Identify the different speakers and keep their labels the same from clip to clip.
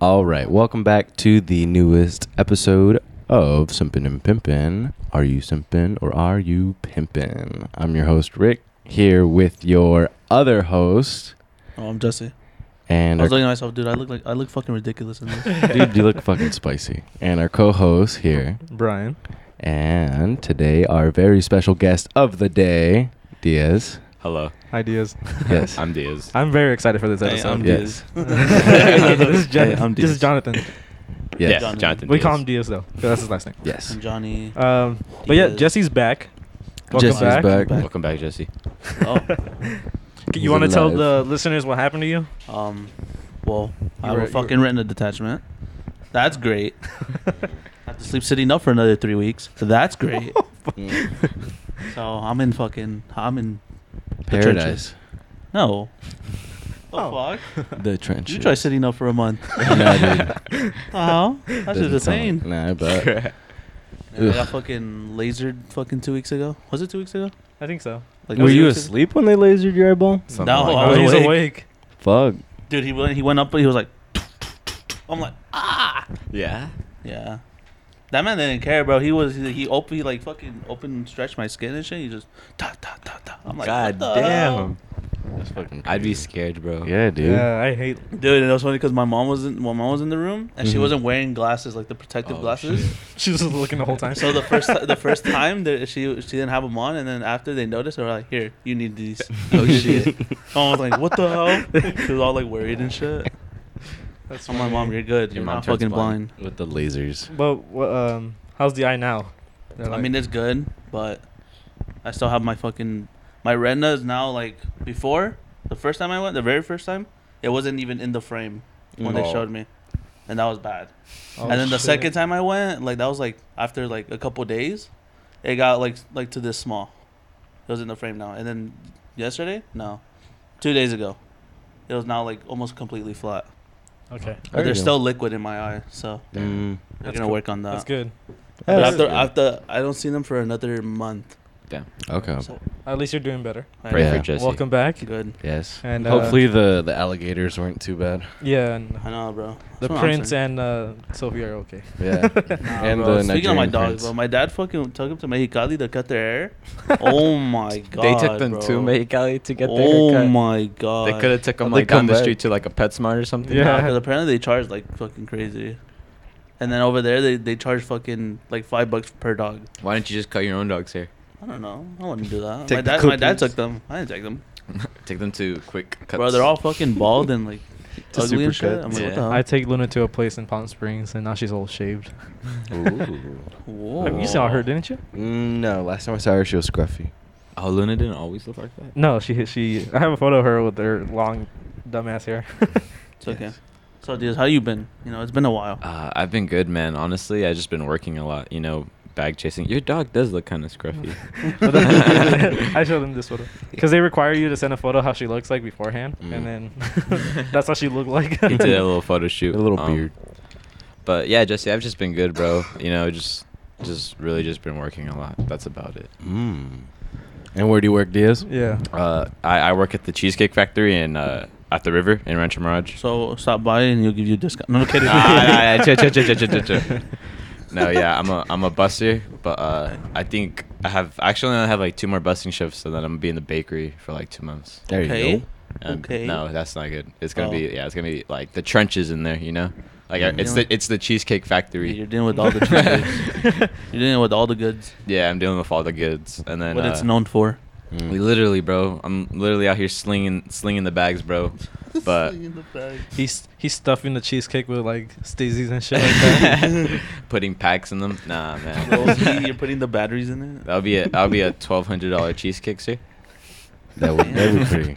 Speaker 1: All right, welcome back to the newest episode of Simpin' and Pimpin'. Are you simpin' or are you pimpin'? I'm your host Rick here with your other host
Speaker 2: Oh, I'm Jesse.
Speaker 1: and
Speaker 2: I was
Speaker 1: our-
Speaker 2: looking at myself, dude. I look like I look fucking ridiculous in this.
Speaker 1: dude, you look fucking spicy. And our co-host here,
Speaker 3: Brian.
Speaker 1: and today our very special guest of the day, Diaz.
Speaker 4: Hello.
Speaker 3: Ideas.
Speaker 1: Yes.
Speaker 4: I'm Diaz.
Speaker 3: I'm very excited for this
Speaker 2: Hey,
Speaker 3: episode.
Speaker 2: I'm
Speaker 1: Yeah.
Speaker 2: Diaz.
Speaker 3: this, is Jon-
Speaker 2: Hey, I'm
Speaker 3: this is
Speaker 2: Diaz.
Speaker 3: Jonathan.
Speaker 1: Yes.
Speaker 4: Yeah,
Speaker 2: Jonathan.
Speaker 4: Jonathan.
Speaker 3: We
Speaker 4: Diaz.
Speaker 3: call him Diaz though. 'cause That's his last name.
Speaker 1: Yes.
Speaker 2: I'm Johnny.
Speaker 3: Um, but yeah,
Speaker 2: Diaz.
Speaker 3: Jesse's back. Welcome
Speaker 1: Jesse's
Speaker 3: back.
Speaker 1: back.
Speaker 4: Welcome back, Jesse.
Speaker 2: Oh,
Speaker 1: He's
Speaker 3: you want to tell
Speaker 1: alive.
Speaker 3: the listeners what happened to you?
Speaker 2: um, well,
Speaker 3: You
Speaker 2: I
Speaker 3: were-
Speaker 2: were
Speaker 3: you were-
Speaker 2: fucking rent a detachment. That's great. I have to sleep sitting up for another three weeks. So that's great.
Speaker 3: Oh,
Speaker 2: so I'm in fucking. I'm in the trenches.
Speaker 1: Paradise.
Speaker 2: No. The
Speaker 3: Oh.
Speaker 2: fuck?
Speaker 1: The trenches.
Speaker 2: You try sitting up for a month.
Speaker 1: No,
Speaker 3: dude.
Speaker 2: Oh, that's
Speaker 1: Doesn't
Speaker 2: just a
Speaker 1: sound-
Speaker 2: thing.
Speaker 1: Nah, I bet.
Speaker 2: I
Speaker 1: Ugh.
Speaker 2: got fucking lasered fucking two weeks ago. Was it two weeks ago?
Speaker 3: I think so.
Speaker 2: Like,
Speaker 1: Were
Speaker 2: was it
Speaker 1: you
Speaker 2: two weeks ago?
Speaker 1: asleep when they lasered your eyeball?
Speaker 4: Something
Speaker 2: No,
Speaker 4: like
Speaker 2: Oh, I
Speaker 4: that.
Speaker 2: was
Speaker 3: Oh,
Speaker 2: awake.
Speaker 3: he's awake.
Speaker 1: Fuck.
Speaker 2: Dude, he went. He went up. He was like, I'm like, ah,
Speaker 4: Yeah.
Speaker 2: yeah. That man didn't care, bro. He was he, he opened he like fucking open stretched my skin and shit. He just ta ta ta ta. I'm like,
Speaker 4: God
Speaker 2: what the hell?
Speaker 4: damn.
Speaker 1: That's fucking.
Speaker 4: I'd be scared, bro.
Speaker 1: Yeah, dude.
Speaker 3: Yeah, I hate.
Speaker 2: dude. And it was funny because my mom was in my mom was in the room and she
Speaker 1: Mhm.
Speaker 2: wasn't wearing glasses like the protective
Speaker 4: Mm-hmm. Oh,
Speaker 2: glasses.
Speaker 4: shit.
Speaker 3: She was just looking the whole time.
Speaker 2: So the first ti- the first time that she she didn't have them on, and then after they noticed, they were like, "Here, you need these."
Speaker 4: Oh, shit.
Speaker 2: I was like, "What the hell?" She was all like worried and shit.
Speaker 3: That's
Speaker 2: I'm like,
Speaker 3: funny.
Speaker 2: "Mom, you're good. You're
Speaker 4: mom
Speaker 2: not
Speaker 4: turns
Speaker 2: fucking blind."
Speaker 4: blind.
Speaker 1: With the lasers.
Speaker 3: But wha- um, how's the eye now? They're
Speaker 2: I
Speaker 3: like-
Speaker 2: mean, it's good, but I still have my fucking my retina is now like before the first time I went, the very first time, it wasn't even in the frame when they
Speaker 4: Oh.
Speaker 2: showed me, and that was bad.
Speaker 3: Oh,
Speaker 2: and then the
Speaker 3: shit.
Speaker 2: second time I went, like that was like after like a couple days, it got like like to this small. It was in the frame now, and then yesterday, no, two days ago, it was now like almost completely flat.
Speaker 3: Okay,
Speaker 1: There
Speaker 2: But
Speaker 1: you
Speaker 2: there's
Speaker 1: go.
Speaker 2: still liquid in my eye, so
Speaker 1: Mm.
Speaker 2: we're
Speaker 3: That's
Speaker 2: gonna
Speaker 3: cool.
Speaker 2: work on that.
Speaker 3: that's good.
Speaker 2: But
Speaker 1: That's
Speaker 2: after,
Speaker 1: good.
Speaker 2: after I don't see them for another month.
Speaker 1: Okay.
Speaker 2: So,
Speaker 3: At least you're doing better.
Speaker 4: Pray
Speaker 1: Yeah.
Speaker 4: for Jesse.
Speaker 3: Welcome back.
Speaker 2: Good.
Speaker 1: Yes.
Speaker 3: And uh,
Speaker 1: Hopefully the the alligators weren't too bad.
Speaker 3: yeah, and
Speaker 2: I know, bro.
Speaker 3: the
Speaker 2: That's what I'm
Speaker 3: prince
Speaker 2: saying.
Speaker 3: and uh, Sophie are okay.
Speaker 1: Yeah.
Speaker 2: Nah,
Speaker 1: and
Speaker 2: bro.
Speaker 1: the
Speaker 2: Speaking of my
Speaker 1: Nigerian
Speaker 2: dogs,
Speaker 1: prince.
Speaker 2: bro, my dad fucking took him to Mexicali to cut their hair. oh my god.
Speaker 4: they took them
Speaker 2: bro.
Speaker 4: to Mexicali to get their
Speaker 2: Oh
Speaker 4: haircut.
Speaker 2: my god.
Speaker 4: They could have took them
Speaker 1: They
Speaker 4: like down
Speaker 1: come
Speaker 4: the
Speaker 1: back.
Speaker 4: street to like a PetSmart or something.
Speaker 3: Yeah.
Speaker 2: Nah, 'cause apparently they charge like fucking crazy. And then over there they, they charge fucking like five bucks per dog.
Speaker 4: Why don't you just cut your own dog's hair?
Speaker 2: I don't know. I wouldn't do that.
Speaker 1: Take
Speaker 2: my
Speaker 1: the
Speaker 2: dad my
Speaker 1: clippers.
Speaker 2: dad took them. I didn't take them.
Speaker 4: Take them to quick cuts.
Speaker 2: Bro, they're all fucking bald and like
Speaker 1: To
Speaker 2: ugly and
Speaker 1: supercut.
Speaker 2: shit. I'm like, what
Speaker 4: Yeah.
Speaker 2: the hell?
Speaker 3: I take Luna to a place in Palm Springs, and now she's all shaved.
Speaker 1: Ooh.
Speaker 2: Whoa.
Speaker 3: You saw her, didn't you?
Speaker 1: Mm, no, last time I saw her, she was scruffy.
Speaker 4: Oh, Luna didn't always look like that.
Speaker 3: No, she she. I have a photo of her with her long, dumbass hair.
Speaker 2: It's okay. So, dude, how you been? You know, it's been a while.
Speaker 4: Uh, I've been good, man. Honestly, I've just been working a lot. You know, bag chasing. Your dog does look kind of scruffy.
Speaker 3: But then- I showed them this photo because they require you to send a photo how she looks like beforehand,
Speaker 1: Mm.
Speaker 3: and then that's how she looked like.
Speaker 4: he did a little photo shoot. um,
Speaker 1: A little beard.
Speaker 4: But yeah, Jesse, I've just been good, bro. You know, just just really just been working a lot. That's about it.
Speaker 1: Mm. And where do you work, Diaz?
Speaker 3: Yeah.
Speaker 4: Uh, I, I work at the Cheesecake Factory in uh, at the river in Rancho Mirage.
Speaker 2: So stop by and he'll give you a discount. No, no
Speaker 4: Nah,
Speaker 2: kidding.
Speaker 4: nah, nah, chill, chill, chill, chill, chill, chill. no, yeah, I'm a I'm a busser, but uh, I think I have actually I have like two more busing shifts, and then I'm gonna be in the bakery for like two months.
Speaker 1: There you
Speaker 2: Okay.
Speaker 1: go.
Speaker 4: And
Speaker 2: Okay.
Speaker 4: No, that's not good. It's gonna
Speaker 2: Oh.
Speaker 4: be yeah, it's gonna be like the trenches in there, you know. Like uh, it's
Speaker 2: Yeah.
Speaker 4: the it's the Cheesecake Factory.
Speaker 2: You're dealing with all the trends. You're dealing with all the goods.
Speaker 4: Yeah, I'm dealing with all the goods, and then
Speaker 2: what it's
Speaker 4: uh,
Speaker 2: known for.
Speaker 1: Mm.
Speaker 4: We literally, bro. I'm literally out here slinging, slinging the bags, bro. But
Speaker 3: he's he's stuffing the cheesecake with like Stacey's and shit like that.
Speaker 4: putting packs in them, nah, man.
Speaker 2: Low key, you're putting the batteries in it.
Speaker 4: that'll be a that'll be a twelve hundred dollar cheesecake, sir.
Speaker 1: That would that would be pretty.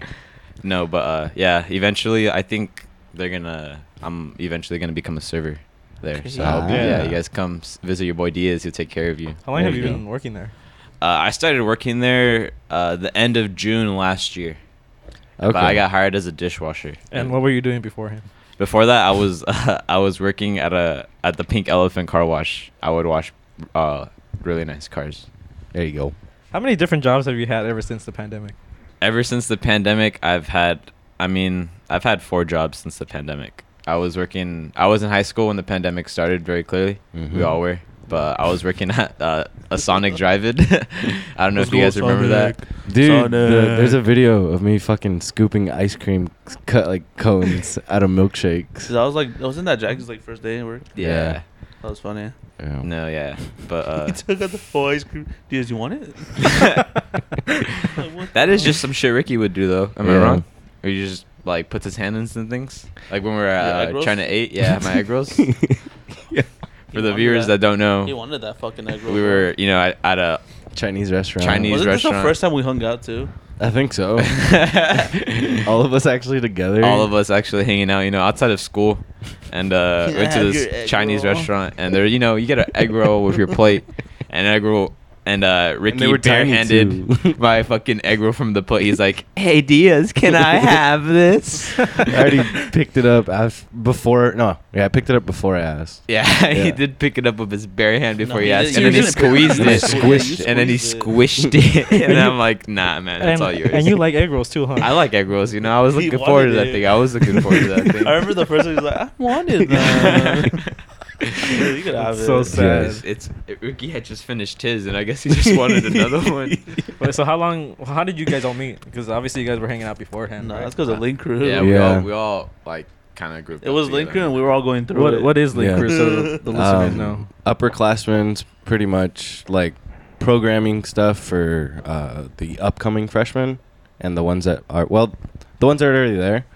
Speaker 4: No, but uh, yeah. Eventually, I think they're gonna. I'm eventually gonna become a server there. So I'll be-
Speaker 1: Ah.
Speaker 4: yeah, you guys come s- visit your boy Diaz. He'll take care of you.
Speaker 3: How long
Speaker 1: There
Speaker 3: have you
Speaker 1: you go.
Speaker 3: been working there?
Speaker 4: Uh, I started working there uh, the end of June last year. But I got hired as a dishwasher.
Speaker 3: And what were you doing beforehand?
Speaker 4: Before that, I was I was working at a at the Pink Elephant Car Wash. I would wash uh, really nice cars.
Speaker 1: There you go.
Speaker 3: How many different jobs have you had ever since the pandemic?
Speaker 4: Ever since the pandemic, I've had I mean I've had four jobs since the pandemic. I was working. I was in high school when the pandemic started. Very clearly,
Speaker 1: Mhm.
Speaker 4: we all were. But I was working at uh, a Sonic Drive-In. I don't know if you guys remember that.
Speaker 1: Dude,
Speaker 2: Sonic.
Speaker 1: the, there's a video of me fucking scooping ice cream c- cut like cones out of milkshakes.
Speaker 2: Cause I was like, I was in that Jackie's like first day at work.
Speaker 1: Yeah.
Speaker 2: That was funny.
Speaker 1: Yeah.
Speaker 4: No, yeah, but
Speaker 2: he
Speaker 4: uh,
Speaker 2: took out the full ice cream. Dude, you want it? Like, what
Speaker 4: that
Speaker 2: the
Speaker 4: is
Speaker 2: hell?
Speaker 4: just some shit Ricky would do, though. Am
Speaker 1: Yeah.
Speaker 4: I wrong? Or you just like puts his hand in some things, like when we were
Speaker 2: Your egg
Speaker 4: at uh,
Speaker 2: rolls?
Speaker 4: China Eight. Yeah, my egg rolls.
Speaker 1: Yeah.
Speaker 4: For
Speaker 2: He
Speaker 4: the
Speaker 2: wanted
Speaker 4: viewers that.
Speaker 2: that.
Speaker 4: don't know,
Speaker 2: He wanted that fucking egg roll.
Speaker 4: we
Speaker 2: bro.
Speaker 4: were, you know, at, at a
Speaker 1: Chinese restaurant.
Speaker 4: Chinese
Speaker 2: Wasn't this the
Speaker 4: restaurant.
Speaker 2: first time we hung out too?
Speaker 1: I think so. Oh. all of us actually together.
Speaker 4: all of us actually hanging out, you know, outside of school, and uh,
Speaker 2: Can I
Speaker 4: went to
Speaker 2: have your
Speaker 4: this
Speaker 2: egg
Speaker 4: Chinese
Speaker 2: roll?
Speaker 4: restaurant, and there, you know, you get an egg roll with your plate, and egg roll, and uh, Ricky
Speaker 1: they were tiny, too.
Speaker 4: barehanded my fucking egg roll from the plate. He's like, "Hey Diaz, can I have this?"
Speaker 1: I already picked it up af- before. No, yeah, I picked it up before I asked.
Speaker 4: Yeah,
Speaker 1: Yeah.
Speaker 4: he did pick it up with his bare hand
Speaker 2: No,
Speaker 4: before
Speaker 2: he
Speaker 4: he asked,
Speaker 2: didn't-
Speaker 4: and then he
Speaker 2: you didn't
Speaker 4: squeezed
Speaker 2: pick
Speaker 4: it,
Speaker 2: it up. You
Speaker 1: squished it.
Speaker 4: and then he
Speaker 2: squeezed
Speaker 4: squished it,
Speaker 3: And
Speaker 4: and
Speaker 3: you-
Speaker 4: I'm like, "Nah, man, that's
Speaker 3: and,
Speaker 4: all yours."
Speaker 3: and you like egg rolls too, huh?
Speaker 4: I like egg rolls. You know, I was
Speaker 2: He
Speaker 4: looking forward to
Speaker 2: wanted
Speaker 4: that
Speaker 2: it.
Speaker 4: thing. I was looking forward to that thing.
Speaker 2: I remember the first time he was like, I wanted that. Dude, you could have
Speaker 3: So
Speaker 2: it.
Speaker 3: sad.
Speaker 1: Yes.
Speaker 4: It's it, Ricky had just finished his, and I guess he just wanted another one.
Speaker 3: Wait, so how long? How did you guys all meet? Because obviously you guys were hanging out beforehand.
Speaker 2: No,
Speaker 3: right?
Speaker 2: that's because of Link Crew.
Speaker 4: Yeah, we
Speaker 1: Yeah.
Speaker 4: all we all like kind of grouped.
Speaker 2: It was
Speaker 4: up
Speaker 2: Link Crew
Speaker 4: together.
Speaker 2: and we were all going through
Speaker 3: What
Speaker 2: it.
Speaker 3: what is Link
Speaker 1: Yeah.
Speaker 3: Crew? So the, the listeners
Speaker 1: Um,
Speaker 3: know.
Speaker 1: Upperclassmen, pretty much like programming stuff for uh, the upcoming freshmen and the ones that are well, the ones that are already there,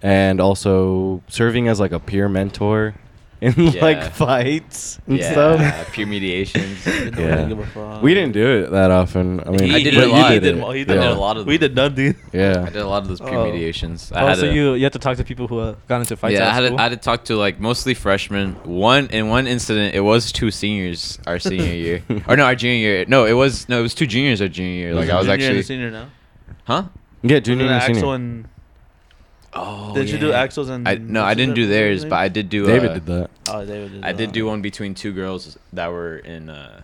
Speaker 1: and also serving as like a peer mentor in
Speaker 4: Yeah.
Speaker 1: like fights and
Speaker 4: yeah,
Speaker 1: stuff.
Speaker 4: peer uh, mediations.
Speaker 2: We didn't
Speaker 1: Yeah.
Speaker 2: give a fuck.
Speaker 1: We didn't do it that often. I mean,
Speaker 4: He- I did
Speaker 1: but
Speaker 4: it a
Speaker 1: you
Speaker 4: lot.
Speaker 2: He
Speaker 4: did
Speaker 2: did,
Speaker 1: it.
Speaker 2: mo- he
Speaker 4: I
Speaker 2: did
Speaker 4: did
Speaker 2: yeah.
Speaker 4: a lot of
Speaker 2: We did
Speaker 4: them.
Speaker 2: nothing.
Speaker 1: Yeah.
Speaker 4: I did a lot of those peer
Speaker 3: Oh.
Speaker 4: mediations. I
Speaker 3: Oh,
Speaker 4: had
Speaker 3: so
Speaker 4: a,
Speaker 3: you you had to talk to people who uh, got into fights.
Speaker 4: yeah,
Speaker 3: at
Speaker 4: I had,
Speaker 3: school?
Speaker 4: to, I had to talk to like mostly freshmen. One in one incident, it was two seniors our senior year, or no, our junior year. No, it was no, it was two juniors our junior year. Like I was
Speaker 2: Junior and
Speaker 4: actually,
Speaker 2: senior now.
Speaker 4: huh?
Speaker 1: Yeah,
Speaker 2: Did
Speaker 1: junior
Speaker 2: you
Speaker 1: and
Speaker 2: Axel
Speaker 1: senior.
Speaker 2: and
Speaker 4: Oh,
Speaker 2: Did you do axles and?
Speaker 4: I, no, I didn't do theirs, but I did do.
Speaker 1: David
Speaker 4: uh,
Speaker 1: did that.
Speaker 2: Oh, David did.
Speaker 4: I did
Speaker 2: that.
Speaker 4: do one between two girls that were in. Uh,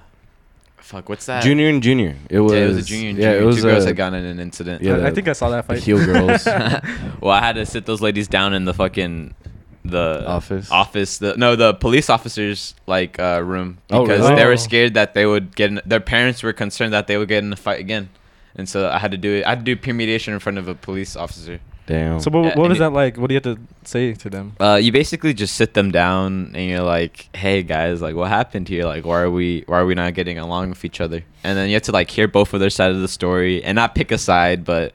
Speaker 4: fuck, what's that?
Speaker 1: Junior and junior. It was.
Speaker 4: Yeah, it was a junior. And
Speaker 1: yeah,
Speaker 4: junior.
Speaker 1: it was uh,
Speaker 4: two girls
Speaker 1: a-
Speaker 4: had gotten in an incident.
Speaker 1: yeah,
Speaker 3: I, I
Speaker 1: the-
Speaker 3: think I saw that
Speaker 1: the
Speaker 3: fight.
Speaker 1: heel girls.
Speaker 4: well, I had to sit those ladies down in the fucking the
Speaker 1: Office.
Speaker 4: office the no the police officers like uh room
Speaker 1: Oh,
Speaker 4: because
Speaker 1: really?
Speaker 4: they
Speaker 3: Oh.
Speaker 4: were scared that they would get in, their parents were concerned that they would get in a fight again and so i had to do it i had to do peer mediation in front of a police officer
Speaker 1: Damn.
Speaker 3: so what,
Speaker 4: Yeah,
Speaker 3: what
Speaker 4: and
Speaker 3: was
Speaker 4: you-
Speaker 3: that like? What do you have to say to them?
Speaker 4: uh you basically just sit them down and you're like hey guys like what happened here like why are we why are we not getting along with each other and then you have to like hear both of their side of the story and not pick a side but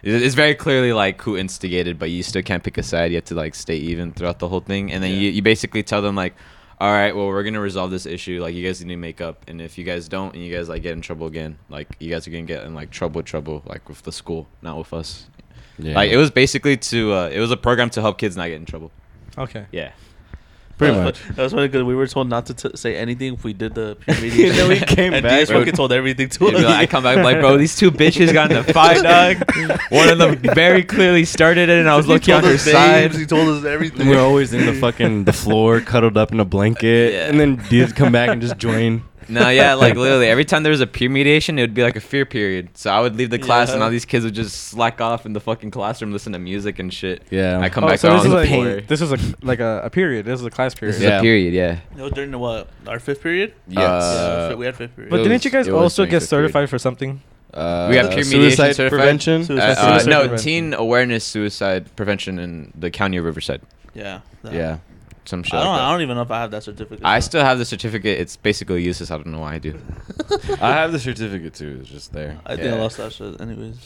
Speaker 4: it- it's very clearly like who instigated but you still can't pick a side you have to like stay even throughout the whole thing and then
Speaker 2: Yeah.
Speaker 4: you, you basically tell them like all right well we're gonna resolve this issue like you guys need to make up and if you guys don't and you guys like get in trouble again like you guys are gonna get in like trouble trouble like with the school not with us
Speaker 1: yeah.
Speaker 4: like it was basically to uh it was a program to help kids not get in trouble
Speaker 3: Okay.
Speaker 4: yeah
Speaker 1: pretty
Speaker 2: That was
Speaker 1: much.
Speaker 2: fu- That was funny because we were told not to t- say anything if we did the peer
Speaker 4: And then we
Speaker 1: came
Speaker 2: and
Speaker 1: back.
Speaker 2: Diaz fucking told everything to
Speaker 4: You'd be
Speaker 2: us.
Speaker 4: like, I come back I'm like, bro, these two bitches got in a fight, dog. One of them very clearly started it, and I was
Speaker 2: He
Speaker 4: looking on
Speaker 2: told
Speaker 4: her
Speaker 2: us names,
Speaker 4: side.
Speaker 2: He told us everything.
Speaker 1: We We're always in the fucking the floor, cuddled up in a blanket,
Speaker 4: Yeah.
Speaker 1: and then dudes come back and just join.
Speaker 4: No, yeah, like literally every time there was a peer mediation, it would be like a fear period. So I would leave the class, and
Speaker 2: Yeah.
Speaker 4: all these kids would just slack off in the fucking classroom, listen to music and shit.
Speaker 1: Yeah.
Speaker 4: I come
Speaker 3: Oh,
Speaker 4: back
Speaker 3: so
Speaker 4: out
Speaker 3: this
Speaker 4: on
Speaker 3: is
Speaker 4: the
Speaker 3: like
Speaker 4: floor.
Speaker 3: this is a, like a, a period. This is a class
Speaker 4: This
Speaker 3: period.
Speaker 4: is
Speaker 1: Yeah.
Speaker 4: a period, yeah.
Speaker 2: That was during the what? Our fifth period.
Speaker 1: Yes.
Speaker 4: Uh,
Speaker 2: yeah, we had fifth period.
Speaker 3: But
Speaker 4: It
Speaker 3: didn't
Speaker 4: was-
Speaker 3: you guys
Speaker 4: it was
Speaker 3: also
Speaker 4: during
Speaker 3: get
Speaker 4: fifth period.
Speaker 3: certified for something?
Speaker 1: Uh,
Speaker 4: We got peer
Speaker 1: suicide
Speaker 4: mediation certified.
Speaker 1: prevention.
Speaker 4: Uh,
Speaker 2: Suicide-
Speaker 4: uh,
Speaker 3: Suicide
Speaker 4: no,
Speaker 3: prevention.
Speaker 4: teen awareness suicide prevention in the county of Riverside.
Speaker 2: yeah, that-
Speaker 1: Yeah.
Speaker 4: Some shit.
Speaker 2: I don't.
Speaker 4: like that.
Speaker 2: I don't even know if I have that certificate.
Speaker 4: I still have the certificate. It's basically useless. I don't know why I do.
Speaker 1: I have the certificate too. It's just there.
Speaker 2: I think I
Speaker 4: yeah.
Speaker 2: lost that shit. Anyways,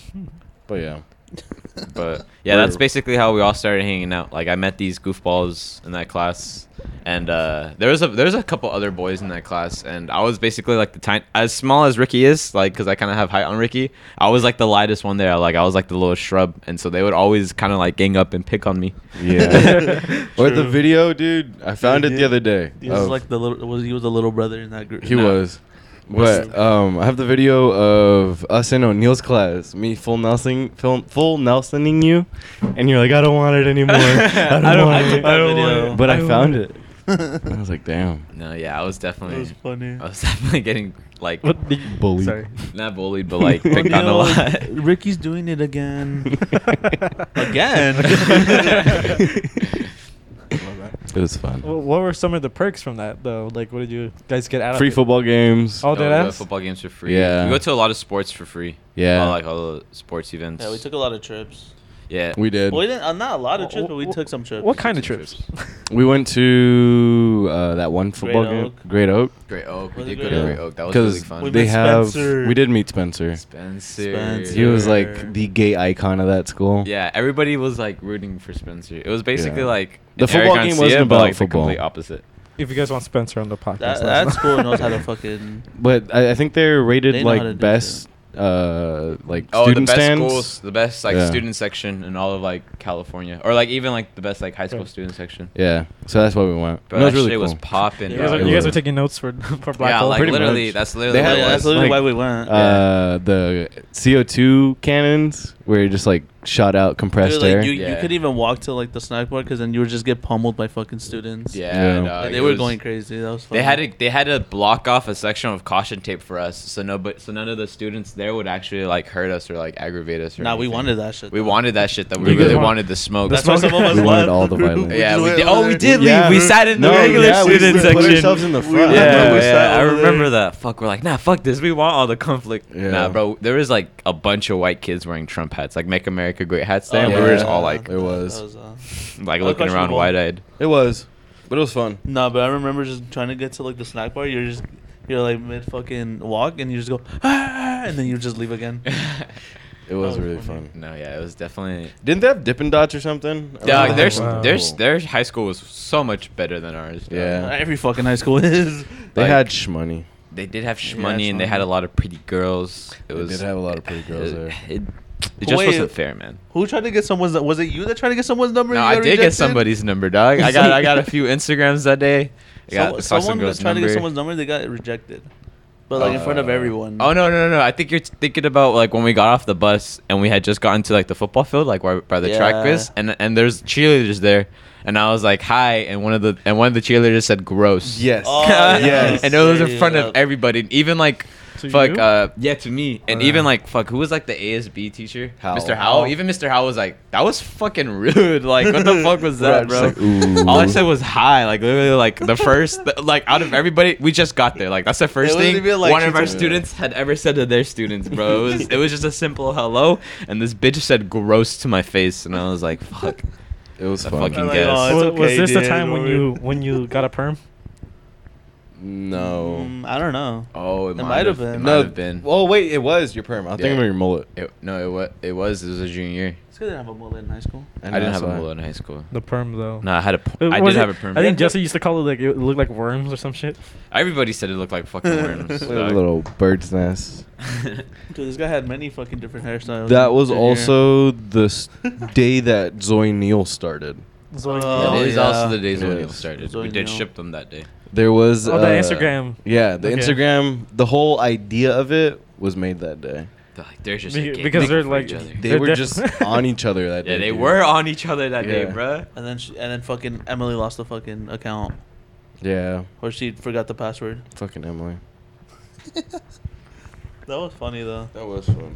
Speaker 1: But yeah.
Speaker 4: But yeah,
Speaker 1: Where-
Speaker 4: that's basically how we all started hanging out. Like I met these goofballs in that class, and uh, there was a there was a couple other boys in that class, and I was basically like the tiny, as small as Ricky is, like because I kind of have height on Ricky. I was like the lightest one there. Like I was like the littlest shrub, and so they would always kind of like gang up and pick on me.
Speaker 1: Yeah. or the
Speaker 2: True.
Speaker 1: video, dude. I found
Speaker 2: Dude,
Speaker 1: it the
Speaker 2: yeah.
Speaker 1: other day.
Speaker 2: he was
Speaker 1: of-
Speaker 2: like the little. Was he was the little brother in that group?
Speaker 1: He
Speaker 4: No.
Speaker 1: was. But um, I have the video of us in O'Neill's class, me full Nelson, full, full Nelsoning you, and you're like, I don't want it anymore. I don't,
Speaker 2: I don't-
Speaker 1: want
Speaker 2: I
Speaker 1: it.
Speaker 2: took that video.
Speaker 1: But I,
Speaker 3: I don't
Speaker 1: found
Speaker 3: want
Speaker 1: it. And I was like, damn,
Speaker 4: No, yeah, I was definitely
Speaker 2: It was funny.
Speaker 4: I was definitely getting like
Speaker 3: What did you-
Speaker 1: Bully.
Speaker 3: Sorry.
Speaker 4: not bullied, but like picked on a
Speaker 2: O'Neal,
Speaker 4: lot.
Speaker 2: Ricky's doing it again.
Speaker 1: Again?
Speaker 2: again.
Speaker 1: It was fun.
Speaker 3: Wh- What were some of the perks from that though? Like, what did you guys get out
Speaker 1: Free
Speaker 3: of it?
Speaker 1: football games.
Speaker 3: Oh,
Speaker 4: No,
Speaker 3: dead
Speaker 4: the
Speaker 3: ass.
Speaker 4: football games for free.
Speaker 1: Yeah.
Speaker 4: We go to a lot of sports for free.
Speaker 1: Yeah.
Speaker 4: All, like all the sports events.
Speaker 2: Yeah, we took a lot of trips.
Speaker 4: Yeah.
Speaker 1: We did.
Speaker 2: Well, we didn't, uh, not a lot of
Speaker 3: Wh-
Speaker 2: trips, but we
Speaker 3: wh-
Speaker 2: took some trips.
Speaker 3: What kind of
Speaker 4: Took
Speaker 3: trips?
Speaker 1: We went to uh, that one football
Speaker 2: Great
Speaker 1: game,
Speaker 2: Oak.
Speaker 1: Great Oak.
Speaker 4: Great Oak. We
Speaker 2: Was it
Speaker 4: did go
Speaker 2: Great
Speaker 4: to
Speaker 2: Oak?
Speaker 4: Great Oak. That was really fun.
Speaker 2: We
Speaker 1: they
Speaker 2: met
Speaker 1: have.
Speaker 2: Spencer.
Speaker 1: We did meet Spencer.
Speaker 4: Spencer.
Speaker 2: Spencer.
Speaker 1: He was
Speaker 2: Spencer.
Speaker 1: like the gay icon of that school.
Speaker 4: Yeah, everybody was like rooting for Spencer. It was basically
Speaker 1: Yeah.
Speaker 4: like
Speaker 1: The
Speaker 4: an
Speaker 1: football
Speaker 4: Eric
Speaker 1: game
Speaker 4: Garcia,
Speaker 1: wasn't
Speaker 4: but,
Speaker 1: about
Speaker 4: like, the
Speaker 1: football.
Speaker 4: complete opposite.
Speaker 3: If you guys want Spencer on the podcast,
Speaker 2: That,
Speaker 3: let us
Speaker 2: that
Speaker 3: know.
Speaker 2: school knows how to fucking.
Speaker 1: But I, I think they're rated
Speaker 2: They know how to
Speaker 1: like
Speaker 2: do
Speaker 1: best, uh, like
Speaker 4: Oh,
Speaker 1: student
Speaker 4: the best
Speaker 1: stands.
Speaker 4: schools, the best like
Speaker 1: Yeah.
Speaker 4: student section in all of like California, or like even like the best like high school student section.
Speaker 1: Yeah, so that's why we went.
Speaker 4: But
Speaker 1: That was
Speaker 4: that
Speaker 1: really
Speaker 4: shit
Speaker 1: cool.
Speaker 4: was popping.
Speaker 3: you
Speaker 2: Yeah.
Speaker 4: dog.
Speaker 3: guys, are,
Speaker 1: Yeah.
Speaker 3: you guys are taking notes for for Black
Speaker 4: yeah,
Speaker 3: Hole.
Speaker 4: like
Speaker 1: Pretty
Speaker 4: literally,
Speaker 1: much.
Speaker 4: that's
Speaker 1: They
Speaker 4: literally.
Speaker 2: Yeah,
Speaker 1: had-
Speaker 4: what it
Speaker 2: that's
Speaker 4: was.
Speaker 2: literally
Speaker 1: like-
Speaker 2: why we went.
Speaker 1: uh, the CO2 cannons where it just like shot out compressed
Speaker 2: Dude, like,
Speaker 1: air.
Speaker 2: You, you
Speaker 4: Yeah.
Speaker 2: could even walk to like the snack bar because then you would just get pummeled by fucking students.
Speaker 1: Yeah.
Speaker 4: yeah,
Speaker 1: Like,
Speaker 4: dog,
Speaker 2: Like, they
Speaker 4: it
Speaker 2: were
Speaker 4: was-
Speaker 2: going crazy. That was funny.
Speaker 4: They had to they had to block off a section of caution tape for us, so no, but so none of the students there would actually like hurt us or like aggravate us. Or
Speaker 2: Nah, we
Speaker 4: anything.
Speaker 2: wanted that shit.
Speaker 4: We
Speaker 2: though.
Speaker 4: wanted that shit. That we
Speaker 1: You guys
Speaker 4: really
Speaker 1: want-
Speaker 4: wanted the smoke.
Speaker 2: That's
Speaker 3: smoke.
Speaker 2: why some of us
Speaker 1: We wanted
Speaker 2: left.
Speaker 1: all the violence.
Speaker 4: yeah,
Speaker 2: just
Speaker 4: we
Speaker 2: went
Speaker 4: did.
Speaker 2: over
Speaker 4: Oh, we
Speaker 2: there.
Speaker 4: did leave.
Speaker 1: Yeah.
Speaker 4: we sat in the
Speaker 1: No,
Speaker 4: regular
Speaker 1: yeah, we
Speaker 4: student
Speaker 1: put
Speaker 4: section.
Speaker 1: ourselves in the
Speaker 2: We
Speaker 1: front.
Speaker 2: were-
Speaker 4: Yeah,
Speaker 2: Yeah, we
Speaker 4: yeah,
Speaker 2: sat
Speaker 4: I
Speaker 2: over there.
Speaker 4: remember that. Fuck, we're like, nah, fuck this. We want all the conflict.
Speaker 1: Yeah.
Speaker 4: Nah, bro, there was like a bunch of white kids wearing Trump hats, like Make America Great hats.
Speaker 2: Oh,
Speaker 4: There, and we
Speaker 1: yeah.
Speaker 4: were just all like,
Speaker 1: It was.
Speaker 2: That uh,
Speaker 4: like
Speaker 2: Oh,
Speaker 4: looking around
Speaker 2: questionable.
Speaker 4: wide eyed.
Speaker 1: It was, but it was fun.
Speaker 2: No, but I remember just trying to get to like the snack bar. You're just you're like mid fucking walk, and you just go ah, and then you just leave again.
Speaker 1: It was
Speaker 2: was
Speaker 1: really
Speaker 2: funny.
Speaker 1: fun.
Speaker 4: No, yeah, it was definitely.
Speaker 1: Didn't they have Dippin' Dots or something?
Speaker 4: Dog,
Speaker 3: Oh,
Speaker 4: their,
Speaker 3: wow.
Speaker 4: their their high school was so much better than ours. dog.
Speaker 1: Yeah.
Speaker 2: Every fucking high school is.
Speaker 1: they
Speaker 4: like-
Speaker 1: had shmoney.
Speaker 4: they did have sh
Speaker 2: Yeah,
Speaker 4: money and they
Speaker 2: Shmoney.
Speaker 4: had a lot of pretty girls. It
Speaker 1: They
Speaker 4: was.
Speaker 1: did have a lot of pretty girls there.
Speaker 4: It, it, it just
Speaker 2: Wait.
Speaker 4: wasn't fair, man.
Speaker 2: Who tried to get someone's? Was it you that tried to get someone's number?
Speaker 4: No,
Speaker 2: and you
Speaker 4: I
Speaker 2: got
Speaker 4: did get
Speaker 2: rejected?
Speaker 4: somebody's number, dog. I got I got a few Instagrams that day. I got,
Speaker 2: Some-
Speaker 4: saw some
Speaker 2: someone that
Speaker 4: girl's
Speaker 2: tried to get
Speaker 4: number.
Speaker 2: someone's number, they got rejected, but like in front of
Speaker 1: Uh,
Speaker 2: everyone.
Speaker 4: Oh no no no! no. I think you're t- thinking about like when we got off the bus and we had just gotten to like the football field, like where, by the track
Speaker 2: Yeah.
Speaker 4: is, and and there's cheerleaders there, and I was like hi, and one of the and one of the cheerleaders said gross.
Speaker 1: Yes.
Speaker 2: Oh, yes.
Speaker 4: and it was in
Speaker 2: Yeah,
Speaker 4: front
Speaker 2: yeah.
Speaker 4: of everybody, and even like.
Speaker 3: To
Speaker 4: fuck
Speaker 3: you?
Speaker 4: uh yeah to me and
Speaker 3: Wow.
Speaker 4: even like fuck who was like the ASB teacher
Speaker 1: Howell.
Speaker 4: Mr. Howell even Mr. Howell was like that was fucking rude like what the fuck was that bro
Speaker 1: Right, just like,
Speaker 4: all I
Speaker 1: ooh.
Speaker 4: said was hi like literally like the first th- like out of everybody we just got there like that's the first
Speaker 2: wasn't
Speaker 4: thing
Speaker 2: even like
Speaker 4: one
Speaker 2: she
Speaker 4: of our
Speaker 2: told-
Speaker 4: students had ever said to their students bro it was, it was just a simple hello and this bitch said gross to my face and I was like fuck
Speaker 1: It was
Speaker 4: I
Speaker 1: fun.
Speaker 4: fucking
Speaker 2: Like,
Speaker 4: guess.
Speaker 2: oh, it's
Speaker 3: was, was
Speaker 2: okay,
Speaker 3: this the
Speaker 2: dude,
Speaker 3: time when
Speaker 2: don't
Speaker 3: you
Speaker 2: worry.
Speaker 3: when you got a perm?
Speaker 1: No.
Speaker 2: Mm, I don't know.
Speaker 4: oh it,
Speaker 2: might
Speaker 4: might
Speaker 2: have
Speaker 4: have
Speaker 2: been.
Speaker 4: it
Speaker 2: No,
Speaker 4: might have been
Speaker 1: Oh wait, it was your perm. I was
Speaker 4: Yeah.
Speaker 1: thinking about your mullet.
Speaker 4: It- no it was it was it was a junior year.
Speaker 2: It's good to have a mullet in high school.
Speaker 4: I didn't have a
Speaker 1: saw it.
Speaker 4: mullet in high school
Speaker 3: The perm though.
Speaker 4: no I had a p-
Speaker 3: Uh,
Speaker 4: I
Speaker 3: was
Speaker 4: did
Speaker 3: it-
Speaker 4: have a perm
Speaker 3: I think Jesse used to call it like it looked like worms or some shit.
Speaker 4: Everybody said it looked like fucking worms.
Speaker 1: Like
Speaker 4: dog.
Speaker 1: a little bird's nest.
Speaker 2: Dude, this guy had many fucking different hairstyles.
Speaker 1: That was
Speaker 2: Dude,
Speaker 1: also the s- day that Zoe Neal started.
Speaker 2: Oh,
Speaker 4: that is
Speaker 2: yeah.
Speaker 4: also the days
Speaker 1: Yeah.
Speaker 4: when it started.
Speaker 2: Zoe
Speaker 4: we did
Speaker 2: Neal.
Speaker 4: ship them that day.
Speaker 1: There was uh,
Speaker 3: Oh, the Instagram.
Speaker 1: Yeah, the
Speaker 3: Okay.
Speaker 1: Instagram. The whole idea of it was made that day.
Speaker 4: They're like, they're just
Speaker 3: Be-
Speaker 4: like, getting
Speaker 3: because
Speaker 4: naked
Speaker 3: they're
Speaker 4: for
Speaker 3: like-
Speaker 4: each other.
Speaker 1: They
Speaker 3: They're
Speaker 1: were
Speaker 3: def-
Speaker 1: just on each other that day.
Speaker 4: yeah, they
Speaker 1: dude.
Speaker 4: were on each other that day,
Speaker 1: Yeah.
Speaker 4: bruh.
Speaker 2: And then she, and then fucking Emily lost the fucking account,
Speaker 1: Yeah,
Speaker 2: or she forgot the password.
Speaker 1: fucking Emily.
Speaker 2: That was funny though.
Speaker 1: That was fun.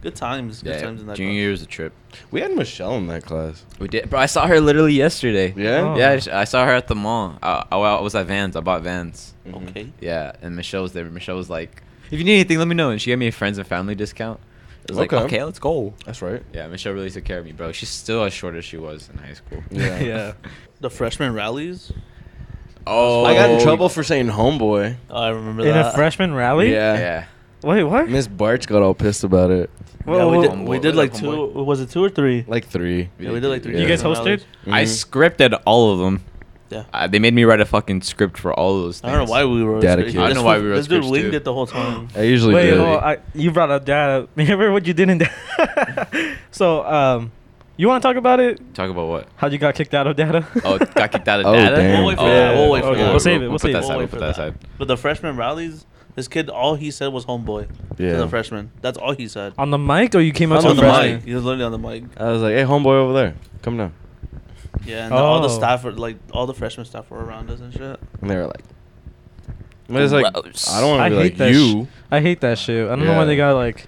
Speaker 2: Good times. Good
Speaker 4: Yeah,
Speaker 2: times in that.
Speaker 4: junior year was a trip.
Speaker 1: We had Michelle in that class.
Speaker 4: We did, bro. I saw her literally yesterday.
Speaker 1: Yeah.
Speaker 3: Oh.
Speaker 4: Yeah, I sh- I saw her at the mall. I, I, I was at Vans. I bought Vans.
Speaker 2: class.
Speaker 1: Mhm.
Speaker 2: Oh. Okay.
Speaker 4: Yeah, and Michelle was there. Michelle was like, "If you need anything, let me know." And she gave me a friends and family discount. I was
Speaker 1: Okay.
Speaker 4: like, "Okay, let's go."
Speaker 1: That's right.
Speaker 4: Yeah, Michelle really took care of me, bro. She's still as short as she was in high school.
Speaker 1: Yeah.
Speaker 3: Yeah.
Speaker 2: The freshman rallies.
Speaker 4: Oh,
Speaker 1: I got in trouble for saying homeboy.
Speaker 2: Oh, I remember
Speaker 3: In
Speaker 2: that.
Speaker 3: a freshman rally?
Speaker 1: Yeah.
Speaker 4: Yeah.
Speaker 3: Wait, what?
Speaker 1: Miss Barch got all pissed about it.
Speaker 2: Yeah,
Speaker 3: Whoa,
Speaker 2: we
Speaker 3: whoa.
Speaker 2: did, we
Speaker 4: Homeboy,
Speaker 2: did
Speaker 4: we
Speaker 2: like
Speaker 4: did
Speaker 2: two. Was it two or three?
Speaker 1: Like three.
Speaker 2: yeah, we did like three.
Speaker 1: You guys
Speaker 2: freshman
Speaker 3: hosted?
Speaker 2: rallies.
Speaker 4: I
Speaker 1: Mhm.
Speaker 4: scripted all of them.
Speaker 2: Yeah.
Speaker 4: Uh, they made me write a fucking script for all of those
Speaker 2: I
Speaker 4: things.
Speaker 2: don't know why we were.
Speaker 1: Dedicated.
Speaker 4: I don't know why we were
Speaker 2: This dude
Speaker 4: scripts,
Speaker 2: winged
Speaker 4: too.
Speaker 2: it the whole time.
Speaker 1: I usually
Speaker 3: Wait,
Speaker 1: do.
Speaker 3: hold on, I, you brought up that. Remember what you did in that? so, um, you want to talk about it?
Speaker 4: Talk about what?
Speaker 3: How you got kicked out of data?
Speaker 4: Oh, got kicked out of
Speaker 1: Oh,
Speaker 4: data.
Speaker 1: damn.
Speaker 2: We'll wait for
Speaker 4: Oh,
Speaker 2: that. We'll wait for
Speaker 3: Okay,
Speaker 2: that.
Speaker 3: we'll save it,
Speaker 4: We'll,
Speaker 3: we'll
Speaker 4: put
Speaker 3: save
Speaker 4: that
Speaker 3: it.
Speaker 4: side.
Speaker 2: We'll
Speaker 4: We'll
Speaker 2: wait
Speaker 4: put
Speaker 2: for
Speaker 4: that
Speaker 2: that.
Speaker 4: side.
Speaker 2: But the freshman rallies, this kid, all he said was homeboy. Yeah.
Speaker 1: Yeah.
Speaker 2: the freshman. That's all he said.
Speaker 3: on the mic, or you came up
Speaker 1: On
Speaker 3: to
Speaker 2: on
Speaker 1: the
Speaker 2: the
Speaker 3: freshman?
Speaker 2: mic. He was literally on the mic.
Speaker 1: I was like, hey, homeboy over there. Come down.
Speaker 2: Yeah, and all the
Speaker 3: Oh.
Speaker 2: staff were like, all the freshman staff were around us and shit.
Speaker 1: And they were like, but it's like,
Speaker 4: Gross.
Speaker 1: I don't
Speaker 3: I
Speaker 1: want to
Speaker 3: hate
Speaker 1: be like
Speaker 3: that.
Speaker 1: you.
Speaker 3: sh- I hate that shit. I don't know why they
Speaker 1: Yeah.
Speaker 3: gotta like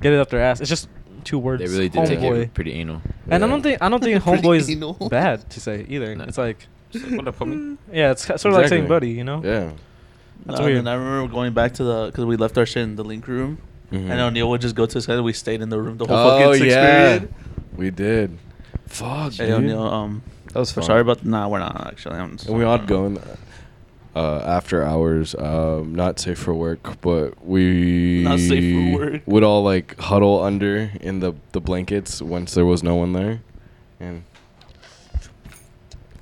Speaker 3: get it up their ass. It's just two words.
Speaker 4: They really did take
Speaker 3: homeboy.
Speaker 4: it pretty anal.
Speaker 3: And I
Speaker 1: Yeah.
Speaker 3: don't think I don't think
Speaker 2: Pretty
Speaker 3: homeboy is
Speaker 2: anal.
Speaker 3: bad to say either.
Speaker 4: No.
Speaker 3: It's like
Speaker 4: It's like, what up, homie?
Speaker 3: Yeah, it's sort of like saying
Speaker 1: Exactly.
Speaker 3: buddy, you know?
Speaker 1: Yeah.
Speaker 3: That's
Speaker 2: No,
Speaker 3: weird.
Speaker 2: And I remember going back to the because we left our shit in the link room,
Speaker 4: Mm-hmm.
Speaker 1: Mhm.
Speaker 2: and O'Neal would just go to his head. We stayed in the room the whole
Speaker 1: Oh,
Speaker 2: fucking sixth
Speaker 1: yeah.
Speaker 2: period.
Speaker 1: We did. Fuck,
Speaker 2: Hey,
Speaker 1: dude.
Speaker 2: O'Neal, um,
Speaker 1: that was
Speaker 2: we're
Speaker 1: fun.
Speaker 2: sorry about nah, we're not actually. I'm
Speaker 1: And we all go in uh, after hours, um, not safe for work, but we
Speaker 2: Not safe for work.
Speaker 1: would all like huddle under in the, the blankets once there was no one there. And for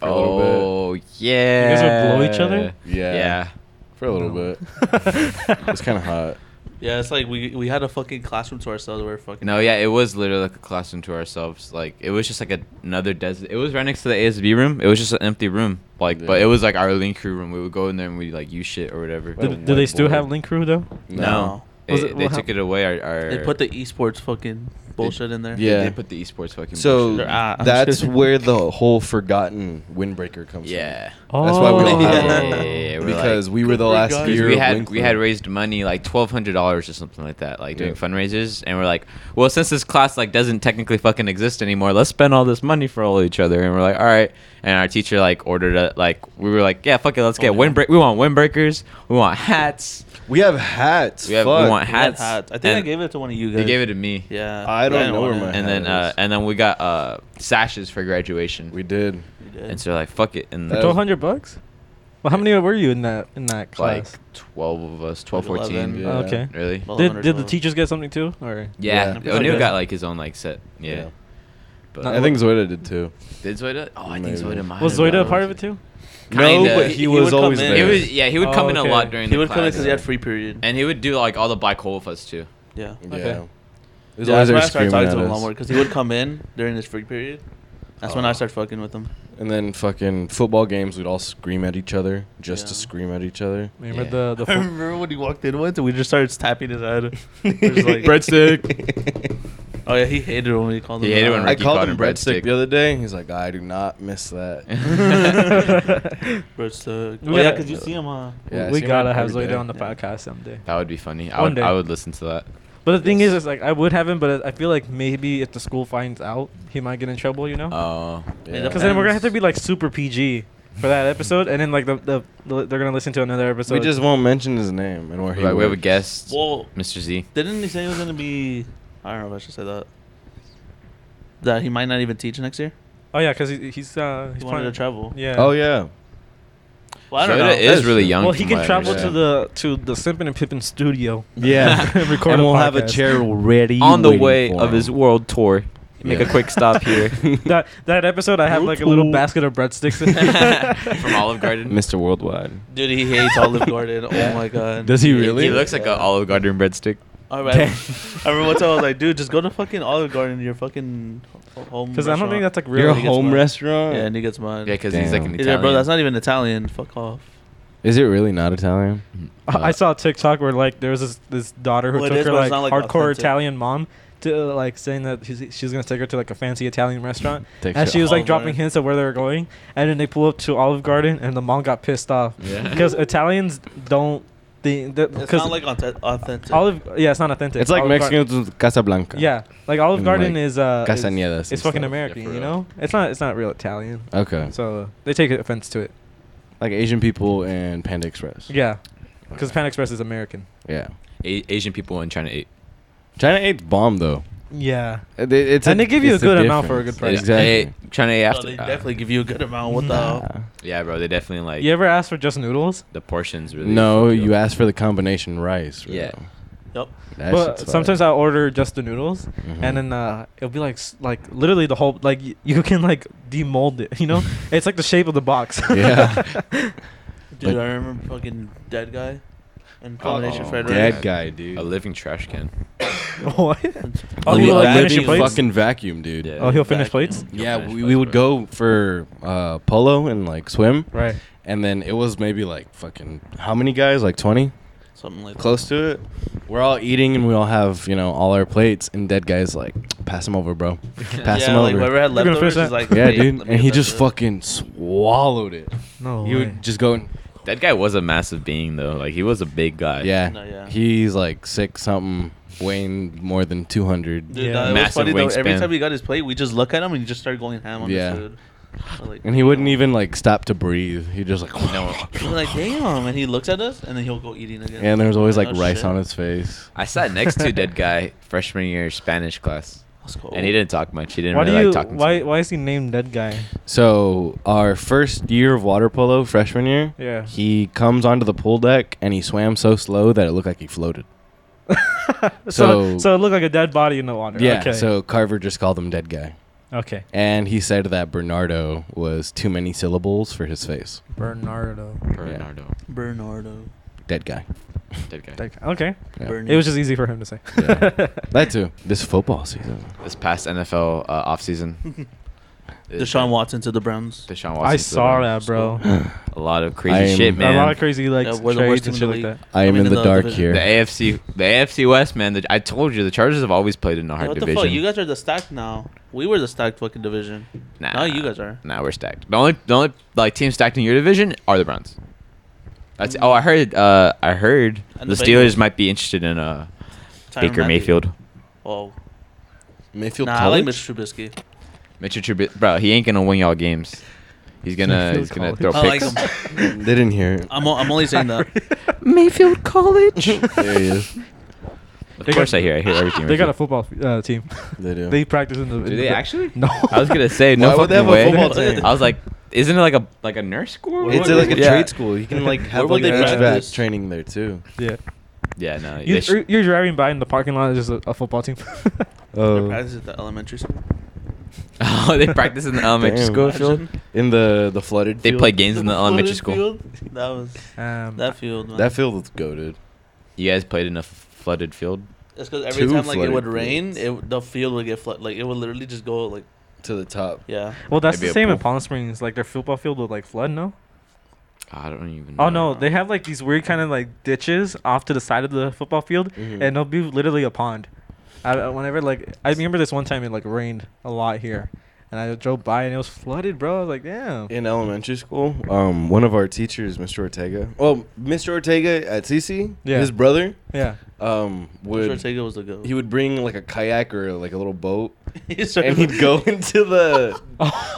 Speaker 1: a little
Speaker 4: Oh yeah.
Speaker 3: You guys would blow each other?
Speaker 1: bit. Yeah.
Speaker 4: Yeah.
Speaker 1: For a little
Speaker 3: No.
Speaker 1: bit. It's kind of hot.
Speaker 2: Yeah, it's like we we had a fucking classroom to ourselves. We were fucking.
Speaker 4: No, yeah, it was literally like a classroom to ourselves. Like it was just like a, another desert. It was right next to the ASB room. It was just an empty room. Like, but
Speaker 1: Yeah.
Speaker 4: it was like our link crew room. We would go in there and we like use shit or whatever.
Speaker 1: Well,
Speaker 3: Do, do they still
Speaker 1: whiteboard.
Speaker 3: have Link Crew though?
Speaker 4: No,
Speaker 3: Was
Speaker 4: It-
Speaker 3: it-
Speaker 4: they
Speaker 3: well,
Speaker 4: took
Speaker 3: how-
Speaker 4: it away. Our, our
Speaker 2: They put the esports fucking bullshit in there.
Speaker 1: Yeah.
Speaker 4: e-, they put the esports fucking.
Speaker 1: So
Speaker 4: bullshit.
Speaker 2: Ah, I'm
Speaker 1: that's
Speaker 2: sure.
Speaker 1: where the whole forgotten windbreaker comes
Speaker 4: yeah,
Speaker 1: from. That's why we all had
Speaker 4: Yeah,
Speaker 1: it.
Speaker 4: yeah, yeah, we're
Speaker 1: because
Speaker 4: like-
Speaker 1: we were the
Speaker 2: Good
Speaker 1: last
Speaker 2: guys.
Speaker 4: because
Speaker 1: year.
Speaker 4: we
Speaker 1: of
Speaker 4: had
Speaker 1: Link
Speaker 4: we had
Speaker 1: Club.
Speaker 4: raised money like twelve hundred dollars or something like that, like doing
Speaker 1: Yeah.
Speaker 4: fundraisers, and we're like, well, since this class like doesn't technically fucking exist anymore, let's spend all this money for all each other, and we're like, all right, and our teacher like ordered a like we were like, yeah, fuck it, let's get
Speaker 2: Oh, yeah.
Speaker 4: windbreak. We want windbreakers, we want hats,
Speaker 1: We have hats.
Speaker 4: we, have, we
Speaker 1: fuck.
Speaker 4: want
Speaker 2: We had
Speaker 4: hats.
Speaker 2: hats. I think I
Speaker 4: and
Speaker 2: gave it to one of you guys.
Speaker 4: They gave it to me,
Speaker 2: Yeah.
Speaker 1: I don't know where
Speaker 2: want
Speaker 1: my
Speaker 2: it.
Speaker 4: and then uh,
Speaker 1: Hats.
Speaker 4: and then we got uh sashes for graduation,
Speaker 1: We did.
Speaker 2: You did.
Speaker 4: and so like fuck it, and
Speaker 1: That was-
Speaker 3: Twelve hundred bucks? Well, how many were you in that in that
Speaker 4: like
Speaker 3: class?
Speaker 4: twelve of us, 12, 14.
Speaker 2: 11.
Speaker 1: Yeah.
Speaker 3: Oh, okay.
Speaker 4: really.
Speaker 2: Well,
Speaker 3: Did did
Speaker 2: 112.
Speaker 3: the teachers get something too, or
Speaker 1: Yeah.
Speaker 4: Yeah,
Speaker 2: Yeah.
Speaker 4: O'Neal
Speaker 2: Okay.
Speaker 4: got like his own like set. Yeah,
Speaker 1: Yeah.
Speaker 4: but
Speaker 1: I think Zoida did too.
Speaker 4: did Zoida? Oh, I
Speaker 1: Maybe.
Speaker 4: think Zoida might.
Speaker 3: was
Speaker 4: have
Speaker 3: Zoida a
Speaker 4: gone.
Speaker 3: part of it too?
Speaker 4: Kinda.
Speaker 1: No, but
Speaker 4: He-
Speaker 1: he,
Speaker 2: he would
Speaker 1: was
Speaker 2: come
Speaker 1: always
Speaker 2: in.
Speaker 1: there.
Speaker 4: He was yeah. He would
Speaker 3: Oh,
Speaker 4: come in a
Speaker 3: okay.
Speaker 4: lot during
Speaker 2: he
Speaker 4: the
Speaker 2: would come in
Speaker 4: class,
Speaker 2: because he had free period.
Speaker 4: and he would do like all the bi co with us too.
Speaker 2: yeah.
Speaker 1: Yeah.
Speaker 3: Okay.
Speaker 1: He was
Speaker 2: Yeah,
Speaker 1: always
Speaker 2: that's
Speaker 1: there
Speaker 2: when
Speaker 1: screaming
Speaker 2: I started talking
Speaker 1: at
Speaker 2: to him a lot
Speaker 1: us.
Speaker 2: more because he would come in during his free period. That's
Speaker 4: Oh.
Speaker 2: when I started fucking with him.
Speaker 1: And then fucking football games, we'd all scream at each other just to
Speaker 2: Yeah.
Speaker 1: scream at each other.
Speaker 3: Remember
Speaker 4: Yeah.
Speaker 3: the the
Speaker 2: I
Speaker 3: fo-
Speaker 2: remember when he walked in once and we just started tapping his head. Just like-
Speaker 4: Breadstick.
Speaker 2: Oh yeah, he hated it when we called him.
Speaker 4: He hated
Speaker 2: out.
Speaker 4: when
Speaker 1: I
Speaker 4: Ricky
Speaker 1: called
Speaker 4: called
Speaker 1: him
Speaker 4: him
Speaker 1: breadstick
Speaker 4: breadstick.
Speaker 1: the other day. He's like, I do not miss that.
Speaker 2: Breadstick.
Speaker 3: We
Speaker 2: Oh yeah,
Speaker 3: gotta-
Speaker 2: because you see him, huh?
Speaker 1: Yeah, I
Speaker 3: we
Speaker 1: see him
Speaker 3: gotta
Speaker 1: every
Speaker 3: have
Speaker 1: day.
Speaker 3: Zoida on the
Speaker 2: Yeah.
Speaker 3: podcast someday.
Speaker 4: that would be funny. I
Speaker 3: One
Speaker 4: would,
Speaker 3: day.
Speaker 4: I would listen to that.
Speaker 3: But the thing is, is like I would have him, but I feel like maybe if the school finds out, he might get in trouble. You know.
Speaker 4: Oh,
Speaker 1: Yeah.
Speaker 3: Because then we're gonna have to
Speaker 2: Depends.
Speaker 3: be like super PG for that episode, and then like the, the, the they're gonna listen to another episode.
Speaker 1: we just won't mention his name and where he
Speaker 4: Right, we have a
Speaker 1: works.
Speaker 4: guest,
Speaker 2: Well,
Speaker 4: Mr. Z.
Speaker 2: didn't he say he was gonna be? I don't know if I should say that. That he might not even teach next year.
Speaker 3: oh yeah, because he, he's uh he's
Speaker 2: He wanted
Speaker 3: planning-
Speaker 2: to travel.
Speaker 3: Yeah.
Speaker 1: Oh, yeah.
Speaker 2: Well, I don't
Speaker 4: Zoida
Speaker 2: know.
Speaker 4: is
Speaker 1: That's-
Speaker 4: really young.
Speaker 3: Well, he
Speaker 4: from
Speaker 3: can
Speaker 4: what I
Speaker 3: travel to
Speaker 4: understand.
Speaker 3: the to the Simpin and Pippin studio.
Speaker 1: Yeah.
Speaker 3: Record
Speaker 1: and
Speaker 3: a
Speaker 1: we'll have a
Speaker 3: podcast.
Speaker 1: chair ready.
Speaker 4: on the
Speaker 1: waiting
Speaker 4: way
Speaker 1: for
Speaker 4: of
Speaker 1: him.
Speaker 4: his world tour. Make
Speaker 1: Yeah.
Speaker 4: a quick stop here
Speaker 3: That that episode, I have like a little basket of breadsticks. In
Speaker 4: from Olive Garden.
Speaker 1: Mr. Worldwide.
Speaker 2: Dude, he hates Olive Garden. Oh my god.
Speaker 1: Does he really?
Speaker 4: He looks like an Olive Garden breadstick.
Speaker 2: All right. I remember one time I was like, dude, just go to fucking Olive Garden. Your fucking ho- home.
Speaker 3: Because I don't
Speaker 2: restaurant."
Speaker 3: think that's like
Speaker 1: Your
Speaker 3: real.
Speaker 2: He gets
Speaker 1: home
Speaker 2: mine.
Speaker 1: restaurant?
Speaker 2: Yeah, and he gets mine.
Speaker 4: Yeah, because he's like an
Speaker 1: Damn.
Speaker 2: He's
Speaker 4: Italian.
Speaker 2: like, bro, that's not even Italian. Fuck off.
Speaker 1: Is it really not Italian?
Speaker 3: I I
Speaker 1: Uh,
Speaker 3: saw a TikTok where like there was this, this daughter who
Speaker 2: Well, it
Speaker 3: took
Speaker 2: is,
Speaker 3: her
Speaker 2: but it's not,
Speaker 3: like,
Speaker 2: like,
Speaker 3: hardcore
Speaker 2: authentic.
Speaker 3: Italian mom to uh, like saying that she's, she's gonna take her to like a fancy Italian restaurant,
Speaker 1: Take
Speaker 3: and
Speaker 1: her
Speaker 3: she was like
Speaker 2: Olive Garden.
Speaker 3: dropping hints of where they were going, and then they pull up to Olive Garden, and the mom got pissed off
Speaker 4: Yeah.
Speaker 3: because Italians don't think that
Speaker 2: It's
Speaker 3: because
Speaker 2: not like authe- authentic.
Speaker 3: Olive yeah it's not authentic.
Speaker 1: It's like
Speaker 3: Olive Gar-
Speaker 1: Mexicans with Casablanca.
Speaker 3: yeah, like Olive
Speaker 1: And,
Speaker 3: Garden
Speaker 1: like,
Speaker 3: is uh is-
Speaker 1: Castañedas
Speaker 3: It's,
Speaker 1: and
Speaker 3: fucking
Speaker 1: stuff.
Speaker 3: American,
Speaker 4: Yeah, for
Speaker 3: you
Speaker 4: real.
Speaker 3: know. It's not it's not real Italian.
Speaker 1: Okay.
Speaker 3: So they take offense to it.
Speaker 1: Like Asian people and Panda Express.
Speaker 3: Yeah, because Pan Express is American.
Speaker 1: Yeah.
Speaker 4: A- Asian people in China ate.
Speaker 1: China 8's bomb though.
Speaker 3: Yeah.
Speaker 1: It- it's
Speaker 3: And they give you
Speaker 1: it's
Speaker 3: a good amount for a
Speaker 1: difference.
Speaker 3: good price.
Speaker 1: Exactly.
Speaker 4: They- China ate
Speaker 2: Bro,
Speaker 4: after.
Speaker 2: they
Speaker 4: uh,
Speaker 2: definitely give you a good amount. What the?
Speaker 1: Nah.
Speaker 4: yeah, bro. They definitely like.
Speaker 3: You ever asked for just noodles?
Speaker 4: The portions really.
Speaker 1: No,
Speaker 4: fuck
Speaker 1: you
Speaker 4: up.
Speaker 1: ask for the combination rice. bro.
Speaker 4: Yeah.
Speaker 2: Yep.
Speaker 1: That
Speaker 3: Well,
Speaker 1: shit's
Speaker 3: sometimes
Speaker 1: fire.
Speaker 3: I'll order just the noodles,
Speaker 1: Mhm.
Speaker 3: and then uh, it'll be like s- like literally the whole like y- you can like demold it. You know, it's like the shape of the box.
Speaker 1: yeah.
Speaker 2: Dude,
Speaker 1: Like-
Speaker 2: I remember fucking dead guy and
Speaker 4: Oh,
Speaker 2: combination fried rice.
Speaker 1: Dead guy, dude.
Speaker 4: A living trash can.
Speaker 3: what?
Speaker 1: A
Speaker 3: Oh, you
Speaker 1: li- a
Speaker 3: know, like finish
Speaker 1: living
Speaker 3: your plates?
Speaker 1: fucking vacuum, dude.
Speaker 4: Yeah.
Speaker 3: Oh, he'll finish
Speaker 2: Vacuum.
Speaker 3: plates.
Speaker 1: Yeah,
Speaker 4: Finish
Speaker 1: we,
Speaker 4: plates,
Speaker 1: we would
Speaker 4: bro.
Speaker 1: go for uh, polo and like swim,
Speaker 3: Right.
Speaker 1: and then it was maybe like fucking how many guys? Like twenty,
Speaker 2: Something like
Speaker 1: close to it. We're all eating and we all have you know all our plates, and dead guy's like, pass him over, bro,
Speaker 2: that.
Speaker 1: pass
Speaker 2: Yeah,
Speaker 1: him
Speaker 2: like
Speaker 1: over.
Speaker 2: whoever had
Speaker 3: You're gonna finish
Speaker 2: leftovers is
Speaker 3: that?
Speaker 2: like,
Speaker 1: yeah,
Speaker 2: "Hey,
Speaker 1: dude,
Speaker 2: let me
Speaker 1: and he
Speaker 2: get that
Speaker 1: just
Speaker 2: shit."
Speaker 1: fucking swallowed it.
Speaker 3: No.
Speaker 1: He
Speaker 3: way.
Speaker 1: would just go and
Speaker 4: That guy was a massive being though. Like he was a big guy.
Speaker 1: Yeah.
Speaker 2: No, yeah.
Speaker 1: He's like six something, weighing more than 200.
Speaker 2: Dude,
Speaker 3: Yeah.
Speaker 2: that was
Speaker 4: Massive
Speaker 2: funny though. Every
Speaker 4: wingspan.
Speaker 2: time he got his plate, we just look at him and he just started going ham on
Speaker 1: Yeah.
Speaker 2: the food. But, like,
Speaker 1: And he wouldn't even like stop to breathe. He just like
Speaker 4: No.
Speaker 2: We're like, damn. And he looks at us, and then he'll go eating again.
Speaker 1: And there's always like
Speaker 2: Oh,
Speaker 1: rice
Speaker 2: shit.
Speaker 1: on his face.
Speaker 4: I sat next to a dead guy freshman year Spanish class,
Speaker 2: That's cool.
Speaker 4: and he didn't talk much. He didn't
Speaker 3: why do
Speaker 4: really
Speaker 3: you?
Speaker 4: like talking.
Speaker 3: why
Speaker 4: to me.
Speaker 3: why is he named Dead Guy?
Speaker 1: So our first year of water polo, freshman year,
Speaker 3: Yeah.
Speaker 1: he comes onto the pool deck and he swam so slow that it looked like he floated.
Speaker 3: So
Speaker 1: So-
Speaker 3: so it looked like a dead body in the water.
Speaker 1: Yeah.
Speaker 3: Okay.
Speaker 1: So Carver just called him dead guy,
Speaker 3: okay.
Speaker 1: and he said that Bernardo was too many syllables for his face.
Speaker 3: Bernardo.
Speaker 4: Bernardo,
Speaker 2: Bernardo.
Speaker 1: Dead guy.
Speaker 4: dead guy.
Speaker 3: Dead Guy. Okay.
Speaker 1: Yeah.
Speaker 2: Bernie.
Speaker 3: It was just easy for him to say.
Speaker 1: Yeah. that too. This football season.
Speaker 4: This past NFL uh, offseason.
Speaker 2: Deshaun Watson to the Browns.
Speaker 4: Deshaun Watson.
Speaker 3: I
Speaker 4: to the
Speaker 3: saw that,
Speaker 4: Browns.
Speaker 3: bro.
Speaker 4: A lot of crazy
Speaker 1: am-
Speaker 4: shit,
Speaker 1: A
Speaker 4: man.
Speaker 3: A lot of crazy like
Speaker 2: Yeah, we're the worst
Speaker 3: trades
Speaker 2: team
Speaker 3: and shit
Speaker 2: in
Speaker 3: like
Speaker 2: the
Speaker 3: that.
Speaker 1: I am
Speaker 2: mean,
Speaker 1: in the
Speaker 2: the
Speaker 1: dark
Speaker 2: division.
Speaker 1: here.
Speaker 4: The AFC, the AFC West, man. The, I told you the Chargers have always played in a hard
Speaker 2: what the
Speaker 4: division.
Speaker 2: fuck? You guys are the stacked now. We were the stacked fucking division.
Speaker 4: nah,
Speaker 2: Now you guys are.
Speaker 4: Nah, we're stacked. The only, the only like team stacked in your division are the Browns. That's. Oh, I heard. Uh, I heard
Speaker 2: And
Speaker 4: the
Speaker 2: the
Speaker 4: Steelers
Speaker 2: Bengals.
Speaker 4: might be interested in uh
Speaker 2: Tyrann
Speaker 4: Baker
Speaker 2: Mathieu.
Speaker 4: Mayfield.
Speaker 2: Oh,
Speaker 1: Mayfield
Speaker 2: nah, I like
Speaker 1: College.
Speaker 2: Mitch Trubisky.
Speaker 4: Mitchell Trubisky, bro, he ain't gonna win y'all games. He's gonna,
Speaker 3: Mayfield
Speaker 4: he's gonna
Speaker 3: College.
Speaker 4: throw
Speaker 2: I like
Speaker 4: picks.
Speaker 2: him.
Speaker 1: they didn't hear. it.
Speaker 2: I'm, o- I'm only saying that.
Speaker 4: Mayfield College.
Speaker 1: There he is.
Speaker 4: Of
Speaker 3: They
Speaker 4: course,
Speaker 3: got-
Speaker 4: I hear. I hear everything.
Speaker 3: They got a
Speaker 4: Ricky.
Speaker 3: football uh, team.
Speaker 1: They do.
Speaker 3: They practice in the. in
Speaker 4: Do
Speaker 3: the-
Speaker 4: they actually?
Speaker 3: No.
Speaker 4: I was gonna say no
Speaker 1: Why would they have
Speaker 4: fucking
Speaker 1: a
Speaker 4: way.
Speaker 1: football team?
Speaker 4: I was like, isn't it like a like a nurse school?
Speaker 1: It's
Speaker 3: Where
Speaker 1: like a
Speaker 3: would-
Speaker 4: yeah.
Speaker 1: trade school. You can like
Speaker 3: Where
Speaker 1: have
Speaker 2: would
Speaker 1: like
Speaker 2: they
Speaker 1: HVAC
Speaker 2: practice?
Speaker 1: training there too.
Speaker 3: Yeah.
Speaker 4: Yeah, no.
Speaker 3: You,
Speaker 4: they sh-
Speaker 3: you're, you're driving by in the parking lot. There's just a, a football team.
Speaker 2: Their
Speaker 1: Oh,
Speaker 2: practice at the elementary school.
Speaker 4: oh, they practice in the elementary
Speaker 1: Damn.
Speaker 4: school
Speaker 2: Imagine.
Speaker 4: field.
Speaker 1: in the the flooded.
Speaker 4: They
Speaker 1: field.
Speaker 4: play games in the elementary school.
Speaker 2: Field? That was
Speaker 3: um,
Speaker 2: that field. Man.
Speaker 1: That field was goaded.
Speaker 4: You guys played in a f- flooded field.
Speaker 2: It's because every
Speaker 1: Two
Speaker 2: time like it
Speaker 1: flooded
Speaker 2: would rain,
Speaker 1: fields.
Speaker 2: it the field would get flood. Like it would literally just go like
Speaker 1: to the top.
Speaker 2: yeah.
Speaker 3: well, that's
Speaker 4: Maybe
Speaker 3: the
Speaker 4: a
Speaker 3: same in
Speaker 4: pool.
Speaker 3: Palm Springs. Like their football field would like flood. No.
Speaker 4: I don't even. know.
Speaker 3: Oh no, they have like these weird kind of like ditches off to the side of the football field,
Speaker 1: Mhm.
Speaker 3: and
Speaker 2: uh,
Speaker 3: it'll be literally a pond. I, I- whenever like I remember this one time it like rained a lot here, and I drove by and it was flooded, bro. I was like, damn.
Speaker 1: In elementary school, um, one of our teachers, Mr. Ortega. Well, Mr. Ortega at CC,
Speaker 3: Yeah.
Speaker 1: his brother,
Speaker 3: Yeah.
Speaker 1: um,
Speaker 2: Would,
Speaker 1: would
Speaker 2: Ortega was the goat.
Speaker 1: he would bring like a kayak or like a little boat,
Speaker 2: He started-
Speaker 1: and he'd go into the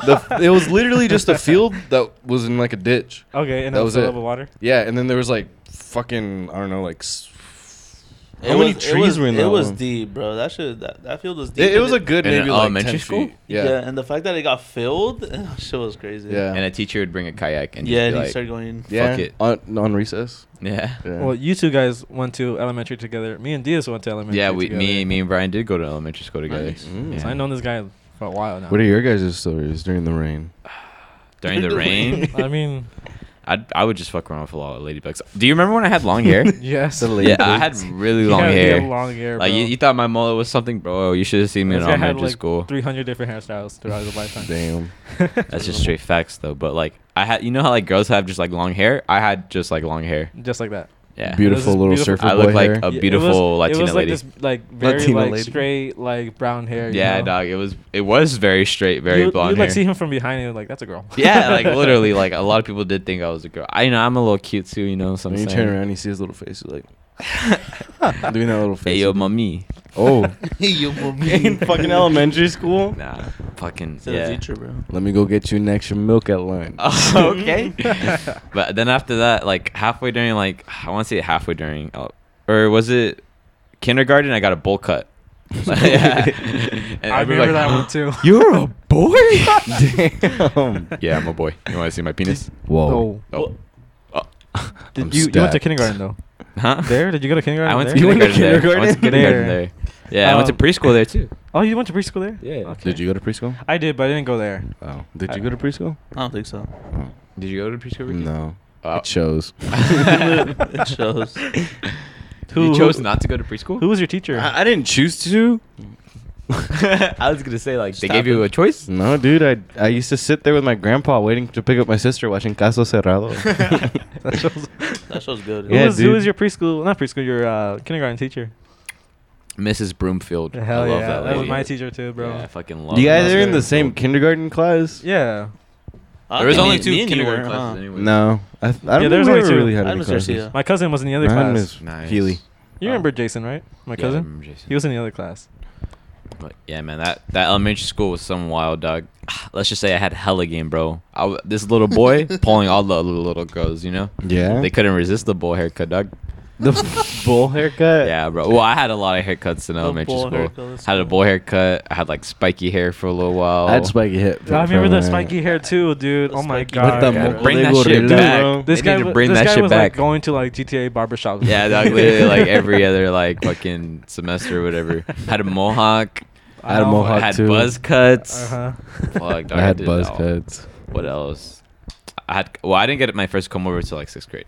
Speaker 1: the. It was literally just a field that was in like a ditch.
Speaker 3: Okay, and
Speaker 1: That
Speaker 3: that
Speaker 1: was
Speaker 3: was the
Speaker 1: it.
Speaker 3: level water.
Speaker 1: Yeah, and then there was like fucking I don't know like. s-
Speaker 2: It
Speaker 1: How many
Speaker 2: was-
Speaker 1: trees
Speaker 2: it was,
Speaker 1: were in
Speaker 2: It
Speaker 1: that
Speaker 2: was
Speaker 1: one?
Speaker 2: deep, bro. That shit. That, that field was deep.
Speaker 1: It, it
Speaker 2: and
Speaker 1: was a good
Speaker 4: In an
Speaker 1: maybe like
Speaker 4: elementary
Speaker 1: 10
Speaker 4: school?
Speaker 1: feet.
Speaker 2: yeah.
Speaker 1: Yeah,
Speaker 2: And the fact that it got filled, that shit was crazy.
Speaker 1: yeah,
Speaker 4: And a teacher would bring a kayak and
Speaker 2: Yeah.
Speaker 4: yeah,
Speaker 2: And
Speaker 4: just be
Speaker 2: he
Speaker 4: like,
Speaker 2: started going.
Speaker 1: yeah.
Speaker 4: Fuck it.
Speaker 1: On, on recess.
Speaker 4: yeah,
Speaker 1: Yeah.
Speaker 3: Well, you two guys went to elementary together. Me and Diaz went to elementary.
Speaker 4: yeah. We,
Speaker 3: together.
Speaker 4: me, me and Brian did go to elementary school together.
Speaker 2: Nice.
Speaker 1: Mm.
Speaker 3: So
Speaker 4: Yeah.
Speaker 3: I've known this guy for a while now.
Speaker 1: what are your guys' stories during the rain?
Speaker 4: During the rain,
Speaker 3: I mean,
Speaker 4: I'd, I would just fuck around with a lot of ladybugs. Do you remember when I had long hair?
Speaker 3: yes.
Speaker 1: The
Speaker 4: yeah,
Speaker 1: lady-
Speaker 4: I had really
Speaker 3: He
Speaker 4: long
Speaker 3: had- he had
Speaker 4: hair.
Speaker 3: long hair,
Speaker 4: Like
Speaker 3: bro.
Speaker 4: you, you thought my mullet was something, bro. You should have seen me in
Speaker 3: This guy had,
Speaker 4: elementary
Speaker 3: like,
Speaker 4: school.
Speaker 3: 300 different hairstyles throughout his
Speaker 2: Uh,
Speaker 3: lifetime.
Speaker 1: Damn.
Speaker 4: That's just straight facts, though. But like, I had, you know how like girls have just like long hair. I had just like long hair.
Speaker 3: Just like that.
Speaker 4: Yeah,
Speaker 3: Beaut-
Speaker 1: Beautiful little
Speaker 3: beautiful-
Speaker 1: surfer
Speaker 4: I
Speaker 1: boy
Speaker 4: look like uh,
Speaker 1: hair.
Speaker 4: a
Speaker 3: Yeah,
Speaker 4: beautiful
Speaker 3: it
Speaker 4: Latina
Speaker 3: was like
Speaker 4: lady.
Speaker 3: this, like very
Speaker 1: Latina
Speaker 3: like
Speaker 1: lady.
Speaker 3: straight, like brown hair. you
Speaker 4: yeah,
Speaker 3: know?
Speaker 4: dog. It was it was very straight, very
Speaker 3: you,
Speaker 4: blonde
Speaker 3: You'd
Speaker 4: hair.
Speaker 3: like see him from behind and you're like that's a girl.
Speaker 4: yeah, like literally, like a lot of people did think I was a girl. I you know I'm a little cute too. You know, so I'm
Speaker 1: when you
Speaker 4: saying.
Speaker 1: turn around, you see his little face. You're like doing that little
Speaker 4: Hey
Speaker 1: face.
Speaker 4: yo, mommy.
Speaker 1: oh,
Speaker 2: you
Speaker 1: in fucking elementary school.
Speaker 4: Nah, fucking
Speaker 2: So yeah.
Speaker 4: yeah.
Speaker 2: teacher, bro.
Speaker 1: Let me go get you an extra milk at lunch.
Speaker 4: Oh, okay. but then after that, like halfway during, like I want to say halfway during, uh, or was it kindergarten? I got a bowl cut. Yeah. And
Speaker 3: I remember
Speaker 4: everybody's like,
Speaker 3: that one too.
Speaker 4: You're a boy.
Speaker 1: Damn.
Speaker 4: yeah, I'm a boy. You want to see my penis?
Speaker 1: Whoa.
Speaker 4: Oh. Oh.
Speaker 1: I'm
Speaker 3: Did you, you went to
Speaker 1: stacked.
Speaker 3: kindergarten though?
Speaker 4: Huh?
Speaker 3: There? Did you go to kindergarten?
Speaker 4: I went to
Speaker 3: there?
Speaker 1: You went to
Speaker 4: kindergarten, there. I went to kindergarten
Speaker 3: kindergarten?
Speaker 4: there. Yeah, I went to
Speaker 3: Um,
Speaker 4: preschool there too.
Speaker 3: Oh, you went to preschool there?
Speaker 4: Yeah.
Speaker 3: Okay.
Speaker 1: Did you go to preschool?
Speaker 3: I did, but I didn't go there.
Speaker 1: Oh, did you go to preschool?
Speaker 2: I don't think so.
Speaker 1: Oh.
Speaker 4: Did you go to preschool? Ricky?
Speaker 1: No,
Speaker 4: Oh.
Speaker 1: it shows.
Speaker 2: it shows.
Speaker 4: you
Speaker 3: Who-
Speaker 4: chose
Speaker 3: who-
Speaker 4: not to go to preschool.
Speaker 3: Who was your teacher?
Speaker 1: I, I didn't choose to.
Speaker 4: I was gonna say like they
Speaker 2: Stop
Speaker 4: gave you
Speaker 2: it.
Speaker 4: a choice.
Speaker 1: No, dude, I I used to sit there with my grandpa waiting to pick up my sister watching Caso Cerrado.
Speaker 3: That shows-
Speaker 2: That show's good.
Speaker 3: who,
Speaker 1: Yeah,
Speaker 3: was, who
Speaker 1: dude.
Speaker 3: was your preschool? Not preschool. Your uh, kindergarten teacher.
Speaker 4: Mrs. Broomfield.
Speaker 3: Hell
Speaker 4: I love
Speaker 3: yeah,
Speaker 4: that.
Speaker 3: that, was
Speaker 4: lady.
Speaker 3: my teacher too, bro.
Speaker 4: Yeah, I
Speaker 3: Yeah.
Speaker 4: fucking love.
Speaker 1: you guys
Speaker 4: Mrs.
Speaker 1: are in the
Speaker 4: Broomfield.
Speaker 1: same kindergarten class?
Speaker 3: Yeah,
Speaker 2: I
Speaker 4: There was
Speaker 2: think
Speaker 4: only
Speaker 2: me-
Speaker 4: two
Speaker 2: me and you
Speaker 4: kindergarten
Speaker 2: were,
Speaker 4: classes.
Speaker 2: huh?
Speaker 4: Anyway.
Speaker 1: No, I, th- I don't
Speaker 3: Yeah,
Speaker 1: yeah, think
Speaker 3: there's
Speaker 1: we
Speaker 3: only
Speaker 1: ever
Speaker 3: two.
Speaker 1: really had
Speaker 2: I
Speaker 1: any
Speaker 2: miss
Speaker 1: classes.
Speaker 2: Garcia.
Speaker 3: my cousin was in the other
Speaker 1: Mine
Speaker 3: class.
Speaker 1: is
Speaker 4: Nice.
Speaker 1: Healy.
Speaker 3: You
Speaker 4: Oh.
Speaker 3: remember Jason, right? My
Speaker 4: Yeah, I
Speaker 3: cousin.
Speaker 4: remember Jason.
Speaker 3: He was in the other class.
Speaker 4: But yeah, man, that, that elementary school was some wild dog. Let's just say I had hella game, bro. I w this little boy pulling all the other little girls, you know?
Speaker 1: Yeah.
Speaker 4: They couldn't resist the bowl haircut, dog.
Speaker 1: the bowl haircut.
Speaker 4: Yeah, bro. Well, I had a lot of haircuts in elementary
Speaker 2: bowl
Speaker 4: school.
Speaker 2: haircut, that's
Speaker 4: had a
Speaker 2: cool.
Speaker 4: bowl haircut. I had like spiky hair for a little while.
Speaker 1: I had spiky hip.
Speaker 3: I remember
Speaker 1: the
Speaker 3: the spiky hair too, dude.
Speaker 2: The
Speaker 3: Oh my
Speaker 2: spiky hair.
Speaker 1: With
Speaker 3: god.
Speaker 1: the
Speaker 4: Yeah,
Speaker 1: mo-
Speaker 4: bring that
Speaker 1: Lego
Speaker 4: shit
Speaker 1: Lego.
Speaker 4: back.
Speaker 3: This
Speaker 4: They
Speaker 3: guy,
Speaker 4: need to
Speaker 3: wa-
Speaker 4: bring
Speaker 3: this
Speaker 4: that
Speaker 3: guy
Speaker 4: shit
Speaker 3: was
Speaker 4: back.
Speaker 3: like going to like GTA barbershops.
Speaker 4: yeah, dog. Literally, like every other like fucking semester, or whatever. Had a mohawk.
Speaker 1: I had a
Speaker 3: Oh,
Speaker 1: mohawk
Speaker 4: had
Speaker 1: too.
Speaker 4: buzz cuts.
Speaker 3: Uh-huh.
Speaker 4: Fuck, dog,
Speaker 1: I had
Speaker 4: did it
Speaker 1: buzz
Speaker 4: all.
Speaker 1: cuts.
Speaker 3: Mm.
Speaker 4: What else? I had. Well, I didn't get my first comb over till like sixth grade,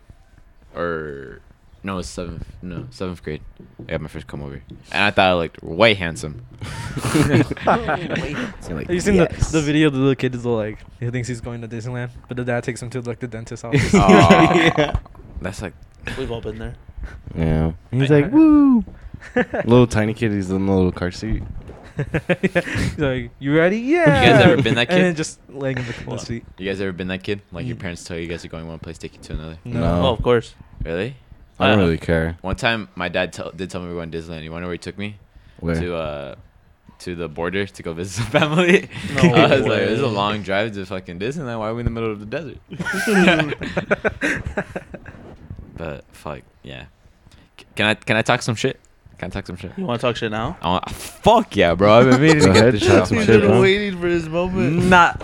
Speaker 4: or no, it was seventh. No, seventh grade. I got my first comb over, and I thought I looked way handsome.
Speaker 1: like,
Speaker 3: Have you seen
Speaker 1: yes.
Speaker 3: the, the video? of The little kid is like he thinks he's going to Disneyland, but the dad takes him to like the dentist office.
Speaker 2: Oh.
Speaker 4: Aw.
Speaker 2: Yeah.
Speaker 4: That's like
Speaker 2: We've all been there.
Speaker 1: Yeah. And he's
Speaker 3: I-
Speaker 1: like, woo. little tiny kid. He's in the little car seat.
Speaker 3: He's like, "You ready? Yeah."
Speaker 1: guys ever been that
Speaker 3: And
Speaker 4: kid?
Speaker 3: then just laying in the, in the seat.
Speaker 4: You guys ever been that kid? Like your
Speaker 3: Mm.
Speaker 4: parents tell you guys you're going one place, take you to another.
Speaker 1: No.
Speaker 2: Oh, of course.
Speaker 4: Really?
Speaker 1: I don't
Speaker 2: Uh,
Speaker 1: really care.
Speaker 4: One time, my dad tell did tell me we were going to Disneyland. You wanna know where he took me?
Speaker 1: Where?
Speaker 4: To uh, to the border to go visit some family.
Speaker 2: No
Speaker 4: I was like,
Speaker 2: way.
Speaker 4: "This is a long drive to fucking Disneyland. Why are we in the middle of the desert?" but fuck yeah. C- Can I can I talk some shit? Can I talk some shit?
Speaker 2: You want to talk shit now?
Speaker 4: I want, fuck yeah, bro! I've been meaning
Speaker 1: Go
Speaker 4: to get
Speaker 1: ahead,
Speaker 4: this
Speaker 1: talk
Speaker 4: shit off
Speaker 1: some
Speaker 4: my
Speaker 1: shit,
Speaker 4: chest.
Speaker 1: bro.
Speaker 2: waiting for this moment.
Speaker 4: Not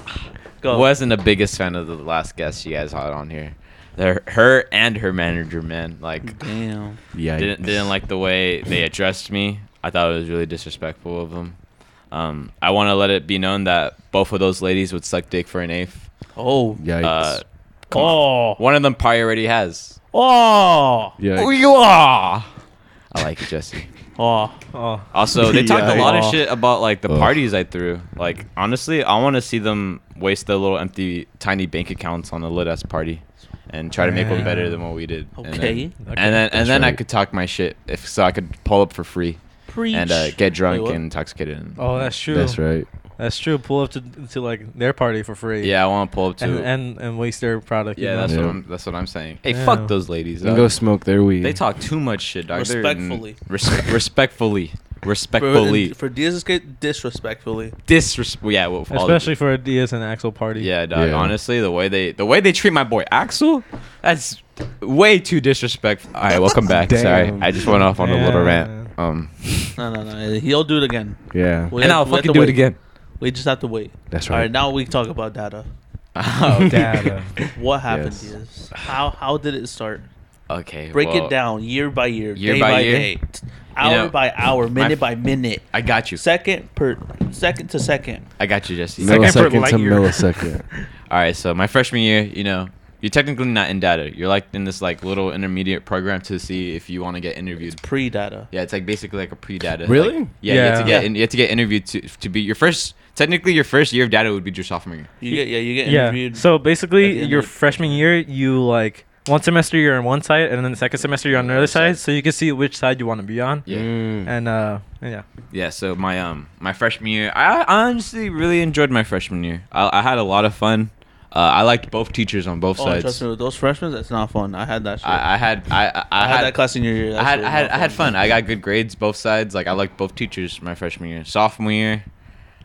Speaker 2: Go.
Speaker 4: wasn't the biggest fan of the last guest you guys had on here. Their, her and her manager, man, like
Speaker 2: Damn.
Speaker 1: Yeah.
Speaker 4: didn't didn't like the way they addressed me. I thought it was really disrespectful of them. Um, I want to let it be known that both of those ladies would suck dick for an eighth.
Speaker 2: Oh.
Speaker 1: Yikes.
Speaker 4: Uh, come on.
Speaker 2: Oh.
Speaker 4: One of them probably already has.
Speaker 2: Oh.
Speaker 1: Yikes.
Speaker 4: Oh, you are. I like you, Jesse.
Speaker 2: Oh.
Speaker 3: Oh,
Speaker 4: Also, they talked a
Speaker 1: Yikes.
Speaker 4: lot of
Speaker 2: Aw.
Speaker 4: shit about like the
Speaker 1: Ugh.
Speaker 4: parties I threw. Like honestly, I want to see them waste their little empty, tiny bank accounts on a lit ass party, and try to make one better than what we did. And then,
Speaker 2: Okay.
Speaker 4: and then,
Speaker 1: That's
Speaker 4: and then I
Speaker 1: right.
Speaker 4: could talk my shit if so. I could pull up for free
Speaker 2: Preach.
Speaker 4: and uh, get drunk
Speaker 2: Wait, what?
Speaker 4: and intoxicated. And,
Speaker 3: oh, that's true.
Speaker 1: That's right.
Speaker 3: That's true. Pull up to to like their party for free.
Speaker 4: yeah, I want to pull up
Speaker 3: And
Speaker 4: to.
Speaker 3: and, and waste their product. you
Speaker 4: yeah,
Speaker 3: know?
Speaker 4: that's
Speaker 1: Yeah.
Speaker 4: what I'm. That's what I'm saying. Hey,
Speaker 3: Yeah.
Speaker 4: fuck those ladies.
Speaker 1: You can
Speaker 4: dog.
Speaker 1: go smoke their weed.
Speaker 4: they talk too much shit, dog. They're-
Speaker 2: Respectfully.
Speaker 4: Res- respectfully.
Speaker 2: For-
Speaker 4: Respectfully.
Speaker 2: For disrespect, disrespectfully.
Speaker 4: Disrespect. Yeah, well, all the-
Speaker 3: especially for a Diaz and Axel party.
Speaker 4: Yeah, dog.
Speaker 1: Yeah.
Speaker 4: Honestly, the way they the way they treat my boy Axel, that's way too disrespectful. All right, welcome back. Sorry,
Speaker 1: Damn.
Speaker 4: I just went off on a little rant.
Speaker 3: Yeah.
Speaker 4: Um,
Speaker 2: No, no, no. He'll do it again.
Speaker 1: Yeah.
Speaker 2: We
Speaker 4: and
Speaker 2: have-
Speaker 4: I'll
Speaker 2: we have
Speaker 4: fucking
Speaker 2: to
Speaker 4: do
Speaker 2: wait.
Speaker 4: it again.
Speaker 2: We just have to wait.
Speaker 1: That's
Speaker 2: All
Speaker 1: right.
Speaker 2: right. Now we talk about data.
Speaker 4: Oh,
Speaker 3: Data.
Speaker 2: What happened
Speaker 1: Yes.
Speaker 2: is how how did it start?
Speaker 4: Okay,
Speaker 2: Break
Speaker 4: well,
Speaker 2: it down year by year,
Speaker 4: year
Speaker 2: day
Speaker 4: by
Speaker 2: by,
Speaker 4: year?
Speaker 2: day, t- hour
Speaker 4: know,
Speaker 2: by hour,
Speaker 4: my
Speaker 2: minute
Speaker 4: f-
Speaker 2: by minute,
Speaker 4: I got you.
Speaker 2: second per second to second.
Speaker 4: I got you, Jesse.
Speaker 3: Second for
Speaker 1: millisecond to
Speaker 3: light year.
Speaker 1: millisecond.
Speaker 4: All right, so my freshman year, you know, you're technically not in data. You're like in this like little intermediate program to see if you want to get interviewed.
Speaker 2: Pre data.
Speaker 4: Yeah, it's like basically like a pre-data.
Speaker 1: Really?
Speaker 4: Like, yeah, you have to
Speaker 3: Yeah.
Speaker 4: get in, you have to get interviewed to to be your first. Technically, your first year of data would be your sophomore year.
Speaker 2: You get yeah, you get
Speaker 3: Yeah.
Speaker 2: interviewed.
Speaker 3: So
Speaker 2: at the
Speaker 3: basically,
Speaker 2: end
Speaker 3: your
Speaker 2: of-
Speaker 3: freshman year, you like one semester you're on one side, and then the second semester you're on another side, so you can see which side you want to be on.
Speaker 4: Yeah.
Speaker 1: Mm.
Speaker 3: And uh, yeah.
Speaker 4: Yeah, so my um my freshman year, I I honestly really enjoyed my freshman year. I, I had a lot of fun. Uh, I liked both teachers on both
Speaker 2: oh,
Speaker 4: sides.
Speaker 2: trust me, with those freshmen, that's not fun. I had that shit.
Speaker 4: I, I had I I,
Speaker 2: I
Speaker 4: I had,
Speaker 2: that class in your year.
Speaker 4: I
Speaker 2: That
Speaker 4: had
Speaker 2: shit
Speaker 4: I
Speaker 2: was
Speaker 4: had,
Speaker 2: not
Speaker 4: I had fun. I got good grades both sides. Like I liked both teachers my freshman year, sophomore year.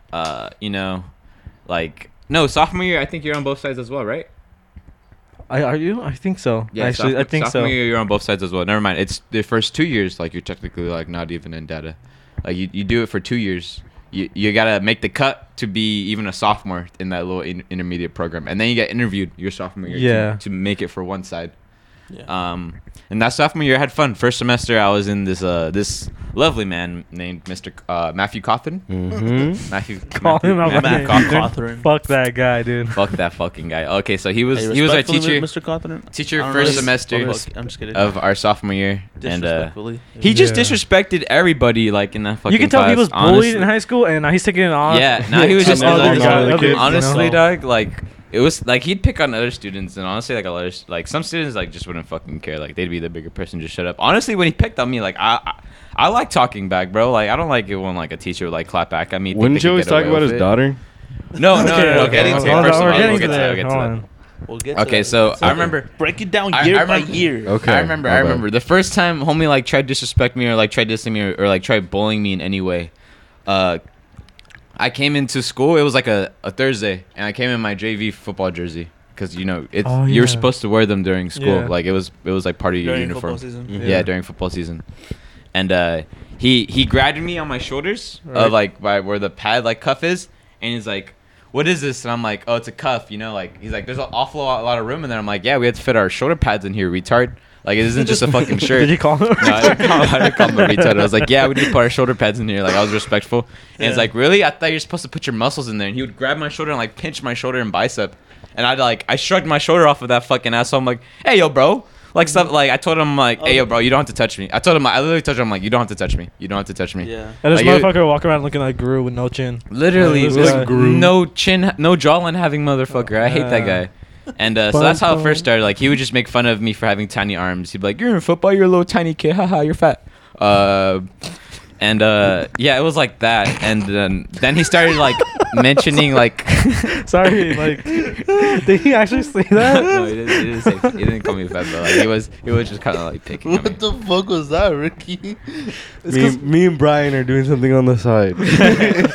Speaker 4: Uh, you know, like no sophomore year. I think you're on both sides as well, right?
Speaker 3: I, are you? I think so. Actually,
Speaker 4: sophomore,
Speaker 3: I think so.
Speaker 4: sophomore year you're on both sides as well. Never mind. It's the first two years. Like you're technically like not even in data. Like you, you do it for two years. You you gotta make the cut to be even a sophomore in that little in- intermediate program, and then you get interviewed your sophomore year. to-
Speaker 3: Yeah.
Speaker 4: To, make it for one side.
Speaker 2: Yeah.
Speaker 4: Um, and that sophomore year I had fun. First semester I was in this uh this lovely man named Mr. C- Uh, Matthew Coffin.
Speaker 1: Mm-hmm.
Speaker 4: Matthew.
Speaker 3: Call
Speaker 4: Matthew-
Speaker 3: him out by
Speaker 4: Matthew
Speaker 2: Matt
Speaker 3: name,
Speaker 4: Coughlin.
Speaker 3: dude.
Speaker 2: Cothran.
Speaker 3: Fuck that guy, dude.
Speaker 4: Fuck that fucking guy. Okay, so he was
Speaker 2: Hey,
Speaker 4: he was our
Speaker 2: respectfully,
Speaker 4: teacher.
Speaker 2: Mr. Cothran.
Speaker 4: teacher
Speaker 2: I don't
Speaker 4: first
Speaker 2: really-
Speaker 4: semester
Speaker 2: Fuck, I'm just kidding.
Speaker 4: of our sophomore year, and uh,
Speaker 2: Disrespectfully.
Speaker 4: he just
Speaker 3: Yeah.
Speaker 4: disrespected everybody like in that fucking.
Speaker 3: You can tell
Speaker 4: class,
Speaker 3: he was bullied
Speaker 4: honestly.
Speaker 3: in high school, and now he's taking it on.
Speaker 4: Yeah, now he was
Speaker 3: to
Speaker 4: just
Speaker 1: all
Speaker 3: other
Speaker 1: the
Speaker 3: guy-
Speaker 1: other
Speaker 3: others,
Speaker 1: kids,
Speaker 3: you know?
Speaker 4: honestly,
Speaker 1: know?
Speaker 4: dog. Like it was like he'd pick on other students, and honestly, like a lot of s- like some students like just wouldn't fucking care. Like they'd be the bigger person, just shut up. Honestly, when he picked on me, like I. I I like talking back, bro. Like I don't like it when like a teacher would like clap back at me. think
Speaker 1: Wouldn't you
Speaker 4: they could
Speaker 1: always
Speaker 4: get
Speaker 1: talk
Speaker 4: away
Speaker 1: about
Speaker 4: with
Speaker 1: his
Speaker 4: it.
Speaker 1: daughter?
Speaker 4: No, no, no, no.
Speaker 2: we're
Speaker 4: Okay, okay,
Speaker 2: getting
Speaker 4: first
Speaker 2: to that.
Speaker 4: of all,
Speaker 2: We're
Speaker 4: we'll
Speaker 2: getting
Speaker 4: get to
Speaker 2: to
Speaker 4: that.
Speaker 3: there.
Speaker 4: We'll get to
Speaker 3: Hold
Speaker 4: that.
Speaker 3: on.
Speaker 2: We'll get to
Speaker 4: Okay,
Speaker 2: that.
Speaker 4: so
Speaker 2: It's
Speaker 4: I
Speaker 2: okay.
Speaker 4: remember-
Speaker 2: break it down
Speaker 4: I-
Speaker 2: year
Speaker 4: I
Speaker 2: by
Speaker 4: remember-
Speaker 2: year.
Speaker 1: Okay.
Speaker 4: I remember.
Speaker 1: my
Speaker 4: I
Speaker 1: bad.
Speaker 4: remember the first time homie like tried to disrespect me or like tried dissing me or, or like tried bullying me in any way. uh, I came into school. It was like a, a Thursday, and I came in my JV football jersey because you know it's
Speaker 3: Oh,
Speaker 4: you're
Speaker 3: yeah.
Speaker 4: supposed to wear them during school.
Speaker 3: Yeah.
Speaker 4: Like it was it was like part of your
Speaker 2: During
Speaker 4: uniform. Mm-hmm.
Speaker 2: football season.
Speaker 1: Mhm.
Speaker 4: Yeah.
Speaker 3: Yeah.
Speaker 4: during football season, and uh, he he grabbed me on my shoulders, uh,
Speaker 3: Right.
Speaker 4: like by where the pad like cuff is, and he's like. What is this? And I'm like, oh, it's a cuff, you know. Like he's like, there's an awful lot, lot of room in there. I'm like, yeah, we had to fit our shoulder pads in here, retard. Like it isn't just a fucking shirt.
Speaker 3: Did you call him?
Speaker 4: No, I didn't call, I didn't call him a retard. I was like, yeah, we need to put our shoulder pads in here. Like, I was respectful. And he's
Speaker 2: Yeah.
Speaker 4: like, really? I thought you're supposed to put your muscles in there. And he would grab my shoulder and like pinch my shoulder and bicep. And I'd like, I shrugged my shoulder off of that fucking asshole. I'm like, hey, yo, bro. Like stuff. Like I told him, like,
Speaker 2: Oh.
Speaker 4: hey, yo, bro, you don't have to touch me. I told him, I literally told him, I'm like, you don't have to touch me. You don't have to touch me.
Speaker 2: Yeah.
Speaker 3: And this
Speaker 4: Like, you-
Speaker 3: motherfucker walk around looking like Gru with no chin.
Speaker 4: Literally,
Speaker 3: Like, this guy.
Speaker 4: was no chin, no jawline having motherfucker. I hate that
Speaker 3: Yeah.
Speaker 4: guy. And uh, so that's how it first started. Like he would just make fun of me for having tiny arms. He'd be like, "You're in football. You're a little tiny kid. Haha, you're fat." Uh, and uh, yeah, it was like that. And then then he started like mentioning like.
Speaker 3: Sorry, like, did he actually say that?
Speaker 4: no, he didn't, he, didn't say, he didn't call me fat, but like, he was he was just kind of like picking on me.
Speaker 2: What the fuck was that, Ricky?
Speaker 1: Me, me and Brian are doing something on the side.
Speaker 2: you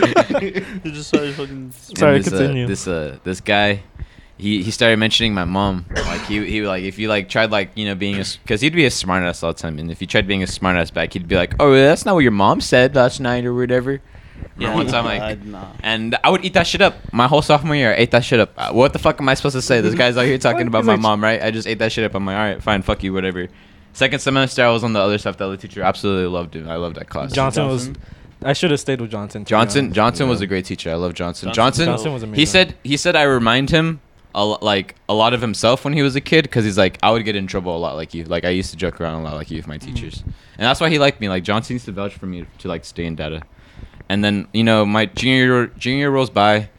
Speaker 2: just started fucking.
Speaker 4: And
Speaker 3: Sorry,
Speaker 4: this, uh,
Speaker 3: continue.
Speaker 4: this uh, this guy, he he started mentioning my mom. Like he he like if you like tried like you know being a because he'd be a smartass all the time, and if you tried being a smartass back, he'd be like, oh that's not what your mom said last night or whatever. Yeah, one time like.
Speaker 2: God, nah.
Speaker 4: And I would eat that shit up. My whole sophomore year, I ate that shit up. Uh, What the fuck am I supposed to say? This guy's out here talking about
Speaker 3: He's
Speaker 4: my
Speaker 3: like-
Speaker 4: mom, right? I just ate that shit up. I'm like, all right, fine, fuck you, whatever. Second semester, I was on the other stuff. The other teacher absolutely loved him. I loved that class.
Speaker 3: Johnson was.
Speaker 2: Johnson.
Speaker 3: I should have stayed with Johnson. to be
Speaker 4: Johnson
Speaker 3: honest.
Speaker 4: Johnson
Speaker 1: Yeah.
Speaker 4: was a great teacher. I love Johnson.
Speaker 2: Johnson-
Speaker 4: Johnson,
Speaker 3: Johnson was
Speaker 4: He
Speaker 3: amazing.
Speaker 4: said he said I remind him a lo- like a lot of himself when he was a kid because he's like I would get in trouble a lot like you. Like I used to joke around a lot like you with my teachers, and that's why he liked me. Like Johnson used to vouch for me to like stay in data, and then you know my junior year- junior year rolls by,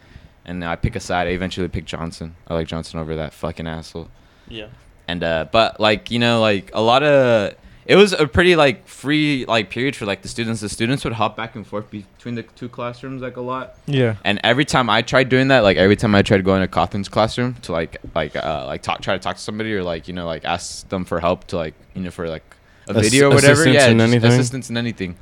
Speaker 4: and I pick a side. I eventually pick Johnson. I like Johnson over that fucking asshole
Speaker 2: Yeah.
Speaker 4: and uh but like you know like a lot of it was a pretty like free like period for like the students the students would hop back and forth between the two classrooms like a lot
Speaker 3: Yeah.
Speaker 4: and every time i tried doing that like every time i tried going to coffin's classroom to like like uh like talk try to talk to somebody or like you know like ask them for help to like you know for like a
Speaker 1: Ass-
Speaker 4: video or whatever
Speaker 1: assistance
Speaker 4: yeah
Speaker 1: in
Speaker 4: just
Speaker 1: anything?
Speaker 4: assistance in anything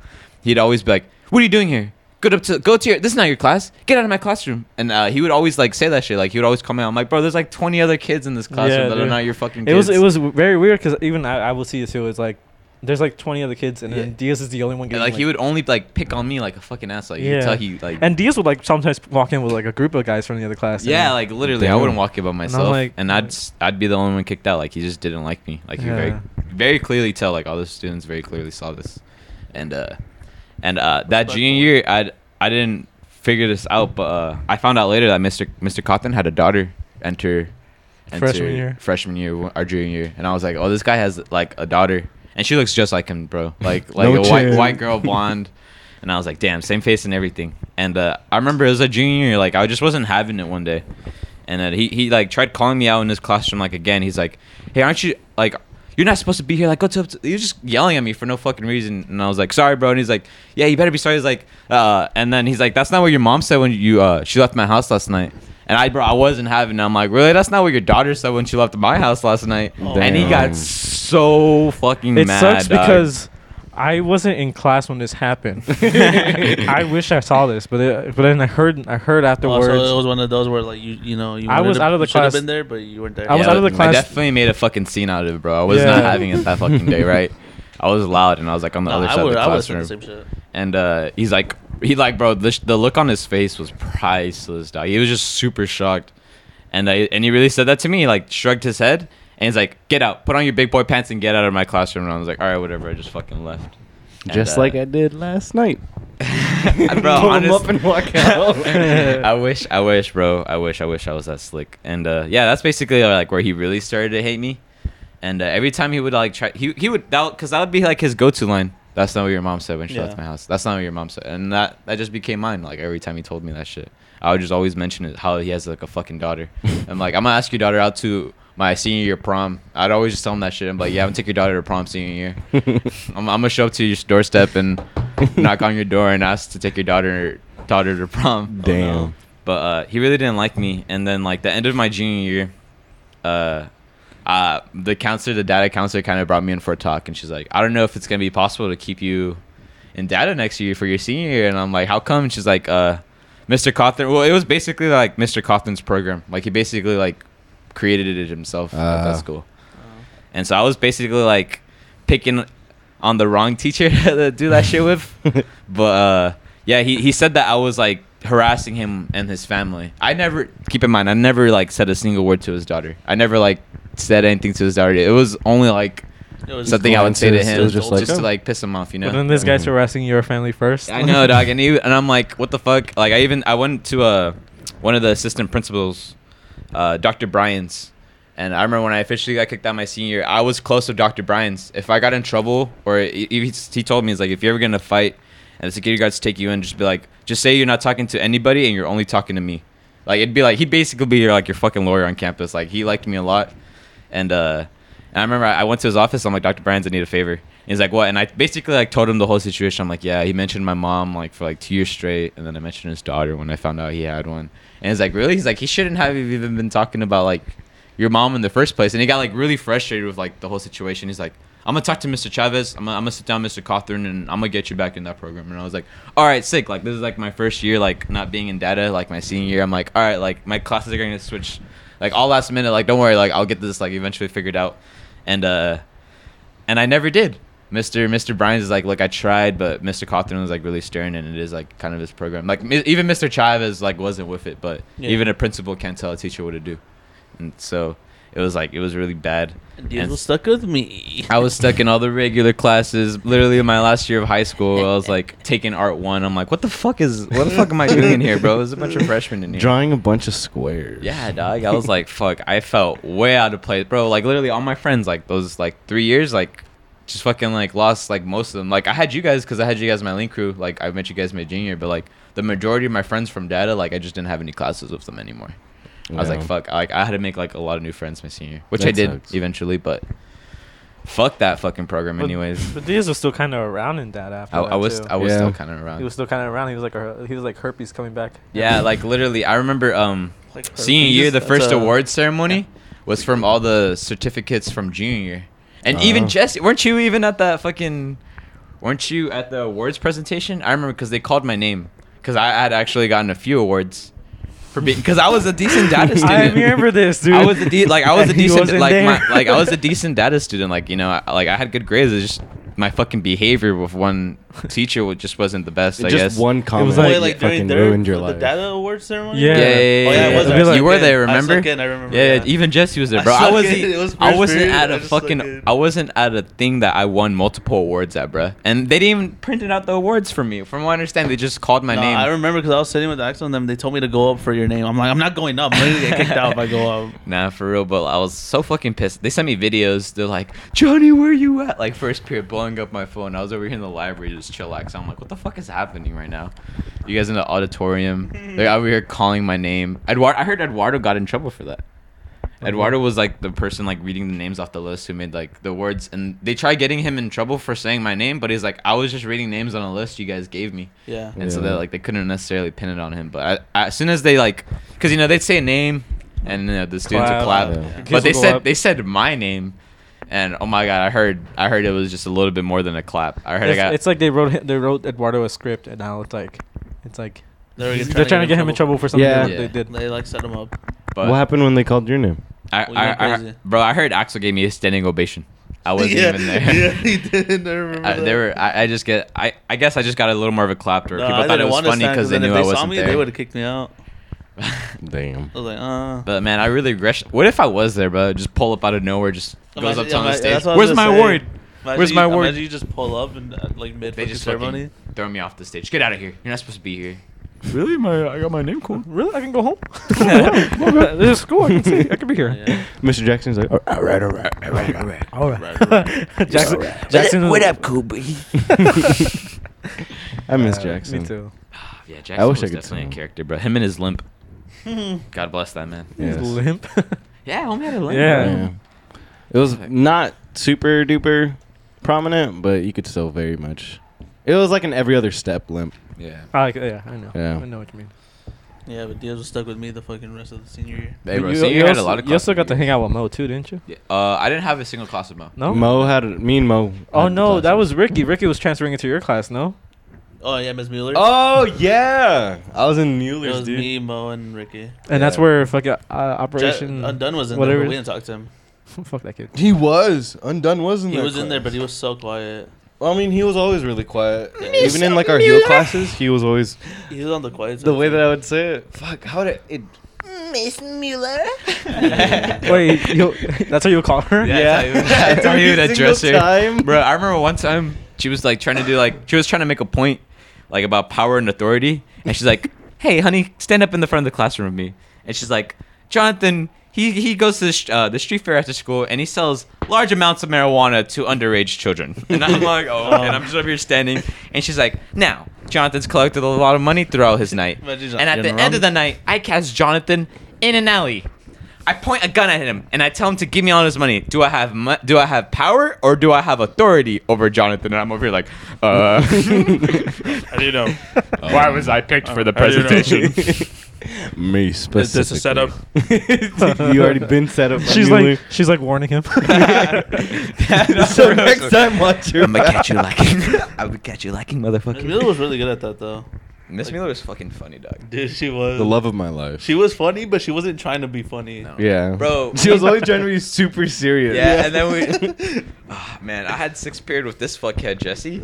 Speaker 4: he'd always be like what are you doing here Go up to go to your. This is not your class. Get out of my classroom. And uh, he would always like say that shit. Like he would always comment. I'm like, bro, there's like 20 other kids in this classroom
Speaker 3: Yeah,
Speaker 4: that are
Speaker 3: dude.
Speaker 4: not your fucking.
Speaker 3: It
Speaker 4: Kids.
Speaker 3: was it was very weird because even I, I will see it too. It's like there's like 20 other kids and
Speaker 4: Yeah.
Speaker 3: then Diaz is the only one
Speaker 4: And,
Speaker 3: getting
Speaker 4: like he would only like pick on me like a fucking ass. Like you
Speaker 3: Yeah.
Speaker 4: could tell he like
Speaker 3: And Diaz would like sometimes walk in with like a group of guys from the other class. and-
Speaker 4: yeah, like literally, I
Speaker 1: Damn.
Speaker 4: wouldn't walk it by myself, and,
Speaker 3: like-
Speaker 4: I'd s- I'd be the only one kicked out. Like he just didn't like me. Like he
Speaker 3: Yeah.
Speaker 4: very very clearly tell like all the students very clearly saw this, and uh and uh that
Speaker 2: Respectful.
Speaker 4: junior year I I didn't figure this out, but uh I found out later that Mr. Mr. Cotton had a daughter enter enter
Speaker 3: Freshman year.
Speaker 4: freshman year our junior year, and I was like, oh, this guy has like a daughter, and she looks just like him, bro. Like like
Speaker 1: No
Speaker 4: a white
Speaker 1: chin.
Speaker 4: white girl blonde. And I was like, damn, same face and everything. And uh, I remember it was a junior year, like I just wasn't having it one day. And then he, he like tried calling me out in his classroom like again. He's like, hey, aren't you like you're not supposed to be here? Like go to, to he was just yelling at me for no fucking reason. And I was like, sorry, bro. And he's like, yeah, you better be sorry. He's like, uh, and then he's like, that's not what your mom said when you uh, she left my house last night. And I bro, I wasn't having. it. I'm like, really? That's not what your daughter said when she left my house last night. And he
Speaker 1: Damn.
Speaker 4: got so fucking
Speaker 3: It
Speaker 4: mad.
Speaker 3: sucks
Speaker 4: dog.
Speaker 3: because I wasn't in class when this happened. I wish I saw this, but it, but then I heard I heard afterwards.
Speaker 2: Also, Oh, it was one of those where like you you know you
Speaker 3: I
Speaker 2: wanted
Speaker 3: was
Speaker 2: to-
Speaker 3: out of
Speaker 2: you
Speaker 3: the
Speaker 2: should have
Speaker 3: class.
Speaker 2: been there but you weren't there.
Speaker 3: I was out of the
Speaker 4: but
Speaker 3: class-
Speaker 4: I definitely made a fucking scene out of it, bro. I was not
Speaker 3: Yeah.
Speaker 4: having it that fucking day, right? I was loud and I was like on the
Speaker 2: No,
Speaker 4: other
Speaker 2: I
Speaker 4: side of
Speaker 2: would
Speaker 4: the
Speaker 2: I would have said the
Speaker 4: classroom.
Speaker 2: same shit.
Speaker 4: And uh, he's like, he like, bro, the, sh- the look on his face was priceless, dog. He was just super shocked. And I, and he really said that to me, like shrugged his head and he's like, get out, put on your big boy pants and get out of my classroom. And I was like, all right, whatever. I just fucking left. And,
Speaker 1: Just
Speaker 4: uh,
Speaker 1: like I did last night.
Speaker 4: bro,
Speaker 1: Pull 'em
Speaker 4: honest-
Speaker 1: up and walk out.
Speaker 4: I wish, I wish, bro. I wish, I wish I was that slick. And uh, yeah, that's basically uh, like where he really started to hate me. And uh, every time he would like try, he he would that because that would be like his go-to line. That's not what your mom said when she
Speaker 2: Yeah.
Speaker 4: left my house. That's not what your mom said, and that that just became mine. Like every time he told me that shit, I would just always mention it how he has like a fucking daughter. I'm like, I'm gonna ask your daughter out to my senior year prom. I'd always just tell him that shit. I'm like, yeah, I'm gonna take your daughter to prom senior year. I'm, I'm gonna show up to your doorstep and knock on your door and ask to take your daughter daughter to prom.
Speaker 1: Damn.
Speaker 4: But uh, he really didn't like me. And then like the end of my junior year, uh, uh, the counselor, the data counselor, kind of brought me in for a talk, and she's like, I don't know if it's gonna be possible to keep you in data next year for your senior year. And I'm like, how come? And she's like, uh, Mr. Cawthon. Well, it was basically like Mr. Cawthon's program. Like he basically like created it himself at
Speaker 1: Ah.
Speaker 4: that school.
Speaker 2: Oh.
Speaker 4: And so I was basically like picking on the wrong teacher to do that shit with. But uh, yeah, he, he said that I was like harassing him and his family. I never keep in mind I never like said a single word to his daughter. I never like said anything to his daughter. It was only like
Speaker 2: It was
Speaker 4: something I would say to
Speaker 1: coincidence.
Speaker 4: him
Speaker 1: It was
Speaker 4: just,
Speaker 1: just like, oh.
Speaker 4: to like piss him off, you know.
Speaker 3: But then this guy's
Speaker 1: Mhm.
Speaker 3: harassing your family first.
Speaker 4: I know, dog. And he, and I'm like, what the fuck? Like, I even I went to uh, one of the assistant principals, uh, Dr. Bryan's, and I remember when I officially got kicked out my senior, year, I was close to Dr. Bryan's. If I got in trouble, or he, he he told me, he's like, if you're ever gonna fight, and the security guards take you in, just be like, just say you're not talking to anybody, and you're only talking to me. Like it'd be like he'd basically be your like your fucking lawyer on campus. Like he liked me a lot, and uh, and I remember I, I went to his office. I'm like, Dr. Brands, I need a favor. And he's like, what? And I basically like told him the whole situation. I'm like, yeah. He mentioned my mom like for like two years straight, and then I mentioned his daughter when I found out he had one. And he's like, really? He's like, he shouldn't have even been talking about like your mom in the first place. And he got like really frustrated with like the whole situation. He's like, I'm gonna talk to Mr. Chavez. I'm gonna, I'm gonna sit down, Mr. Cawthorn, and I'm gonna get you back in that program. And I was like, all right, sick. Like this is like my first year, like not being in data, like my senior year. I'm like, all right, like my classes are gonna switch, like all last minute. Like don't worry, like I'll get this like eventually figured out. And uh, and I never did. Mr. Mr. Bryan's is like, look, I tried, but Mr. Cawthorn was like really stern, and it is like kind of his program. Like mi- even Mr. Chavez like wasn't with it, but
Speaker 2: Yeah.
Speaker 4: even a principal can't tell a teacher what to do, and so it was like it was really bad.
Speaker 2: Deals
Speaker 4: And-
Speaker 2: was stuck with me.
Speaker 4: I was stuck in all the regular classes. Literally, in my last year of high school, I was like taking art one. I'm like, what the fuck is, what the fuck am I doing here, bro? There's a bunch of freshmen in here.
Speaker 1: Drawing a bunch of squares.
Speaker 4: Yeah, dog. I was like, fuck. I felt way out of place, bro. Like literally, all my friends, like those like three years, like just fucking like lost like most of them. Like I had you guys because I had you guys in my link crew. Like I met you guys my junior, but like the majority of my friends from data, like I just didn't have any classes with them anymore. I was like,
Speaker 1: Yeah.
Speaker 4: fuck. Like I had to make like a lot of new friends my senior, which I
Speaker 1: That
Speaker 4: did
Speaker 1: sucks.
Speaker 4: eventually, but. Fuck that fucking program,
Speaker 3: But-
Speaker 4: anyways.
Speaker 3: But Diaz was still kind of around in that after
Speaker 4: I,
Speaker 3: that
Speaker 4: I was
Speaker 3: too.
Speaker 4: I was
Speaker 1: Yeah.
Speaker 4: still kind of around.
Speaker 3: he was still kind of around. He was like a, he was like herpes coming back.
Speaker 4: yeah, like literally, I remember um
Speaker 2: Like herpes,
Speaker 4: senior year the
Speaker 2: that's
Speaker 4: first
Speaker 3: uh,
Speaker 2: a-
Speaker 4: award ceremony was from all the certificates from junior year, and even
Speaker 3: Uh-huh.
Speaker 1: Oh.
Speaker 4: Jesse, weren't you even at that fucking? Weren't you at the awards presentation? I remember because they called my name because I had actually gotten a few awards for being because I was a decent data student.
Speaker 3: I remember this, dude.
Speaker 4: I was a de- like I was a
Speaker 3: And he
Speaker 4: decent
Speaker 3: wasn't
Speaker 4: like my,
Speaker 3: there.
Speaker 4: like I was a decent data student. Like you know, I, like I had good grades. It's just my fucking behavior with one teacher wa- just wasn't the best. I
Speaker 1: just
Speaker 4: guess
Speaker 1: one comment
Speaker 3: was
Speaker 2: Boy,
Speaker 3: like-
Speaker 2: like,
Speaker 1: fucking
Speaker 2: during their,
Speaker 1: ruined your
Speaker 2: the
Speaker 1: life.
Speaker 2: data award ceremony.
Speaker 3: Yeah.
Speaker 4: Yeah, yeah, yeah.
Speaker 2: Oh, yeah, I
Speaker 4: yeah,
Speaker 2: was
Speaker 4: yeah.
Speaker 2: I was
Speaker 4: you were
Speaker 2: like,
Speaker 4: there,
Speaker 2: yeah, I
Speaker 4: remember?
Speaker 2: suck in, I remember
Speaker 4: Yeah,
Speaker 2: that.
Speaker 4: even Jesse was there,
Speaker 2: I
Speaker 4: bro. I,
Speaker 2: suck
Speaker 4: wasn't.
Speaker 2: in, it was
Speaker 4: I
Speaker 2: first
Speaker 4: wasn't
Speaker 2: period,
Speaker 4: at
Speaker 2: I
Speaker 4: a
Speaker 2: just suck
Speaker 4: fucking.
Speaker 2: in.
Speaker 4: I wasn't at a thing that I won multiple awards at, bro. And they didn't even printed out the awards for me. From what I understand, they just called my
Speaker 2: No,
Speaker 4: name.
Speaker 2: I remember because I was sitting with the Axel and them. They told me to go up for your name. I'm like, I'm not going up. I'm going to get kicked out if I go up.
Speaker 4: Nah, for real, but I was so fucking pissed. They sent me videos. They're like, Johnny, where you at? Like, first period, blowing up my phone. I was over here in the library just chillaxing. I'm like, what the fuck is happening right now? You guys in the auditorium. They're over here calling my name. Eduardo, I heard Eduardo got in trouble for that. Eduardo was like the person like reading the names off the list who made like the words, and they tried getting him in trouble for saying my name, but he's like, I was just reading names on a list you guys gave me
Speaker 2: Yeah.
Speaker 4: and so
Speaker 1: Yeah.
Speaker 4: they like they couldn't necessarily pin it on him. But I, I, as soon as they like, because you know they'd say a name, and you know, the students would
Speaker 3: Clap.
Speaker 4: clap,
Speaker 1: Yeah.
Speaker 4: but they
Speaker 3: Kids will go
Speaker 4: said
Speaker 3: up.
Speaker 4: they said my name, and oh my god, I heard I heard it was just a little bit more than a clap. I heard
Speaker 3: It's,
Speaker 4: I got
Speaker 3: it's like they wrote hi- they wrote Eduardo a script, and now it's like it's like
Speaker 2: They're,
Speaker 3: he's- they're trying to get him in trouble for something
Speaker 1: Yeah.
Speaker 3: that they
Speaker 4: Yeah.
Speaker 3: did.
Speaker 2: They like set him up.
Speaker 4: but
Speaker 1: what happened when they called your name?
Speaker 4: I,
Speaker 2: We
Speaker 4: I,
Speaker 2: went
Speaker 4: I,
Speaker 2: crazy.
Speaker 4: bro, I heard Axel gave me a standing ovation. I wasn't
Speaker 2: yeah,
Speaker 4: even there.
Speaker 2: Yeah, he did. I remember.
Speaker 4: I,
Speaker 2: that.
Speaker 4: they were. I, I just get. I, I guess I just got a little more of a clap, or
Speaker 2: No,
Speaker 4: people
Speaker 2: I
Speaker 4: thought
Speaker 2: didn't
Speaker 4: it was
Speaker 2: wanna
Speaker 4: funny
Speaker 2: stand,
Speaker 4: because they
Speaker 2: then if
Speaker 4: knew I
Speaker 2: they
Speaker 4: wasn't
Speaker 2: saw me,
Speaker 4: there.
Speaker 2: They would have kicked me out.
Speaker 1: Damn.
Speaker 2: I
Speaker 4: Oh.
Speaker 2: was like, uh.
Speaker 4: But man, I really regret. What if I was there, bro? Just pull up out of nowhere, just
Speaker 2: Imagine-
Speaker 4: goes up to on the
Speaker 2: imagine-
Speaker 4: stage.
Speaker 2: that's what I was
Speaker 4: Where's
Speaker 2: gonna
Speaker 4: my
Speaker 2: say.
Speaker 4: award?
Speaker 2: Imagine
Speaker 4: Where's
Speaker 2: you-
Speaker 4: my award?
Speaker 2: Imagine you just pull up and uh, like mid
Speaker 4: They
Speaker 2: fucking
Speaker 4: just
Speaker 2: ceremony.
Speaker 4: fucking throw me off the stage. Get out of here. You're not supposed to be here.
Speaker 3: Really, my I got my name cool. Really, I can go home. This is school. I can see. I can be here.
Speaker 2: Yeah.
Speaker 1: Mr. Jackson's like, all right, all right.
Speaker 3: All right. Jackson. Jackson.
Speaker 5: what up, Kobe?
Speaker 1: I miss
Speaker 3: Uh,
Speaker 1: Jackson.
Speaker 3: Me too.
Speaker 4: Ah, Yeah, Jackson
Speaker 1: wish
Speaker 4: was
Speaker 1: I could
Speaker 4: definitely
Speaker 1: tell.
Speaker 4: a character, bro. Him and his limp. God bless that man.
Speaker 1: Yes.
Speaker 3: He's limp.
Speaker 4: Yeah, homie had a limp.
Speaker 3: Yeah.
Speaker 4: bro.
Speaker 1: Yeah. It was not super duper prominent, but you could still very much. It was like an every other step limp.
Speaker 4: Yeah.
Speaker 3: I, like- yeah, I know.
Speaker 1: Yeah.
Speaker 3: I know what you mean.
Speaker 2: Yeah, but Diaz was stuck with me the fucking rest of the senior year.
Speaker 4: Hey, bro,
Speaker 3: you,
Speaker 4: senior
Speaker 3: you
Speaker 4: year had
Speaker 3: also,
Speaker 4: a lot of
Speaker 3: you also got
Speaker 4: classes.
Speaker 3: to hang out with Mo too, didn't you?
Speaker 4: Yeah, Uh, I didn't have a single class with Mo.
Speaker 3: No.
Speaker 1: Mo had me and Mo.
Speaker 3: oh
Speaker 1: had
Speaker 3: no, that
Speaker 1: classes.
Speaker 3: was Ricky. Ricky was transferring into your class. No.
Speaker 2: Oh yeah, Ms. Mueller.
Speaker 1: Oh yeah, I was in
Speaker 2: it
Speaker 1: Mueller's,
Speaker 2: was
Speaker 1: dude.
Speaker 2: me, Mo, and Ricky.
Speaker 3: And that's
Speaker 1: Yeah.
Speaker 3: where fucking uh, Operation
Speaker 2: Jet, Undone was in
Speaker 3: whatever.
Speaker 2: there, but we didn't talk to him.
Speaker 3: Fuck that kid.
Speaker 1: He was undone, wasn't
Speaker 2: He was in there, but he was so quiet.
Speaker 1: I mean, he was always really quiet.
Speaker 2: Mr.
Speaker 1: Even in like our heel classes, he was always
Speaker 2: He was on the quiet side.
Speaker 1: the way that I would say it. Fuck, how did it?
Speaker 5: Miss Mueller.
Speaker 3: Wait, you that's how you call her?
Speaker 4: Yeah. that's how you- that's how you would
Speaker 1: Every
Speaker 4: address
Speaker 1: single
Speaker 4: her.
Speaker 1: time.
Speaker 4: Bro, I remember one time she was like trying to do like she was trying to make a point like about power and authority, and she's like, "Hey, honey, stand up in the front of the classroom with me." And she's like, "Jonathan, he he goes to the, sh- uh, the street fair after school, and he sells large amounts of marijuana to underage children." And I'm like, "Oh," and I'm just over here standing, and she's like, "Now." Jonathan's collected a lot of money throughout his night.
Speaker 2: Imagine
Speaker 4: And at the
Speaker 2: Jonathan
Speaker 4: end of the night, I cast Jonathan in an alley. I point a gun at him and I tell him to give me all his money. Do I have mo- do I have power or do I have authority over Jonathan? And I'm over here like, uh,
Speaker 2: How do you know?
Speaker 4: why was I picked for the
Speaker 2: How do you know?
Speaker 4: presentation?
Speaker 1: Me
Speaker 2: Is
Speaker 1: specifically.
Speaker 2: this a setup?
Speaker 1: you already been set up. by
Speaker 3: She's
Speaker 1: Mueller.
Speaker 3: like she's like warning him.
Speaker 1: so next time, watch your.
Speaker 4: I'm gonna catch you lacking. I'm gonna catch you lacking,
Speaker 2: Ms. Mueller
Speaker 4: motherfucker.
Speaker 2: was really good at that though.
Speaker 4: Miss Mueller was fucking funny, dog.
Speaker 2: Dude, she was.
Speaker 1: The love of my life.
Speaker 2: She was funny, but she wasn't trying to be funny.
Speaker 4: No.
Speaker 1: yeah,
Speaker 4: Bro,
Speaker 1: She was always trying to be super serious.
Speaker 4: Yeah, and then we, Ah, man, I had sixth period with this fuckhead Jesse,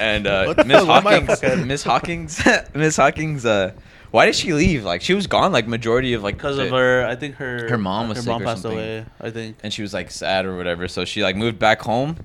Speaker 4: and uh,
Speaker 2: What the-
Speaker 4: Miss
Speaker 2: why am I a
Speaker 4: Hawkins.
Speaker 2: fuckhead?
Speaker 4: Miss Hawkins. Miss Hawkins. Uh, why did she leave? Like she was gone. Like majority of like
Speaker 2: Because
Speaker 4: the-
Speaker 2: of her, I think her
Speaker 4: Her mom was
Speaker 2: her
Speaker 4: sick
Speaker 2: mom
Speaker 4: or
Speaker 2: passed
Speaker 4: something.
Speaker 2: away. I think.
Speaker 4: and she was like sad or whatever. So she like moved back home,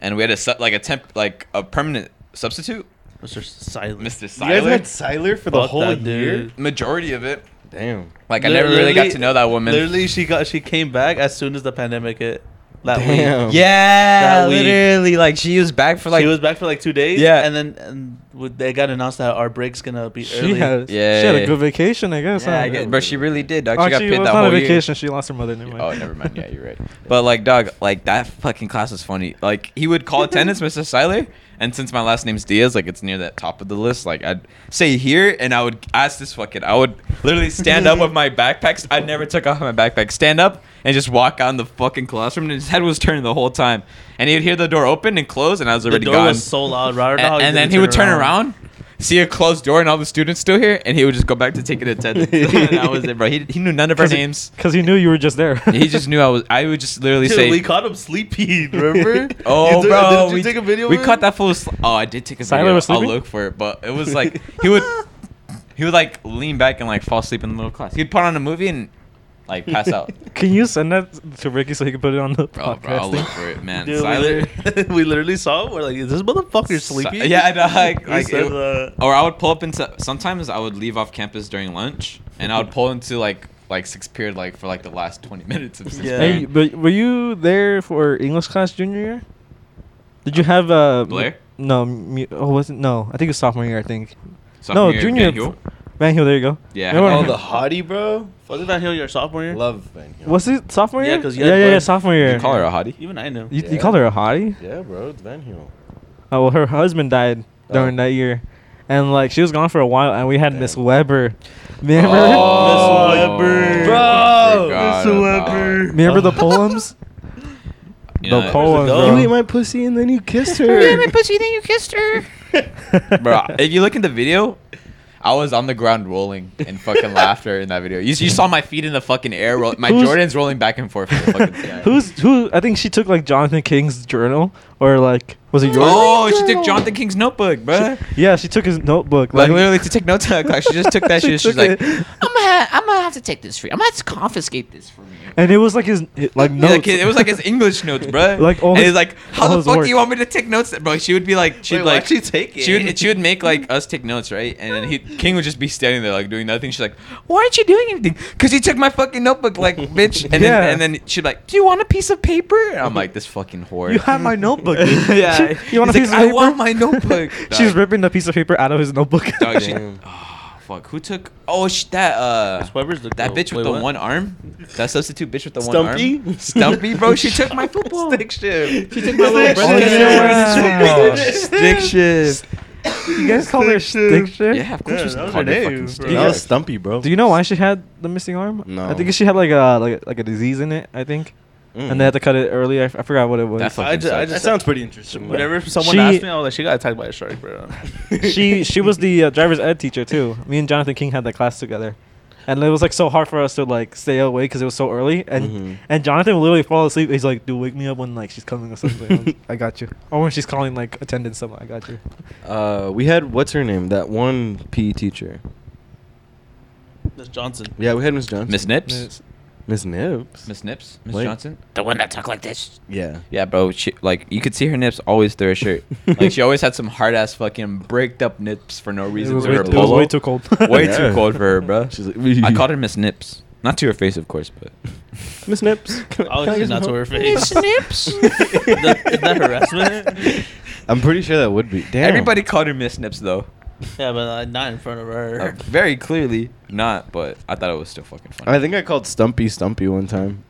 Speaker 4: and we had a sub like a temp like a permanent substitute,
Speaker 2: Mr. Silent.
Speaker 4: Mr.
Speaker 1: you guys had
Speaker 4: Silent.
Speaker 1: Siler for the
Speaker 2: Fuck
Speaker 1: whole
Speaker 2: that
Speaker 1: year.
Speaker 2: dude.
Speaker 4: Majority of it.
Speaker 1: Damn.
Speaker 4: Like I never really got to know that woman.
Speaker 2: Literally, she got she came back as soon as the pandemic hit. That
Speaker 1: Damn.
Speaker 3: Oh.
Speaker 2: week.
Speaker 4: Yeah,
Speaker 2: That week.
Speaker 4: literally. Like she was back for like
Speaker 2: she was back for like two days.
Speaker 4: Yeah.
Speaker 2: and then and with- they got announced that our break's gonna be
Speaker 3: she
Speaker 2: early.
Speaker 3: had
Speaker 4: Yeah.
Speaker 3: she had a good vacation, I guess.
Speaker 4: Yeah,
Speaker 3: huh?
Speaker 4: I guess, bro, she really did. Dog. She got
Speaker 3: Actually, it
Speaker 4: paid
Speaker 3: was
Speaker 4: that
Speaker 3: not a
Speaker 4: whole year.
Speaker 3: vacation. She lost her mother. Never mind.
Speaker 4: Oh, never mind. Yeah, you're right. But like, dog, like that fucking class was funny. Like he would call attendance, Mr. Seiler, and since my last name's Diaz, like it's near that top of the list. Like I'd say here, and I would ask this fucking. I would literally stand up with my backpacks. I never took off my backpack. Stand up and just walk out in the fucking classroom. And his head was turning the whole time, and he'd hear the door open and close, and I was
Speaker 2: The
Speaker 4: already
Speaker 2: door
Speaker 4: gone.
Speaker 2: was so loud. Robert,
Speaker 4: A- and, then he would turn around. See a closed door and all the students still here, and he would just go back to taking attendance. and I was it, bro. He, he knew none of our names
Speaker 3: Because he knew you were just there.
Speaker 4: he just knew I was. I would just literally
Speaker 2: Dude,
Speaker 4: say,
Speaker 2: we caught him sleepy. Remember?
Speaker 4: "Oh,
Speaker 2: You took-
Speaker 4: bro,
Speaker 2: did you
Speaker 4: we,
Speaker 2: take a video?
Speaker 4: we
Speaker 2: of
Speaker 4: caught
Speaker 2: it?
Speaker 4: that fool. Sl- oh, I did take a
Speaker 3: Tyler
Speaker 4: video.
Speaker 3: was
Speaker 4: I'll
Speaker 3: sleeping?
Speaker 4: look for it, but it was like he would, he would like lean back and like fall asleep in the middle of class. He'd put on a movie and like pass out.
Speaker 3: Can you send that to Ricky so he can put it on the
Speaker 4: Bro,
Speaker 3: podcast?
Speaker 4: bro, I'll
Speaker 3: thing?
Speaker 4: look for it, man.
Speaker 2: Dude, we,
Speaker 4: Tyler-
Speaker 2: literally, we literally saw him. We're like, is this motherfucker
Speaker 4: Si-
Speaker 2: sleepy?
Speaker 4: yeah, I know, like-
Speaker 2: He
Speaker 4: like,
Speaker 2: said,
Speaker 4: it-
Speaker 2: uh,
Speaker 4: or I would pull up into. Sometimes I would leave off campus during lunch, and I would pull into like like sixth period, like for like the last twenty minutes of sixth
Speaker 2: Yeah.
Speaker 3: Hey,
Speaker 4: period.
Speaker 3: but were you there for English class junior year? Did you have uh m-
Speaker 4: Blair?
Speaker 3: No, mu- oh wasn't no. I think it was sophomore year. I think
Speaker 4: Sophomore
Speaker 3: no
Speaker 4: year,
Speaker 3: junior.
Speaker 4: Van Huel.
Speaker 3: Van Hill, there you go.
Speaker 4: Yeah,
Speaker 3: Remember-
Speaker 4: all
Speaker 1: Oh, the hottie, bro.
Speaker 2: wasn't that Hill your sophomore year?
Speaker 1: Love Van Hill.
Speaker 3: Was it sophomore
Speaker 2: Yeah,
Speaker 3: year?
Speaker 2: 'cause you
Speaker 3: yeah,
Speaker 2: had
Speaker 3: yeah, yeah,
Speaker 2: Blair.
Speaker 3: sophomore year.
Speaker 4: You call her a hottie.
Speaker 2: Even I knew.
Speaker 3: You, you
Speaker 1: Yeah.
Speaker 3: called her a hottie?
Speaker 1: Yeah, bro. It's Van Hill.
Speaker 3: Oh, well, her husband died during
Speaker 1: Oh.
Speaker 3: that year, and like she was gone for a while, and we had
Speaker 1: Damn.
Speaker 3: Miss Weber. Remember?
Speaker 2: Oh, Miss Weber.
Speaker 1: Bro,
Speaker 4: Forgot
Speaker 2: Miss
Speaker 4: about-
Speaker 2: Weber.
Speaker 3: Remember the poems?
Speaker 4: You
Speaker 3: the
Speaker 4: know,
Speaker 3: poems.
Speaker 2: dog.
Speaker 3: bro.
Speaker 2: You ate
Speaker 1: my pussy and then you kissed
Speaker 5: pussy, then you kissed her.
Speaker 4: bro. If you look in the video, I was on the ground rolling in fucking laughter in that video. You, you saw my feet in the fucking air. Roll, my
Speaker 3: Who's-
Speaker 4: Jordans rolling back and forth. In the fucking sky.
Speaker 3: Who's who? I think she took like Jonathan King's journal, or like was it yours?
Speaker 4: Oh, she took Jonathan King's notebook, bro.
Speaker 3: Yeah, she took his notebook.
Speaker 4: Like literally to take notes. Like she just took that shit. She's
Speaker 3: took
Speaker 4: like,
Speaker 3: it,
Speaker 5: I'm gonna, I'm gonna have to take this for you. I'm gonna have to confiscate this from you.
Speaker 3: and it was like his hi- like
Speaker 4: Yeah,
Speaker 3: notes.
Speaker 4: like, it was like his English notes, bro.
Speaker 3: Like, all
Speaker 4: and
Speaker 3: his-
Speaker 4: he's like, how
Speaker 3: all
Speaker 4: the
Speaker 3: his
Speaker 4: fuck
Speaker 3: work.
Speaker 4: do you want me to take notes, bro? She would be like, she'd
Speaker 2: Wait,
Speaker 4: like,
Speaker 2: why'd you take it?
Speaker 4: She would, she would make like us take notes, right? And then he King would just be standing there like doing nothing. She's like, "Why aren't you doing anything?" Because he took my fucking notebook, like bitch. And
Speaker 3: Yeah.
Speaker 4: then and then she'd like, "Do you want a piece of paper?" And I'm like, "This fucking whore."
Speaker 3: you have my notebook. dude.
Speaker 4: yeah.
Speaker 3: She- you want a
Speaker 4: He's
Speaker 3: piece of
Speaker 4: like, I
Speaker 3: paper?
Speaker 4: want my notebook.
Speaker 3: She's
Speaker 4: Dog,
Speaker 3: ripping the piece of paper out of his notebook.
Speaker 4: dog, she-
Speaker 1: Damn.
Speaker 4: oh, fuck. Who took? Oh, sh- that uh.
Speaker 2: Miss Weber's the
Speaker 4: That
Speaker 2: goat.
Speaker 4: bitch with
Speaker 2: Wait,
Speaker 4: the
Speaker 2: what?
Speaker 4: one arm, that substitute bitch with the one
Speaker 1: Stumpy?
Speaker 4: arm, Stumpy, bro. She took my football.
Speaker 2: Stick shift.
Speaker 4: She took my little
Speaker 1: Stick
Speaker 4: brother.
Speaker 1: shift.
Speaker 4: Stick shift.
Speaker 3: You guys call her stick shift?
Speaker 4: Yeah, of course
Speaker 2: Yeah,
Speaker 4: she's
Speaker 2: that was her
Speaker 4: called her fucking
Speaker 2: name,
Speaker 4: stick.
Speaker 2: bro.
Speaker 1: That
Speaker 3: Yeah.
Speaker 1: was stumpy, bro.
Speaker 3: Do you know why she had the missing arm? I
Speaker 1: No.
Speaker 3: think she had like a like a, like a disease in it. I think,
Speaker 1: Mm.
Speaker 3: and they had to cut it early. I, f- I forgot what it was.
Speaker 4: That fucking
Speaker 2: I ju- I
Speaker 4: sucks.
Speaker 2: just-
Speaker 6: pretty interesting.
Speaker 2: Whenever someone
Speaker 3: She-
Speaker 2: asked me, I was like, she got attacked by a shark, bro.
Speaker 3: she she was the uh, driver's ed teacher too. Me and Jonathan King had that class together, and it was like so hard for us to like stay awake because it was so early. And
Speaker 4: Mm-hmm.
Speaker 1: Mhm.
Speaker 3: and Jonathan would literally fall asleep. He's like, "Dude, wake me up when like she's calling or something." I was like, I got you. Or when she's calling like attendance, something. I got you.
Speaker 1: Uh, we had what's her name? That one PE teacher.
Speaker 2: Miss Johnson.
Speaker 1: Yeah, we had Miss Johnson.
Speaker 4: Miss Nips.
Speaker 1: Miss Nips.
Speaker 4: Miss Nips. Miss
Speaker 1: Wait.
Speaker 4: Johnson.
Speaker 5: The one that talk like this.
Speaker 1: Yeah.
Speaker 4: Yeah, bro. She, like you could see her nips always through her shirt. like she always had some hard ass fucking bricked up nips for no
Speaker 3: It
Speaker 4: reason.
Speaker 3: was,
Speaker 4: through
Speaker 3: way,
Speaker 4: her
Speaker 3: it was
Speaker 4: polo.
Speaker 3: way too cold.
Speaker 4: Way
Speaker 1: Yeah.
Speaker 4: too cold for her, bro.
Speaker 1: She's like,
Speaker 4: I called her Miss Nips. Not to her face, of course, but
Speaker 1: Miss Nips. Can
Speaker 2: I was
Speaker 1: can get
Speaker 2: just not
Speaker 1: some
Speaker 2: to
Speaker 1: help?
Speaker 2: her face.
Speaker 5: Snips.
Speaker 2: Is that- is that harassment?
Speaker 1: I'm pretty sure that would be. Damn.
Speaker 4: everybody called her Miss Nips though.
Speaker 2: Yeah, but uh, not in front of
Speaker 4: Uh,
Speaker 2: her.
Speaker 4: very clearly not, but I thought it was still fucking funny.
Speaker 1: I think I called Stumpy Stumpy one time.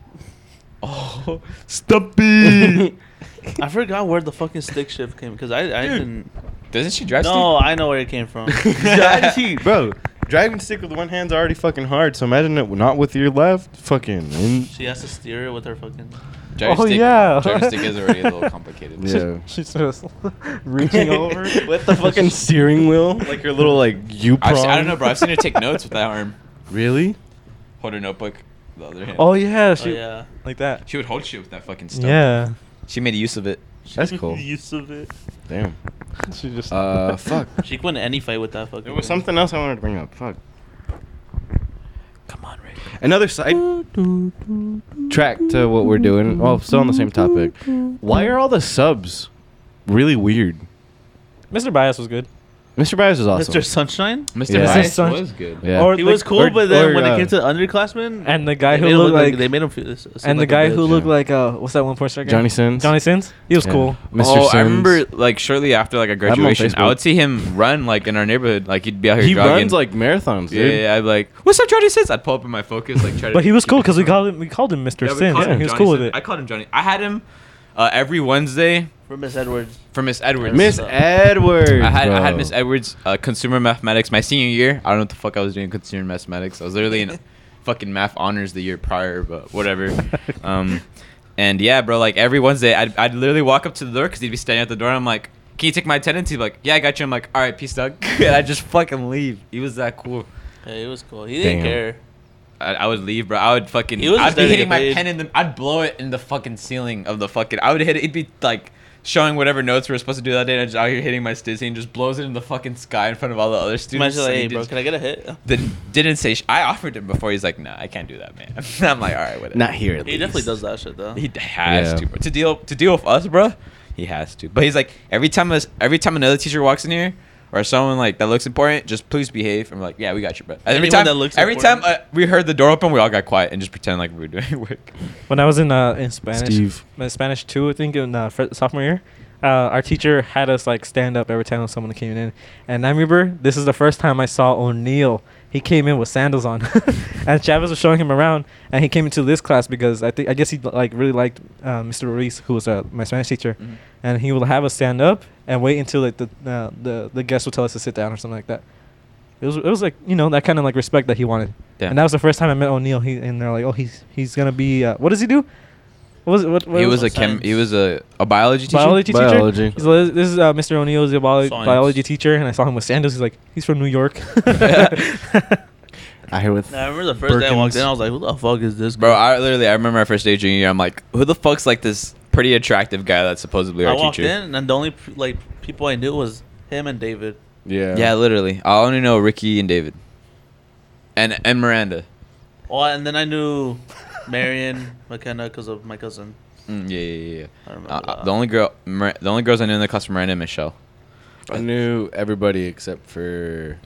Speaker 4: oh, Stumpy!
Speaker 2: I forgot where the fucking stick shift came because I, I didn't.
Speaker 4: Doesn't she drive?
Speaker 2: No, I know where it came from.
Speaker 1: Yeah, I- bro, driving stick with one hand's already fucking hard. So imagine it not with your left. Fucking. and-
Speaker 2: She has to steer it with her fucking.
Speaker 4: Driving
Speaker 3: Oh,
Speaker 4: stick,
Speaker 3: yeah.
Speaker 4: Driving stick is already a little complicated.
Speaker 1: Yeah.
Speaker 3: she's just reaching over.
Speaker 1: with the fucking steering wheel, like your little like U
Speaker 4: I've
Speaker 1: prong.
Speaker 4: se- I don't know, bro. I've seen her take notes with that arm.
Speaker 1: Really?
Speaker 4: Hold her notebook. The other hand.
Speaker 3: Oh yeah,
Speaker 2: Oh
Speaker 3: she
Speaker 2: yeah.
Speaker 3: like that.
Speaker 4: She would hold shit with that fucking stuff.
Speaker 3: Yeah,
Speaker 4: She made use of it.
Speaker 1: That's cool.
Speaker 2: Use of it.
Speaker 1: Damn.
Speaker 3: she just.
Speaker 1: Uh, fuck.
Speaker 2: She went any fight with that fucking.
Speaker 1: There was
Speaker 2: thing.
Speaker 1: something else I wanted to bring up. Fuck.
Speaker 4: Come on, Rick.
Speaker 1: Another side track to what we're doing. Well, still on the same topic. Why are all the subs really weird?
Speaker 3: Mr. Bias was good.
Speaker 1: Mr. Bias is awesome.
Speaker 2: Mr. Sunshine.
Speaker 4: Mr.
Speaker 1: Yeah.
Speaker 4: Bias
Speaker 3: Sun-
Speaker 4: was good.
Speaker 1: Yeah.
Speaker 3: Or
Speaker 2: He
Speaker 3: the-
Speaker 2: was cool,
Speaker 1: or-
Speaker 2: but then
Speaker 1: or,
Speaker 2: when
Speaker 1: uh,
Speaker 2: it came to underclassmen,
Speaker 3: and the guy
Speaker 2: they
Speaker 3: who
Speaker 2: made him
Speaker 3: looked
Speaker 2: look
Speaker 3: like,
Speaker 2: they made him feel. seem
Speaker 3: and
Speaker 2: like
Speaker 3: the
Speaker 2: a
Speaker 3: guy
Speaker 2: bitch.
Speaker 3: who
Speaker 1: bitch,
Speaker 3: looked
Speaker 1: yeah.
Speaker 3: like uh, what's that one porn star guy?
Speaker 1: Johnny Sins.
Speaker 3: Johnny Sins. He was
Speaker 1: Yeah.
Speaker 3: cool.
Speaker 1: Mr.
Speaker 4: Oh,
Speaker 1: Sins.
Speaker 4: I remember like shortly after like a
Speaker 1: on
Speaker 4: graduation, I
Speaker 1: Facebook.
Speaker 4: would see him run like in our neighborhood. Like he'd be out here
Speaker 1: He
Speaker 4: jogging.
Speaker 1: runs like marathons,
Speaker 4: yeah,
Speaker 1: dude.
Speaker 4: yeah, yeah, I'd be like, "What's up, Johnny Sins?" I'd pull up in my focus, like try to.
Speaker 3: But he was
Speaker 4: keep
Speaker 3: cool
Speaker 4: it
Speaker 3: because we
Speaker 4: going.
Speaker 3: called him we called him Mr.
Speaker 4: Yeah, we
Speaker 3: Sins.
Speaker 4: called him
Speaker 3: he was
Speaker 4: Johnny
Speaker 3: cool with
Speaker 4: Sins.
Speaker 3: it.
Speaker 4: I called him Johnny. I had him uh, every Wednesday
Speaker 2: for Miss Edwards.
Speaker 4: for Miss Edwards.
Speaker 1: Miss
Speaker 2: Sub.
Speaker 1: Edwards.
Speaker 4: I had I had
Speaker 1: bro.
Speaker 4: Miss Edwards uh, consumer mathematics my senior year. I don't know what the fuck I was doing in consumer mathematics. I was literally in fucking math honors the year prior, but whatever. Um, and yeah, bro, like every Wednesday, I'd, I'd literally walk up to the door because he'd be standing at the door. And I'm like, "Can you take my attendance?" He'd be like, "Yeah, I got you." I'm like, "All right, peace, Doug." and I just fucking leave. He was that cool.
Speaker 2: Yeah, he was cool. He didn't
Speaker 1: Damn.
Speaker 2: care.
Speaker 4: I, I would leave, bro. I would fucking.
Speaker 2: He was
Speaker 4: I'd
Speaker 2: just
Speaker 4: be
Speaker 2: there to
Speaker 4: hitting
Speaker 2: get
Speaker 4: my
Speaker 2: paid.
Speaker 4: pen in the. I'd blow it in the fucking ceiling of the fucking. I would hit it. It'd be like showing whatever notes we were supposed to do that day. And I just out here hitting my stizzy and just blows it in the fucking sky in front of all the other students.
Speaker 2: Imagine like,
Speaker 4: and he
Speaker 2: hey, bro,
Speaker 4: just-
Speaker 2: can I get a hit?
Speaker 4: didn't, didn't say. Sh- I offered him before. He's like, nah, I can't do that, man. I'm like, all right, whatever.
Speaker 1: Not here. At
Speaker 2: He definitely
Speaker 1: least.
Speaker 2: does that shit though.
Speaker 4: He has
Speaker 1: Yeah.
Speaker 4: to bro. to deal to deal with us, bro. He has to. But he's like every time us every time another teacher walks in here or someone like that looks important, just please behave. I'm like, yeah, we got you, bro. And every
Speaker 2: Anyone
Speaker 4: time
Speaker 2: that looks
Speaker 4: every
Speaker 2: important.
Speaker 4: time uh, we heard the door open, we all got quiet and just pretend like we were doing work.
Speaker 3: When I was in uh, in Spanish,
Speaker 1: Steve.
Speaker 3: in Spanish two, I think in uh, fir- sophomore year, uh, our teacher had us like stand up every time someone came in, and I remember this is the first time I saw O'Neill. He came in with sandals on, and Chavez was showing him around, and he came into this class because I think I guess he like really liked uh, Mr. Ruiz, who was uh, my Spanish teacher, and he would have us stand up and wait until like the uh, the the guest would tell us to sit down or something like that. It was it was like you know that kind of like respect that he wanted.
Speaker 4: Yeah.
Speaker 3: And that was the first time I met O'Neill. He and they're like, oh, he's he's gonna be. Uh, what does he do? What was it? What, what
Speaker 4: He was a
Speaker 2: What
Speaker 4: chem.
Speaker 2: science?
Speaker 4: He was a, a biology teacher.
Speaker 3: biology teacher.
Speaker 1: Biology.
Speaker 3: He's like, this is uh, Mr. O'Neill, is a bio-
Speaker 2: Science.
Speaker 3: biology teacher, and I saw him with sandals. He's like, he's from New York.
Speaker 1: I hear with.
Speaker 2: Nah, I remember the first day I walked in,
Speaker 1: Birkins.
Speaker 2: I was like, "Who the fuck is this?"
Speaker 4: Bro,
Speaker 2: guy?
Speaker 4: I literally I remember my first day junior year. I'm like, who the fuck's like this pretty attractive guy that's supposedly
Speaker 2: I
Speaker 4: our
Speaker 2: walked
Speaker 4: teacher?
Speaker 2: in, and the only p- like people I knew was him and David.
Speaker 1: Yeah.
Speaker 4: Yeah, literally. I only know Ricky and David, and and Miranda.
Speaker 2: Oh, and then I knew Marion McKenna because of my cousin.
Speaker 4: Mm, yeah, yeah, yeah, yeah.
Speaker 2: I remember
Speaker 4: Uh, uh,
Speaker 2: that.
Speaker 4: the only girl, Mir- the only girls I knew in the class were Miranda and Michelle.
Speaker 1: I knew everybody except for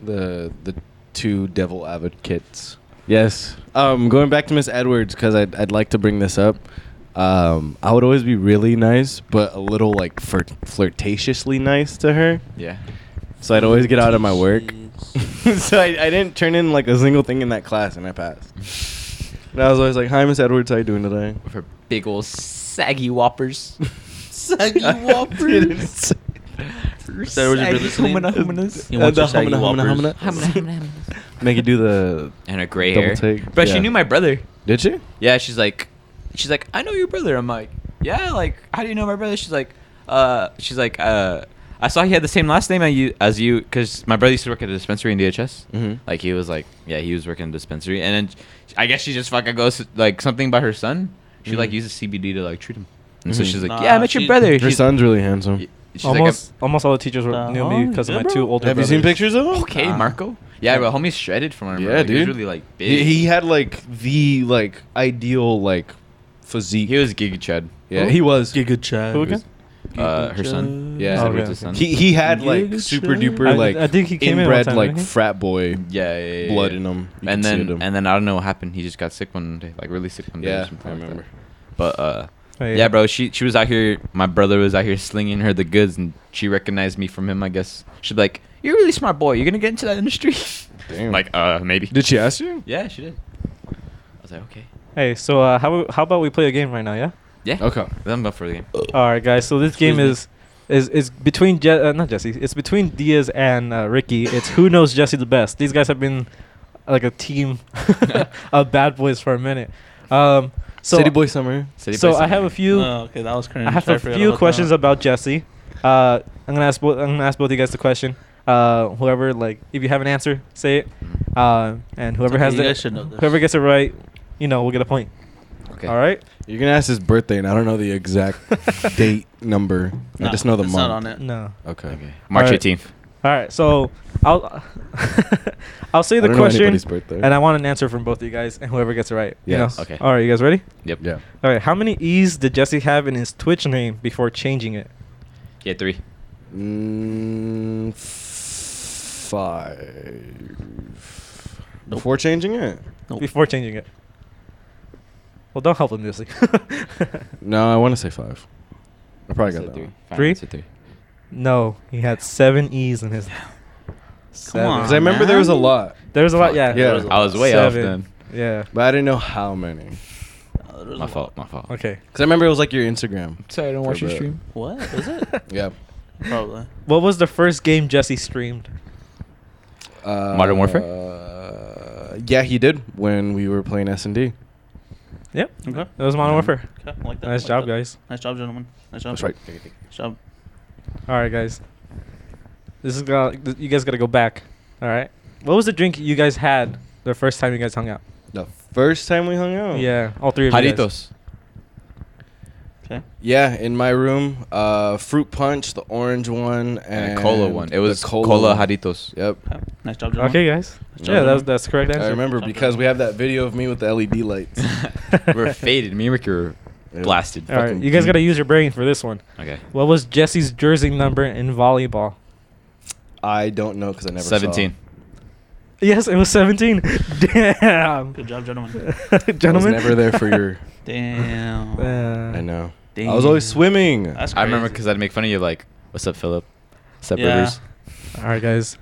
Speaker 1: the the two devil advocates. Yes. Um, going back to Miss Edwards because I'd I'd like to bring this up. Um, I would always be really nice, but a little like flirt- flirtatiously nice to her.
Speaker 4: Yeah.
Speaker 1: So I'd always get out of my work.
Speaker 2: Jeez.
Speaker 1: so I, I didn't turn in like a single thing in that class, and I passed. And I was always like, "Hi, Miss Edwards, how you doing today?"
Speaker 4: With her big old saggy whoppers.
Speaker 2: Saggy Whopper.
Speaker 1: Dude, it's-
Speaker 2: Is that what you're listening? You want
Speaker 1: Uh,
Speaker 2: your
Speaker 1: the
Speaker 2: saggy
Speaker 1: humana, humana,
Speaker 2: whoppers?
Speaker 1: humana. Make you do the.
Speaker 4: and her gray
Speaker 1: Double
Speaker 4: hair.
Speaker 1: take,
Speaker 4: But
Speaker 1: yeah.
Speaker 4: she knew my brother.
Speaker 1: Did she?
Speaker 4: Yeah, she's like, she's like, I know your brother. I'm like, yeah, like, how do you know my brother? She's like, uh, she's like, uh, I saw he had the same last name as you, as you, because my brother used to work at a dispensary in DHS.
Speaker 1: Mhm.
Speaker 4: Like he was like, yeah, he was working in a dispensary, and then sh- I guess she just fucking goes like something about her son. She like
Speaker 1: Mhm.
Speaker 4: uses CBD to like treat him, and so
Speaker 1: Mhm.
Speaker 4: she's like,
Speaker 2: Nah,
Speaker 4: yeah, I met your
Speaker 2: she-
Speaker 4: brother.
Speaker 1: Her
Speaker 4: She's-
Speaker 1: son's really handsome.
Speaker 4: she's like,
Speaker 3: almost, almost all the teachers were,
Speaker 2: Uh,
Speaker 3: knew me
Speaker 2: oh,
Speaker 3: because of
Speaker 2: yeah,
Speaker 3: my
Speaker 2: bro.
Speaker 3: two older
Speaker 1: Have you
Speaker 3: brothers.
Speaker 1: seen pictures of him?
Speaker 4: okay,
Speaker 2: Ah.
Speaker 4: Marco. Yeah, but homie's shredded from him.
Speaker 1: Yeah,
Speaker 4: bro. like, He was
Speaker 1: dude.
Speaker 4: really like big.
Speaker 1: He, he had like the like ideal like physique.
Speaker 4: He was Giga Chad.
Speaker 1: yeah, he was.
Speaker 2: Giga Chad.
Speaker 3: Who again?
Speaker 4: Uh, her son.
Speaker 1: Yeah.
Speaker 4: Said
Speaker 1: Oh,
Speaker 4: with
Speaker 3: okay,
Speaker 4: his son.
Speaker 1: He he had
Speaker 2: Giga
Speaker 1: like super
Speaker 2: Chad.
Speaker 1: duper
Speaker 3: I-
Speaker 1: like
Speaker 3: I think he came in one
Speaker 1: inbred
Speaker 3: time,
Speaker 1: like
Speaker 3: didn't he?
Speaker 1: frat boy
Speaker 4: yeah, yeah, yeah, yeah,
Speaker 1: blood
Speaker 4: yeah.
Speaker 1: in him. You
Speaker 4: and
Speaker 1: could see
Speaker 4: then
Speaker 1: it in him.
Speaker 4: and then I don't know what happened. He just got sick one day, like really sick one day. or
Speaker 1: yeah, I
Speaker 4: something like that.
Speaker 1: remember.
Speaker 4: But uh,
Speaker 3: Hey.
Speaker 4: yeah, bro, she she was out here. My brother was out here slinging her the goods, and she recognized me from him. I guess she'd be like, "You're a really smart boy. You're gonna get into that industry."
Speaker 1: Damn.
Speaker 4: like, uh, maybe.
Speaker 1: did she ask you?
Speaker 4: yeah, she did. I was like, okay,
Speaker 3: Hey, so uh, how how about we play a game right now? Yeah.
Speaker 4: yeah,
Speaker 1: Okay.
Speaker 4: I'm up for the game.
Speaker 3: All right, guys. So this game
Speaker 2: Excuse
Speaker 3: is is is between Je- uh, not Jesse. It's between Diaz and uh, Ricky. It's who knows Jesse the best. These guys have been uh, like a team of bad boys for a minute. Um, so
Speaker 1: City boy summer.
Speaker 4: City
Speaker 3: so
Speaker 4: Boys
Speaker 3: I have a
Speaker 4: Summer.
Speaker 3: few
Speaker 2: Oh, okay, that was cringe.
Speaker 3: I have
Speaker 2: a
Speaker 3: a few questions about Jesse. Uh, I'm gonna ask both. I'm gonna ask both you guys the question. Uh, whoever like if you have an answer, say it.
Speaker 4: Mm.
Speaker 3: Uh, and whoever
Speaker 2: okay,
Speaker 3: has
Speaker 2: you guys should know
Speaker 3: the
Speaker 2: this.
Speaker 3: whoever gets it right, you know, we'll get a point.
Speaker 4: Okay.
Speaker 3: All right.
Speaker 1: You're gonna ask his birthday, and I don't know the exact date number. I
Speaker 2: Nah,
Speaker 1: just know the
Speaker 2: it's
Speaker 1: month.
Speaker 2: not on it.
Speaker 3: No.
Speaker 1: Okay.
Speaker 4: Okay. March
Speaker 3: All right.
Speaker 4: 18th.
Speaker 3: All right. So I'll I'll say
Speaker 1: I
Speaker 3: the
Speaker 1: don't know
Speaker 3: question,
Speaker 1: anybody's birthday.
Speaker 3: and I want an answer from both of you guys, and whoever gets it right. you know?
Speaker 1: Yes.
Speaker 4: Okay.
Speaker 3: All right. You guys ready?
Speaker 4: Yep.
Speaker 1: Yeah.
Speaker 3: All right. How many E's did Jesse have in his Twitch name before changing it?
Speaker 4: Yeah, three.
Speaker 1: Mm, five. Before changing it.
Speaker 2: Nope.
Speaker 3: Before changing it. Well, don't help him, Jesse.
Speaker 1: No, I want to say five. I probably got
Speaker 4: Said
Speaker 1: that
Speaker 4: three.
Speaker 1: one.
Speaker 4: Fine,
Speaker 3: Three?
Speaker 4: I said three.
Speaker 3: No, he had seven E's in his. Seven.
Speaker 2: on.
Speaker 1: Because I remember there was a
Speaker 2: man.
Speaker 1: lot,
Speaker 3: There was a lot.
Speaker 4: Fuck,
Speaker 3: Yeah.
Speaker 1: Yeah.
Speaker 3: there a
Speaker 1: I
Speaker 3: lot.
Speaker 4: was way off
Speaker 3: Seven. Yeah.
Speaker 1: but I didn't know how many. Because
Speaker 2: Uh, there was
Speaker 4: My
Speaker 2: a-
Speaker 4: fault. My fault.
Speaker 3: Okay.
Speaker 1: I remember it was like your Instagram.
Speaker 4: Sorry, I don't
Speaker 1: For watch your the- stream.
Speaker 2: What Oh, is it?
Speaker 1: Yeah.
Speaker 2: Probably.
Speaker 3: What was the first game Jesse streamed?
Speaker 1: Uh,
Speaker 4: Modern Warfare?
Speaker 1: Uh, yeah, he did when we were playing S and D.
Speaker 3: Yep.
Speaker 2: Okay.
Speaker 3: That was Modern Warfare.
Speaker 2: Okay, I like that.
Speaker 3: Nice
Speaker 2: I like
Speaker 3: job,
Speaker 2: that.
Speaker 3: guys.
Speaker 2: Nice job, gentlemen. Nice job.
Speaker 1: That's right.
Speaker 2: Nice job.
Speaker 3: All right, guys. This is gonna. th- You guys gotta go back. All right. What was the drink you guys had the first time you guys hung out?
Speaker 1: The first time we hung out.
Speaker 3: Yeah, all three of you. guys.
Speaker 4: Jaritos.
Speaker 2: Okay.
Speaker 1: Yeah, in my room, uh, fruit punch, the orange one, and,
Speaker 4: And a cola one. It
Speaker 1: the
Speaker 4: was
Speaker 1: one.
Speaker 4: cola, Jaritos.
Speaker 1: Yep.
Speaker 2: okay. Nice job, gentlemen.
Speaker 3: Okay, guys.
Speaker 2: Nice job,
Speaker 3: Yeah, that's
Speaker 2: gentlemen.
Speaker 3: that's the correct answer.
Speaker 1: I remember because we have that video of me with the LED lights.
Speaker 4: we're faded. Me and Ricky were
Speaker 1: Yeah.
Speaker 4: blasted.
Speaker 3: All right,
Speaker 1: fucking
Speaker 3: you guys
Speaker 1: deep.
Speaker 3: gotta use your brain for this one.
Speaker 4: Okay.
Speaker 3: What was Jesse's jersey number in volleyball?
Speaker 1: I don't know because I never saw.
Speaker 4: 17.
Speaker 3: Yes, it was 17. Damn.
Speaker 2: Good job, gentlemen.
Speaker 1: I was
Speaker 3: Gentlemen.
Speaker 1: never there for your.
Speaker 2: Damn.
Speaker 3: Uh,
Speaker 1: I know. I was always
Speaker 2: Damn.
Speaker 1: swimming.
Speaker 2: That's
Speaker 4: I remember
Speaker 2: crazy.
Speaker 4: because I'd make fun of you, like, what's up, Philip? What's up,
Speaker 2: Yeah.
Speaker 4: Rivers?
Speaker 3: Uh, All right, guys.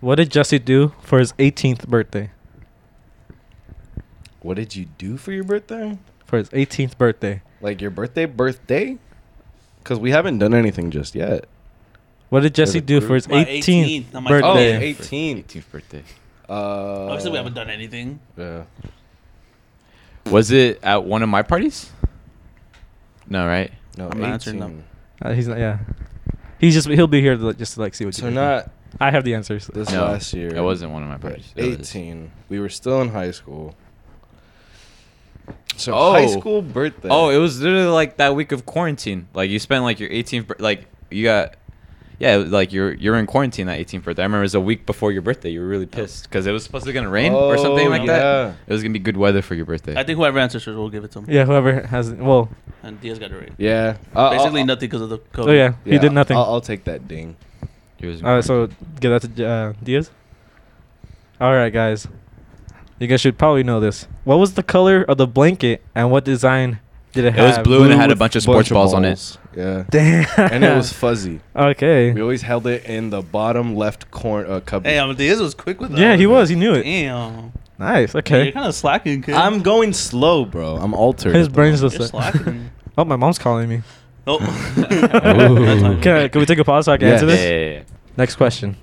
Speaker 3: What did Jesse do for his 18th birthday?
Speaker 1: What did you do for your birthday?
Speaker 3: For his 18th birthday.
Speaker 1: Like your birthday, birthday? Because we haven't done anything just yet.
Speaker 3: What did
Speaker 1: There's
Speaker 3: Jesse
Speaker 1: a
Speaker 3: do for
Speaker 1: group.
Speaker 3: his
Speaker 2: My
Speaker 3: 18th,
Speaker 2: 18th, not my
Speaker 1: Oh,
Speaker 3: birthday?
Speaker 2: 18th.
Speaker 1: 18.
Speaker 4: 18th birthday.
Speaker 1: Uh,
Speaker 2: Obviously, we haven't done anything.
Speaker 1: Yeah.
Speaker 4: Was it at one of my parties? No, right?
Speaker 1: No,
Speaker 2: I'm
Speaker 1: 18.
Speaker 2: not answering them.
Speaker 3: Uh, he's not. Yeah, he's just. He'll be here to, like, just to like see what.
Speaker 1: So
Speaker 3: you guys do.
Speaker 1: not
Speaker 3: I have the answers.
Speaker 1: this
Speaker 4: No,
Speaker 1: last year.
Speaker 4: It wasn't one of my
Speaker 1: But
Speaker 4: parties. It was-
Speaker 1: 18. We were still in high school. So
Speaker 4: Oh.
Speaker 1: high school birthday.
Speaker 4: Oh, it was literally like that week of quarantine. Like you spent like your 18th, bir- like you got, yeah, it was, like you're you're in quarantine that 18th birthday. I remember it was a week before your birthday. You were really pissed because it was supposed to be gonna rain or something
Speaker 1: Oh,
Speaker 4: like
Speaker 1: yeah.
Speaker 4: that. It was gonna be good weather for your birthday.
Speaker 2: I think whoever answers first, we'll give it to him.
Speaker 3: Yeah, whoever has. Well,
Speaker 2: And Diaz got it right.
Speaker 1: yeah. Uh,
Speaker 2: Basically
Speaker 1: I'll-
Speaker 2: nothing because of the COVID.
Speaker 3: oh yeah, he
Speaker 1: yeah,
Speaker 3: did nothing.
Speaker 1: I'll, I'll take that ding.
Speaker 4: It was in
Speaker 3: All right, so
Speaker 4: quarantine.
Speaker 3: get that to J- uh, Diaz. All right, guys. You guys should probably know this. What was the color of the blanket and what design did it
Speaker 4: It was
Speaker 3: have?
Speaker 4: blue and it had a
Speaker 1: with
Speaker 4: bunch of sports balls on it.
Speaker 1: Yeah.
Speaker 3: Damn.
Speaker 1: and it was fuzzy.
Speaker 3: okay.
Speaker 1: We always held it in the bottom left corner uh, cubby.
Speaker 2: Hey, um, Diaz was quick with that.
Speaker 3: Yeah, he was. He knew it.
Speaker 2: Damn.
Speaker 3: Nice.
Speaker 2: Okay.
Speaker 3: Okay.
Speaker 2: You're kind of slacking, kid.
Speaker 1: I'm going slow, bro. I'm altered.
Speaker 3: His
Speaker 1: at the
Speaker 3: brain's
Speaker 1: moment.
Speaker 3: just
Speaker 2: You're
Speaker 3: like.
Speaker 2: slacking.
Speaker 3: oh, my mom's calling me.
Speaker 2: Nope.
Speaker 1: Ooh.
Speaker 2: That's fine.
Speaker 3: Can, I- can we take a pause so I can
Speaker 1: Yes.
Speaker 3: answer
Speaker 4: Yeah,
Speaker 3: this?
Speaker 4: yeah, yeah,
Speaker 3: Next question.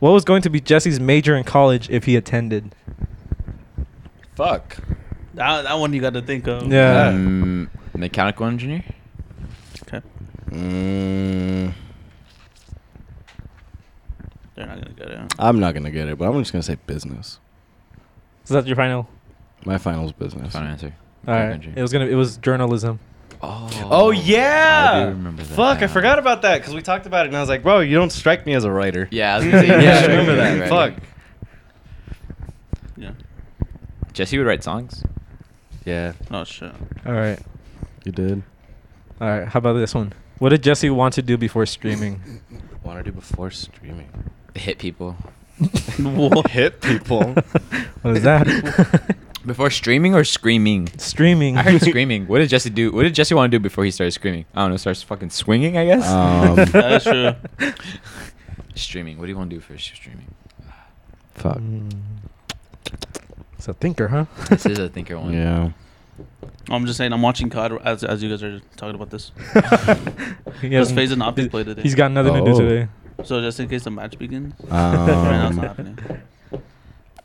Speaker 3: What was going to be Jesse's major in college if he attended?
Speaker 4: yeah. Fuck.
Speaker 2: That, that one you got to think of.
Speaker 3: Yeah.
Speaker 4: Um, mechanical engineer.
Speaker 2: Okay.
Speaker 1: Mm,
Speaker 2: They're not gonna get it.
Speaker 1: I'm not gonna get it, but I'm just gonna say business.
Speaker 3: Is that your final?
Speaker 1: My final's business.
Speaker 4: Final answer.
Speaker 3: All
Speaker 4: Mechanical
Speaker 3: right.
Speaker 4: engineer.
Speaker 3: It was gonna. It was journalism.
Speaker 4: Oh,
Speaker 1: Oh yeah!
Speaker 4: I do remember that
Speaker 1: Fuck, I
Speaker 4: now.
Speaker 1: forgot about that because we talked about it, and I was like, bro, you don't strike me as a writer.
Speaker 4: Yeah, I was gonna say,
Speaker 1: yeah, I
Speaker 4: you
Speaker 1: remember
Speaker 4: should
Speaker 1: that.
Speaker 4: be
Speaker 1: Fuck.
Speaker 4: writing.
Speaker 2: Yeah.
Speaker 4: Jesse would write songs.
Speaker 1: Yeah,
Speaker 2: Oh shit.
Speaker 3: All right.
Speaker 1: you did.
Speaker 3: All right. How about this one? What did Jesse want to do before streaming?
Speaker 1: Want to do before streaming?
Speaker 4: Hit people.
Speaker 1: Hit people.
Speaker 3: what is that?
Speaker 4: Before streaming or screaming?
Speaker 3: streaming.
Speaker 4: I heard screaming. What did Jesse do? What did Jesse want to do before he started screaming? I don't know. Starts fucking swinging, I guess.
Speaker 1: Um,
Speaker 2: That's true.
Speaker 4: streaming. What do you want to do for s- streaming?
Speaker 1: Fuck.
Speaker 3: Mm. It's a thinker, huh?
Speaker 4: This is a thinker one.
Speaker 1: Yeah.
Speaker 2: I'm just saying. I'm watching COD as as you guys are talking about this.
Speaker 3: he
Speaker 2: Because
Speaker 3: hasn't-
Speaker 2: Phase and Optic play today.
Speaker 3: He's got nothing to do
Speaker 1: Oh.
Speaker 3: today.
Speaker 2: So just in case the match begins. right now it's not
Speaker 1: Um,
Speaker 2: happening.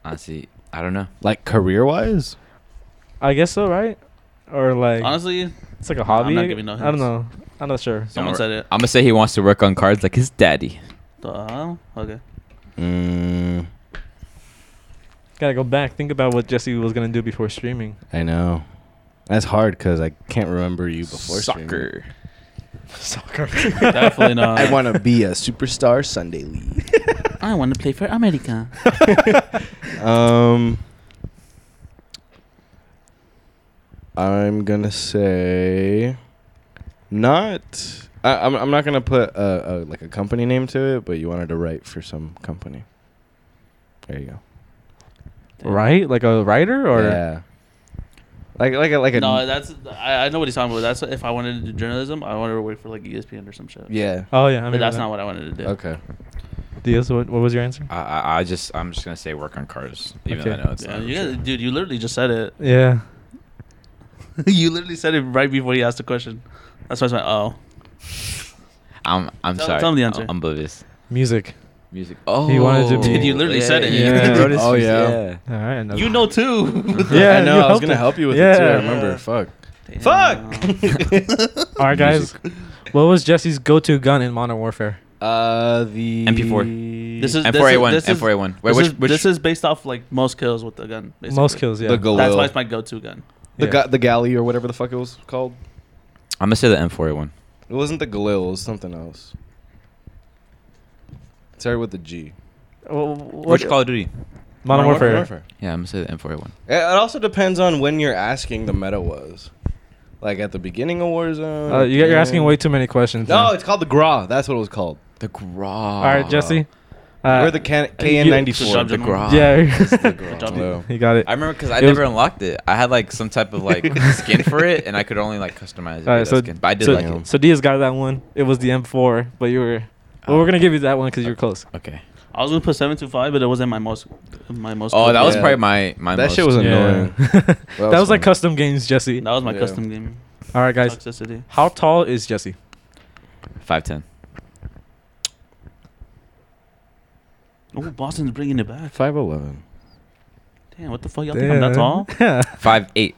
Speaker 4: Honestly, I don't know.
Speaker 1: like career wise,
Speaker 3: I guess so, right? Or like
Speaker 2: Honestly,
Speaker 3: it's like a hobby.
Speaker 2: not giving no
Speaker 3: I don't
Speaker 2: hints.
Speaker 3: know. I'm not sure.
Speaker 2: someone said it.
Speaker 4: I'm gonna say he wants to work on cards like his daddy.
Speaker 2: The hell? Okay.
Speaker 1: mm,
Speaker 3: Gotta go back. Think about what Jesse was gonna do before streaming.
Speaker 1: I know. That's hard because I can't remember you before streaming.
Speaker 4: soccer.
Speaker 3: Soccer.
Speaker 2: Definitely not.
Speaker 1: I want to be a superstar Sunday league.
Speaker 2: I want to play for America.
Speaker 1: Um, I'm gonna say not. I, I'm I'm not gonna put a, a like a company name to it, but you wanted to write for some company. There you go.
Speaker 3: right? Like a writer or
Speaker 1: yeah, like like a, like a
Speaker 2: no, that's I, I know what he's talking about. That's if I wanted to do journalism, I wanted to work for like E ESPN or some shit.
Speaker 1: yeah.
Speaker 3: Oh yeah, I mean
Speaker 2: but that's not what I wanted to do.
Speaker 1: Okay.
Speaker 3: Diaz, what, what was your answer?
Speaker 1: Uh,
Speaker 4: I, I, I just I'm just gonna say work on cars, even though
Speaker 3: Okay.
Speaker 4: I know it's
Speaker 2: Yeah,
Speaker 4: not.
Speaker 2: you guys,
Speaker 4: true.
Speaker 2: dude, you literally just said it.
Speaker 3: Yeah.
Speaker 2: you literally said it right before he asked the question. That's why I was like, oh.
Speaker 4: I'm I'm
Speaker 2: Tell-
Speaker 4: sorry.
Speaker 2: tell him the
Speaker 4: I'm-
Speaker 2: answer.
Speaker 4: I'm oblivious.
Speaker 3: Music.
Speaker 4: Music. Oh,
Speaker 3: wanted to be- Dude,
Speaker 2: you literally said it.
Speaker 3: Yeah.
Speaker 4: wrote his
Speaker 1: Oh,
Speaker 4: music.
Speaker 1: yeah.
Speaker 3: All right. another-
Speaker 2: You know too.
Speaker 3: Yeah,
Speaker 1: I know. I
Speaker 3: you
Speaker 1: was
Speaker 3: helped
Speaker 1: gonna
Speaker 3: him.
Speaker 1: help you with it too. I
Speaker 3: Yeah.
Speaker 1: remember. Fuck.
Speaker 2: Damn.
Speaker 3: All right, guys. What was Jesse's go-to gun in Modern Warfare?
Speaker 1: Uh, the
Speaker 4: MP4.
Speaker 2: This is
Speaker 4: M4A1.
Speaker 2: This is,
Speaker 4: M4A1. Wait,
Speaker 2: this
Speaker 4: which
Speaker 2: is-
Speaker 4: which
Speaker 2: this is based off like most kills with the gun. Basically.
Speaker 3: Most kills, yeah.
Speaker 1: the Galil,
Speaker 2: That's why it's my go-to gun.
Speaker 1: the
Speaker 3: Yeah.
Speaker 1: ga- the galley or whatever the fuck it was called.
Speaker 4: I'm gonna say the M4A1.
Speaker 1: It wasn't the Galil. It was something else. It started with the G.
Speaker 4: Which Call of Duty?
Speaker 3: Oh, Modern Warfare.
Speaker 4: Yeah, I'm gonna say the M4A1.
Speaker 1: It it also depends on when you're asking the meta was. Like at the beginning of Warzone.
Speaker 3: Uh,
Speaker 1: at
Speaker 3: you,
Speaker 1: the
Speaker 3: you're asking
Speaker 1: end.
Speaker 3: way too many questions.
Speaker 1: No,
Speaker 3: now.
Speaker 1: it's called the Gra. That's what it was called.
Speaker 4: The Gra.
Speaker 3: All right, Jesse. Uh,
Speaker 1: Or the K-
Speaker 2: Just shove
Speaker 1: KN94.
Speaker 2: them
Speaker 4: Gra.
Speaker 2: on.
Speaker 3: Yeah.
Speaker 2: Good job,
Speaker 1: Wow.
Speaker 2: dude.
Speaker 3: you got it.
Speaker 4: I remember because I
Speaker 3: It was-
Speaker 4: never unlocked it. I had like some type of like skin for it, and I could only like customize it. with
Speaker 3: All right,
Speaker 4: that
Speaker 3: so,
Speaker 4: skin. But I did
Speaker 3: so,
Speaker 4: like
Speaker 1: yeah.
Speaker 4: it.
Speaker 3: so Diaz got that one. It was the M4, but you were. Well, we're gonna give you that one because you were close.
Speaker 4: Okay.
Speaker 2: I was gonna put seven two five, but it wasn't my most. My most.
Speaker 4: Oh, that
Speaker 2: go-to.
Speaker 4: was
Speaker 1: Yeah.
Speaker 4: probably my my.
Speaker 1: That
Speaker 4: most-
Speaker 1: shit was annoying.
Speaker 3: that
Speaker 1: was
Speaker 3: was, like
Speaker 1: fun.
Speaker 3: custom games, Jesse.
Speaker 2: That was my
Speaker 1: Yeah.
Speaker 2: custom game.
Speaker 3: All right, guys.
Speaker 2: Toxicity.
Speaker 3: How tall is Jesse?
Speaker 4: five ten.
Speaker 2: Oh, Boston's bringing it back.
Speaker 1: 511.
Speaker 2: Damn, what the fuck? Y'all think I'm that tall?
Speaker 3: Yeah.
Speaker 4: Five eight.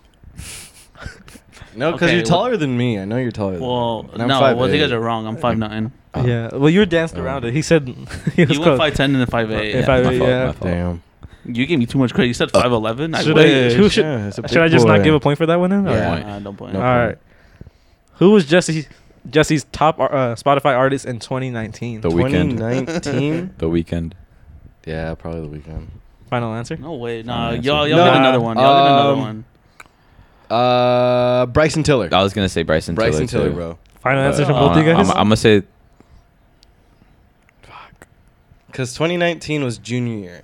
Speaker 1: No, because
Speaker 2: Okay,
Speaker 1: you're
Speaker 2: well-
Speaker 1: taller than me. I know you're taller than
Speaker 2: Well,
Speaker 1: me. And I'm
Speaker 2: no, well, you
Speaker 1: 5'8".
Speaker 2: guys are wrong. I'm five nine.
Speaker 1: Oh.
Speaker 3: Yeah. Well, you were dancing
Speaker 1: Oh.
Speaker 3: around it. He said he was
Speaker 2: You went
Speaker 3: close.
Speaker 2: five ten and then five eight.
Speaker 3: Yeah, If I-
Speaker 4: my fault, Oh.
Speaker 3: yeah.
Speaker 4: my fault.
Speaker 1: Damn.
Speaker 2: You gave me too much credit. You said five eleven.
Speaker 3: Should I- who should-
Speaker 1: Yeah, it's a
Speaker 3: Should I
Speaker 1: big
Speaker 3: just
Speaker 1: boy.
Speaker 3: not give a point for that one? Then? All
Speaker 1: Yeah.
Speaker 3: right.
Speaker 4: point?
Speaker 2: Nah, don't point.
Speaker 1: No
Speaker 3: All right. Who was Jesse Jesse's top ar- uh, Spotify artist in 2019?
Speaker 4: The weekend.
Speaker 1: 2019?
Speaker 4: The weekend.
Speaker 1: yeah, probably the weekend.
Speaker 3: Final answer.
Speaker 2: No way. Nah,
Speaker 4: Final answer.
Speaker 2: y'all, y'all
Speaker 1: No.
Speaker 2: get another one. Y'all get another
Speaker 1: Um,
Speaker 2: one.
Speaker 1: Uh, Bryson Tiller.
Speaker 4: I was gonna say Bryson.
Speaker 1: Bryson
Speaker 4: Tiller,
Speaker 1: Tiller,
Speaker 4: too.
Speaker 1: bro.
Speaker 3: Final
Speaker 4: But
Speaker 3: answer from
Speaker 2: uh,
Speaker 3: both of you
Speaker 4: I'm,
Speaker 3: guys.
Speaker 4: I'm, gonna say
Speaker 1: Because 2019 was junior year.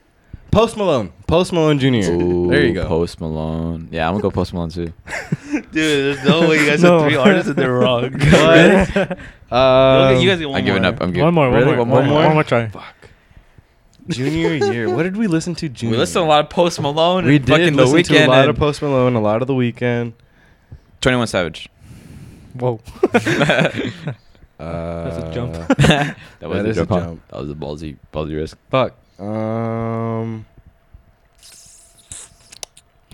Speaker 1: Post Malone. Post Malone junior. year. there you
Speaker 4: Ooh,
Speaker 1: go.
Speaker 4: Post Malone. Yeah, I'm gonna go Post Malone too.
Speaker 2: Dude, there's no way you guys
Speaker 3: No.
Speaker 2: have three artists and they're wrong.
Speaker 1: What? Um,
Speaker 2: you guys get one
Speaker 4: I'm giving
Speaker 2: more.
Speaker 4: up. I'm giving
Speaker 3: one more. One
Speaker 4: Really?
Speaker 3: more.
Speaker 1: more? One more?
Speaker 3: try.
Speaker 1: junior year. What did we listen to junior?
Speaker 4: We listened to a lot of Post Malone.
Speaker 1: We
Speaker 4: and
Speaker 1: did
Speaker 4: fucking
Speaker 1: listen
Speaker 4: the weekend
Speaker 1: to a lot
Speaker 4: and
Speaker 1: of Post Malone, a lot of The Weekend.
Speaker 4: Twenty One Savage.
Speaker 3: Whoa.
Speaker 1: Uh,
Speaker 3: That's a jump.
Speaker 4: that was
Speaker 1: That
Speaker 4: a
Speaker 1: is a
Speaker 4: jump. huh?
Speaker 1: jump.
Speaker 4: That was a ballsy, ballsy risk.
Speaker 1: Fuck. Um.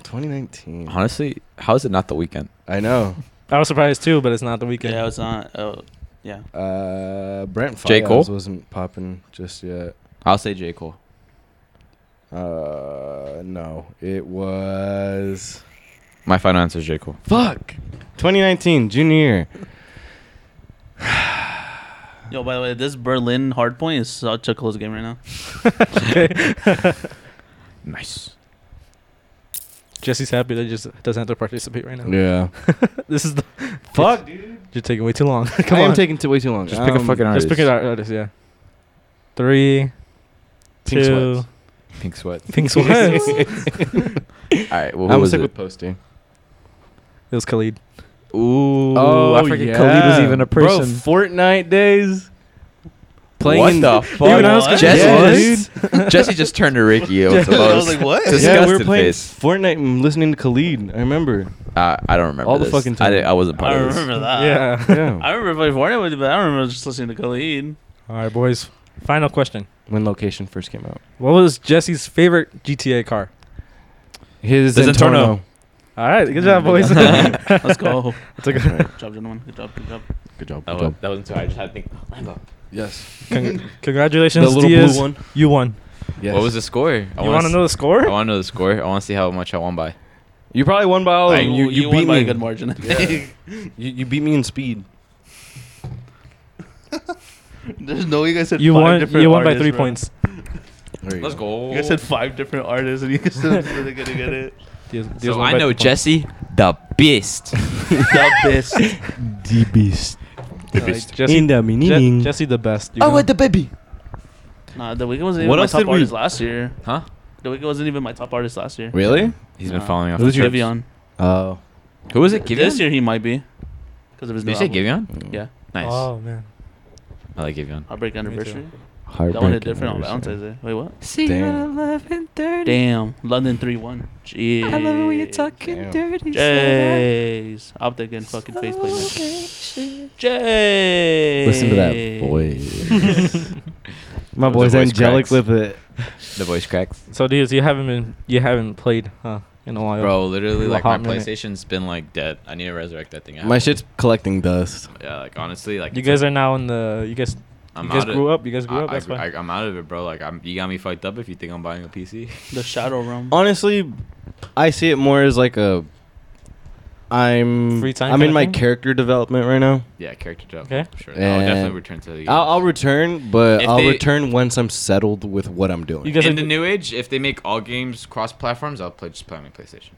Speaker 1: 2019.
Speaker 4: Honestly, how is it not the weekend?
Speaker 1: I know.
Speaker 3: I was surprised too, but it's not the weekend.
Speaker 2: Yeah, it's not. Oh, yeah.
Speaker 1: Uh, Brent
Speaker 4: J. Cole?
Speaker 1: Fayez wasn't popping just yet.
Speaker 4: I'll say J Cole.
Speaker 1: Uh, no, it was
Speaker 4: My final answer is J Cole.
Speaker 1: fuck 2019 junior year.
Speaker 2: Yo, by the way, this Berlin hardpoint is such a close game right now.
Speaker 4: Nice.
Speaker 3: Jesse's happy that he just doesn't have to participate right now.
Speaker 1: Yeah,
Speaker 3: This is the fuck, dude. You're taking way too long. Come
Speaker 1: I
Speaker 3: on,
Speaker 1: am taking too way too long.
Speaker 4: Just pick a
Speaker 1: Um,
Speaker 4: fucking
Speaker 3: let's
Speaker 4: artist.
Speaker 3: pick it out. Artist, yeah. Three,
Speaker 1: Pink
Speaker 3: two,
Speaker 1: Sweats.
Speaker 4: Pink sweat.
Speaker 3: pink sweats. it
Speaker 4: All right. Well,
Speaker 1: I'm
Speaker 4: who
Speaker 1: gonna
Speaker 4: was
Speaker 1: stick
Speaker 4: it?
Speaker 1: with Posty.
Speaker 3: was Khalid.
Speaker 4: Ooh, I forget
Speaker 1: Oh, yeah.
Speaker 4: Khalid was even a person.
Speaker 1: Bro, Fortnite days. Playing
Speaker 4: what
Speaker 1: in
Speaker 4: the
Speaker 2: Dude, I
Speaker 4: fuck?
Speaker 2: was confused.
Speaker 4: Jesse,
Speaker 1: Yes,
Speaker 4: dude. Jesse just turned to Ricky. It was the
Speaker 2: I was
Speaker 4: most
Speaker 2: like, what?
Speaker 1: yeah, we were
Speaker 4: disgusted
Speaker 1: playing
Speaker 4: face.
Speaker 1: Fortnite and listening to Khalid. I remember.
Speaker 4: Uh, I don't remember.
Speaker 1: All the
Speaker 4: this.
Speaker 1: fucking
Speaker 4: I,
Speaker 1: time.
Speaker 4: didn't- I wasn't part
Speaker 2: I
Speaker 4: of this.
Speaker 2: remember that.
Speaker 3: yeah.
Speaker 1: Yeah.
Speaker 2: I remember playing Fortnite with you, but I don't remember just listening to Khalid.
Speaker 3: All right, boys. Final question.
Speaker 1: when Location first came out,
Speaker 3: What was Jesse's favorite GTA car?
Speaker 1: his
Speaker 4: His
Speaker 1: Intorno.
Speaker 3: All right, good job, boys.
Speaker 2: Let's go.
Speaker 3: Took a-
Speaker 1: Right.
Speaker 2: Good job, gentlemen. Good job. Good job.
Speaker 1: Good job.
Speaker 4: That,
Speaker 1: Good
Speaker 4: was,
Speaker 1: job.
Speaker 4: that wasn't too. I just had to think. Lambo.
Speaker 1: Yes.
Speaker 3: Con- congratulations, Diaz.
Speaker 1: one.
Speaker 3: You won.
Speaker 1: Yes.
Speaker 4: What was the score? I
Speaker 3: you
Speaker 4: wanna
Speaker 3: want to
Speaker 4: s-
Speaker 3: know the score?
Speaker 4: I want to know the score. I want to see how much I won by.
Speaker 1: You probably won by all.
Speaker 2: Oh,
Speaker 1: of them. you, you, beat
Speaker 2: won by
Speaker 1: me.
Speaker 2: a good margin.
Speaker 1: Yeah. you, you beat me in speed.
Speaker 2: There's no way you guys said
Speaker 3: you
Speaker 2: five
Speaker 3: won.
Speaker 2: different
Speaker 3: You won by
Speaker 2: artists,
Speaker 3: three
Speaker 2: bro.
Speaker 3: points.
Speaker 1: There you
Speaker 4: Let's go.
Speaker 2: You guys said five different artists, and you guys still really gonna get it.
Speaker 3: Diaz, Diaz
Speaker 4: So
Speaker 3: won
Speaker 4: I
Speaker 3: by
Speaker 4: know
Speaker 3: three points.
Speaker 4: Jesse the beast.
Speaker 2: the best.
Speaker 1: The beast.
Speaker 3: All right, Jesse,
Speaker 1: the
Speaker 3: Je- Jesse the best. you know?
Speaker 1: Oh, baby.
Speaker 2: Nah, the weekend wasn't
Speaker 4: What
Speaker 2: even my
Speaker 4: else did
Speaker 2: top
Speaker 4: we-
Speaker 2: artist last year.
Speaker 4: Huh?
Speaker 2: The weekend wasn't even my top artist last year.
Speaker 1: Really?
Speaker 4: He's been
Speaker 2: No.
Speaker 4: following up.
Speaker 1: Who's your-
Speaker 2: Giveon.
Speaker 1: Oh.
Speaker 4: Who was it? Giveon?
Speaker 2: This year he might be because of his
Speaker 4: Did you
Speaker 2: new
Speaker 4: say
Speaker 2: album.
Speaker 4: Giveon?
Speaker 2: Yeah,
Speaker 4: Nice.
Speaker 3: Oh man.
Speaker 4: I like Giveon.
Speaker 2: Heartbreak Anniversary.
Speaker 1: Heartbreak.
Speaker 2: That one hit different on Valentine's Day. Wait, what?
Speaker 5: See you at
Speaker 1: Damn.
Speaker 5: 11:30.
Speaker 2: Damn, London three one. Jeez.
Speaker 5: I love it when you're talking
Speaker 1: Damn.
Speaker 5: dirty. shit.
Speaker 2: Jays. Up there getting fucking face
Speaker 5: Okay,
Speaker 2: playing.
Speaker 5: shit.
Speaker 2: Jays.
Speaker 1: Listen to that voice. My boy's
Speaker 4: voice
Speaker 1: angelic
Speaker 4: cracks.
Speaker 1: with it.
Speaker 4: The voice cracks.
Speaker 3: So Diaz, you haven't been. You haven't played huh, in a while.
Speaker 4: Bro, literally,
Speaker 3: A
Speaker 4: like my
Speaker 3: hot minute.
Speaker 4: PlayStation's been like dead. I need to resurrect that thing. I
Speaker 1: My
Speaker 4: have-
Speaker 1: shit's collecting dust.
Speaker 4: Yeah, like honestly, like
Speaker 3: You
Speaker 4: it's
Speaker 3: guys
Speaker 4: like-
Speaker 3: are now in the. You guys.
Speaker 4: I'm
Speaker 3: you guys
Speaker 4: outta-
Speaker 3: grew up. You guys grew
Speaker 4: I,
Speaker 3: up.
Speaker 4: I,
Speaker 3: That's
Speaker 4: gr-
Speaker 3: fine.
Speaker 4: I, I'm out of it, bro. Like I'm, you got me fucked up if you think I'm buying a PC.
Speaker 2: The Shadow Realm.
Speaker 1: Honestly, I see it more as like a. I'm
Speaker 3: Free time
Speaker 1: I'm in
Speaker 3: kinda
Speaker 1: my
Speaker 3: thing?
Speaker 1: character development right now.
Speaker 4: yeah, character job.
Speaker 3: Okay.
Speaker 4: Sure. I'll definitely
Speaker 1: And
Speaker 4: return to the.
Speaker 1: I'll, I'll return, but
Speaker 4: If
Speaker 1: I'll
Speaker 4: they-
Speaker 1: return once I'm settled with what I'm doing.
Speaker 3: You guys
Speaker 4: in
Speaker 3: are-
Speaker 4: the new age, if they make all games cross platforms, I'll play just play on my PlayStation,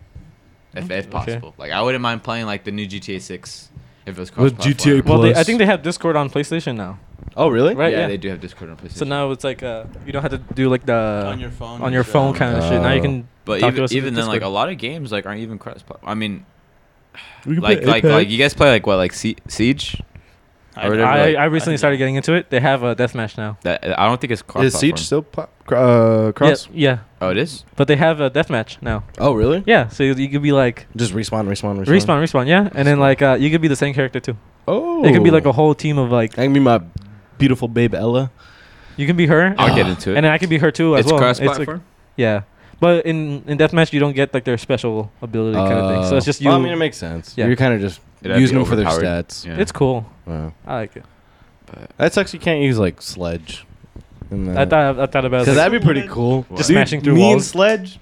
Speaker 4: if, if possible. Like I wouldn't mind playing like the new GTA Six if it was cross
Speaker 1: With
Speaker 4: platform.
Speaker 1: GTA
Speaker 3: well, they, I
Speaker 1: Plus.
Speaker 3: think they have Discord on PlayStation now.
Speaker 1: oh really?
Speaker 3: Right,
Speaker 4: yeah,
Speaker 3: yeah.
Speaker 4: they do have Discord on PlayStation.
Speaker 3: So now it's like uh, you don't have to do like the
Speaker 2: on your phone. uh,
Speaker 3: on your phone kind
Speaker 4: Uh,
Speaker 3: of shit. Now you
Speaker 1: Oh.
Speaker 3: can.
Speaker 4: but
Speaker 3: talk to
Speaker 4: even,
Speaker 3: us
Speaker 4: even then, like a
Speaker 3: Discord.
Speaker 4: lot of games like aren't even cross platform. I mean, like like like you guys play like what like Sie- Siege?
Speaker 2: I,
Speaker 4: or whatever,
Speaker 3: I,
Speaker 4: like-
Speaker 3: I recently
Speaker 2: I-
Speaker 3: started getting into it. They have a deathmatch now.
Speaker 4: That I don't think it's cross.
Speaker 1: Is Siege
Speaker 4: platform.
Speaker 1: still pla- cr- uh, cross?
Speaker 3: Yeah, yeah,
Speaker 4: Oh, it is.
Speaker 3: but they have a deathmatch now.
Speaker 1: Oh really?
Speaker 3: Yeah, so you, you could be like
Speaker 1: Just respawn, respawn, respawn.
Speaker 3: respawn, respawn, yeah, and then like uh, you could be the same character too.
Speaker 1: Oh.
Speaker 3: It could be like a whole team of like
Speaker 1: I can be my beautiful babe Ella.
Speaker 3: you can be her.
Speaker 4: I'll
Speaker 3: and-
Speaker 4: get into it.
Speaker 3: and then I could be her too as
Speaker 4: it's
Speaker 3: well.
Speaker 4: cross
Speaker 3: like-
Speaker 4: platform.
Speaker 3: yeah, but in in deathmatch you don't get like their special ability kind of thing. So it's
Speaker 1: Uh,
Speaker 3: just you.
Speaker 1: well, I mean, it makes sense.
Speaker 3: Yeah.
Speaker 1: You're kind of just
Speaker 4: It'd have to
Speaker 1: using
Speaker 4: be
Speaker 1: them for their
Speaker 4: overpowered.
Speaker 1: stats.
Speaker 4: Yeah.
Speaker 3: It's cool.
Speaker 1: Wow.
Speaker 3: I like it.
Speaker 1: That sucks. You can't use like sledge. in
Speaker 3: I
Speaker 1: that.
Speaker 3: thought I thought about it.
Speaker 1: Because
Speaker 3: I was
Speaker 1: that'd be pretty cool.
Speaker 4: Just
Speaker 3: smashing through
Speaker 1: me
Speaker 3: walls.
Speaker 1: and Sledge.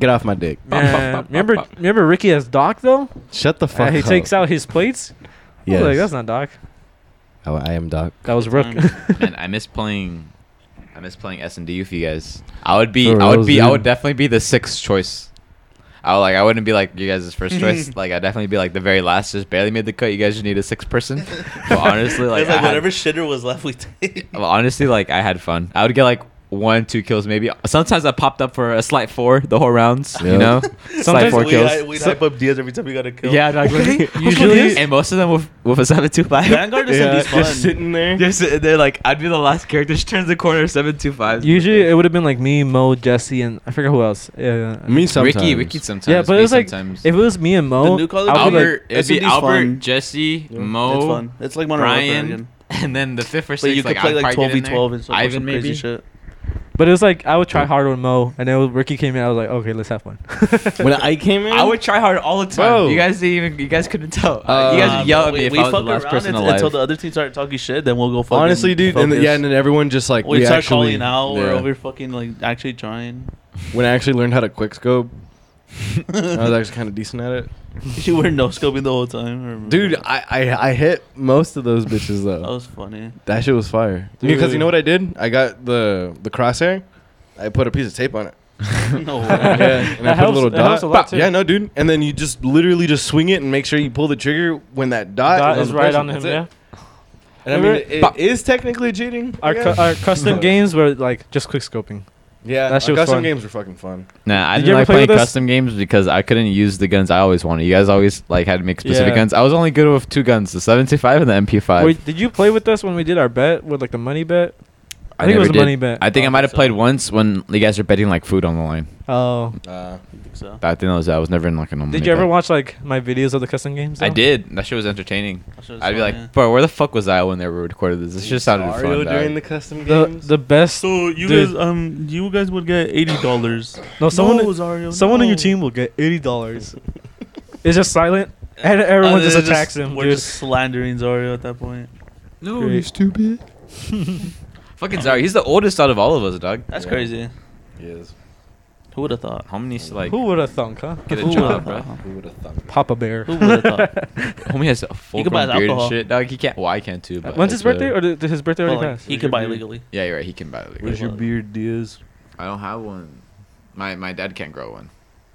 Speaker 1: Get off my dick.
Speaker 3: like, man, remember remember Ricky as Doc though?
Speaker 1: Shut the fuck
Speaker 3: Uh, he
Speaker 1: up.
Speaker 3: takes out his plates. I was
Speaker 1: Yes.
Speaker 3: like, that's not Doc.
Speaker 1: Oh, I am Doc.
Speaker 3: That was Rook.
Speaker 2: Mm.
Speaker 4: Man, I miss playing. I miss playing S and D with you guys. I would be.
Speaker 1: For
Speaker 4: I would
Speaker 1: reals,
Speaker 4: be. I
Speaker 1: dude.
Speaker 4: would definitely be the sixth choice. I would, like. I wouldn't be like you guys' first choice. like I'd definitely be like the very last. Just barely made the cut. You guys just need a sixth person. but honestly, like,
Speaker 2: it's like
Speaker 4: I had-
Speaker 2: whatever shitter was left, we take.
Speaker 4: well, honestly, like I had fun. I would get like one, two kills maybe. Sometimes I popped up for a slight four the whole rounds.
Speaker 1: Yeah.
Speaker 4: You know, slight
Speaker 3: Sometimes
Speaker 4: four
Speaker 2: we,
Speaker 4: kills.
Speaker 2: I, we
Speaker 4: So-
Speaker 2: hype up Diaz every time we got a kill.
Speaker 4: yeah, like,
Speaker 3: Usually-
Speaker 4: and most of them with with a seven two five.
Speaker 2: Vanguard is at least fun.
Speaker 3: just sitting there.
Speaker 4: They're, sitting there like I'd be the last character. She turns the corner seven two five.
Speaker 3: Usually it would have been like me, Mo, Jesse, and I forget who else. Yeah,
Speaker 1: Me sometimes.
Speaker 4: Ricky, Ricky sometimes.
Speaker 3: yeah, but
Speaker 4: me
Speaker 3: it was like
Speaker 4: sometimes.
Speaker 3: if it was me and Mo,
Speaker 2: new Call of
Speaker 3: I would
Speaker 2: Duty-
Speaker 3: like
Speaker 4: Albert, it'd be
Speaker 2: SMD's
Speaker 4: Albert,
Speaker 2: fun.
Speaker 4: Jesse, Mo,
Speaker 2: it's fun. It's like Modern Warfare
Speaker 4: Brian,
Speaker 2: again.
Speaker 4: and then the fifth or sixth.
Speaker 2: But you could play
Speaker 4: I'd
Speaker 2: like
Speaker 4: probably
Speaker 2: twelve
Speaker 4: get
Speaker 2: v
Speaker 4: in there.
Speaker 2: twelve and some, or
Speaker 4: Ivan
Speaker 2: some
Speaker 4: maybe.
Speaker 2: crazy shit.
Speaker 3: But it was like I would try hard with Mo, and then Ricky came in. I was like, okay, let's have fun.
Speaker 1: when I came in,
Speaker 4: I would try hard all the time.
Speaker 1: Bro.
Speaker 4: You guys didn't even. You guys couldn't tell.
Speaker 1: Uh,
Speaker 4: you guys
Speaker 1: Nah,
Speaker 4: would yell at
Speaker 2: but
Speaker 4: me
Speaker 2: Um, we-
Speaker 4: if
Speaker 2: we
Speaker 4: I was the
Speaker 2: fuck
Speaker 4: last
Speaker 2: around
Speaker 4: person
Speaker 2: until-
Speaker 4: alive.
Speaker 2: Until the other team started talking shit, then we'll go fucking
Speaker 1: honestly, dude, and
Speaker 2: focus.
Speaker 1: yeah, and then everyone just like
Speaker 2: we, start
Speaker 1: actually,
Speaker 2: calling out. We're
Speaker 1: yeah.
Speaker 2: over fucking like actually trying.
Speaker 1: When I actually learned how to quick scope, I was actually kind of decent at it.
Speaker 2: you were no scoping the whole time, or-
Speaker 1: Dude, I, I I hit most of those bitches
Speaker 2: that
Speaker 1: though.
Speaker 2: was funny.
Speaker 1: That shit was fire.
Speaker 2: Oh. Dude.
Speaker 1: Because you know what I did? I got the the crosshair. I put a piece of tape on it.
Speaker 2: no
Speaker 1: Yeah,
Speaker 2: way.
Speaker 1: and I
Speaker 3: That
Speaker 1: put a
Speaker 3: helps-
Speaker 1: little
Speaker 3: that helps
Speaker 1: dot.
Speaker 3: a lot,
Speaker 1: Pop.
Speaker 3: too.
Speaker 1: yeah, no, dude. And then you just literally just swing it and make sure you pull the trigger when that dot,
Speaker 3: Dot
Speaker 1: on
Speaker 3: is
Speaker 1: the
Speaker 3: right
Speaker 1: person.
Speaker 3: on him.
Speaker 1: That's it.
Speaker 3: Yeah.
Speaker 1: And I mean,
Speaker 3: Remember-
Speaker 1: it is
Speaker 3: Pop.
Speaker 1: technically cheating. I
Speaker 3: Our,
Speaker 1: guess.
Speaker 3: cu- our custom games were like just quick scoping.
Speaker 1: yeah,
Speaker 3: that shit
Speaker 1: our
Speaker 3: was
Speaker 1: custom
Speaker 3: fun.
Speaker 1: games were fucking fun.
Speaker 4: Nah, I
Speaker 3: Did
Speaker 4: didn't
Speaker 3: you ever
Speaker 4: like
Speaker 3: play
Speaker 4: playing
Speaker 3: with us?
Speaker 4: custom games because I couldn't use the guns I always wanted. You guys always like had to make specific
Speaker 3: Yeah.
Speaker 4: guns. I was only good with two guns, the 75 and the MP5.
Speaker 3: Wait, did you play with us when we did our bet with like the money bet? I
Speaker 4: I
Speaker 3: think it
Speaker 4: never
Speaker 3: was a
Speaker 4: did.
Speaker 3: money bet.
Speaker 4: I think Oh, I might have
Speaker 2: so.
Speaker 4: played once when you guys were betting like food on the line.
Speaker 3: Oh,
Speaker 1: Uh,
Speaker 2: I think so.
Speaker 4: I think that was that. I was never in like a normal.
Speaker 3: did you ever watch like my videos of the custom games?
Speaker 4: Mm, I
Speaker 3: though?
Speaker 4: did. That shit was entertaining.
Speaker 2: I should've
Speaker 4: I'd be
Speaker 2: saw,
Speaker 4: like,
Speaker 2: yeah.
Speaker 4: bro, where the fuck was I when they recorded this? This just sounded
Speaker 1: Mario
Speaker 4: fun.
Speaker 1: doing
Speaker 4: Doing
Speaker 1: the custom
Speaker 3: The
Speaker 1: games.
Speaker 3: the best.
Speaker 2: So you
Speaker 3: Dude.
Speaker 2: guys, um, you guys would get eighty dollars.
Speaker 3: No, someone
Speaker 2: Zario,
Speaker 3: someone on your
Speaker 2: no.
Speaker 3: team will get eighty dollars. it's just silent, and everyone
Speaker 2: Uh,
Speaker 3: just
Speaker 2: it's
Speaker 3: attacks him,
Speaker 2: We're
Speaker 3: dude.
Speaker 2: just slandering Zario at that point.
Speaker 4: no,
Speaker 3: Great.
Speaker 4: stupid. Fucking sorry. He's the oldest out of all of us, dog.
Speaker 2: That's
Speaker 1: Yeah.
Speaker 2: crazy.
Speaker 1: yes.
Speaker 2: Who would have thought?
Speaker 4: Homie needs to like.
Speaker 3: Who would have thunk, huh?
Speaker 4: Get a
Speaker 3: Who
Speaker 2: Who
Speaker 4: job,
Speaker 2: would have
Speaker 3: would've-
Speaker 4: bro.
Speaker 2: thought?
Speaker 1: Who would have thought?
Speaker 3: Papa Bear.
Speaker 2: Who would have thought?
Speaker 4: Homie has a full
Speaker 2: He could buy
Speaker 4: beard
Speaker 2: his
Speaker 4: and
Speaker 2: alcohol.
Speaker 4: shit, dog. He can't. Why can't too? But
Speaker 3: When's his
Speaker 4: it's
Speaker 3: birthday,
Speaker 4: whatever.
Speaker 3: or did, did his birthday
Speaker 2: Well,
Speaker 3: already
Speaker 2: like,
Speaker 3: pass?
Speaker 2: he could buy legally.
Speaker 4: Yeah, you're right. He can buy it.
Speaker 1: Where's your beard, Diaz?
Speaker 4: I don't have one. My my dad can't grow one.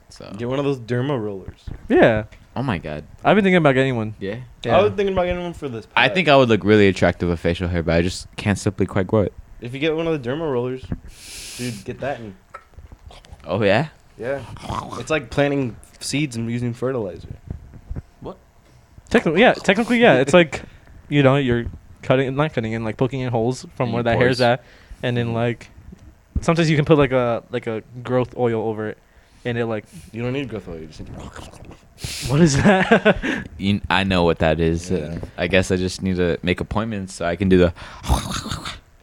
Speaker 4: So.
Speaker 1: Get one of those derma rollers.
Speaker 3: Yeah,
Speaker 4: Oh my god.
Speaker 3: I've been thinking about getting one.
Speaker 4: Yeah.
Speaker 3: Yeah.
Speaker 1: I was thinking about getting one for this.
Speaker 4: I
Speaker 1: pod.
Speaker 4: think I would look really attractive with facial hair, but I just can't simply quite grow it.
Speaker 1: if you get one of the derma rollers, dude, get that and
Speaker 4: Oh yeah.
Speaker 1: yeah, it's like planting seeds and using fertilizer.
Speaker 3: Technically, yeah. Technically, yeah. It's like, you know, you're cutting, not cutting in, like poking in holes from
Speaker 4: And
Speaker 3: where
Speaker 4: you
Speaker 3: that hair's
Speaker 4: pores.
Speaker 3: at, and then like, sometimes you can put like a like a growth oil over it, and it like,
Speaker 1: You don't need growth oil. You just need
Speaker 3: what is that?
Speaker 4: You, I know what that is.
Speaker 1: Yeah.
Speaker 4: I guess I just need to make appointments so I can do the.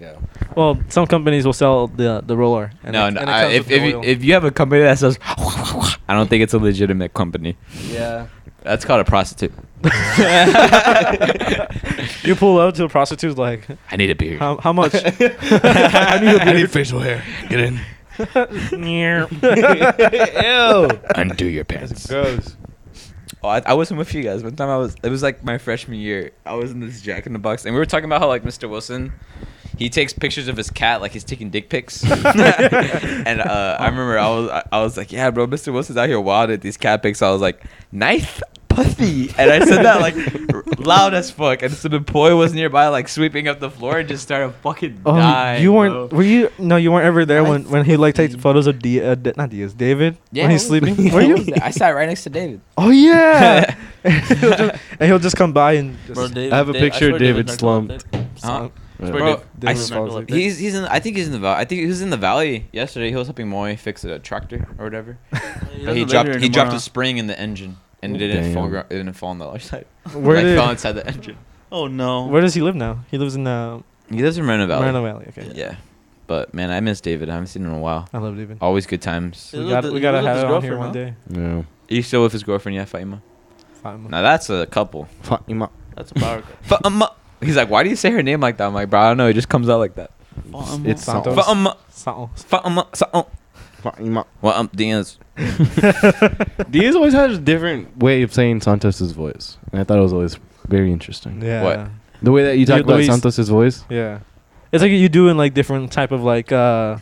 Speaker 1: yeah.
Speaker 3: well, some companies will sell the the roller.
Speaker 4: no,
Speaker 3: it-
Speaker 4: no.
Speaker 3: it
Speaker 4: I,
Speaker 3: comes
Speaker 4: if
Speaker 3: with the
Speaker 4: if you,
Speaker 3: oil.
Speaker 4: if you have a company that says, I don't think it's a legitimate company.
Speaker 1: Yeah.
Speaker 4: That's called a prostitute.
Speaker 3: you pull up to a prostitute, like,
Speaker 4: I need a beard.
Speaker 3: how, how much?
Speaker 1: I
Speaker 3: need a beard.
Speaker 1: facial hair. Get in.
Speaker 4: Undo your
Speaker 1: That's
Speaker 4: pants.
Speaker 1: gross.
Speaker 4: Oh, I, I wasn't with you guys. One time I was, it was like my freshman year. I was in this Jack in the Box, and we were talking about how like Mr. Wilson, he takes pictures of his cat like he's taking dick pics. and uh, I remember I was, I, I was like, yeah, bro, Mr. Wilson's out here wild at these cat pics. I was like, nice pussy, and I said that like r- loud as fuck. And some employee was nearby, like sweeping up the floor, and just started fucking
Speaker 3: Oh,
Speaker 4: dying.
Speaker 3: you
Speaker 4: bro.
Speaker 3: weren't. Were you? No, you weren't ever there
Speaker 4: I
Speaker 3: when, when he like takes photos of D, uh, D- not Diaz, David
Speaker 4: Yeah,
Speaker 3: when
Speaker 4: I
Speaker 3: he's
Speaker 4: was-
Speaker 3: sleeping.
Speaker 4: I
Speaker 3: were
Speaker 4: was
Speaker 3: you?
Speaker 4: there. I sat right next to David.
Speaker 3: Oh yeah. and, he'll just, and he'll just come by and just
Speaker 2: Bro, Dave-
Speaker 1: I have a
Speaker 2: Dave-
Speaker 1: picture
Speaker 2: swear
Speaker 1: of David
Speaker 2: David's
Speaker 1: slumped.
Speaker 2: narcoleptic.
Speaker 4: Huh?
Speaker 2: I swear
Speaker 1: Bro,
Speaker 2: Dave-
Speaker 4: I
Speaker 2: David's
Speaker 3: saw-
Speaker 2: narcoleptic.
Speaker 4: He's he's in. I think he's in the valley. I think he was in the valley yesterday. He was helping Moy fix a tractor or whatever. But he
Speaker 2: doesn't live
Speaker 4: dropped
Speaker 2: here
Speaker 4: he dropped
Speaker 2: anymore.
Speaker 4: a spring in the engine and it
Speaker 1: Oh,
Speaker 4: didn't fall.
Speaker 1: damn.
Speaker 4: gro- It didn't fall on the other side.
Speaker 3: where
Speaker 4: like
Speaker 3: did,
Speaker 4: fell inside the engine.
Speaker 2: Oh no.
Speaker 3: where does he live now? He lives in uh,
Speaker 4: He lives in Moreno Valley.
Speaker 3: Moreno Valley. Okay.
Speaker 4: Yeah, but man, I miss David. I haven't seen him in a while.
Speaker 3: I love David.
Speaker 4: Always good times.
Speaker 2: He
Speaker 3: We
Speaker 2: lives
Speaker 3: got
Speaker 2: with-
Speaker 3: we
Speaker 2: he
Speaker 3: gotta
Speaker 2: lives with
Speaker 3: have
Speaker 2: his
Speaker 3: it on here one
Speaker 2: girlfriend,
Speaker 3: day.
Speaker 1: Yeah.
Speaker 4: He's still with his girlfriend, yeah, Fatima.
Speaker 3: Fine.
Speaker 4: Now that's a couple.
Speaker 1: Fatima.
Speaker 2: That's a power cut.
Speaker 4: Fatima. He's like, why do you say her name like that? I'm like, bro, I don't know. It just comes out like that.
Speaker 2: Fatima.
Speaker 1: It's
Speaker 3: Santos.
Speaker 1: Santos.
Speaker 4: Fatima.
Speaker 3: So-
Speaker 4: Fatima. Something.
Speaker 1: Fatima.
Speaker 4: Well, um, Diaz.
Speaker 1: Diaz always has a different way of saying Santos's voice, and I thought it was always very interesting.
Speaker 3: Yeah.
Speaker 4: What?
Speaker 1: The way that you talk
Speaker 3: Dude, the
Speaker 1: about
Speaker 3: way he's-
Speaker 1: Santos's voice.
Speaker 3: Yeah. It's like you do in like different type of like uh,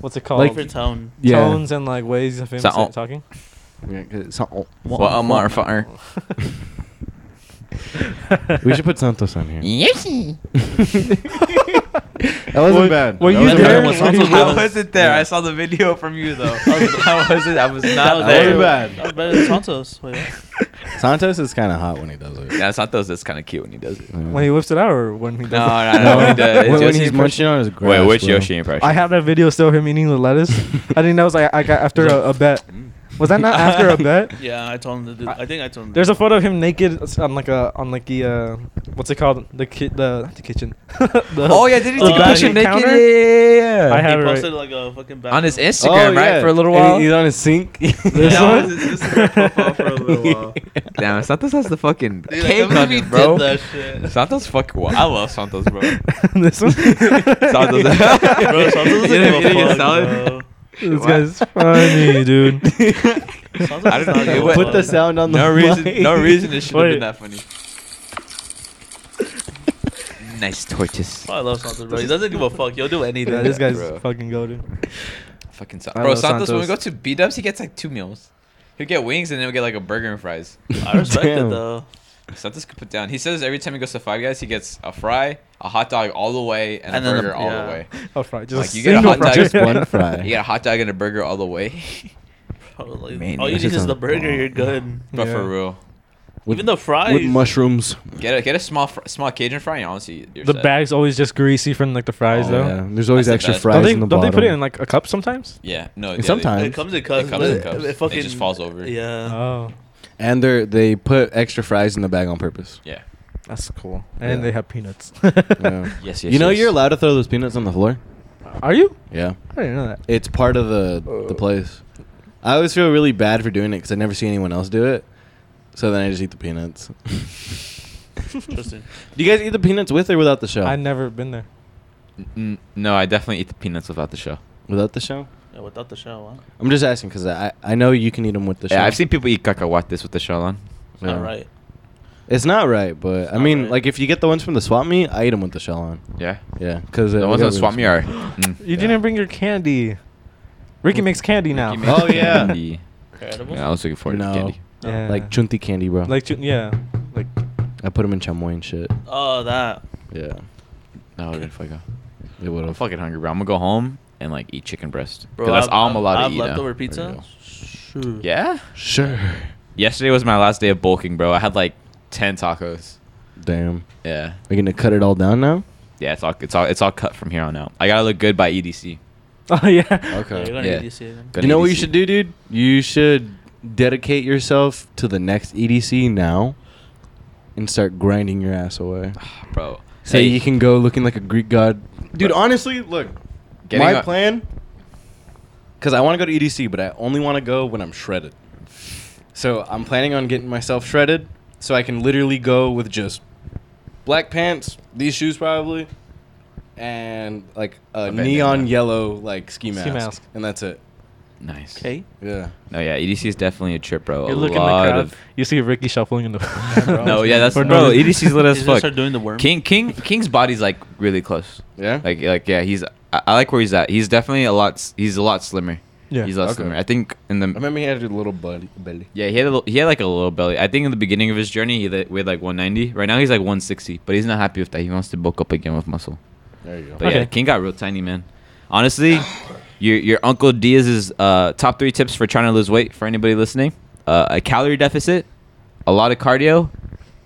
Speaker 3: what's it called?
Speaker 1: Like-
Speaker 2: Favorite town.
Speaker 1: Yeah.
Speaker 3: tones and like ways of him
Speaker 4: So-
Speaker 3: sa- talking.
Speaker 1: Yeah, 'cause it's Santos.
Speaker 4: Fatima. Fatima.
Speaker 1: we should put Santos on here.
Speaker 5: Yoshi.
Speaker 1: That wasn't
Speaker 3: Were-
Speaker 1: bad.
Speaker 3: were
Speaker 1: That
Speaker 3: you
Speaker 1: wasn't
Speaker 2: there?
Speaker 1: bad.
Speaker 2: Sounds like
Speaker 4: I
Speaker 2: it.
Speaker 4: wasn't there. I saw the video from you though. I wasn't. I was
Speaker 2: That was
Speaker 4: not
Speaker 1: That
Speaker 4: there.
Speaker 1: wasn't
Speaker 2: better-
Speaker 1: bad.
Speaker 2: That was better than Santos. Wait, what?
Speaker 1: Santos is kind of hot when he does it.
Speaker 4: Yeah, Santos is kind of cute when he does it.
Speaker 3: when he whips it out or when he does
Speaker 4: No,
Speaker 3: it?
Speaker 4: no, no. when he does,
Speaker 1: when,
Speaker 4: it's
Speaker 1: when
Speaker 4: Yoshi
Speaker 1: he's
Speaker 4: impression.
Speaker 1: munching on his grass.
Speaker 4: Wait, which
Speaker 1: bro.
Speaker 4: Yoshi impression?
Speaker 3: I have that video still of him eating the lettuce. I think that was like I got after a, a bet.
Speaker 4: Mm.
Speaker 3: Was that not after a bet?
Speaker 2: Yeah, I told him to do. I think I told him.
Speaker 3: There's a photo of him naked s- on like a on like the uh, what's it called the ki- the not the kitchen. The-
Speaker 4: Oh yeah, did he
Speaker 2: Oh,
Speaker 4: take a picture
Speaker 3: kitchen
Speaker 4: naked?
Speaker 3: counter?
Speaker 4: Yeah, yeah, yeah.
Speaker 3: I
Speaker 2: He
Speaker 3: have it right.
Speaker 2: posted like a fucking back
Speaker 4: on his Instagram,
Speaker 1: Oh,
Speaker 4: right?
Speaker 1: yeah.
Speaker 4: For a little
Speaker 1: And he-
Speaker 4: while.
Speaker 1: He's on his sink.
Speaker 3: This
Speaker 4: Yeah,
Speaker 3: one?
Speaker 4: on his Instagram profile for a little while. Damn, Santos has the fucking
Speaker 2: Dude, I
Speaker 4: cake
Speaker 2: can't believe
Speaker 4: on him,
Speaker 2: he did
Speaker 4: bro.
Speaker 2: that shit.
Speaker 4: Santos fucking wild. I love Santos, bro.
Speaker 3: this one.
Speaker 4: Santos.
Speaker 2: Bro, Santos
Speaker 4: You
Speaker 2: doesn't
Speaker 4: didn't-
Speaker 2: give
Speaker 4: you didn't
Speaker 2: a
Speaker 4: get
Speaker 2: fuck,
Speaker 4: salad?
Speaker 2: bro.
Speaker 3: this guy's funny, dude.
Speaker 2: Santos
Speaker 4: I
Speaker 2: does
Speaker 4: don't
Speaker 2: not
Speaker 4: know,
Speaker 2: give a
Speaker 4: what-
Speaker 2: fuck.
Speaker 1: Put the sound on the
Speaker 4: No
Speaker 1: mic.
Speaker 4: reason. No reason. It should have
Speaker 3: Wait.
Speaker 4: been that funny. Nice tortoise.
Speaker 2: Oh, I love Santos, bro. He doesn't give a fuck. He'll do anything.
Speaker 3: Yeah, this guy's
Speaker 4: Bro.
Speaker 3: fucking goaded.
Speaker 4: Fucking Sa-
Speaker 3: I
Speaker 4: bro,
Speaker 3: love
Speaker 4: Santos, When we go
Speaker 3: Santos.
Speaker 4: to B Dubs, he gets like two meals. He'll get wings and then he'll get like a burger and fries.
Speaker 2: I respect
Speaker 1: Damn.
Speaker 2: it though.
Speaker 4: Santos could put down. He says every time he goes to Five Guys, he gets a fry, a hot dog all the way, and,
Speaker 2: And
Speaker 4: a
Speaker 2: then a-
Speaker 4: burger all
Speaker 2: yeah.
Speaker 4: the way.
Speaker 3: Oh, fry. Just
Speaker 4: Like,
Speaker 3: a
Speaker 4: you get a
Speaker 3: single
Speaker 4: hot
Speaker 3: fry.
Speaker 4: dog, just
Speaker 1: one fry.
Speaker 4: You get a hot dog and a burger all the way.
Speaker 2: Bro, like,
Speaker 1: Man,
Speaker 2: all you
Speaker 1: that
Speaker 2: need
Speaker 1: sounds
Speaker 2: is the burger.
Speaker 1: bomb.
Speaker 2: You're good.
Speaker 4: but
Speaker 3: Yeah.
Speaker 4: for real,
Speaker 1: With-
Speaker 2: Even the fries.
Speaker 1: with mushrooms.
Speaker 4: get a get a small fr- small Cajun fry. And honestly, you're
Speaker 3: The
Speaker 4: set.
Speaker 3: bag's always just greasy from like the fries
Speaker 4: Oh,
Speaker 3: though.
Speaker 1: Yeah, there's always
Speaker 4: That's the
Speaker 1: extra
Speaker 4: best.
Speaker 1: fries
Speaker 3: Don't they
Speaker 1: in the
Speaker 3: don't they
Speaker 1: bottom.
Speaker 3: put it in like a cup sometimes?
Speaker 4: Yeah, no.
Speaker 1: And
Speaker 4: yeah, they-
Speaker 1: sometimes-
Speaker 2: it comes in
Speaker 4: it
Speaker 2: cups.
Speaker 4: comes in
Speaker 2: It,
Speaker 4: cups.
Speaker 2: it
Speaker 4: It
Speaker 2: fucking
Speaker 4: just falls over.
Speaker 2: Yeah.
Speaker 3: Oh,
Speaker 1: and they they put extra fries in the bag on purpose.
Speaker 4: Yeah.
Speaker 3: that's cool.
Speaker 1: Yeah.
Speaker 3: And they have peanuts.
Speaker 1: Yeah.
Speaker 4: Yes. Yes.
Speaker 1: you know
Speaker 4: yes.
Speaker 1: you're allowed to throw those peanuts on the floor.
Speaker 3: Are you?
Speaker 1: Yeah,
Speaker 3: I didn't know that.
Speaker 1: it's part of the
Speaker 3: Uh.
Speaker 1: the place. I always feel really bad for doing it because I never see anyone else do it. So then I just eat the peanuts.
Speaker 2: Interesting.
Speaker 1: Do you guys eat the peanuts with or without the shell?
Speaker 3: I've never been there.
Speaker 4: N- no, I definitely eat the peanuts without the shell.
Speaker 1: without the shell?
Speaker 2: Yeah, without the shell, huh?
Speaker 1: I'm just asking because I I know you can eat them with the shell.
Speaker 4: Yeah, I've seen people eat cacahuates with the shell on.
Speaker 2: It's not
Speaker 1: Yeah.
Speaker 2: right.
Speaker 1: It's not right, but I
Speaker 2: not
Speaker 1: mean,
Speaker 2: right.
Speaker 1: like if you get the ones from the swap meet, I eat them with the shell on.
Speaker 4: Yeah.
Speaker 1: Yeah, because
Speaker 4: The ones on swap me are. mm.
Speaker 3: You didn't bring your candy. Ricky makes candy now.
Speaker 4: Mickey Mouse
Speaker 1: Oh, yeah.
Speaker 4: candy.
Speaker 2: Edible?
Speaker 4: Yeah, I was looking forward
Speaker 1: No.
Speaker 4: to candy.
Speaker 3: Yeah.
Speaker 1: like chunty candy, bro.
Speaker 3: Like chu- yeah. Uh. Like
Speaker 1: I put them in chamoy and shit.
Speaker 2: Oh, that.
Speaker 1: Yeah,
Speaker 4: No, I didn't fuck up.
Speaker 1: it would
Speaker 4: I'm
Speaker 1: have.
Speaker 4: fucking hungry, bro. I'm gonna go home and like eat chicken breast.
Speaker 2: Bro,
Speaker 4: 'Cause that's
Speaker 2: I've-
Speaker 4: all I'm
Speaker 2: I've-
Speaker 4: allowed
Speaker 2: I've
Speaker 4: to eat. now.
Speaker 2: leftover
Speaker 4: There you
Speaker 2: pizza?
Speaker 4: go.
Speaker 2: Shoot.
Speaker 4: Yeah.
Speaker 1: Sure.
Speaker 4: Yesterday was my last day of bulking, bro. I had like ten tacos.
Speaker 1: Damn.
Speaker 4: Yeah.
Speaker 1: We're gonna cut it all down now.
Speaker 4: Yeah, it's all it's all it's all cut from here on out. I gotta look good by EDC.
Speaker 3: oh yeah.
Speaker 2: Yeah, you're
Speaker 1: Okay.
Speaker 2: gonna E
Speaker 4: Yeah.
Speaker 2: need to see it.
Speaker 4: Gonna E
Speaker 1: You know what you
Speaker 4: EDC.
Speaker 1: should do, dude? You should dedicate yourself to the next EDC now, and start grinding your ass away.
Speaker 4: Ah, bro?
Speaker 1: So
Speaker 4: Hey,
Speaker 1: you can go looking like a Greek god, dude.
Speaker 4: Bro.
Speaker 1: Honestly, look,
Speaker 4: Getting
Speaker 1: my
Speaker 4: a-
Speaker 1: plan, because I want to go to EDC, but I only want to go when I'm shredded. So I'm planning on getting myself shredded, so I can literally go with just black pants, these shoes probably, and like a,
Speaker 4: A bandana.
Speaker 1: neon yellow like ski
Speaker 3: Ski
Speaker 1: mask,
Speaker 3: mask.
Speaker 1: and that's it.
Speaker 4: nice.
Speaker 2: Okay.
Speaker 1: Yeah.
Speaker 4: No, yeah, EDC is definitely a trip, bro.
Speaker 3: You
Speaker 4: a
Speaker 3: look in the
Speaker 4: lot
Speaker 3: crowd.
Speaker 4: of-
Speaker 3: You see Ricky shuffling in the.
Speaker 1: bro.
Speaker 4: no, yeah, that's
Speaker 3: For
Speaker 4: bro. E
Speaker 3: no reason.
Speaker 4: EDC's lit as
Speaker 2: He's gonna
Speaker 4: fuck.
Speaker 2: start doing the worm.
Speaker 4: King King King's body's like really close.
Speaker 1: Yeah.
Speaker 4: Like like yeah, he's I, I like where he's at. He's definitely a lot. s- He's a lot slimmer.
Speaker 3: Yeah.
Speaker 4: He's a lot
Speaker 1: Okay.
Speaker 4: slimmer. I think in
Speaker 1: I
Speaker 4: the
Speaker 1: remember he had a little belly. belly.
Speaker 4: yeah he had a, little- he had like a little belly. I think in the beginning of his journey he li- weighed like 190. Right now he's like 160, but he's not happy with that. He wants to bulk up again with muscle.
Speaker 1: There you go.
Speaker 4: But yeah,
Speaker 3: Okay.
Speaker 4: King got real tiny, man. Honestly, your your Uncle Diaz's uh, top three tips for trying to lose weight for anybody listening: uh, a calorie deficit, a lot of cardio,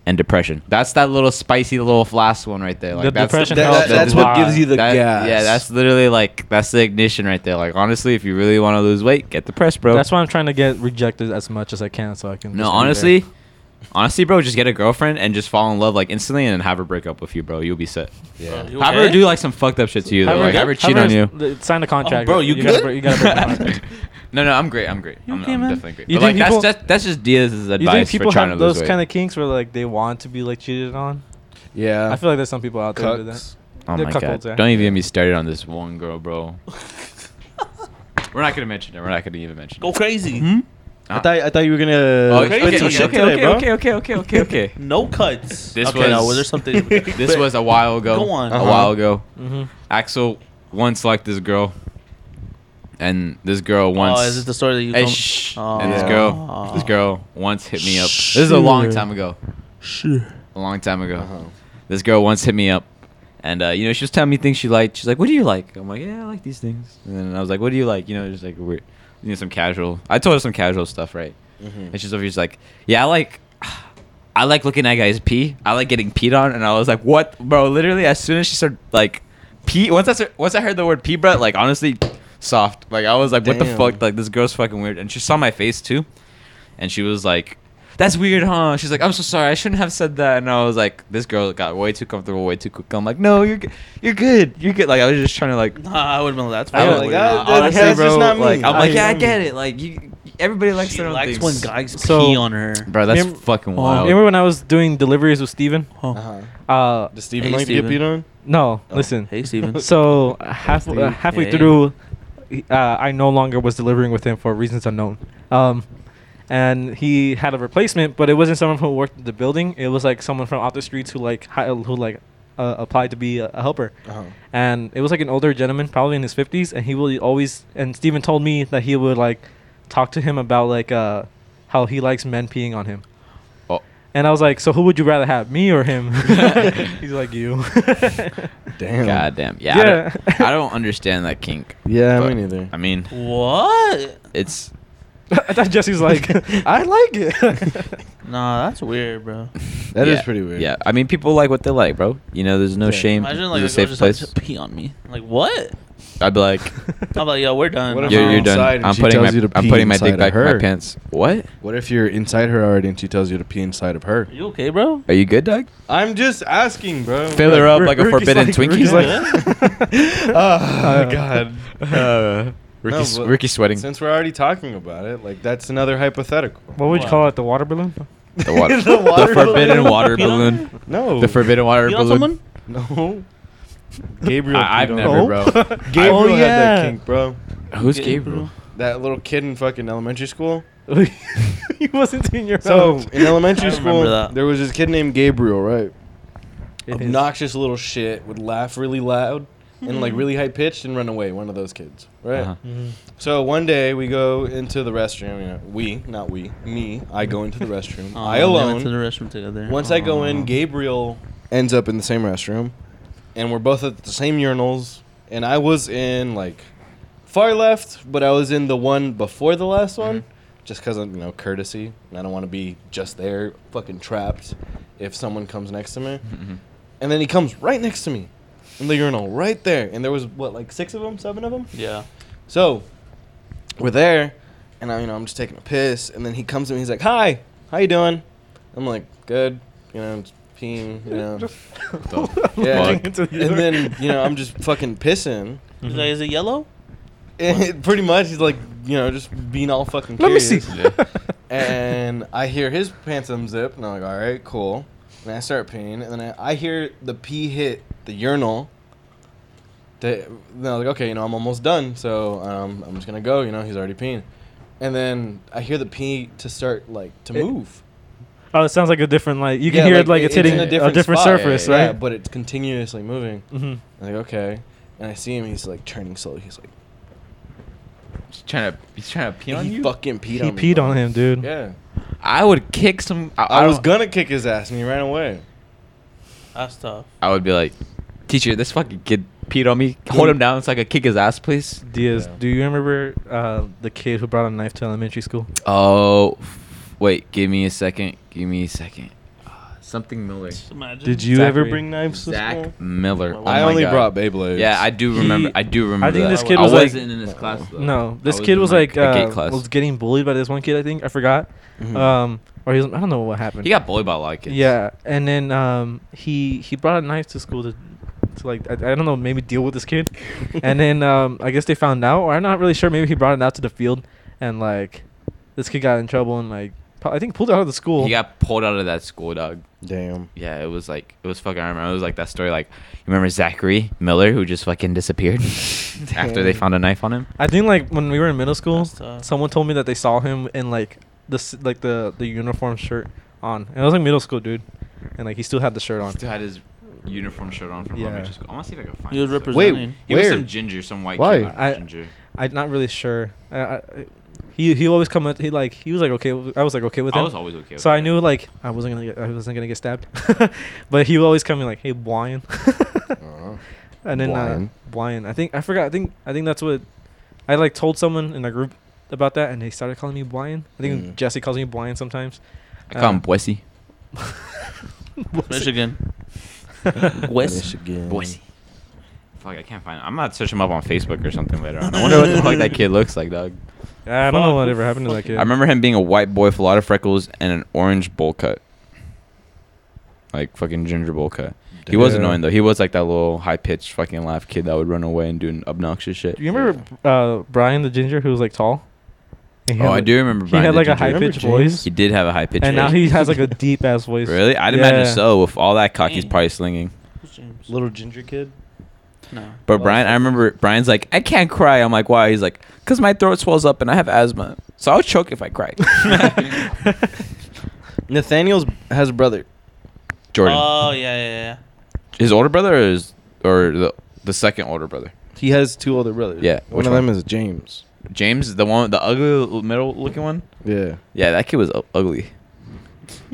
Speaker 4: and depression. That's that little spicy little last one right there. Like
Speaker 3: The
Speaker 4: that's
Speaker 3: depression
Speaker 1: That-
Speaker 3: helps
Speaker 1: that- that's
Speaker 3: a
Speaker 1: what
Speaker 3: lot.
Speaker 1: gives you the
Speaker 4: that-
Speaker 1: gas.
Speaker 4: Yeah, that's literally like that's the ignition right there. Like honestly, if you really want to lose weight, get depressed, bro.
Speaker 3: That's why I'm trying to get rejected as much as I can, so I can.
Speaker 4: No,
Speaker 3: just be
Speaker 4: honestly,
Speaker 3: there.
Speaker 4: honestly, bro, just get a girlfriend and just fall in love like instantly, and have her break up with you, bro. You'll be set.
Speaker 1: Yeah.
Speaker 2: Bro, you
Speaker 4: Have her
Speaker 2: okay?
Speaker 4: do like some fucked up shit to you, though.
Speaker 3: Have her-
Speaker 4: like have her cheat on
Speaker 3: s-
Speaker 4: you.
Speaker 3: th- Sign the contract.
Speaker 2: Oh, bro, you
Speaker 3: gotta
Speaker 2: good?
Speaker 3: break- You gotta break the contract.
Speaker 4: No, no, I'm great. I'm great. I'm,
Speaker 3: okay,
Speaker 4: I'm
Speaker 3: man?
Speaker 4: definitely great.
Speaker 3: You
Speaker 4: but like
Speaker 3: think people-
Speaker 4: that's just, that's just Diaz's
Speaker 3: You think
Speaker 4: advice for
Speaker 3: people
Speaker 4: trying to
Speaker 3: have
Speaker 4: lose
Speaker 3: those
Speaker 4: weight.
Speaker 3: kind of kinks where like they want to be like cheated on?
Speaker 1: Yeah.
Speaker 2: Uh,
Speaker 3: I feel like there's some people out there who do that.
Speaker 1: Cucks.
Speaker 4: oh
Speaker 3: they're
Speaker 4: my
Speaker 3: cuckolds, yeah.
Speaker 4: god! Don't even get me started on this one girl, bro. We're not gonna mention it. We're not gonna even mention
Speaker 2: Go
Speaker 4: it.
Speaker 2: crazy.
Speaker 4: Ah.
Speaker 1: I thought I thought you were gonna. Oh,
Speaker 4: okay, okay, okay, okay, okay, okay, okay, okay, okay.
Speaker 2: No cuts.
Speaker 4: This
Speaker 2: okay, no,
Speaker 4: was-
Speaker 2: was there something?
Speaker 4: This was a while ago.
Speaker 2: Go on.
Speaker 4: A
Speaker 2: Uh-huh.
Speaker 4: while ago,
Speaker 3: Mm-hmm.
Speaker 4: Axel once liked this girl, and this girl once.
Speaker 2: Oh, is this the story that you?
Speaker 4: Hey,
Speaker 2: told-
Speaker 4: shh.
Speaker 2: Oh.
Speaker 4: And this
Speaker 1: Yeah.
Speaker 4: girl, this girl once hit me up. This is a long
Speaker 3: Sure.
Speaker 4: time ago.
Speaker 2: Shh.
Speaker 1: Uh-huh.
Speaker 2: Uh-huh.
Speaker 4: A long time ago. This girl once hit me up And uh, you know, she was telling me things she liked. She's like, "What do you like?" I'm like, "Yeah, I like these things." And then I was like, "What do you like?" You know, just like weird, you know, some casual. I told her some casual stuff, right?
Speaker 1: Mhm.
Speaker 4: And she's over here, she's like, "Yeah, I like." I like looking at guys pee. I like getting peed on, and I was like, "What, bro?" Literally, as soon as she started like pee, once I start, once I heard the word pee, bro, like honestly, soft. Like I was like, "What the
Speaker 1: Damn.
Speaker 4: fuck?" Like this girl's fucking weird, and she saw my face too, and she was like, "That's weird, huh?" She's like, "I'm so sorry. I shouldn't have said that." And I was like, "This girl got way too comfortable, way too quick." I'm like, "No, you're g- you're good. You're good." Like I was just trying to like.
Speaker 2: Nah, I would have been like, that's
Speaker 1: Yeah,
Speaker 4: I
Speaker 1: like,
Speaker 2: fine.
Speaker 4: was like,
Speaker 1: that-
Speaker 4: nah,
Speaker 1: that-
Speaker 4: honestly,
Speaker 1: that's
Speaker 4: bro.
Speaker 1: just not me.
Speaker 4: Like, I'm
Speaker 1: I "Mm."
Speaker 4: like, yeah, I
Speaker 1: am.
Speaker 4: get it. Like, you, everybody likes
Speaker 2: she
Speaker 4: their own
Speaker 2: likes
Speaker 4: things.
Speaker 2: when guys
Speaker 3: So-
Speaker 2: pee on her.
Speaker 4: Bro, that's
Speaker 3: Remem-
Speaker 4: fucking
Speaker 3: Oh,
Speaker 4: wild.
Speaker 3: Remember when I was doing deliveries with Steven?
Speaker 2: Huh.
Speaker 1: Uh-huh.
Speaker 3: Uh,
Speaker 1: Does Steven
Speaker 2: Hey,
Speaker 1: like to get
Speaker 2: Steven.
Speaker 1: beat on?
Speaker 3: no,
Speaker 1: Oh.
Speaker 3: listen.
Speaker 2: Hey, Steven.
Speaker 3: So half,
Speaker 1: Steve.
Speaker 3: uh, halfway
Speaker 4: Hey.
Speaker 3: through, uh, I no longer was delivering with him for reasons unknown. Um, and he had a replacement, but it wasn't someone who worked at the building. It was like someone from out the streets who like hi- who like uh, applied to be a, a helper.
Speaker 1: Uh-huh.
Speaker 3: And it was like an older gentleman, probably in his fifties, and he would always. And Steven told me that he would like talk to him about like uh, how he likes men peeing on him.
Speaker 4: Oh.
Speaker 3: And I was like, so who would you rather have, me or him? He's like, you.
Speaker 1: Damn.
Speaker 4: God damn. Yeah. I, don't,
Speaker 3: Yeah.
Speaker 4: I don't understand that kink.
Speaker 1: Yeah,
Speaker 4: but,
Speaker 1: me neither.
Speaker 4: I mean,
Speaker 2: what?
Speaker 4: it's
Speaker 3: I thought Jesse was like, I like it.
Speaker 2: Nah, that's weird, bro.
Speaker 1: That is
Speaker 4: yeah,
Speaker 1: pretty weird.
Speaker 4: Yeah. I mean, people like what they like, bro. You know, there's no
Speaker 1: Yeah.
Speaker 4: shame.
Speaker 2: Imagine like a girl
Speaker 4: it's a safe
Speaker 2: just
Speaker 4: place.
Speaker 2: like, to pee on me. like what?
Speaker 4: I'd be like,
Speaker 2: I'm like, yo, we're done.
Speaker 1: What if
Speaker 4: you're,
Speaker 1: I'm
Speaker 4: you're
Speaker 1: outside
Speaker 4: done.
Speaker 1: and
Speaker 4: I'm
Speaker 1: she
Speaker 4: putting
Speaker 1: tells
Speaker 4: my
Speaker 1: you to
Speaker 4: I'm
Speaker 1: pee
Speaker 4: putting my dick
Speaker 1: inside
Speaker 4: back
Speaker 1: of
Speaker 4: in my
Speaker 1: her?
Speaker 4: pants. What?
Speaker 1: What if you're inside her already and she tells you to pee inside of her?
Speaker 2: You okay, bro?
Speaker 4: Are you good, Doug?
Speaker 1: I'm just asking, bro.
Speaker 4: Fill her up like a forbidden Twinkie.
Speaker 3: Ricky's like,
Speaker 1: oh God.
Speaker 4: uh, Ricky's,
Speaker 1: No, but
Speaker 4: Ricky's sweating.
Speaker 1: Since we're already talking about it, like that's another hypothetical.
Speaker 3: what would you call it? The water balloon?
Speaker 4: The water.
Speaker 1: The water
Speaker 4: forbidden
Speaker 1: balloon.
Speaker 4: water
Speaker 2: You know?
Speaker 4: balloon.
Speaker 1: No.
Speaker 4: The forbidden water
Speaker 2: Pee on
Speaker 4: balloon.
Speaker 2: someone?
Speaker 1: no. Gabriel.
Speaker 4: I-
Speaker 1: peed
Speaker 4: I've
Speaker 1: on
Speaker 4: never,
Speaker 1: her.
Speaker 4: bro.
Speaker 1: Gabriel
Speaker 3: Oh,
Speaker 1: had that
Speaker 3: yeah.
Speaker 1: kink, bro.
Speaker 4: Who's Gabriel?
Speaker 2: Gabriel?
Speaker 1: That little kid in fucking elementary school.
Speaker 3: he wasn't in your
Speaker 1: So
Speaker 3: house.
Speaker 1: in elementary
Speaker 2: I
Speaker 1: school,
Speaker 2: remember that.
Speaker 1: there was this kid named Gabriel, right?
Speaker 3: It is.
Speaker 1: Obnoxious little shit would laugh really loud and
Speaker 3: Mm-hmm.
Speaker 1: like really high pitched and run away. One of those kids, right?
Speaker 4: Uh-huh.
Speaker 3: Mhm.
Speaker 1: So one day we go into the restroom. You know, we, not we, me. I go into the restroom.
Speaker 2: Oh,
Speaker 1: I
Speaker 2: they went
Speaker 1: alone.
Speaker 2: to the restroom together.
Speaker 1: Once I go in,
Speaker 4: Aw.
Speaker 1: Gabriel ends up in the same restroom, and we're both at the same urinals. And I was in like far left, but I was in the one before the last one, just because of you know courtesy. And I don't want to be just there, fucking trapped, if someone comes next to me.
Speaker 4: Mhm.
Speaker 1: And then he comes right next to me, in the urinal, right there. And there was what like six of them, seven of them.
Speaker 2: Yeah.
Speaker 1: So we're there, and I, you know, I'm just taking a piss, and then he comes to me. He's like, "Hi, how you doing?" I'm like, "Good," you know, I'm just peeing, you know.
Speaker 4: Uh-huh.
Speaker 1: Oh.
Speaker 4: Fuck.
Speaker 1: yeah, and then you know, I'm just fucking pissing.
Speaker 2: He's
Speaker 3: Mm-hmm.
Speaker 2: like, is it yellow?
Speaker 1: And pretty much, he's like, you know, just being all fucking.
Speaker 3: Let me
Speaker 1: curious.
Speaker 3: see.
Speaker 1: And I hear his pants unzip, and I'm like, "All right, cool." And I start peeing, and then I, I hear the pee hit the urinal. The, then I was like, okay, you know, I'm almost done, so um, I'm just gonna go. You know, he's already peeing, and then I hear the pee to start like to
Speaker 3: It-
Speaker 1: move.
Speaker 3: oh, it sounds like a different, like, you can
Speaker 1: Yeah,
Speaker 3: hear it like it's
Speaker 1: in
Speaker 3: hitting
Speaker 4: a
Speaker 3: a
Speaker 4: different
Speaker 3: different,
Speaker 1: spot.
Speaker 3: surface,
Speaker 1: Yeah,
Speaker 3: right?
Speaker 1: Yeah, but it's continuously moving.
Speaker 3: hmm
Speaker 1: I'm like, okay, and I see him. He's like turning slowly. He's like,
Speaker 4: He's trying to. He's trying to pee on
Speaker 1: he
Speaker 4: you.
Speaker 1: fucking peed
Speaker 3: He
Speaker 1: on me.
Speaker 3: peed
Speaker 1: bro.
Speaker 3: on him, dude.
Speaker 1: Yeah,
Speaker 4: I would kick some. I,
Speaker 1: I,
Speaker 4: I
Speaker 1: was
Speaker 4: don't-
Speaker 1: gonna kick his ass, and he ran away.
Speaker 2: That's tough.
Speaker 4: I would be like, teacher, this fucking kid peed on me. Hold him down so I could kick his ass, please.
Speaker 3: Diaz,
Speaker 1: Yeah.
Speaker 3: do you remember uh, the kid who brought a knife to elementary school?
Speaker 4: Oh, wait. Give me a second. Give me a second. Uh, something Miller.
Speaker 2: Just imagine.
Speaker 1: Did you
Speaker 3: Zachary.
Speaker 1: ever bring knives? to school?
Speaker 4: Zach Miller. Oh
Speaker 1: I
Speaker 4: my
Speaker 1: only
Speaker 4: God.
Speaker 1: brought Beyblades.
Speaker 4: Yeah, I do
Speaker 3: He-
Speaker 4: remember. I do remember.
Speaker 3: think
Speaker 4: that.
Speaker 3: this kid
Speaker 4: I
Speaker 3: was like-
Speaker 4: wasn't in his class. Though.
Speaker 3: No, this
Speaker 4: I
Speaker 3: kid
Speaker 4: in,
Speaker 3: was like,
Speaker 4: a gate
Speaker 3: uh,
Speaker 4: class.
Speaker 3: was getting bullied by this one kid. I think I forgot.
Speaker 1: Mhm.
Speaker 3: Um, or he was, I don't know what happened.
Speaker 4: He got bullied by a lot of kids.
Speaker 3: Yeah, and then um, he he brought a knife to school to, to like I, I don't know maybe deal with this kid, and then um, I guess they found out or I'm not really sure. Maybe he brought it out to the field, and like this kid got in trouble and like po- I think pulled out of the school.
Speaker 4: He got pulled out of that school, dog.
Speaker 1: Damn.
Speaker 4: Yeah, it was like it was fucking. I remember it was like that story. Like, you remember Zachary Miller who just fucking disappeared after they
Speaker 1: Damn.
Speaker 4: found a knife on him?
Speaker 3: I think like when we were in middle school,
Speaker 2: That's tough.
Speaker 3: someone told me that they saw him in like the s- like the the uniform shirt on, and it was like middle school, dude, and like he still had the shirt on.
Speaker 4: Still had his uniform shirt on from
Speaker 3: Yeah.
Speaker 4: elementary school. I want to see if I can find.
Speaker 2: He was
Speaker 4: this.
Speaker 2: representing.
Speaker 4: He was
Speaker 1: Where?
Speaker 4: some ginger, some white
Speaker 1: Why?
Speaker 4: kid. with
Speaker 3: I-
Speaker 4: ginger.
Speaker 3: I'm not really sure. I, I, I- he he always come at he like he was like okay. with- I was like okay with
Speaker 4: I
Speaker 3: him.
Speaker 4: was always okay. With
Speaker 3: so I
Speaker 4: that.
Speaker 3: knew like I wasn't gonna get I wasn't gonna get stabbed, but he would always come in like hey Brian,
Speaker 4: Uh-huh.
Speaker 1: Uh-huh.
Speaker 3: and then
Speaker 1: Hawaiian.
Speaker 3: uh, Hawaiian. I think I forgot. I think I think that's what I like told someone in a group about that, and they started calling me Hawaiian. I think
Speaker 1: Mm.
Speaker 3: Jesse calls me Hawaiian sometimes.
Speaker 4: I call him
Speaker 3: Um,
Speaker 4: Boise.
Speaker 2: Michigan. West.
Speaker 1: Michigan.
Speaker 3: Mm.
Speaker 4: Boise. Fuck, I can't find. I'm not searching him up on Facebook or something later on. I wonder what the fuck that kid looks like, dog.
Speaker 3: I don't know
Speaker 2: Fuck,
Speaker 3: whatever
Speaker 2: who
Speaker 3: happened to that
Speaker 2: fucking-
Speaker 3: kid.
Speaker 4: I remember him being a white boy with a lot of freckles and an orange bowl cut. Like fucking ginger bowl cut. He was
Speaker 3: Yeah.
Speaker 4: annoying though. He was like that little high pitched fucking laugh kid that would run away and do an obnoxious shit.
Speaker 3: Do you remember uh, Brian the ginger who was like tall? And he
Speaker 4: oh,
Speaker 3: had,
Speaker 4: I
Speaker 3: like-
Speaker 4: do remember.
Speaker 3: He
Speaker 4: Brian
Speaker 3: had
Speaker 4: the
Speaker 3: like a
Speaker 4: Ginger.
Speaker 3: high pitched
Speaker 1: Remember James?
Speaker 3: voice,
Speaker 4: He did have a high pitched.
Speaker 3: and now he has like a deep ass voice.
Speaker 4: really. I'd
Speaker 3: Yeah.
Speaker 4: imagine so with all that cock he's
Speaker 2: Dang.
Speaker 4: probably slinging.
Speaker 2: Who's James?
Speaker 1: Little ginger kid.
Speaker 2: No.
Speaker 4: But
Speaker 1: Well,
Speaker 4: Brian, I remember Brian's like, I can't cry. I'm like, why? He's like, cause my throat swells up and I have asthma, so I'll choke if I cry.
Speaker 1: Nathaniel's has a brother.
Speaker 4: Jordan,
Speaker 1: Uh,
Speaker 2: Oh yeah, yeah, yeah.
Speaker 4: his older brother or is or the the second older brother.
Speaker 1: He has two older brothers.
Speaker 4: Yeah,
Speaker 1: One
Speaker 4: which
Speaker 1: of them
Speaker 4: one?
Speaker 1: is James.
Speaker 4: James, the one, the ugly middle looking one.
Speaker 1: Yeah.
Speaker 4: Yeah, that kid was u- ugly.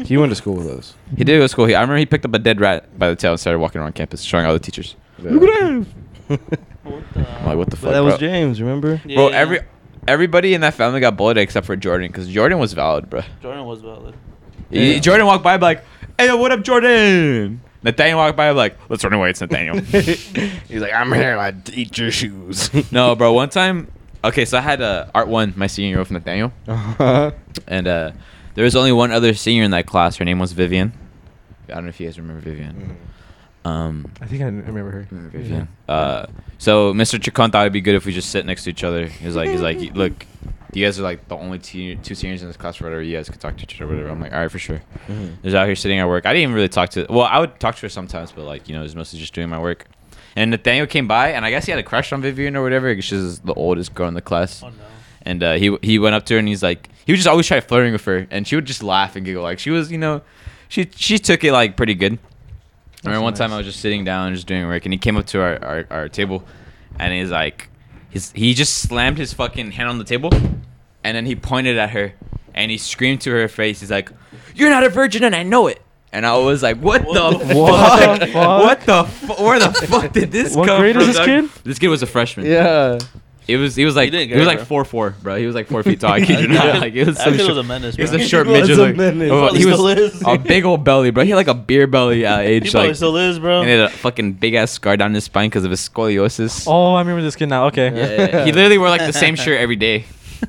Speaker 1: He went to school with us.
Speaker 4: He did go to school. He, I remember he picked up a dead rat by the tail and started walking around campus, showing all the teachers. Look at him.
Speaker 2: What the?
Speaker 4: I'm like, what the
Speaker 1: But
Speaker 4: fuck?
Speaker 1: that was
Speaker 4: bro?
Speaker 1: James, remember?
Speaker 2: Yeah,
Speaker 4: bro.
Speaker 2: yeah,
Speaker 4: Every
Speaker 2: yeah.
Speaker 4: everybody in that family got bullied except for Jordan, because Jordan was valid, bro.
Speaker 2: Jordan was valid.
Speaker 4: He- Jordan walked by like, "Hey, yo, what up, Jordan?" Nathaniel walked by like, "Let's run away, it's Nathaniel."
Speaker 1: He's like, I'm here in my teacher shoes.
Speaker 4: no, bro. One time, okay, so I had uh, art one my senior year with Nathaniel,
Speaker 1: Uh-huh.
Speaker 4: and uh, there was only one other senior in that class. Her name was Vivian. I don't know if you guys remember Vivian.
Speaker 1: Mm-hmm.
Speaker 4: Um,
Speaker 3: I think I n- I remember her.
Speaker 4: Remember Vivian? Uh, so Mr. Chacon thought it'd be good if we just sit next to each other. He's like, he's like, look, you guys are like the only te- two seniors in this class or whatever. You guys could talk to each other, or whatever. I'm like, all right, for sure.
Speaker 1: Mhm.
Speaker 4: There's out here sitting at work. I didn't even really talk to. Well, I would talk to her sometimes, but like you know, it was mostly just doing my work. And Nathaniel came by, and I guess he had a crush on Vivian or whatever. 'cause She's the oldest girl in the class.
Speaker 2: Oh no.
Speaker 4: And uh, he he went up to her and he's like, he would just always try flirting with her, and she would just laugh and giggle. Like she was, you know, she she took it like pretty good. I remember
Speaker 3: That's
Speaker 4: one time
Speaker 3: nice.
Speaker 4: I was just sitting down, just doing work, and he came up to our, our, our table, and he's like, his, he just slammed his fucking hand on the table, and then he pointed at her, and he screamed to her face. He's like, "You're not a virgin, and I know it." And I was like, "What,
Speaker 2: What
Speaker 4: the,
Speaker 2: the
Speaker 4: fuck?
Speaker 3: fuck? What
Speaker 4: What the? Fu- where the fuck did this
Speaker 3: What
Speaker 4: come
Speaker 3: grade
Speaker 4: from?"
Speaker 3: is this
Speaker 4: dog?
Speaker 3: kid?
Speaker 4: This kid was a freshman.
Speaker 1: Yeah.
Speaker 4: It was he was like
Speaker 2: did
Speaker 4: he,
Speaker 2: good,
Speaker 4: was like
Speaker 2: bro.
Speaker 4: four four, bro. He was like four feet tall. I kid you not. Like it was
Speaker 2: That
Speaker 4: some
Speaker 2: kid was
Speaker 4: short-
Speaker 2: a menace,
Speaker 4: He was a
Speaker 2: bro.
Speaker 4: short
Speaker 1: He was
Speaker 4: midget.
Speaker 1: a
Speaker 4: like-
Speaker 1: menace.
Speaker 4: oh,
Speaker 2: Probably
Speaker 4: he
Speaker 2: still
Speaker 4: was
Speaker 2: is.
Speaker 4: a big old belly, bro. He had like a beer belly at
Speaker 2: He
Speaker 4: age
Speaker 2: probably
Speaker 4: like.
Speaker 2: still is, bro.
Speaker 4: And he had a fucking big ass scar down his spine because of his scoliosis.
Speaker 3: Oh, I remember this kid now. Okay.
Speaker 4: Yeah, yeah, yeah. he literally wore like the same shirt every day.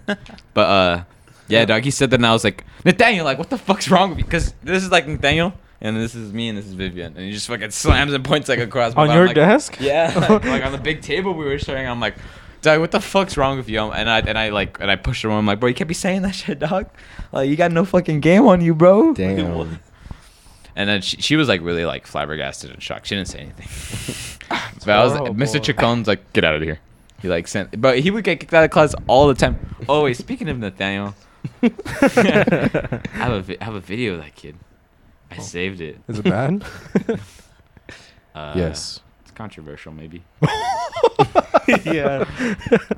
Speaker 4: But uh, yeah, dog. He said that, and I was like, Nathaniel, like, what the fuck's wrong with you? Because this is like Nathaniel, and this is me, and this is Vivian, and he just fucking slams and points like across. my
Speaker 3: On
Speaker 4: body.
Speaker 3: your
Speaker 4: I'm like,
Speaker 3: desk?
Speaker 4: yeah, like, like on the big table we were sharing. I'm like, dog, what the fuck's wrong with you? Um, And I and I like and I pushed him. I'm like, bro, you can't be saying that shit, dog. Like you got no fucking game on you, bro.
Speaker 1: Damn.
Speaker 4: And then she, she was like really like flabbergasted and shocked. She didn't say anything. but I was
Speaker 3: horrible.
Speaker 4: Mr. Chacon's like, get out of here. He like sent, but he would get kicked out of class all the time. Oh wait, speaking of Nathaniel, I have a vi- I have a video of that kid. I saved it.
Speaker 3: Is it bad?
Speaker 4: Uh,
Speaker 1: yes.
Speaker 4: it's controversial maybe.
Speaker 3: yeah.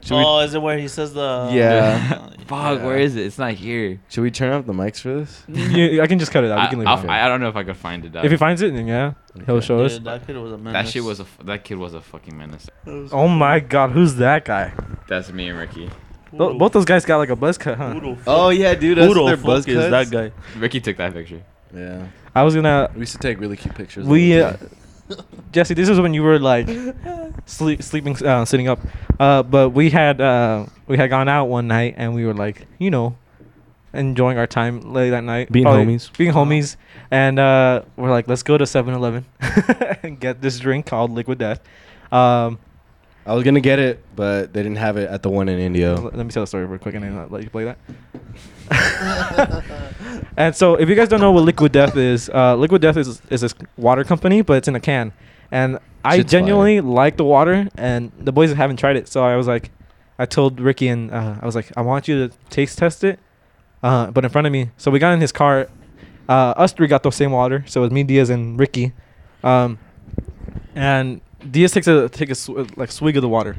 Speaker 2: oh, is it where he says the? uh,
Speaker 1: Yeah.
Speaker 4: Fuck, where is it? It's not here.
Speaker 1: Should we turn off the mics for this?
Speaker 3: You- I can just cut it out.
Speaker 4: I,
Speaker 3: You can leave
Speaker 4: I'll
Speaker 3: it.
Speaker 4: fi- I don't know if I could find it. Out.
Speaker 3: If he finds it, then yeah, he'll show us.
Speaker 2: Dude, that kid was a menace.
Speaker 4: that shit was a f- that kid was a fucking menace.
Speaker 3: Oh my God, who's that guy?
Speaker 4: That's me and Ricky.
Speaker 3: Tho- both those guys got like a buzz cut, huh?
Speaker 2: Who the
Speaker 1: Oh yeah, dude. That's
Speaker 2: Who the
Speaker 1: their
Speaker 2: fuck
Speaker 1: buzz
Speaker 2: is
Speaker 1: cuts.
Speaker 2: that guy?
Speaker 4: Ricky took that picture.
Speaker 1: Yeah.
Speaker 3: I was gonna.
Speaker 1: We used to take really cute pictures.
Speaker 3: We,
Speaker 1: of
Speaker 3: uh,
Speaker 1: them.
Speaker 3: Jesse, this is when you were like sleep, sleeping, uh, sitting up. Uh, but we had uh, we had gone out one night and we were like, you know, enjoying our time late that night,
Speaker 1: Being
Speaker 3: Probably
Speaker 1: homies.
Speaker 3: being homies, and uh, we're like, let's go to 7-Eleven and get this drink called Liquid Death. Um,
Speaker 1: I was gonna get it, but they didn't have it at the one in Indio.
Speaker 3: L- Let me tell the story real quick and then I'll let you play that. and so, if you guys don't know what Liquid Death is, uh, Liquid Death is is this water company, but it's in a can. And I
Speaker 1: Shit's
Speaker 3: genuinely
Speaker 1: fire.
Speaker 3: like the water, and the boys haven't tried it, so I was like, I told Ricky and uh, I was like, I want you to taste test it, uh, but in front of me. So we got in his car. Uh, us three got the same water, so it was me, Diaz, and Ricky. Um, and Diaz takes a take a sw- like swig of the water,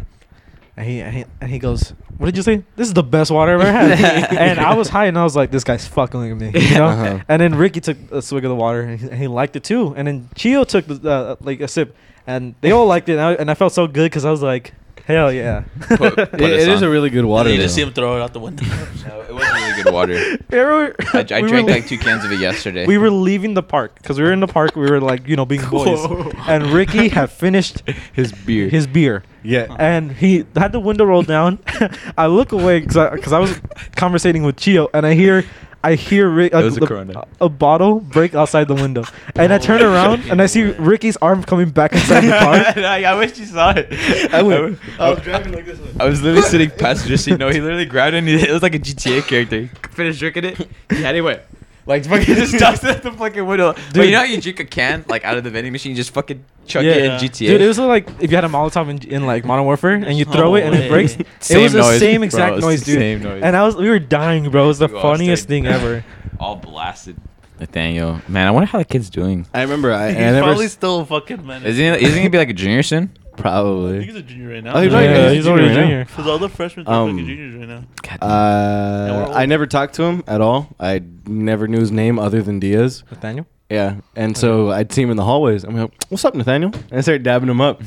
Speaker 3: And he, and he and he goes, "What did you say? This is the best water I've ever had." and I was high, and I was like, "This guy's fucking with me," you know.
Speaker 1: Uh-huh.
Speaker 3: And then Ricky took a swig of the water, and he, and he liked it too. And then Chio took the, uh, like a sip, and they all liked it. And I, and I felt so good because I was like, "Hell yeah!"
Speaker 4: Put- put
Speaker 1: It- it
Speaker 4: us
Speaker 1: is a
Speaker 4: on.
Speaker 1: really good water.
Speaker 2: And you just
Speaker 1: though.
Speaker 2: see him throw it out the window.
Speaker 4: No, it was really good water.
Speaker 3: I,
Speaker 4: I, I drank like two cans of it yesterday.
Speaker 3: We were leaving the park because we were in the park. We were like, you know, being boys.
Speaker 4: Whoa.
Speaker 3: And Ricky had finished
Speaker 4: his beer.
Speaker 3: his beer.
Speaker 1: Yeah.
Speaker 3: And he had the window rolled down. I look away because I, 'cause I was conversating with Chio, and I hear, I hear Rick,
Speaker 4: It was a
Speaker 3: the-
Speaker 4: Corona.
Speaker 3: a bottle break outside the window, and I
Speaker 4: Oh.
Speaker 3: turn around and I see Ricky's arm coming back inside the car.
Speaker 4: I, I wish you saw it.
Speaker 3: I went-
Speaker 4: I was driving like this. I was literally sitting passenger seat. No, he literally grabbed it. And he, it was like a GTA character. He finished drinking it. He had it went. Like fucking just tossed it at the fucking window. But
Speaker 3: Dude.
Speaker 4: you know how you drink a can like out of the vending machine, you just fucking chuck it in
Speaker 2: Yeah.
Speaker 4: GTA.
Speaker 3: Dude, it was like if you had a Molotov in, in like Modern Warfare and you throw
Speaker 2: No
Speaker 3: it and it
Speaker 2: way.
Speaker 3: breaks. It
Speaker 4: Same
Speaker 3: was the
Speaker 4: noise,
Speaker 3: same
Speaker 4: bro.
Speaker 3: exact
Speaker 4: It's the
Speaker 3: noise, dude.
Speaker 4: same noise.
Speaker 3: And I was, we were dying, bro. It was the
Speaker 4: We all
Speaker 3: funniest
Speaker 4: stayed-
Speaker 3: thing ever.
Speaker 4: all blasted. Nathaniel, man, I wonder how the kid's doing.
Speaker 1: I remember. I,
Speaker 2: He's
Speaker 1: I never
Speaker 2: probably
Speaker 1: s-
Speaker 2: still a fucking man.
Speaker 4: Is he? Is he gonna be like a junior soon?
Speaker 1: probably.
Speaker 2: He's a junior right now.
Speaker 1: Oh, he's
Speaker 3: Yeah,
Speaker 1: right,
Speaker 3: yeah,
Speaker 1: he's
Speaker 3: he's
Speaker 1: a
Speaker 3: already
Speaker 1: junior
Speaker 3: junior.
Speaker 2: Because all the freshmen are
Speaker 1: Um,
Speaker 2: fucking juniors right now.
Speaker 4: God damn.
Speaker 2: we're
Speaker 1: Uh,
Speaker 2: old.
Speaker 1: I never talked to him at all. I never knew his name other than Diaz.
Speaker 3: Nathaniel.
Speaker 1: Yeah, and so I'd see him in the hallways. I'm like, "What's up, Nathaniel?" And I started dabbing him up.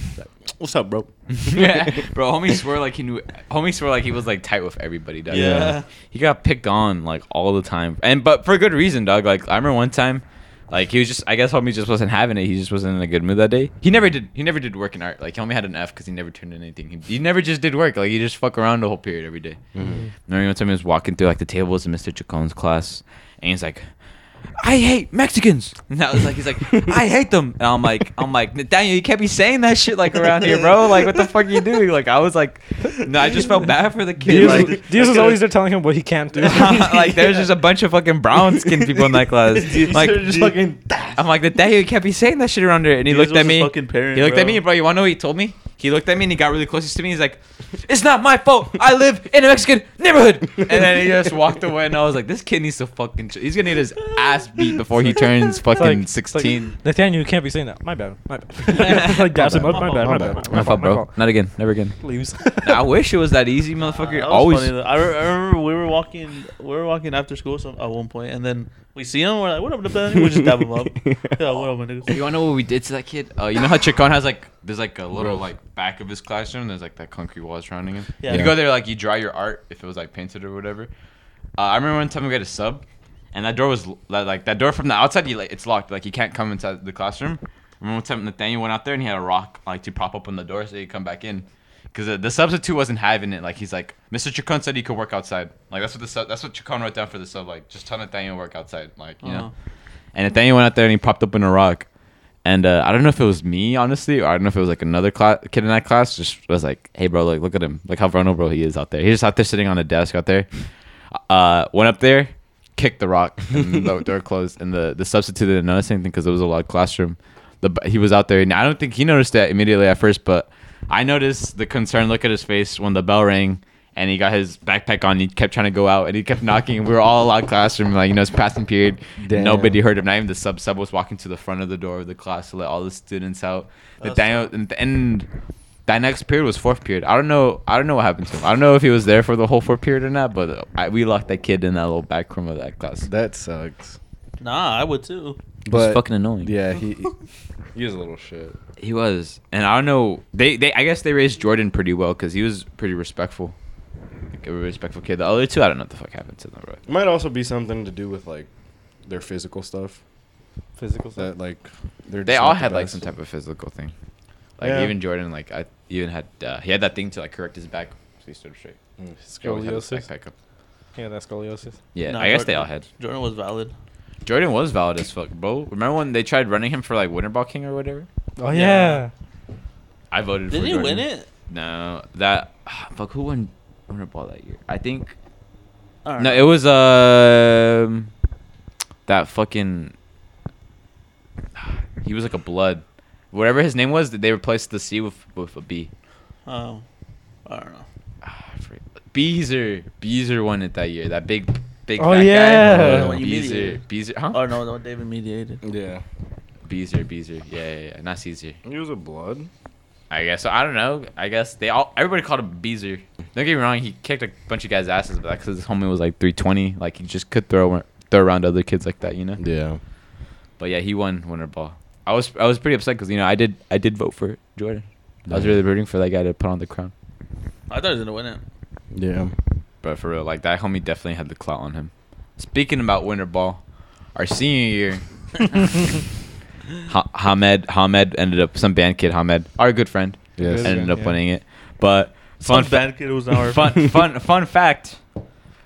Speaker 1: What's up, bro?
Speaker 4: yeah, bro. Homie swore like he knew. Homie swore like he was like tight with everybody, dog.
Speaker 2: Yeah.
Speaker 4: He got picked on like all the time, and but for good reason, dog. Like I remember one time, like he was just. I guess homie just wasn't having it. He just wasn't in a good mood that day. He never did. He never did work in art. Like homie had an F because he never turned in anything. He, he never just did work. Like he just fuck around the whole period every day. Mm-hmm. Remember one time he was walking through like the tables in Mr. Chacon's class, and he's like. I hate Mexicans. And I was like, he's like, I hate them. And I'm like, I'm like, Nathaniel, you can't be saying that shit like around here, bro. Like, what the fuck are you doing? Like, I was like, no, I just felt bad for the kid.
Speaker 3: Diaz,
Speaker 4: Like,
Speaker 3: Diaz is always there telling him what he can't do.
Speaker 4: like there's just a bunch of fucking brown skinned people in that class.
Speaker 2: These
Speaker 4: Like,
Speaker 2: are just fucking-
Speaker 4: I'm like, Nathaniel, you can't be saying that shit around here. And he
Speaker 2: These
Speaker 4: looked
Speaker 2: was
Speaker 4: at
Speaker 2: a
Speaker 4: me.
Speaker 2: fucking parent,
Speaker 4: he looked at
Speaker 2: bro.
Speaker 4: me, bro. You wanna know what he told me? He looked at me and he got really close to me. He's like, "It's not my fault. I live in a Mexican neighborhood." And then he just walked away, and I was like, "This kid needs to fucking. ch- He's gonna need his ass beat before he turns
Speaker 3: It's like-
Speaker 4: fucking
Speaker 3: it's like,
Speaker 4: 16."
Speaker 3: Nathaniel, you can't be saying that. My bad. My bad. like dabs him up. My bad. My bad. My,
Speaker 4: My fault,
Speaker 3: my
Speaker 4: bro. Not again. Never again.
Speaker 3: Leaves.
Speaker 4: I wish it was that easy, motherfucker.
Speaker 2: That was
Speaker 4: Always.
Speaker 2: funny, though. I, re- I remember we were walking, we were walking after school some, at one point, and then we see him. We're like, "What up, Nathaniel?" We just dab him up. Yeah, what up, my
Speaker 4: You
Speaker 2: niggas?
Speaker 4: wanna know what we did to that kid? Uh, you know how Chacon has like there's like a little like back of his classroom. There's like that concrete wall surrounding him.
Speaker 2: Yeah.
Speaker 4: You
Speaker 2: Yeah.
Speaker 4: go there like you draw your art if it was like painted or whatever. Uh, I remember one time we got a sub, and that door was l- li- like that door from the outside. You like it's locked. Like you can't come inside the classroom. Remember one time Nathaniel went out there and he had a rock like to prop open the door so he could come back in. Cause uh, the substitute wasn't having it. Like he's like, Mr. Chacon said he could work outside. Like that's what the sub, that's what Chacon wrote down for the sub. Like just tell Nathaniel to work outside. Like you know.
Speaker 2: Uh-huh.
Speaker 4: And Nathaniel went out there and he popped up in a rock. And uh, I don't know if it was me, honestly, or I don't know if it was like another cla- kid in that class. Just was like, hey, bro, like look at him, like how vulnerable he is out there. He's just out there sitting on a desk out there. Uh, went up there, kicked the rock, and the door closed. And the the substitute didn't notice anything because it was a loud classroom. The he was out there, and I don't think he noticed that immediately at first, but I noticed the concerned look at his face when the bell rang. And he got his backpack on. He kept trying to go out, and he kept knocking. We were all a loud classroom, like you know, it's passing period.
Speaker 1: Damn.
Speaker 4: Nobody he heard him. Not even the sub sub was walking to the front of the door of the class to let all the students out. The
Speaker 2: That's
Speaker 4: Daniel and, and that next period was fourth period. I don't know. I don't know what happened to him. I don't know if he was there for the whole fourth period or not. But I, we locked that kid in that little back room of that class. It
Speaker 1: That sucks.
Speaker 2: Nah, I would too.
Speaker 4: was
Speaker 1: But
Speaker 4: fucking annoying.
Speaker 1: yeah, he he was a little shit.
Speaker 4: he was. And I don't know. They they I guess they raised Jordan pretty well because he was pretty respectful. Like a respectful kid. The other two, I don't know what the fuck happened to them, bro.
Speaker 1: It might also be something to do with like their physical stuff.
Speaker 3: Physical
Speaker 1: That
Speaker 3: stuff.
Speaker 1: like they're
Speaker 4: They
Speaker 1: just
Speaker 4: all
Speaker 1: not the
Speaker 4: had like
Speaker 1: best.
Speaker 4: some type of physical thing. Like
Speaker 1: Yeah.
Speaker 4: even Jordan, like I even had uh, he had that thing to like correct his back so he stood up straight.
Speaker 1: Mm.
Speaker 4: He always had his
Speaker 3: Scoliosis?
Speaker 4: backpack up.
Speaker 3: Yeah, that's scoliosis.
Speaker 4: Yeah,
Speaker 2: Nah,
Speaker 4: I guess
Speaker 2: Jordan-
Speaker 4: they all had.
Speaker 2: Jordan was valid.
Speaker 4: Jordan was valid as fuck, bro. Remember when they tried running him for like Winter Ball King or whatever?
Speaker 3: Oh
Speaker 2: Yeah.
Speaker 3: yeah.
Speaker 4: I voted
Speaker 2: Did
Speaker 4: for
Speaker 2: he
Speaker 4: Jordan.
Speaker 2: win it?
Speaker 4: No, that fuck. Who won Winter Ball that year? I think.
Speaker 2: I don't
Speaker 4: No,
Speaker 2: know.
Speaker 4: it was um that fucking. He was like a blood, whatever his name was. They replaced the C with with a B.
Speaker 2: Um, I don't know.
Speaker 4: Ah, I forget. Beezer, Beezer won it that year. That big, big.
Speaker 3: Oh,
Speaker 4: fat guy.
Speaker 3: yeah.
Speaker 4: Uh,
Speaker 2: When you
Speaker 4: Beezer,
Speaker 2: mediated.
Speaker 4: Beezer, huh?
Speaker 2: Oh no, no, David mediated.
Speaker 1: Yeah,
Speaker 4: Beezer, Beezer. Yeah, yeah, yeah. Not Caesar.
Speaker 1: he was a blood.
Speaker 4: I guess. So I don't know. I guess they all everybody called him Beezer. Don't get me wrong, he kicked a bunch of guys' asses, but because his homie was like 320, like he just could throw throw around other kids like that, you know.
Speaker 1: Yeah.
Speaker 4: But yeah, he won winter ball. I was I was pretty upset because you know I did I did vote for Jordan. I was
Speaker 1: Yeah.
Speaker 4: really rooting for that guy to put on the crown.
Speaker 2: I thought he was gonna win it.
Speaker 1: Yeah.
Speaker 4: But for real, like that homie definitely had the clout on him. Speaking about winter ball, our senior year, ha- Hamed Hamed ended up some band kid Hamed, our good friend,
Speaker 1: Yes.
Speaker 4: ended up
Speaker 3: Yeah.
Speaker 4: winning it. But
Speaker 2: Some
Speaker 4: fun fa-
Speaker 2: bad kid was our
Speaker 4: fun fun fun fact.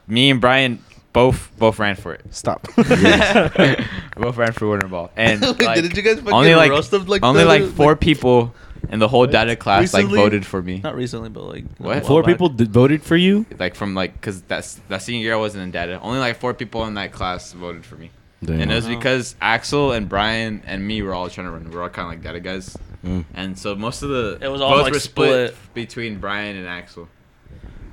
Speaker 4: Me and Brian both both ran for it.
Speaker 1: Stop.
Speaker 4: both ran for winter ball, and
Speaker 2: Wait,
Speaker 4: like,
Speaker 2: didn't you guys fucking
Speaker 4: only like
Speaker 2: roast him like
Speaker 4: only
Speaker 2: the-
Speaker 4: like
Speaker 2: like-
Speaker 4: four people in the whole data class
Speaker 2: Recently?
Speaker 4: like voted for me.
Speaker 2: Not recently, but like a
Speaker 4: What?
Speaker 2: while
Speaker 1: Four
Speaker 2: back.
Speaker 1: people d- voted for you.
Speaker 4: like from like because that's that senior year I wasn't in data. Only like four people in that class voted for me, and it was
Speaker 2: Wow.
Speaker 4: because Axel and Brian and me were all trying to run. We are all kind of like data guys,
Speaker 1: Mm.
Speaker 4: and so most of the
Speaker 2: It was all,
Speaker 4: votes
Speaker 2: like,
Speaker 4: were split,
Speaker 2: split.
Speaker 4: between Brian and Axel.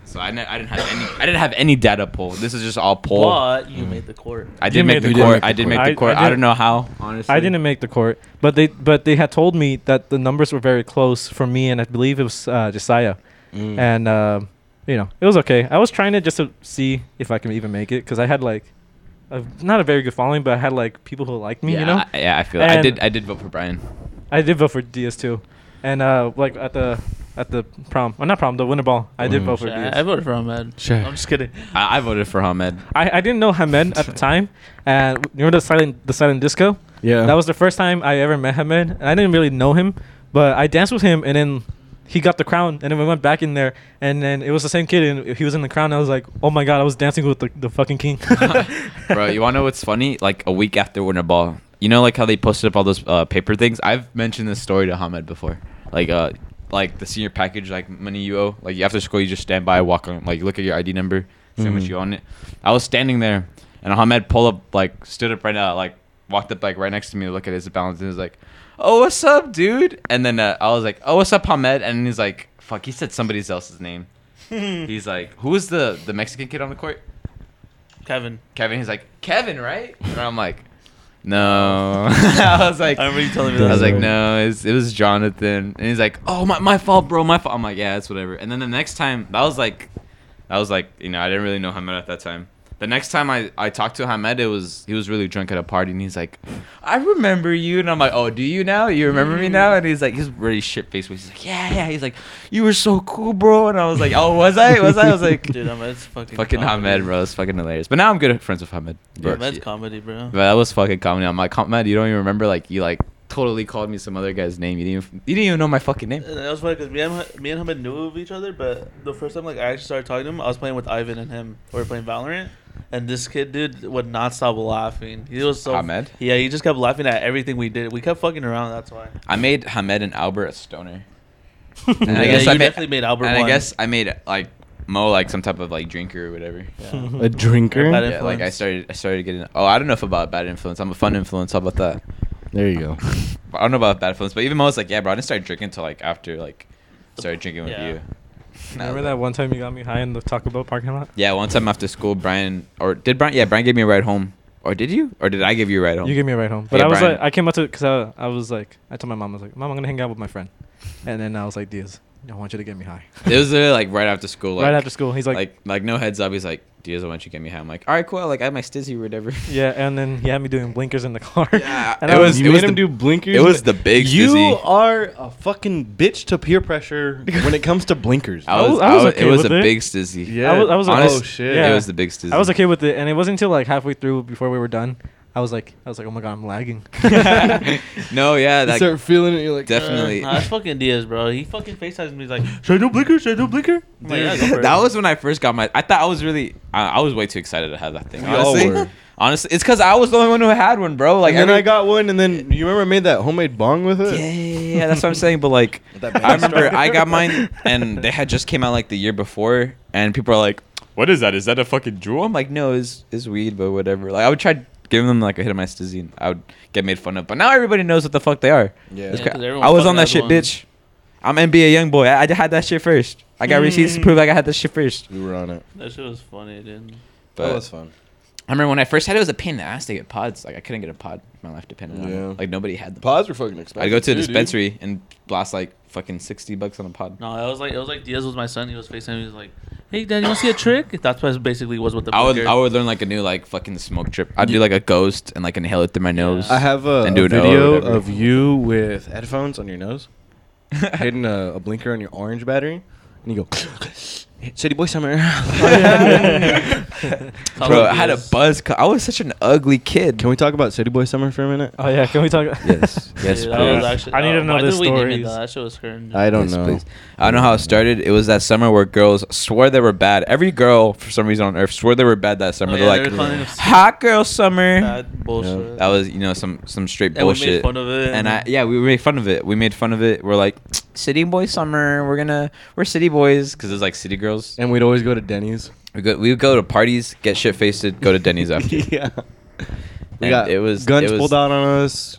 Speaker 4: So I, ne- I didn't have any I didn't have any data poll. This is just all poll.
Speaker 2: But you made the court.
Speaker 4: I
Speaker 3: You
Speaker 4: did make
Speaker 3: made
Speaker 4: the
Speaker 3: the
Speaker 4: court.
Speaker 1: court.
Speaker 4: I did make
Speaker 3: I-
Speaker 4: the court.
Speaker 3: I
Speaker 4: I, don't
Speaker 3: didn't-
Speaker 4: know how honestly.
Speaker 3: I didn't make the court, but they but they had told me that the numbers were very close for me, and I believe it was uh, Josiah,
Speaker 1: Mm.
Speaker 3: and uh, you know it was okay. I was trying to just to see if I can even make it because I had like, a, not a very good following, but I had like people who liked me.
Speaker 4: yeah,
Speaker 3: you know,
Speaker 4: I, yeah, I feel. I
Speaker 3: And-
Speaker 4: did. I did vote for Brian.
Speaker 3: I did vote for DS too, and uh, like at the at the prom, well, not prom, the winter ball, I did
Speaker 1: Mm.
Speaker 3: vote for
Speaker 2: Yeah,
Speaker 3: DS.
Speaker 2: I voted for him, man.
Speaker 1: Sure.
Speaker 2: I'm just kidding.
Speaker 4: I, I voted for Hamed.
Speaker 3: I, I didn't know Hamed at the time, and you remember the silent the silent disco.
Speaker 1: Yeah.
Speaker 3: That was the first time I ever met Hamed, and I didn't really know him, but I danced with him, and then he got the crown, and then we went back in there, and then it was the same kid, and he was in the crown. And I was like, oh my god, I was dancing with the, the fucking king.
Speaker 4: Bro, you want to know what's funny? Like a week after Winter Ball, you know, like how they posted up all those uh, paper things. I've mentioned this story to Hamed before. Like, uh, like the senior package, like money you owe. Like after school, you just stand by, walk on, like look at your ID number, see how much
Speaker 1: Mhm.
Speaker 4: you owe on it. I was standing there, and Hamed pulled up, like stood up right now, like walked up like right next to me to look at his balance, and he was like, "Oh, what's up, dude?" And then uh, I was like, "Oh, what's up, Hamed?" And he's like, "Fuck," he said somebody else's name. he's like, "Who was the the Mexican kid on the court?"
Speaker 2: Kevin.
Speaker 4: Kevin. He's like, Kevin, right? And I'm like, no. I was like,
Speaker 2: I remember you telling me
Speaker 4: I
Speaker 2: that.
Speaker 4: was like, no, it's, it was Jonathan. And he's like, oh, my, my fault, bro, my fault. I'm like, yeah, it's whatever. And then the next time, that was like, that was like, you know, I didn't really know Hamed at that time. The next time I, I talked to Hamed, it was he was really drunk at a party, and he's like, I remember you, and I'm like, oh, do you now? You remember me now? And he's like, he's really shit faced. He's like, yeah, yeah. He's like, you were so cool, bro. And I was like, oh, was I? Was I? I was like,
Speaker 2: Dude, I'm it's fucking
Speaker 4: Fucking
Speaker 2: comedy.
Speaker 4: Hamed, bro. It's fucking hilarious. But now I'm good friends with Hamed.
Speaker 2: Yeah,
Speaker 4: Bro.
Speaker 2: that's comedy, bro.
Speaker 4: But that was fucking comedy. I'm like, Hamed, you don't even remember? Like, you like totally called me some other guy's name. You didn't. Even, you didn't even know my fucking name.
Speaker 2: And that was funny because me and me and Hamid knew of each other, but the first time like I actually started talking to him, I was playing with Ivan and him. We were playing Valorant, and this kid dude would not stop laughing. He was so
Speaker 4: Hamed?
Speaker 2: Yeah, he just kept laughing at everything we did. We kept fucking around. That's why.
Speaker 4: I made Hamed and Albert a stoner.
Speaker 2: And yeah,
Speaker 4: I guess
Speaker 2: you
Speaker 4: I made-
Speaker 2: definitely made Albert.
Speaker 4: and I
Speaker 2: one.
Speaker 4: guess I made like Mo like some type of like drinker or whatever.
Speaker 2: Yeah.
Speaker 1: a drinker.
Speaker 2: Bad
Speaker 4: Yeah, like I
Speaker 2: influence.
Speaker 4: started. I started getting. Oh, I don't know if about bad influence. I'm a fun influence. How about that?
Speaker 1: There you go.
Speaker 4: I don't know about bad influence, but even Mo's like, yeah, bro. I didn't start drinking until like after like started drinking with
Speaker 2: Yeah.
Speaker 4: you. Nah,
Speaker 3: Remember
Speaker 4: but-
Speaker 3: that one time you got me high in the Taco Bell parking lot?
Speaker 4: Yeah, one time after school, Brian or did Brian? Yeah, Brian gave me a ride home. Or did you? Or did I give you a ride home?
Speaker 3: You gave me a ride home, but
Speaker 4: Yeah,
Speaker 3: I was
Speaker 4: Brian.
Speaker 3: like, I came up to because I, I was like, I told my mom, I was like, Mom, I'm gonna hang out with my friend, and then I was like, Diaz, I want you to get me high.
Speaker 4: It was literally like right after school. Like,
Speaker 3: right after school, he's
Speaker 4: Like,
Speaker 3: like,
Speaker 4: like no heads up. He's like, Diaz, why don't you get me high? I'm like, all right, cool. Like I had my stizzy or whatever.
Speaker 3: yeah, and then he had me doing blinkers in the car.
Speaker 4: Yeah,
Speaker 3: and
Speaker 4: it
Speaker 3: I
Speaker 4: was-
Speaker 1: you
Speaker 4: it
Speaker 1: made
Speaker 4: was
Speaker 1: him
Speaker 4: the-
Speaker 1: do blinkers.
Speaker 4: it was the big
Speaker 1: You
Speaker 4: stizzy.
Speaker 1: are a fucking bitch to peer pressure when it comes to blinkers.
Speaker 4: I was.
Speaker 3: was- I
Speaker 4: I
Speaker 3: was
Speaker 4: was-
Speaker 3: okay
Speaker 4: it was
Speaker 3: with
Speaker 4: a
Speaker 3: it.
Speaker 4: big stizzy.
Speaker 1: Yeah.
Speaker 3: I was- I was like,
Speaker 4: Honest-
Speaker 1: oh shit.
Speaker 3: yeah.
Speaker 4: It was the big stizzy.
Speaker 3: I was okay with it, and it wasn't until like halfway through before we were done, I was like, I was like, oh my god, I'm lagging.
Speaker 4: no, yeah,
Speaker 1: You
Speaker 4: like
Speaker 1: start feeling it. You're like "Uh,
Speaker 4: definitely.
Speaker 2: Nah, that's fucking Diaz, bro. He fucking FaceTimes me. He's like, should I do blinker? Should I do blinker? I'm like, yeah, go for it.
Speaker 4: that was when I first got my. I thought I was really. I, I was way too excited to have that thing.
Speaker 1: We all
Speaker 4: Honestly,
Speaker 1: were.
Speaker 4: honestly, it's because I was the only one who had one, bro. Like,
Speaker 1: Like, and then
Speaker 4: every-
Speaker 1: I got one, and then you remember I made that homemade bong with
Speaker 4: Yeah,
Speaker 1: it.
Speaker 4: yeah, yeah, yeah, that's what I'm saying. But like,
Speaker 1: That
Speaker 4: I
Speaker 1: band
Speaker 4: remember
Speaker 1: struck.
Speaker 4: I got mine, and they had just came out like the year before, and people are like, "What is that? Is that a fucking drool?" I'm like, "No, it's it's weed, but whatever." Like, I would try giving them like a hit of my stizzy, and I would get made fun of. But now everybody knows what the fuck they are.
Speaker 1: Yeah.
Speaker 4: It's
Speaker 2: Yeah,
Speaker 4: cra-
Speaker 2: 'cause everyone
Speaker 4: I was
Speaker 2: fucking
Speaker 4: on that
Speaker 2: has
Speaker 4: shit,
Speaker 2: one.
Speaker 4: bitch. I'm NBA young boy. I, I had that shit first. Mm. I got receipts to prove like I had that shit first.
Speaker 1: We were on it.
Speaker 2: That shit was funny, dude.
Speaker 4: But
Speaker 1: fun.
Speaker 4: I remember when I first had it, it was a pain in the ass to get pods. Like I couldn't get a pod. My life depended on
Speaker 6: Yeah.
Speaker 4: it. Like nobody had the pod.
Speaker 6: Pods are fucking expensive.
Speaker 4: I go to
Speaker 6: too,
Speaker 4: a
Speaker 6: dude.
Speaker 4: dispensary and blast like fucking sixty bucks on a pod.
Speaker 2: No, it was like it was like Diaz was my son. He was facing. He was like, "Hey, Dad, you want to see a trick?" That's what basically was what the.
Speaker 4: I would
Speaker 2: fucker-
Speaker 4: I would learn like a new like fucking smoke trip. I'd do like a ghost and like inhale it through my nose.
Speaker 2: Yeah.
Speaker 1: I have a,
Speaker 4: And
Speaker 1: a
Speaker 4: do an O or
Speaker 1: video
Speaker 4: whatever.
Speaker 1: of you with headphones on your nose, hitting a, a blinker on your orange battery, and you go, "City boy summer."
Speaker 2: I
Speaker 4: Bro,
Speaker 2: would
Speaker 4: I had a
Speaker 2: Diaz.
Speaker 4: buzz cut. I was such an ugly kid.
Speaker 1: Can we talk about city boy summer for a minute?
Speaker 3: Oh yeah, can we talk?
Speaker 1: Yes.
Speaker 4: Yes,
Speaker 2: Dude, that was
Speaker 4: please.
Speaker 2: actually-
Speaker 3: I need to know
Speaker 2: why
Speaker 3: the
Speaker 2: did we name it
Speaker 3: stories.
Speaker 2: that? That shit was current.
Speaker 1: I don't
Speaker 4: Yes,
Speaker 1: know.
Speaker 4: please. I don't know how it started. It was that summer where girls swore they were bad. Every girl, for some reason on earth, swore they were bad that summer.
Speaker 2: Oh,
Speaker 4: They're
Speaker 2: yeah,
Speaker 4: like,
Speaker 2: they were calling it
Speaker 4: "Hot girl summer."
Speaker 2: Bad bullshit.
Speaker 1: Yeah.
Speaker 4: That was, you know, some some straight
Speaker 2: And we made
Speaker 4: bullshit.
Speaker 2: fun of it, and-
Speaker 4: And I, yeah, we made fun of it. We made fun of it. We're like, city boy summer. We're gonna, we're city boys because it's like city girls.
Speaker 1: And we'd always go to Denny's.
Speaker 4: We go, we would go to parties, get shit faced, go to Denny's after.
Speaker 1: yeah. We
Speaker 4: And
Speaker 1: got
Speaker 4: it was-
Speaker 1: guns
Speaker 4: it was-
Speaker 1: pulled out on us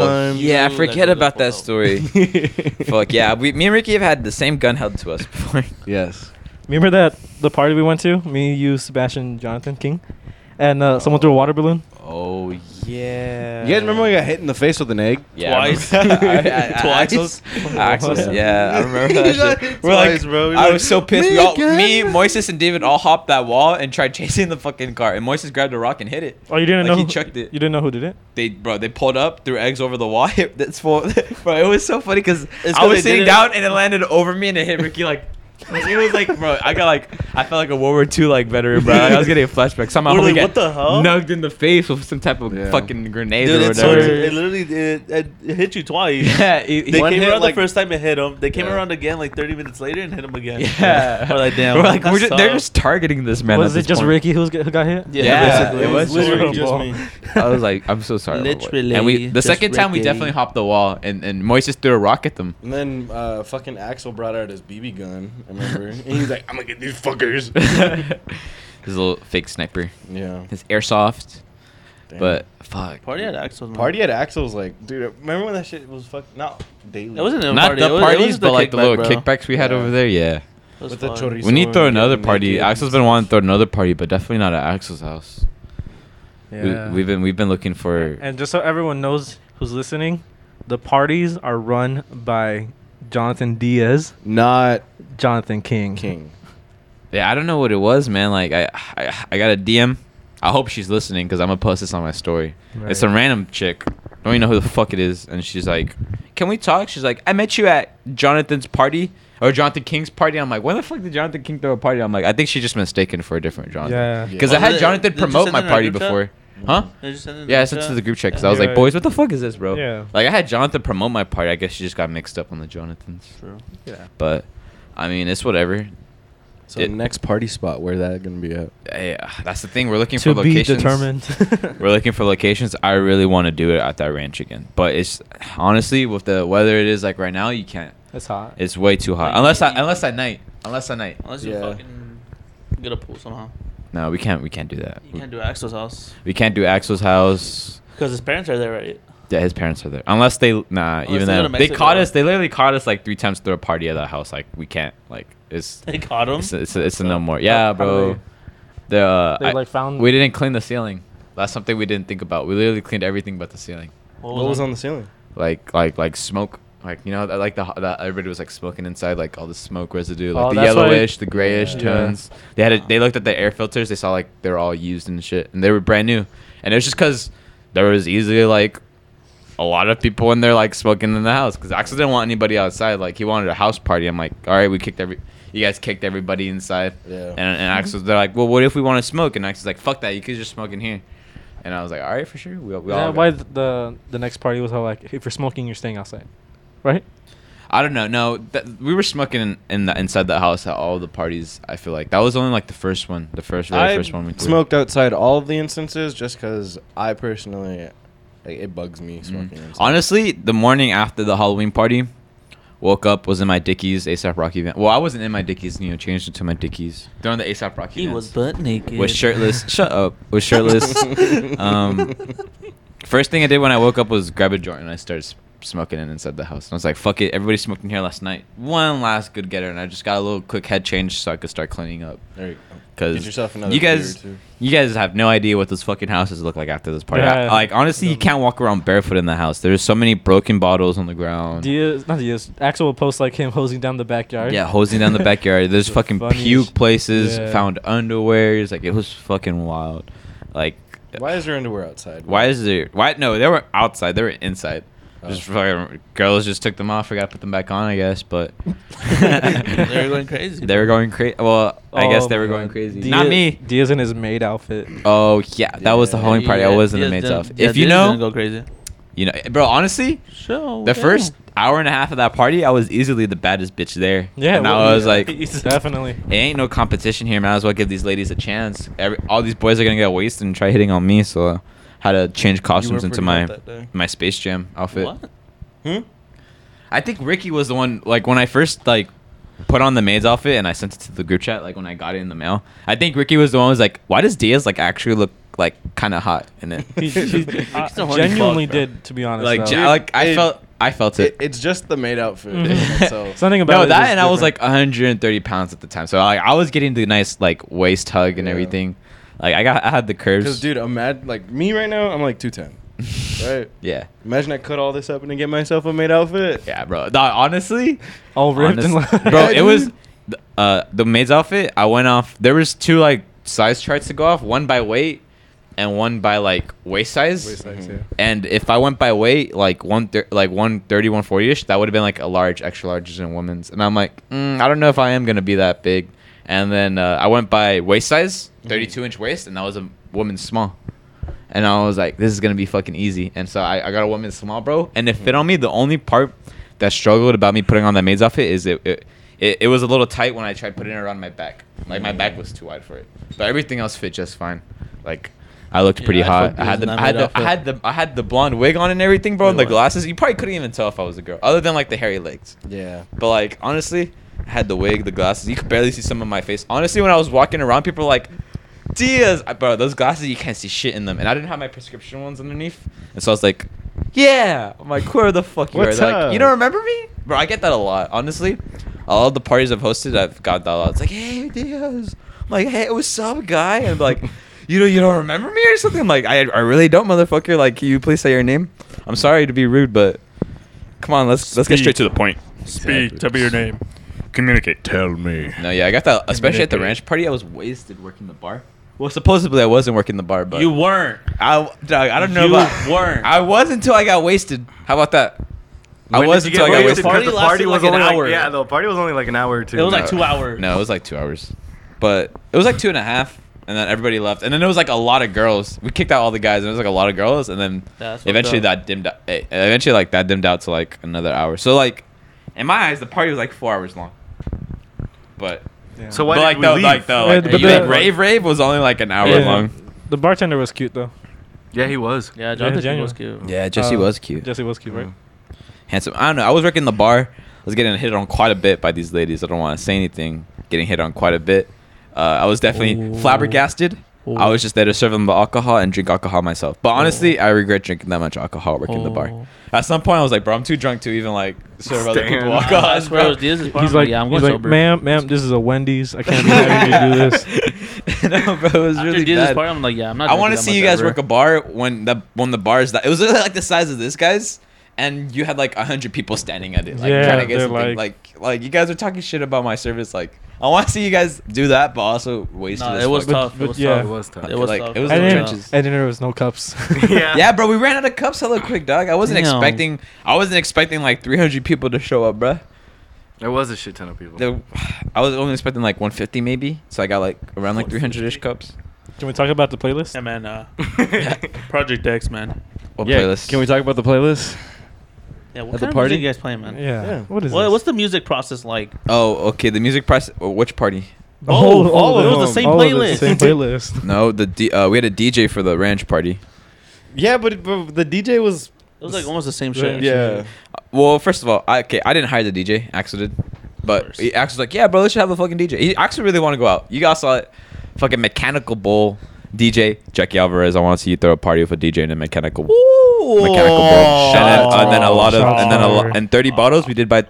Speaker 1: a
Speaker 4: yeah, I
Speaker 2: Ooh,
Speaker 4: forget
Speaker 2: that's
Speaker 4: about that
Speaker 2: beautiful.
Speaker 4: story.
Speaker 1: couple times.
Speaker 4: Fuck yeah, we, me and Ricky have had the same gun held to us before.
Speaker 1: Yes.
Speaker 3: Remember that the party we went to? Me, you, Sebastian, Jonathan King, and uh, someone threw a water balloon.
Speaker 4: Oh yeah.
Speaker 1: You guys remember when we got hit in the face with an egg?
Speaker 4: Yeah, I
Speaker 2: Twice.
Speaker 4: remember- I- I- I-
Speaker 2: Twice.
Speaker 4: I- Axles,
Speaker 1: Twice.
Speaker 4: yeah, I remember that shit. We're
Speaker 1: Twice,
Speaker 4: like,
Speaker 1: bro. We're
Speaker 4: I
Speaker 1: like,
Speaker 4: was so pissed. We
Speaker 1: "Man,
Speaker 4: all,
Speaker 1: guys."
Speaker 4: me, Moises, and David all hopped that wall and tried chasing the fucking car. And Moises grabbed a rock and hit it.
Speaker 3: Oh, you didn't
Speaker 4: Like,
Speaker 3: know?
Speaker 4: he
Speaker 3: who-
Speaker 4: chucked it.
Speaker 3: You didn't know who did it?
Speaker 4: They, bro, they pulled up, threw eggs over the wall. Hit that's full, bro. It was so funny because
Speaker 2: 'cause
Speaker 4: I was
Speaker 2: they
Speaker 4: sitting
Speaker 2: didn't-
Speaker 4: down and it landed over me and it hit Ricky like. it was like, bro, I got like, I felt like a World War II like veteran, bro. Like, I was getting a flashback. Somehow,
Speaker 2: We're
Speaker 4: I'm
Speaker 2: like,
Speaker 4: get
Speaker 2: "What the hell?"
Speaker 4: Nugged in the face with some type of
Speaker 1: Yeah.
Speaker 4: fucking grenade
Speaker 2: Dude,
Speaker 4: or
Speaker 2: it's so,
Speaker 4: whatever.
Speaker 2: it literally it, it, it hit you twice.
Speaker 4: Yeah, he- he-
Speaker 2: They
Speaker 1: One
Speaker 2: came
Speaker 1: hit,
Speaker 2: around
Speaker 1: like-
Speaker 2: the first time and hit him. They came
Speaker 1: Yeah.
Speaker 2: around again like 30 minutes later and hit him again.
Speaker 4: Yeah.
Speaker 2: We're like, damn.
Speaker 4: We're like,
Speaker 2: that
Speaker 4: we're just, they're
Speaker 2: sucks.
Speaker 4: just targeting this man.
Speaker 3: was
Speaker 4: at
Speaker 3: it
Speaker 4: this
Speaker 3: just
Speaker 4: point.
Speaker 3: Ricky who's g- who got hit?
Speaker 2: Yeah,
Speaker 4: Yeah,
Speaker 2: basically.
Speaker 4: it
Speaker 2: It
Speaker 4: was
Speaker 2: was literally just
Speaker 3: horrible.
Speaker 2: me.
Speaker 4: I was like, I'm so sorry. Literally.
Speaker 2: Literally
Speaker 4: And we, the
Speaker 2: just
Speaker 4: second time, we
Speaker 2: Ricky.
Speaker 4: definitely hopped the wall, and and Moises threw a rock at them.
Speaker 1: And then uh, fucking Axel brought out his BB gun, I remember. and he's like, I'm gonna get these fuckers.
Speaker 4: His little fake sniper,
Speaker 1: yeah.
Speaker 4: his airsoft,
Speaker 1: damn.
Speaker 4: but fuck.
Speaker 2: Party at Axel's. man.
Speaker 1: Mm. Party at Axel's like, dude, remember when that shit was fuck not daily.
Speaker 2: It wasn't a
Speaker 4: Not
Speaker 2: party.
Speaker 4: the
Speaker 2: it was,
Speaker 4: parties,
Speaker 2: it was the
Speaker 4: but like the
Speaker 2: kickback,
Speaker 4: little
Speaker 2: bro.
Speaker 4: kickbacks we had
Speaker 1: Yeah.
Speaker 4: over there. Yeah,
Speaker 2: It was
Speaker 1: With the
Speaker 2: fun.
Speaker 1: chorizo.
Speaker 4: we need to throw
Speaker 1: and
Speaker 4: another
Speaker 1: getting
Speaker 4: party.
Speaker 1: naked.
Speaker 4: Axel's been wanting to throw another party, but definitely not at Axel's house. We, we've been we've been looking for.
Speaker 3: And just so everyone knows who's listening, the parties are run by Jonathan Diaz,
Speaker 1: not
Speaker 3: Jonathan King.
Speaker 1: King.
Speaker 4: Yeah, I don't know what it was, man. Like I, I, I got a DM. I hope she's listening because I'm gonna post this on my story.
Speaker 3: Right.
Speaker 4: It's some random chick. Don't even know who the fuck it is, and she's like, "Can we talk?" She's like, "I met you at Jonathan's party or Jonathan King's party." I'm like, "When the fuck did Jonathan King throw a party?" I'm like, "I think she just mistaken for a different Jonathan."
Speaker 3: Yeah.
Speaker 1: Yeah.
Speaker 4: Because
Speaker 1: Oh,
Speaker 4: I had
Speaker 2: did- did
Speaker 4: Jonathan
Speaker 2: you
Speaker 4: promote
Speaker 2: send
Speaker 4: my
Speaker 2: it in our
Speaker 4: party
Speaker 2: group chat?
Speaker 4: before, huh?
Speaker 2: Did you send it in
Speaker 4: Yeah, I
Speaker 2: the
Speaker 4: sent it
Speaker 2: chat?
Speaker 4: to the group chat because
Speaker 2: Yeah.
Speaker 4: I was
Speaker 3: You're
Speaker 4: like,
Speaker 3: right.
Speaker 4: "Boys, what the fuck is this, bro?"
Speaker 3: Yeah.
Speaker 4: Like I had Jonathan promote my party. I guess she just got mixed up on the Jonathans.
Speaker 2: True.
Speaker 3: Yeah.
Speaker 4: But I mean, it's whatever.
Speaker 1: So
Speaker 4: It-
Speaker 1: next party spot, where that gonna be at?
Speaker 4: Yeah, uh, that's the thing. We're looking
Speaker 3: To
Speaker 4: for
Speaker 3: be
Speaker 4: locations.
Speaker 3: determined.
Speaker 4: We're looking for locations. I really want to do it at that ranch again, but it's honestly with the weather it is like right now, you can't.
Speaker 3: That's hot.
Speaker 4: It's way too hot. Unless I, unless at night. Unless at night.
Speaker 2: Unless you
Speaker 1: Yeah.
Speaker 2: fucking get a pool somehow.
Speaker 4: No, we can't. We can't do that.
Speaker 2: You can't do Axel's house
Speaker 4: We can't do Axel's house.
Speaker 2: because his parents are there, right?
Speaker 4: Yeah, his parents are there. Unless they, nah,
Speaker 2: Unless
Speaker 4: even
Speaker 2: they go to
Speaker 4: then, they
Speaker 2: Mexico.
Speaker 4: caught us. They literally caught us like three times through a party at that house. Like we can't. Like it's,
Speaker 2: They caught him.
Speaker 4: it's, it's, it's a no
Speaker 3: How-
Speaker 4: more. Yeah,
Speaker 3: how
Speaker 4: bro.
Speaker 3: they-
Speaker 4: The uh,
Speaker 3: they,
Speaker 4: I-
Speaker 3: like, found-
Speaker 4: we didn't clean the ceiling. That's something we didn't think about. We literally cleaned everything but the ceiling.
Speaker 1: What, was on the ceiling?
Speaker 4: like like like smoke like you know that- like the that everybody was like smoking inside like all the smoke residue like
Speaker 3: Oh,
Speaker 4: the
Speaker 3: that's why-
Speaker 4: yellowish the grayish
Speaker 3: Yeah.
Speaker 4: tones they had a, they looked at the air filters they saw like they're all used and shit and they were brand new and it was just because there was easily like a lot of people in there like smoking in the house because Axel didn't want anybody outside like he wanted a house party I'm like all right we kicked every you guys kicked everybody inside
Speaker 1: Yeah.
Speaker 4: and and Axel's they're like well what if we want to smoke and Axel's like fuck that you could just smoke in here and I was like all right for sure we, we
Speaker 3: Is
Speaker 4: all
Speaker 3: that why th- the the next party was how like if you're smoking you're staying outside, right?
Speaker 4: I don't know. No, that, we were smoking in, in the inside the house at all the parties. I feel like that was only like the first one, the first very
Speaker 1: I
Speaker 4: first one we threw.
Speaker 1: smoked outside all of the instances just because I personally, like, it bugs me
Speaker 4: Mm.
Speaker 1: smoking. outside.
Speaker 4: Honestly, the morning after the Halloween party, woke up was in my Dickies ASAP Rocky van. Well, I wasn't in my Dickies, you know, changed into my Dickies during the ASAP Rocky.
Speaker 2: He
Speaker 4: vans.
Speaker 2: was butt naked.
Speaker 4: was shirtless. Shut up. Was Um, shirtless. um, first thing I did when I woke up was grab a joint and I started s- smoking in inside the house. And I was like, fuck it, everybody smoked in here last night. One last good getter, and I just got a little quick head change so I could start cleaning up.
Speaker 1: There you go.
Speaker 4: Cause
Speaker 1: Get yourself another
Speaker 4: you guys,
Speaker 1: beer, too.
Speaker 4: you guys have no idea what those fucking houses look like after this party.
Speaker 3: Yeah.
Speaker 4: I- like honestly, you can't walk around barefoot in the house. There's so many broken bottles on the ground.
Speaker 3: Diaz, not Diaz. Axel will post like him hosing down the backyard.
Speaker 4: Yeah, hosing down the backyard. There's
Speaker 3: The
Speaker 4: fucking
Speaker 3: funniest-
Speaker 4: puke places.
Speaker 3: Yeah.
Speaker 4: Found underwears. Like it was fucking wild. Like
Speaker 1: Why is there underwear outside?
Speaker 4: why is there? Why no? They were outside. They were inside.
Speaker 1: Oh.
Speaker 4: Just fucking girls just took them off. Forgot to put them back on. I guess, but
Speaker 2: They were going crazy.
Speaker 4: They were going crazy. Well, I guess
Speaker 3: Oh
Speaker 4: they were
Speaker 3: my
Speaker 4: going
Speaker 3: God.
Speaker 4: crazy.
Speaker 3: Diaz-
Speaker 4: Not me.
Speaker 3: Diaz in his maid outfit.
Speaker 4: Oh yeah, that was the
Speaker 1: Yeah.
Speaker 4: Halloween party. I was in the maid's
Speaker 2: didn't-
Speaker 4: outfit.
Speaker 2: yeah,
Speaker 4: If you
Speaker 2: Diaz
Speaker 4: know,
Speaker 2: didn't go Oh, crazy.
Speaker 4: you know, bro. Honestly,
Speaker 2: Sure.
Speaker 4: the first hour and a half of that party, I was easily the baddest bitch there.
Speaker 3: Yeah,
Speaker 4: and
Speaker 3: well,
Speaker 4: I was
Speaker 3: yeah.
Speaker 4: like, it
Speaker 3: definitely.
Speaker 4: ain't no competition here. Might as well give these ladies a chance. Every, all these boys are gonna get wasted and try hitting on me. So, I had to change costumes into
Speaker 2: pretty
Speaker 4: my
Speaker 2: hot that day.
Speaker 4: my Space Jam outfit.
Speaker 2: What?
Speaker 1: Hmm?
Speaker 4: I think Ricky was the one. Like when I first like put on the maid's outfit and I sent it to the group chat. Like when I got it in the mail, I think Ricky was the one who was like, "Why does Diaz like actually look like kind of hot in it?"
Speaker 3: He, he I
Speaker 2: He's a horny
Speaker 3: genuinely
Speaker 2: fuck, bro.
Speaker 3: did, to be honest.
Speaker 4: like,
Speaker 3: though.
Speaker 4: ja- like I
Speaker 1: It-
Speaker 4: felt, I felt it.
Speaker 1: It, it's just the made outfit.
Speaker 3: Mhm.
Speaker 1: so
Speaker 3: Something about
Speaker 4: no,
Speaker 3: it is
Speaker 4: that and
Speaker 3: just
Speaker 4: I was
Speaker 3: different.
Speaker 4: like 130 pounds at the time, so like I was getting the nice like waist hug and
Speaker 1: Yeah.
Speaker 4: everything. Like I got, I had the curves.
Speaker 1: because dude, I'm mad. Like me right now, I'm like two ten. Right.
Speaker 4: yeah,
Speaker 1: Imagine I cut all this up and then get myself a made outfit.
Speaker 4: yeah, bro. Nah, honestly,
Speaker 3: all ripped and
Speaker 4: Honest-
Speaker 3: like,
Speaker 4: bro,
Speaker 1: Yeah,
Speaker 4: it was
Speaker 1: dude.
Speaker 4: th- uh the maid's outfit. I went off. There was two like size charts to go off, one by weight and one by like waist size.
Speaker 1: Waist size, yeah.
Speaker 4: And if I went by weight, like one thir- like 130, 140 ish, that would have been like a large, extra large in women's. And I'm like, mm, I don't know if I am gonna be that big. And then uh, I went by waist size,
Speaker 2: Mm-hmm.
Speaker 4: 32 inch waist, and that was a woman's small. And I was like, this is gonna be fucking easy. And so I, I got a woman's small, bro, and it
Speaker 2: Mm-hmm.
Speaker 4: fit on me. The only part that struggled about me putting on that maid's outfit is it it, it, it was a little tight when I tried putting it around my back. Like my back was too wide for it. But everything else fit just fine. Like I looked
Speaker 2: Yeah,
Speaker 4: pretty
Speaker 2: I
Speaker 4: hot.
Speaker 2: fucked
Speaker 4: I had
Speaker 2: with
Speaker 4: the
Speaker 2: that
Speaker 4: I had
Speaker 2: maid
Speaker 4: the, I
Speaker 2: outfit.
Speaker 4: had the I had the blonde wig on and everything, bro.
Speaker 2: Wait,
Speaker 4: and the
Speaker 2: what?
Speaker 4: glasses. You probably couldn't even tell if I was a girl, other than like the hairy legs.
Speaker 1: Yeah.
Speaker 4: But like honestly, I had the wig, the glasses. You could barely see some of my face. Honestly, when I was walking around, people were like, "Diaz, I- bro, those glasses you can't see shit in them." And I didn't have my prescription ones underneath, and so I was like, "Yeah." I'm like, "Where the fuck you
Speaker 1: What's
Speaker 4: are?" They're Like,
Speaker 1: up?
Speaker 4: you don't remember me, bro? I get that a lot. Honestly, all the parties I've hosted, I've got that a lot. It's like, "Hey, Diaz." I'm like, "Hey, what's up, guy?" And like. You know, you don't remember me or something? I'm like, I, I really don't, motherfucker. Like, can you please say your name? I'm sorry to be rude, but come on, let's let's get straight to the point.
Speaker 1: Speak, tell me your
Speaker 6: name. Communicate. Tell me.
Speaker 4: No, yeah, I got that. Especially at the
Speaker 6: Communicate.
Speaker 4: ranch party, I was wasted working the bar. Well, supposedly I wasn't working the bar, but
Speaker 2: You weren't.
Speaker 4: I, dog, I don't know.
Speaker 2: You
Speaker 4: about,
Speaker 2: weren't.
Speaker 4: I was until I got wasted. How about that? I
Speaker 6: When
Speaker 4: was
Speaker 6: did
Speaker 4: until
Speaker 6: you
Speaker 4: I
Speaker 6: get
Speaker 4: got
Speaker 6: wasted?
Speaker 4: wasted.
Speaker 2: Party
Speaker 6: Because the
Speaker 2: lasted
Speaker 6: party was
Speaker 2: like an
Speaker 6: only
Speaker 2: hour.
Speaker 6: like yeah, the party was only like an hour or two.
Speaker 2: It was like two hours.
Speaker 4: No, it was like two hours, but it was like two and a half, and then everybody left, and then it was like a lot of girls. We kicked out all the guys, and it was like a lot of girls, and then
Speaker 2: That's fucked
Speaker 4: eventually
Speaker 2: up.
Speaker 4: that dimmed out. eh, Eventually, like that dimmed out to like another hour. So like, in my eyes, the party was like four hours long, but.
Speaker 3: Yeah.
Speaker 6: So why
Speaker 4: but
Speaker 6: did
Speaker 4: like
Speaker 6: we
Speaker 4: the
Speaker 6: leave?
Speaker 4: like the
Speaker 3: Yeah,
Speaker 4: like,
Speaker 3: but
Speaker 4: you-
Speaker 3: the-
Speaker 4: like, rave rave was only like an hour
Speaker 3: Yeah.
Speaker 4: long.
Speaker 3: the bartender was cute though.
Speaker 6: Yeah, he was.
Speaker 2: Yeah,
Speaker 3: Yeah,
Speaker 2: Jonathan
Speaker 3: genuine.
Speaker 2: was cute.
Speaker 4: Yeah, Jesse
Speaker 3: Uh,
Speaker 4: was cute.
Speaker 3: Jesse was cute, right?
Speaker 4: Handsome. I don't know. I was working the bar. I was getting hit on quite a bit by these ladies. I don't want to say anything. Getting hit on quite a bit. Uh, I was definitely
Speaker 3: Ooh.
Speaker 4: flabbergasted. I
Speaker 2: Ooh.
Speaker 4: was just there to serve them the alcohol and drink alcohol myself. But honestly, I regret drinking that much alcohol working the bar.
Speaker 2: Oh.
Speaker 4: At some point, I was like, bro, I'm too drunk to even like serve other
Speaker 6: Damn.
Speaker 4: people
Speaker 6: I
Speaker 4: alcohol.
Speaker 2: I swear it was Diaz's party.
Speaker 3: He's like,
Speaker 2: yeah, I'm
Speaker 3: he's
Speaker 2: going
Speaker 3: like,
Speaker 2: sober.
Speaker 3: ma'am, ma'am, this is a Wendy's. I can't be having you do this.
Speaker 4: no, bro, it was
Speaker 2: After
Speaker 4: really
Speaker 2: Diaz's
Speaker 4: bad.
Speaker 2: party, I'm like, yeah, I'm not.
Speaker 4: I want to see you guys work a bar when the when the bar is that it was literally like the size of this guys, and you had like hundred people standing at it, like
Speaker 3: Yeah,
Speaker 4: trying to get
Speaker 3: they're
Speaker 4: something. Like,
Speaker 3: like-
Speaker 4: like you guys were talking shit about my service. Like I want to see you guys do that, but also wasted.
Speaker 2: No,
Speaker 4: as
Speaker 2: it was
Speaker 4: fuck.
Speaker 2: tough.
Speaker 3: But-
Speaker 2: It was
Speaker 3: yeah.
Speaker 6: It
Speaker 2: tough.
Speaker 6: was tough.
Speaker 2: It was
Speaker 4: Like,
Speaker 2: tough.
Speaker 4: it was
Speaker 2: I
Speaker 3: and,
Speaker 4: the
Speaker 2: didn't-
Speaker 3: then,
Speaker 4: trenches.
Speaker 3: and then there was no cups.
Speaker 6: Yeah.
Speaker 4: Yeah, bro, we ran out of cups hella quick, dog. I wasn't
Speaker 2: Damn.
Speaker 4: expecting. I wasn't expecting like three hundred people to show up, bruh.
Speaker 6: There was a shit ton of people.
Speaker 4: The- I was only expecting like one fifty maybe, so I got like around like three hundred ish cups.
Speaker 3: Can we talk about the playlist?
Speaker 2: Yeah, man. Uh, Project X, man.
Speaker 4: What
Speaker 1: yeah.
Speaker 4: playlist?
Speaker 1: Can we talk about the playlist?
Speaker 2: Yeah,
Speaker 1: At
Speaker 2: what
Speaker 1: the
Speaker 2: kind of
Speaker 1: party?
Speaker 2: music you guys playing, man?
Speaker 3: Yeah.
Speaker 1: Yeah.
Speaker 3: What is
Speaker 2: What,
Speaker 3: this?
Speaker 2: what's the music process like?
Speaker 4: Oh, okay. The music press. Which party?
Speaker 3: the
Speaker 2: Oh, oh, it was the same
Speaker 3: all of it,
Speaker 2: playlist.
Speaker 3: Same playlist.
Speaker 4: No, the D, uh, we had a DJ for the ranch party.
Speaker 1: Yeah, but, but the DJ was
Speaker 2: It was like almost the same
Speaker 3: Yeah.
Speaker 2: shit.
Speaker 1: yeah.
Speaker 4: Well, first of all, I, okay, I didn't hire the DJ. Axel did, but
Speaker 2: course.
Speaker 4: he, Axel's like, "Yeah, bro, let's just have a fucking DJ." He actually really want to go out. You guys saw it, fucking mechanical bull DJ Jackie Alvarez. I want to see you throw a party with a DJ and a mechanical mechanical bull. And then, uh, and
Speaker 2: Oh,
Speaker 4: then a lot of
Speaker 3: Shots
Speaker 4: and then a
Speaker 3: fired.
Speaker 4: lot and 30 bottles. We did buy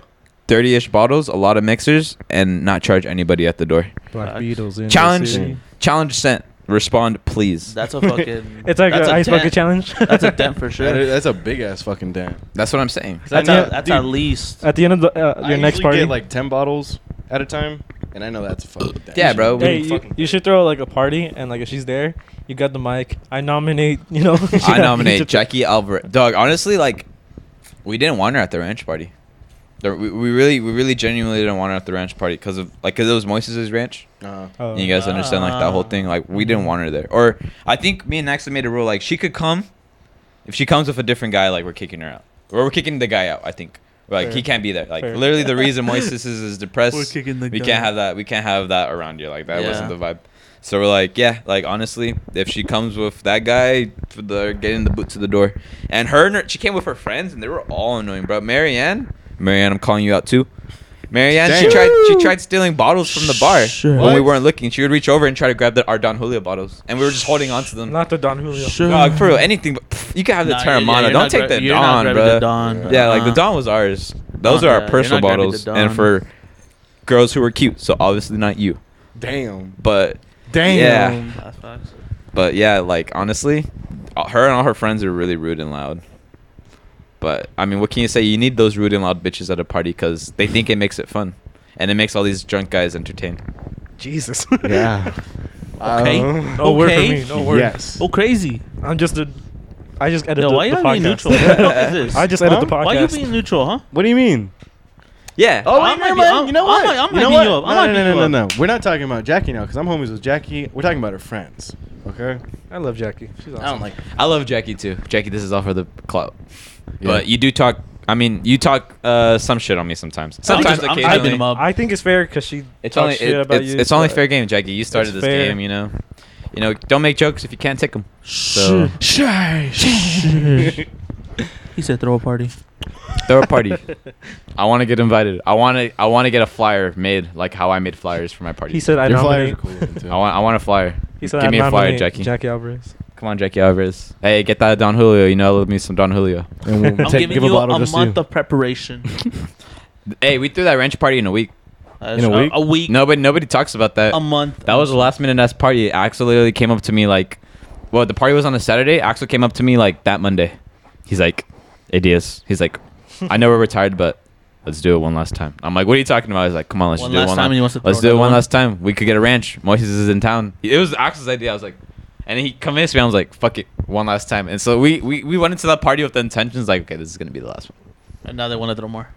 Speaker 4: 30-ish bottles, a lot of mixers, and not charge anybody at the door.
Speaker 3: Black
Speaker 2: Facts.
Speaker 3: Beatles in the
Speaker 4: Challenge,
Speaker 3: city.
Speaker 4: challenge sent. Respond, please.
Speaker 2: That's a fucking.
Speaker 3: It's like
Speaker 2: that's
Speaker 3: an ice
Speaker 2: dent.
Speaker 3: bucket challenge.
Speaker 2: That's a dent for sure.
Speaker 1: That is, that's a big ass fucking damn.
Speaker 4: That's what I'm saying.
Speaker 2: That's,
Speaker 1: I know-
Speaker 2: a, that's
Speaker 1: dude,
Speaker 2: at least.
Speaker 3: At the end of the, uh, your
Speaker 1: I
Speaker 3: next
Speaker 1: usually
Speaker 3: party,
Speaker 1: get like ten bottles at a time, and I know that's a fucking damn.
Speaker 4: Yeah, bro.
Speaker 3: hey,
Speaker 4: we-
Speaker 3: you, you should throw like a party, and like if she's there, you got the mic. I nominate, you know.
Speaker 4: I nominate Jackie Alvarez. Dog, honestly, like, we didn't want her at the ranch party. There- We, we really, we really genuinely didn't want her at the ranch party because of like because it was Moises' ranch.
Speaker 1: Uh,
Speaker 3: Oh.
Speaker 4: you guys understand like that whole
Speaker 2: Ah.
Speaker 4: thing. Like we didn't want her there. Or I think me and Naxa made a rule like she could come. If she comes with a different guy, like we're kicking her out. Or we're kicking the guy out. I think. We're Like
Speaker 3: Fair.
Speaker 4: he can't be there. Like
Speaker 3: Fair.
Speaker 4: literally the reason Moises is, is depressed.
Speaker 2: We're kicking the
Speaker 4: we
Speaker 2: guy
Speaker 4: can't
Speaker 2: out.
Speaker 4: have that. We can't have that around you. Like that wasn't
Speaker 2: Yeah.
Speaker 4: the vibe. So we're like, yeah, like honestly, if she comes with that guy, for the getting the boot to the door, and her, and her- she came with her friends, and they were all annoying, bro. Marianne, Marianne, I'm calling you out too. Marianne, she
Speaker 1: Damn.
Speaker 4: tried, she tried stealing bottles from the bar
Speaker 2: Sure.
Speaker 4: when we
Speaker 1: What?
Speaker 4: weren't looking. She would reach over and try to grab the, our Don Julio bottles, and we were just holding on to them.
Speaker 3: Not the Don Julio.
Speaker 2: Sure.
Speaker 4: Dog, for real, anything. But, pff, you can have the
Speaker 2: Nah, yeah,
Speaker 4: Terramana.
Speaker 2: you're
Speaker 4: Don't
Speaker 2: not
Speaker 4: take
Speaker 2: gra-
Speaker 4: the
Speaker 2: you're not
Speaker 4: Don,
Speaker 2: grabbing
Speaker 4: bro.
Speaker 2: the Don.
Speaker 4: Yeah, like the
Speaker 2: Uh-uh.
Speaker 4: Don was ours. Those
Speaker 2: Don,
Speaker 4: are
Speaker 2: yeah,
Speaker 4: our
Speaker 2: you're
Speaker 4: personal
Speaker 2: not grabbing the
Speaker 4: bottles, and
Speaker 2: Don.
Speaker 4: for girls who were cute. So obviously not you,
Speaker 1: damn.
Speaker 4: but
Speaker 3: Damn.
Speaker 4: Yeah.
Speaker 2: That's facts.
Speaker 4: But yeah, like honestly, uh, her and all her friends are really rude and loud. But I mean, what can you say? You need those rude and loud bitches at a party because they think it makes it fun, and it makes all these drunk guys entertained.
Speaker 3: Jesus.
Speaker 1: Yeah.
Speaker 2: Okay.
Speaker 1: Um,
Speaker 3: Uh, No word for
Speaker 2: Okay.
Speaker 3: me. No word.
Speaker 1: Yes.
Speaker 2: Oh, crazy.
Speaker 3: I'm just a. I just edit
Speaker 2: Yo,
Speaker 3: the,
Speaker 2: why
Speaker 3: the
Speaker 2: you gotta be
Speaker 3: podcast.
Speaker 2: neutral? What the fuck is this?
Speaker 3: I just edit the podcast.
Speaker 2: Why you being neutral, huh?
Speaker 1: What do you mean?
Speaker 4: Yeah.
Speaker 1: Oh,
Speaker 2: I
Speaker 1: wait,
Speaker 2: might
Speaker 1: never
Speaker 2: be-
Speaker 1: mind.
Speaker 2: I'm-
Speaker 1: You know
Speaker 2: I
Speaker 1: what?
Speaker 2: might- I might
Speaker 1: you know
Speaker 2: beat
Speaker 1: what?
Speaker 2: you up. I
Speaker 1: No,
Speaker 2: might
Speaker 1: no, no,
Speaker 2: beat you
Speaker 1: no,
Speaker 2: up.
Speaker 1: no, We're not talking about Jackie now because I'm homies with Jackie. We're talking about her friends. Okay.
Speaker 3: I love Jackie. She's awesome.
Speaker 1: I don't like.
Speaker 4: I love Jackie too. Jackie, this is all for the clout.
Speaker 1: Yeah.
Speaker 4: But you do talk. I mean, you talk uh, some shit on me sometimes.
Speaker 2: I'm
Speaker 4: Sometimes
Speaker 2: just- I'm
Speaker 4: occasionally.
Speaker 2: hyping him up.
Speaker 3: I think it's fair because she
Speaker 4: It's
Speaker 3: talks
Speaker 4: only
Speaker 3: shit
Speaker 4: it-
Speaker 3: about
Speaker 4: it's,
Speaker 3: you.
Speaker 4: it's only
Speaker 3: but-
Speaker 4: fair game, Jackie. You started
Speaker 3: It's
Speaker 4: this
Speaker 3: fair.
Speaker 4: game, you know. You know, don't make jokes if you can't take them. So
Speaker 2: He said throw a party.
Speaker 4: throw a party. I want to get invited. I want to. I want to get a flyer made, like how I made flyers for my party.
Speaker 3: He said I
Speaker 1: Your flyers
Speaker 3: nominate.
Speaker 1: are cool looking, too.
Speaker 4: I want. I want a flyer.
Speaker 3: He said
Speaker 4: Give
Speaker 3: I
Speaker 4: me a flyer,
Speaker 3: nominate
Speaker 4: Jackie.
Speaker 3: Jackie Alvarez.
Speaker 4: Come on, Jackie Alvarez. Hey, get that Don Julio. You know, I love me some Don Julio.
Speaker 1: And we'll
Speaker 2: I'm
Speaker 1: take-
Speaker 2: giving
Speaker 1: give
Speaker 2: you a,
Speaker 1: bottle just to
Speaker 2: month
Speaker 1: you.
Speaker 2: of preparation.
Speaker 4: Hey, we threw that ranch party in a week.
Speaker 2: That's
Speaker 1: a week?
Speaker 2: A week.
Speaker 4: Nobody, nobody talks about that.
Speaker 2: A month.
Speaker 4: That was the last minute ass party. Axel literally came up to me like, well, the party was on a Saturday. Axel came up to me like that Monday. He's like, ideas. He's like, I know we're retired, but let's do it one last time. I'm like, what are you talking about? He's like, come on, let's
Speaker 2: One
Speaker 4: do it
Speaker 2: last
Speaker 4: one
Speaker 2: time and he wants to
Speaker 4: last time. Let's
Speaker 2: throw
Speaker 4: do it
Speaker 2: another
Speaker 4: one
Speaker 2: one?
Speaker 4: last time. We could get a ranch. Moises is in town. It was Axel's idea. I was like, and he convinced me. I was like, fuck it, one last time. And so we we, we went into that party with the intentions like, okay, this is gonna be the last one.
Speaker 2: And now they want to throw more.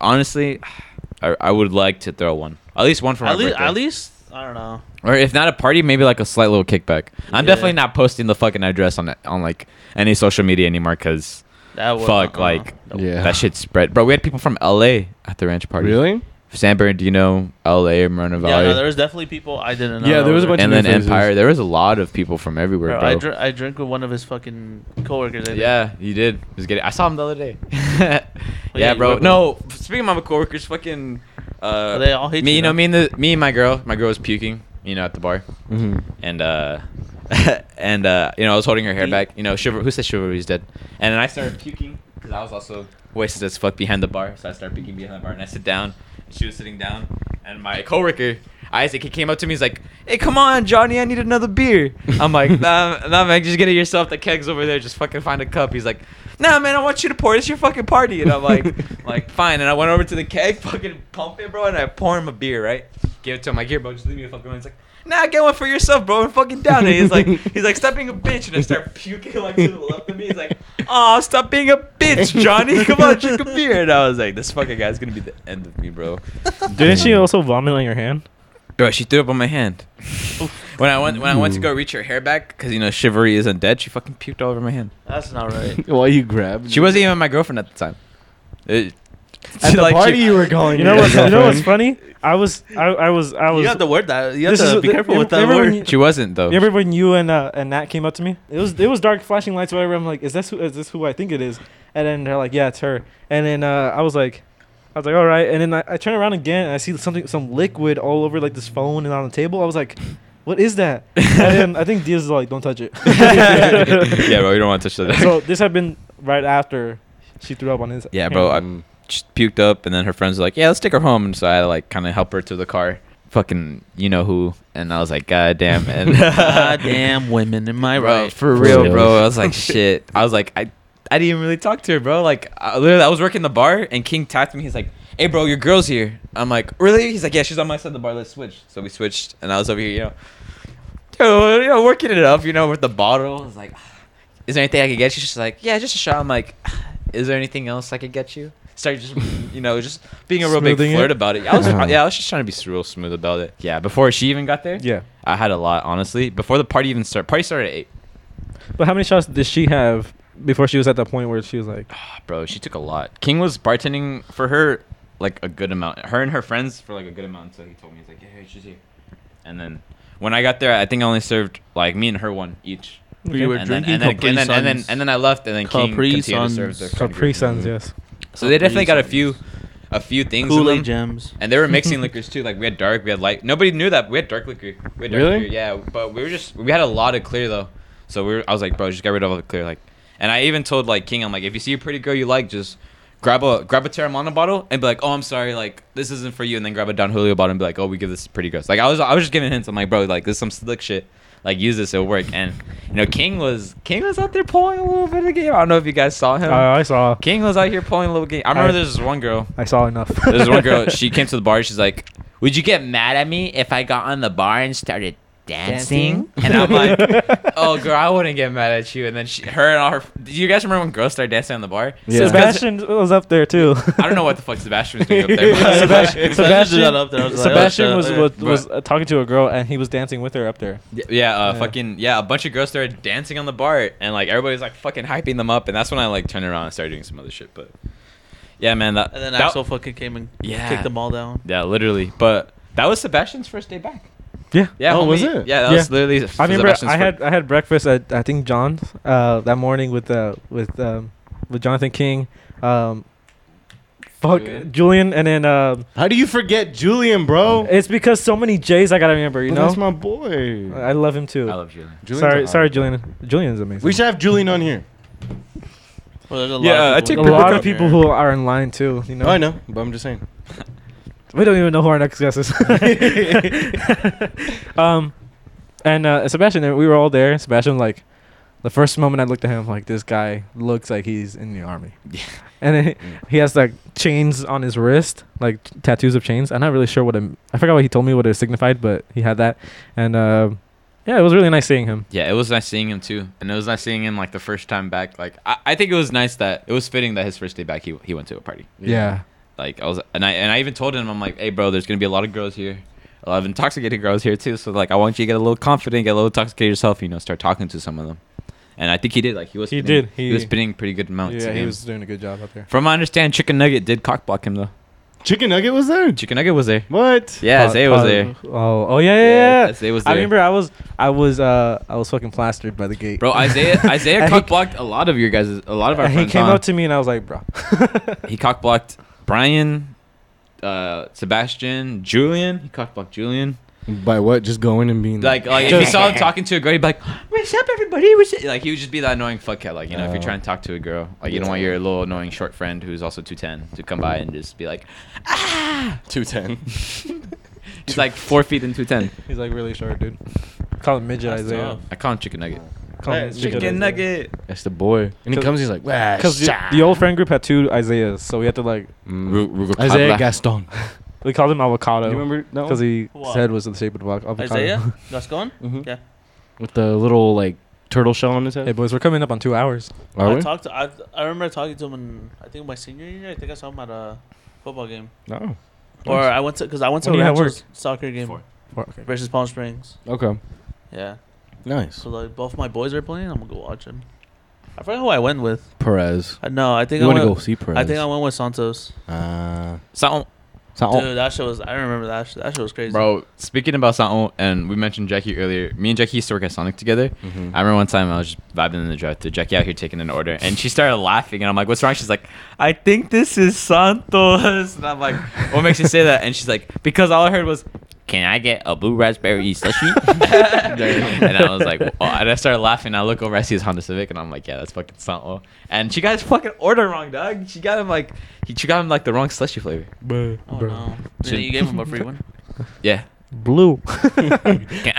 Speaker 4: Honestly, I, I would like to throw one, at least one for my
Speaker 2: At least,
Speaker 4: birthday.
Speaker 2: at least, I don't know.
Speaker 4: Or if not a party, maybe like a slight little kickback. I'm
Speaker 2: Yeah.
Speaker 4: definitely not posting the fucking address on on like any social media anymore because
Speaker 2: That would,
Speaker 4: fuck,
Speaker 2: uh-uh.
Speaker 4: like
Speaker 1: Yeah.
Speaker 4: that shit spread. Bro, we had people from LA at the ranch party.
Speaker 1: Really?
Speaker 4: San Bernardino, LA, Moreno
Speaker 2: Yeah,
Speaker 4: Valley,
Speaker 2: no, there was definitely people I didn't know.
Speaker 1: Yeah, there was a
Speaker 2: were-
Speaker 1: bunch
Speaker 4: and
Speaker 1: of new
Speaker 4: then
Speaker 1: faces.
Speaker 4: Empire. There was a lot of people from everywhere,
Speaker 2: Bro,
Speaker 4: bro.
Speaker 2: I, dr- I drink with one of his fucking coworkers. I think.
Speaker 4: yeah, you did. He Was getting. I saw him the other day. yeah,
Speaker 2: yeah, you
Speaker 4: bro.
Speaker 2: were-
Speaker 4: No, speaking of my coworkers, fucking. Uh,
Speaker 2: They all hate
Speaker 4: me.
Speaker 2: you,
Speaker 4: You know,
Speaker 2: though.
Speaker 4: me and the me and my girl. My girl was puking. You know, at the bar.
Speaker 1: Mm-hmm.
Speaker 4: and uh and uh you know I was holding her hair back. You know, chivalry, who said chivalry's dead? And then I started puking because I was also wasted as fuck behind the bar. So I started puking behind the bar, and I sit down. And she was sitting down, and my coworker Isaac he came up to me. He's like, "Hey, come on, Johnny, I need another beer." I'm like, "Nah, nah, man, just get it yourself. The keg's over there. Just fucking find a cup." He's like, "Nah, man, I want you to pour. It's your fucking party." And I'm like, "Like, fine." And I went over to the keg, fucking pump it, bro, and I pour him a beer, right? Give it to him. My gear, bro, just leave me the fucking. alone." He's like, nah, get one for yourself, bro. And fucking down it. He's like, he's like, stop being a bitch. And I start puking like to the left of me. He's like, oh, stop being a bitch, Johnny. Come on, drink a beer. And I was like, this fucking guy's gonna be the end of me, bro.
Speaker 3: Didn't she also vomit on your hand?
Speaker 4: Bro, she threw up on my hand. when I went when I went to go reach her hair back, because you know chivalry isn't dead. She fucking puked all over my hand.
Speaker 2: That's not right.
Speaker 1: Well, you grabbed.
Speaker 4: She wasn't even my girlfriend at the time. It-
Speaker 1: at
Speaker 4: she,
Speaker 1: the
Speaker 4: like, she-
Speaker 1: party you were calling.
Speaker 3: You know
Speaker 1: your
Speaker 3: what? You know what's
Speaker 1: girlfriend.
Speaker 3: funny? I was I, I was I was.
Speaker 2: you have to word that. You have
Speaker 3: This
Speaker 2: to
Speaker 3: is-
Speaker 2: be careful with that
Speaker 3: remember when
Speaker 2: word.
Speaker 3: you-
Speaker 4: She wasn't though.
Speaker 3: You remember when you and uh, and Nat came up to me? It was it was dark flashing lights, whatever. I'm like, is this who, is this who I think it is? And then they're like, yeah, it's her. And then uh, I was like, I was like, all right. And then I, I turn around again and I see something some liquid all over like this phone and on the table. I was like, what is that? and then I think Diaz is like, don't touch it.
Speaker 4: yeah, bro, you don't want to touch that.
Speaker 3: so this had been right after she threw up on his.
Speaker 4: Yeah, bro. I
Speaker 1: Mm.
Speaker 4: she puked up, and then her friends were like, "Yeah, let's take her home." And so I like kind of help her to the car. Fucking, you know who? And I was like, "God damn!" And
Speaker 2: Goddamn women, am I
Speaker 4: bro,
Speaker 2: right?
Speaker 1: For
Speaker 4: for real,
Speaker 1: real.
Speaker 4: bro. I was like, "Shit!" I was like, "I, I didn't even really talk to her, bro." Like, I, literally, I was working the bar, and King tapped me. He's like, "Hey, bro, your girl's here." I'm like, "Really?" He's like, "Yeah, she's on my side of the bar. Let's switch." So we switched, and I was over here, you know, yo, you know, working it up, you know, with the bottle. I was like, "Is there anything I could get you?" She's like, "Yeah, just a shot." I'm like, "Is there anything else I could get you?" Start just, you know, just being a real
Speaker 3: Smoothing
Speaker 4: big
Speaker 3: it?
Speaker 4: flirt about it. I was,
Speaker 1: Uh-huh.
Speaker 4: yeah, I was just trying to be real smooth about it. Yeah, before she even got there.
Speaker 3: Yeah.
Speaker 4: I had a lot, honestly. Before the party even started, party started at eight.
Speaker 3: But how many shots did she have before she was at that point where she was like,
Speaker 4: Ah, Bro, she took a lot. King was bartending for her like a good amount. Her and her friends for like a good amount. So he told me he's like, "Hey, hey, she's here." And then when I got there, I think I only served like me and her one each.
Speaker 2: We were
Speaker 4: and
Speaker 2: drinking
Speaker 4: then, and, then,
Speaker 2: Capri
Speaker 4: and, then, and then
Speaker 2: Suns.
Speaker 4: and then I left, and then King
Speaker 2: Capri
Speaker 4: continued to
Speaker 2: Suns.
Speaker 4: serve their kind of
Speaker 3: Capri
Speaker 4: group.
Speaker 3: Suns? Yes.
Speaker 4: So they definitely got a
Speaker 2: Suns.
Speaker 4: few, a few things. in
Speaker 2: Kool-Aid
Speaker 4: them.
Speaker 2: gems.
Speaker 4: And they were mixing liquors too. Like we had dark, we had light. Nobody knew that we had dark liquor. We had dark
Speaker 1: Really?
Speaker 4: Liquor, yeah, but we were just we had a lot of clear though. So we were, I was like, bro, just get rid of all the clear. Like, and I even told like King, I'm like, if you see a pretty girl you like, just grab a grab a Terramana bottle and be like, oh, I'm sorry, like this isn't for you, and then grab a Don Julio bottle and be like, oh, we give this to pretty girls. Like I was I was just giving hints. I'm like, bro, like this is some slick shit. Like use this, it'll work. And you know, King was King was out there pulling a little bit of game. I don't know if you guys saw
Speaker 2: Oh.
Speaker 4: him.
Speaker 3: Uh, I saw.
Speaker 4: King was out here pulling a little game. I remember
Speaker 3: I-
Speaker 4: there was this one girl.
Speaker 3: I saw enough.
Speaker 4: There's one girl. She came to the bar. She's like,
Speaker 5: Would you get mad at me if I got on the bar and started dancing?
Speaker 4: and I'm like, "Oh, girl, I wouldn't get mad at you." And then she, her and all her. Do you guys remember when girls started dancing on the bar?
Speaker 1: Yeah.
Speaker 4: It's 'cause-
Speaker 3: Sebastian was up there too.
Speaker 4: I don't know what the fuck Sebastian was doing up there. but-
Speaker 3: Sebastian,
Speaker 2: Sebastian got up there, I was like, oh,
Speaker 3: Sebastian
Speaker 2: shit,
Speaker 3: was
Speaker 2: okay.
Speaker 3: was, was uh, talking to a girl and he was dancing with her up there.
Speaker 4: Yeah, uh,
Speaker 3: Yeah.
Speaker 4: fucking yeah. A bunch of girls started dancing on the bar, and like everybody's like fucking hyping them up, and that's when I like turned around and started doing some other shit. But yeah, man. That,
Speaker 2: And then
Speaker 4: that,
Speaker 2: Axel fucking came and
Speaker 4: Yeah.
Speaker 2: kicked them all down.
Speaker 4: Yeah, literally. But that was Sebastian's first day back.
Speaker 3: Yeah.
Speaker 4: Yeah.
Speaker 1: Oh, was
Speaker 4: homie.
Speaker 1: it?
Speaker 4: Yeah, that was
Speaker 3: Yeah.
Speaker 4: literally.
Speaker 3: I remember
Speaker 4: Sebastian's
Speaker 3: I
Speaker 4: fir-
Speaker 3: had I had breakfast at I think John's uh, that morning with uh, with um, with Jonathan King, um, fuck
Speaker 4: Julian.
Speaker 3: Julian, and then um
Speaker 1: How do you forget Julian, bro?
Speaker 3: it's because so many J's I gotta remember. You
Speaker 1: But
Speaker 3: know,
Speaker 1: that's my boy.
Speaker 3: I love him too.
Speaker 4: I love you.
Speaker 1: Julian's
Speaker 3: sorry,
Speaker 1: a-
Speaker 3: sorry, Julian. Julian's amazing.
Speaker 1: We should have Julian on here.
Speaker 2: Well, there's a lot
Speaker 4: Yeah, I
Speaker 2: of people
Speaker 4: take
Speaker 3: a
Speaker 2: with
Speaker 3: lot
Speaker 2: that.
Speaker 3: of people who are in line too. You know,
Speaker 1: Oh, I know, but I'm just saying.
Speaker 3: we don't even know who our next guest is. um, and uh, Sebastian, uh, we were all there. Sebastian, like, the first moment I looked at him, like, this guy looks like he's in the army.
Speaker 4: Yeah.
Speaker 3: And then he- he has like chains on his wrist, like t- tattoos of chains. I'm not really sure what it, I forgot what he told me what it signified, but he had that. And uh, yeah, it was really nice seeing him.
Speaker 4: Yeah, it was nice seeing him too, and it was nice seeing him like the first time back. Like I, I think it was nice that it was fitting that his first day back he he went to a party.
Speaker 3: Yeah.
Speaker 4: Like I was, and I and I even told him I'm like, hey bro, there's gonna be a lot of girls here, a lot of intoxicated girls here too. So like I want you to get a little confident, get a little intoxicated yourself, you know, start talking to some of them. And I think he did. Like he was.
Speaker 3: He
Speaker 4: spinning-
Speaker 3: did,
Speaker 4: He,
Speaker 3: he-
Speaker 4: was spinning pretty good
Speaker 3: Yeah,
Speaker 4: amount. to
Speaker 3: he
Speaker 4: him.
Speaker 3: was doing a good job out there.
Speaker 4: From my understand, Chicken Nugget did cockblock him though.
Speaker 1: Chicken Nugget was there.
Speaker 4: Chicken Nugget was there.
Speaker 1: What?
Speaker 4: Yeah,
Speaker 3: Pod-
Speaker 4: Zay was
Speaker 3: pod-
Speaker 4: there.
Speaker 3: Oh, oh yeah, yeah, yeah.
Speaker 4: Zay was
Speaker 3: I
Speaker 4: there.
Speaker 3: remember I was, I was, uh, I was fucking plastered by the gate,
Speaker 4: Bro, Isaiah Isaiah
Speaker 3: And he-
Speaker 4: cockblocked a lot of your guys, a lot of our
Speaker 3: and he
Speaker 4: friends.
Speaker 3: came
Speaker 4: on.
Speaker 3: up to me and I was like, bro.
Speaker 4: He cockblocked Brian, uh, Sebastian, Julian. He cockblocked Julian.
Speaker 1: By what? Just going and being
Speaker 4: Like, like if you saw him talking to a girl, he'd be like, "What's up, everybody?" What's up? Like, he would just be that annoying fuckhead. Like, you know, if you're
Speaker 1: Oh.
Speaker 4: trying to talk to a girl, like, you don't want your little annoying short friend who's also two ten to come by and just be like,
Speaker 1: two ten.
Speaker 4: he's like four feet and two ten.
Speaker 3: He's like really short, dude. Call him midget
Speaker 2: That's
Speaker 3: Isaiah.
Speaker 2: tough.
Speaker 4: I call him chicken nugget.
Speaker 3: Call him midget Isaiah.
Speaker 1: That's the boy. And he
Speaker 3: Cause-
Speaker 1: comes, he's like, "Wah,
Speaker 3: Cause the,
Speaker 1: sha."
Speaker 3: the old friend group had two Isaiahs, so we had to like
Speaker 1: Mm.
Speaker 4: Ru-
Speaker 1: Isaiah
Speaker 4: Rucabla.
Speaker 1: Gaston.
Speaker 3: we called him avocado.
Speaker 1: You remember that one?
Speaker 3: Because he, his
Speaker 2: What?
Speaker 3: head was in the shape of avo- avocado.
Speaker 2: Isaiah, that's going.
Speaker 1: Mhm.
Speaker 2: Yeah,
Speaker 1: With the little like turtle shell on his head.
Speaker 3: hey boys, we're coming up on two hours.
Speaker 1: Are
Speaker 2: I
Speaker 1: we?
Speaker 2: talked to. I, I remember talking to him. In, I think my senior year. I think I saw him at a football game,
Speaker 1: No.
Speaker 2: or I went to because I went to
Speaker 3: When
Speaker 2: a
Speaker 3: you had
Speaker 2: Rancho's soccer game
Speaker 6: Four.
Speaker 2: versus Palm Springs.
Speaker 1: Okay.
Speaker 2: Yeah,
Speaker 1: Nice.
Speaker 2: so like both my boys are playing. I'm gonna go watch him. I forgot who I went with.
Speaker 1: Perez.
Speaker 2: Uh, no, I think
Speaker 1: You
Speaker 2: I
Speaker 1: want to
Speaker 2: went.
Speaker 1: go see Perez?
Speaker 2: I think I went with Santos.
Speaker 1: Uh,
Speaker 4: Something. oh.
Speaker 1: so,
Speaker 2: Dude, that shit was. I remember that. Shit, that shit was crazy.
Speaker 4: Bro, speaking about something, and we mentioned Jackie earlier. Me and Jackie used to work at Sonic together.
Speaker 1: Mhm.
Speaker 4: I remember one time I was just vibing in the drive-thru, Jackie out here taking an order, and she started laughing, and I'm like, "What's wrong?" She's like, "I think this is Santos," and I'm like, "What makes you say that?" And she's like, "Because all I heard was
Speaker 5: "Can I get a blue raspberry sushi?"
Speaker 4: and I was like, oh, and I started laughing. I look over, I see his Honda Civic, and I'm like, yeah, that's fucking Santo. And she got his fucking order wrong, dog. She got him like, he, she got him like the wrong slushy flavor.
Speaker 2: Oh no!
Speaker 4: Shit.
Speaker 2: Yeah, you gave him a free one.
Speaker 4: Yeah.
Speaker 3: Blue.
Speaker 5: Can I,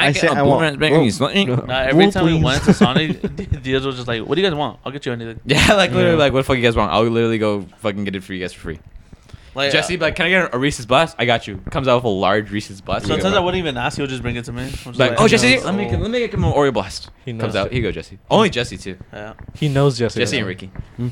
Speaker 1: I
Speaker 5: get
Speaker 1: said
Speaker 5: a
Speaker 1: I
Speaker 5: blue
Speaker 1: want-
Speaker 5: raspberry
Speaker 1: Whoa.
Speaker 5: sushi?
Speaker 2: Nah, every
Speaker 3: Blue,
Speaker 2: time we
Speaker 3: please.
Speaker 2: went to Sonic, Diaz was just like, "What do you guys want? I'll get you anything."
Speaker 4: Yeah, like literally,
Speaker 3: Yeah.
Speaker 4: like what the fuck you guys wrong? I'll literally go fucking get it for you guys for free.
Speaker 2: Like
Speaker 4: Jesse,
Speaker 2: uh,
Speaker 4: be like, can I get a Reese's blast? I got you. Comes out with a large Reese's blast. You
Speaker 2: sometimes
Speaker 4: go,
Speaker 2: I wouldn't even ask. He'll just bring it to me. I'm just
Speaker 4: Like, oh
Speaker 2: no,
Speaker 4: Jesse,
Speaker 2: it's
Speaker 4: let me
Speaker 2: all-
Speaker 4: let me get him an Oreo blast.
Speaker 3: He knows
Speaker 4: Comes out.
Speaker 3: it.
Speaker 4: Here you go, Jesse. Only Jesse too.
Speaker 2: Yeah,
Speaker 3: he knows Jesse.
Speaker 4: Jesse
Speaker 3: though.
Speaker 4: and Ricky.
Speaker 1: hmm.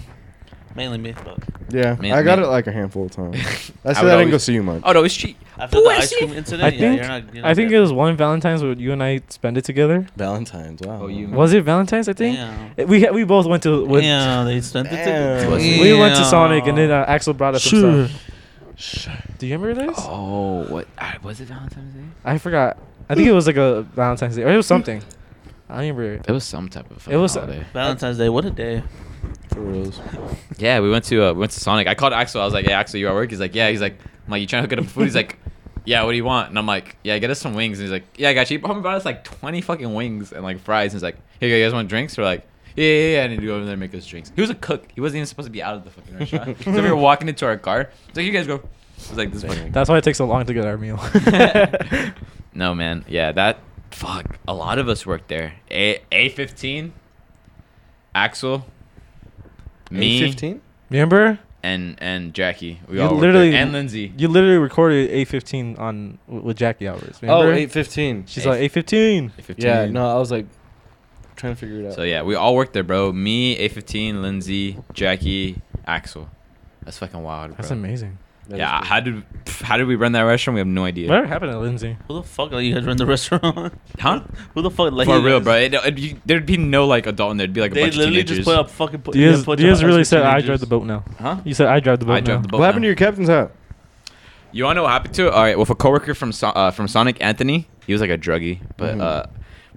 Speaker 2: mainly me. But
Speaker 1: Yeah,
Speaker 4: Man-
Speaker 1: I got
Speaker 4: man-
Speaker 1: it like a handful of times.
Speaker 4: I
Speaker 1: That's I,
Speaker 4: would
Speaker 1: I didn't go
Speaker 4: always-
Speaker 1: see you much.
Speaker 4: Oh no, it's cheat.
Speaker 2: after the ice cream incident,
Speaker 3: I
Speaker 2: yeah,
Speaker 3: think
Speaker 2: you're not. You're not
Speaker 3: I think
Speaker 2: good.
Speaker 3: it was one Valentine's where you and I spent it together.
Speaker 1: Valentine's. Wow.
Speaker 4: Oh,
Speaker 2: Mm-hmm.
Speaker 4: you-
Speaker 3: Was it Valentine's? I think
Speaker 2: Damn.
Speaker 3: we we both went to. Went,
Speaker 2: Yeah, they sent it to
Speaker 1: Damn.
Speaker 3: We went to Sonic and then uh, Axel brought us some
Speaker 2: Sure.
Speaker 3: stuff. Do you remember this?
Speaker 4: Oh, what uh, was it Valentine's Day?
Speaker 3: I forgot. I think it was like a Valentine's Day or it was something. I don't remember.
Speaker 4: It was some type of.
Speaker 3: It was-
Speaker 4: holiday.
Speaker 2: Valentine's Day. What a day!
Speaker 1: For reals.
Speaker 4: Yeah, we went to uh, we went to Sonic. I called Axel. I was like, "Yeah, Axel, you at work?" He's like, "Yeah." He's like, "I'm like, you trying to hook it up with food?" He's like, "Yeah, what do you want?" And I'm like, "Yeah, get us some wings." And he's like, "Yeah, I got you." He probably brought us like 20 fucking wings and like fries. And he's like, "Hey, you guys want drinks?" We're like, "Yeah, yeah, yeah." And he'd go over there and make us drinks. He was a cook. He wasn't even supposed to be out of the fucking restaurant. so we were walking into our car. He's like, "You guys go." I was like, "This fucking."
Speaker 3: That's why it takes so long to get our meal.
Speaker 4: no man, yeah, that fuck. A lot of us worked there. A A fifteen, Axel, me,
Speaker 1: Fifteen.
Speaker 3: remember?
Speaker 4: and and Jackie. We
Speaker 3: You
Speaker 4: all literally
Speaker 3: literally-
Speaker 4: and Lindsay.
Speaker 3: You literally recorded 8:15 on w- with Jackie Alvarez.
Speaker 1: Oh,
Speaker 3: Remember?
Speaker 1: 815.
Speaker 3: She's like 8:15.
Speaker 4: 15.
Speaker 1: Yeah, no, I was like trying to figure it out.
Speaker 4: So yeah, we all worked there, bro. Me, A15, Lindsay, Jackie, Axel. That's fucking wild,
Speaker 3: That's
Speaker 4: bro.
Speaker 3: amazing.
Speaker 1: That
Speaker 4: yeah,
Speaker 1: is
Speaker 4: how did pff, how did we run that restaurant? We have no idea.
Speaker 3: Whatever happened to Lindsay?
Speaker 2: Who the fuck are you guys run the restaurant?
Speaker 4: Huh?
Speaker 2: Who the fuck? let
Speaker 4: For
Speaker 2: you
Speaker 4: real,
Speaker 2: guys-
Speaker 4: bro. It, it, you, there'd be no like adult, and there'd be like a
Speaker 2: They
Speaker 4: bunch of
Speaker 2: literally
Speaker 4: teenagers.
Speaker 2: just put up fucking. put- yeah,
Speaker 3: Diaz,
Speaker 2: bunch of
Speaker 3: Diaz
Speaker 2: high
Speaker 3: really
Speaker 2: school
Speaker 3: said, "I
Speaker 2: teenagers."
Speaker 3: drive the boat now."
Speaker 4: Huh?
Speaker 3: You said, "I drive the boat."
Speaker 4: I drove the
Speaker 3: now."
Speaker 4: boat.
Speaker 1: what happened to
Speaker 4: now.
Speaker 1: your captain's hat?
Speaker 4: You want to know what happened to it? All right, with a coworker from so- uh, from Sonic, Anthony. He was like a druggie, but
Speaker 1: Mhm.
Speaker 4: uh,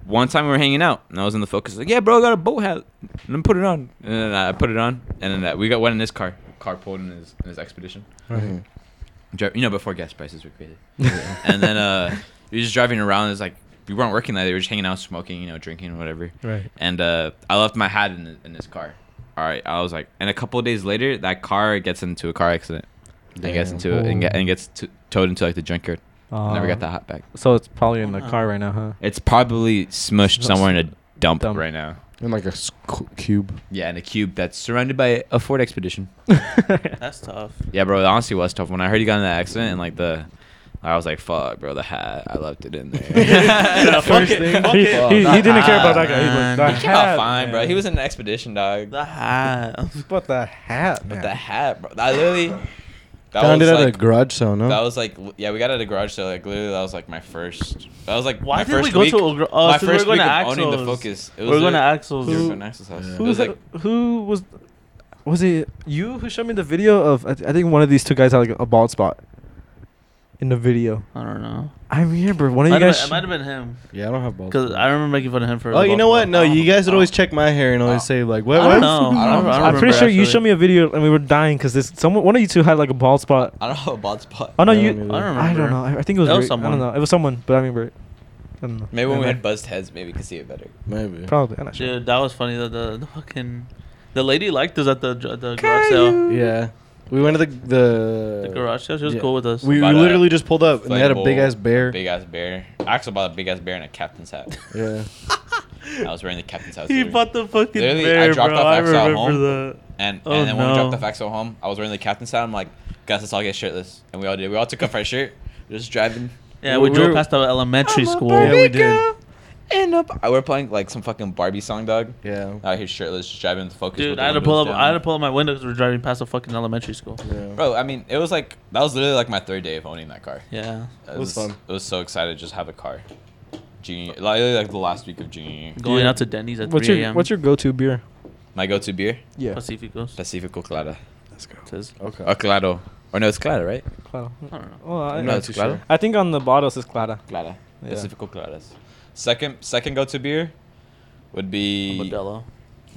Speaker 4: one time we were hanging out, and I was in the focus. Like, yeah, bro, I got a boat hat. And then put it on, and then I put it on, and then uh, we got one in this car, carpool in his in his expedition.
Speaker 1: Mhm.
Speaker 4: Dri- you know, before gas prices were crazy. and then uh, we were just driving around. It's like we weren't working that day. We were just hanging out, smoking, you know, drinking, whatever.
Speaker 3: Right.
Speaker 4: And uh, I left my hat in, in this car. All right, I was like, and a couple of days later, that car gets into a car accident. And gets
Speaker 1: Damn.
Speaker 4: into and, get, and gets t- towed into like the junkyard. Never got that
Speaker 3: Uh,
Speaker 4: hat back.
Speaker 3: So it's probably in the
Speaker 2: Oh.
Speaker 3: car right now, huh?
Speaker 4: It's probably smushed
Speaker 3: Smushed.
Speaker 4: somewhere in a dump,
Speaker 3: Dump.
Speaker 4: right now.
Speaker 1: And like a s- cu- cube.
Speaker 4: Yeah, in a cube that's surrounded by a Ford Expedition.
Speaker 2: That's tough.
Speaker 4: Yeah, bro, it honestly was tough. When I heard you got in that accident and like the, I was like, fuck, bro, the hat. I left it in there.
Speaker 2: Yeah, fuck it, fuck
Speaker 3: he,
Speaker 2: it.
Speaker 1: Oh,
Speaker 3: he,
Speaker 1: that
Speaker 3: he didn't care
Speaker 2: hat,
Speaker 3: about that guy. He was
Speaker 2: man.
Speaker 3: like, "That
Speaker 4: He came out
Speaker 3: hat,
Speaker 4: fine, bro.
Speaker 3: man."
Speaker 4: He was in an expedition, dog.
Speaker 2: The hat.
Speaker 3: But the hat,
Speaker 4: But
Speaker 3: man.
Speaker 4: the hat, bro. I literally. That
Speaker 1: Found it
Speaker 4: was
Speaker 1: at
Speaker 4: like,
Speaker 1: a garage sale, no?
Speaker 4: That was like, l- yeah, we got at a garage sale. Like literally, that was like my first. That was like
Speaker 2: Why
Speaker 4: my
Speaker 2: did
Speaker 4: first
Speaker 2: we go
Speaker 4: week,
Speaker 2: to a gr- oh,
Speaker 4: my
Speaker 2: so we
Speaker 4: first
Speaker 2: we're going
Speaker 4: week
Speaker 2: to
Speaker 4: of owning the
Speaker 2: Axel's.
Speaker 4: focus. It was
Speaker 2: We're going to
Speaker 4: literally-
Speaker 2: Axel's.
Speaker 4: we were
Speaker 3: Who-
Speaker 4: going to Axel's house. It
Speaker 3: Who
Speaker 4: was
Speaker 3: was
Speaker 4: like
Speaker 3: that- who was was it you who showed me the video of I, I think one of these two guys had like a bald spot in the video.
Speaker 2: I don't know.
Speaker 3: I remember one of
Speaker 2: Might
Speaker 3: you
Speaker 2: have
Speaker 3: guys.
Speaker 2: been- It might have been him.
Speaker 1: yeah, I don't have balls.
Speaker 2: Because I remember making fun of him for.
Speaker 1: Oh,
Speaker 2: the
Speaker 1: you know
Speaker 2: golf
Speaker 1: what?
Speaker 2: ball.
Speaker 1: No, you guys would always
Speaker 2: Oh.
Speaker 1: check my hair and always say like,
Speaker 2: I
Speaker 1: "What?"
Speaker 2: don't
Speaker 1: what?
Speaker 2: know. I don't, I don't
Speaker 3: I'm pretty
Speaker 2: remember,
Speaker 3: sure you
Speaker 2: actually.
Speaker 3: showed me a video and we were dying because this someone one of you two had like a bald spot.
Speaker 4: I don't know about spot.
Speaker 3: Oh no,
Speaker 1: Yeah,
Speaker 3: you.
Speaker 1: maybe.
Speaker 2: I don't remember.
Speaker 3: I don't know. I, I think it was,
Speaker 2: That was
Speaker 3: Rick. I
Speaker 2: someone.
Speaker 3: don't know. It was someone, but I remember it. I don't know.
Speaker 4: Maybe when we
Speaker 3: Never
Speaker 4: had buzzed heads, maybe we could see it better.
Speaker 1: Maybe.
Speaker 3: mind. Probably. I'm not sure.
Speaker 2: Dude, that was funny. The, the, the fucking the lady liked us at the at the garage sale.
Speaker 1: Yeah. We went to the the,
Speaker 2: The garage sale. She was
Speaker 1: Yeah.
Speaker 2: cool with us.
Speaker 1: We, we
Speaker 4: Bought a
Speaker 1: literally just pulled up and they had a
Speaker 4: inflatable-
Speaker 1: big
Speaker 2: oh,
Speaker 1: ass bear.
Speaker 4: Big ass bear. Axel bought a big ass bear and a captain's hat.
Speaker 1: Yeah.
Speaker 4: I was wearing the captain's hat.
Speaker 2: he
Speaker 4: literally.
Speaker 2: bought the fucking
Speaker 4: Literally, I
Speaker 2: bear,
Speaker 4: dropped
Speaker 2: bro.
Speaker 4: off
Speaker 2: I
Speaker 4: Axel at
Speaker 2: remember
Speaker 4: home.
Speaker 2: the.
Speaker 4: And,
Speaker 2: Oh,
Speaker 4: and then when we dropped
Speaker 2: no.
Speaker 4: off Axel home, I was wearing the captain's hat. I'm like, guys, let's all get shirtless. And we all did. We all took off our shirt. We're just driving.
Speaker 2: Yeah,
Speaker 1: We
Speaker 2: we drove
Speaker 1: were-
Speaker 2: past the elementary
Speaker 4: I'm a
Speaker 2: school.
Speaker 1: Yeah,
Speaker 4: Barbie
Speaker 1: we did.
Speaker 4: girl in a bar- we're playing like some fucking Barbie song, dog.
Speaker 1: Yeah.
Speaker 4: Out here shirtless, just driving the focus. with
Speaker 2: Dude,
Speaker 4: the
Speaker 2: I had to pull up.
Speaker 4: windows
Speaker 2: I had
Speaker 4: down.
Speaker 2: to pull up my window because we were driving past a fucking elementary school.
Speaker 1: yeah.
Speaker 4: Bro, I mean, it was like that was literally like my third day of owning that car.
Speaker 2: Yeah,
Speaker 4: It
Speaker 1: was fun.
Speaker 4: It was so excited to just have a car. Junior, like, like the last week of junior year.
Speaker 2: going
Speaker 3: Dude.
Speaker 2: out to Denny's at
Speaker 3: What's
Speaker 2: 3
Speaker 3: your
Speaker 2: a.m.
Speaker 3: What's your go-to beer?
Speaker 4: My go-to beer,
Speaker 3: Yeah.
Speaker 2: Pacificos?
Speaker 4: Pacifico Clara.
Speaker 1: Let's go.
Speaker 2: It says-
Speaker 1: Okay.
Speaker 4: Or Claro. Or no, it's Clara, right?
Speaker 3: Clara.
Speaker 2: I don't know.
Speaker 3: Well, I,
Speaker 1: I'm not
Speaker 4: it's
Speaker 1: too
Speaker 4: Clara.
Speaker 1: sure.
Speaker 3: I think on the bottle it says Clara.
Speaker 4: Clara.
Speaker 3: Yeah.
Speaker 4: Pacifico Claras. Second, second go-to beer would be
Speaker 2: Modelo.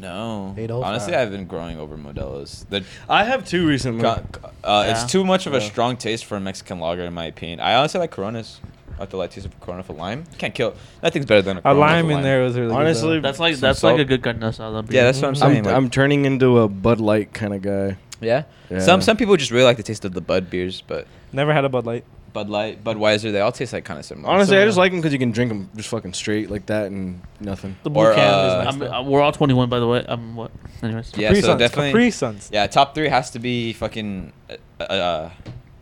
Speaker 4: No.
Speaker 3: 805.
Speaker 4: Honestly, I've been growing over Modelo's. The
Speaker 1: I have two recently.
Speaker 4: Ca- ca- Uh,
Speaker 2: Yeah.
Speaker 4: It's too much of a
Speaker 1: Yeah.
Speaker 4: strong taste for a Mexican lager, in my opinion. I honestly like Coronas. I have to like taste of Corona for lime. You can't kill. Nothing's better than a,
Speaker 3: A
Speaker 4: Corona with
Speaker 3: lime in there was really good,
Speaker 1: Honestly,
Speaker 3: though.
Speaker 2: That's like
Speaker 4: Some
Speaker 2: that's
Speaker 4: salt.
Speaker 2: like a good carne asada.
Speaker 4: Yeah, that's what I'm
Speaker 3: Mhm.
Speaker 4: saying.
Speaker 3: I'm-
Speaker 1: I'm,
Speaker 4: like-
Speaker 1: I'm turning into a Bud Light kind of guy.
Speaker 4: yeah?
Speaker 1: Yeah.
Speaker 4: Some some people just really like the taste of the Bud beers, but
Speaker 3: never had a Bud Light.
Speaker 4: Bud Light, Budweiser, they all taste like kind of similar.
Speaker 1: Honestly, I just
Speaker 3: So-
Speaker 1: like them because you can drink them just fucking straight like that and nothing.
Speaker 3: The blue
Speaker 4: Or,
Speaker 3: can
Speaker 4: uh,
Speaker 3: is nice.
Speaker 2: I'm,
Speaker 3: though.
Speaker 2: uh, we're all 21, by the way. I'm what? Anyways.
Speaker 4: Yeah,
Speaker 3: Capri
Speaker 4: so
Speaker 3: Suns,
Speaker 4: definitely-
Speaker 3: Capri Suns.
Speaker 4: yeah, top three has to be fucking uh, uh,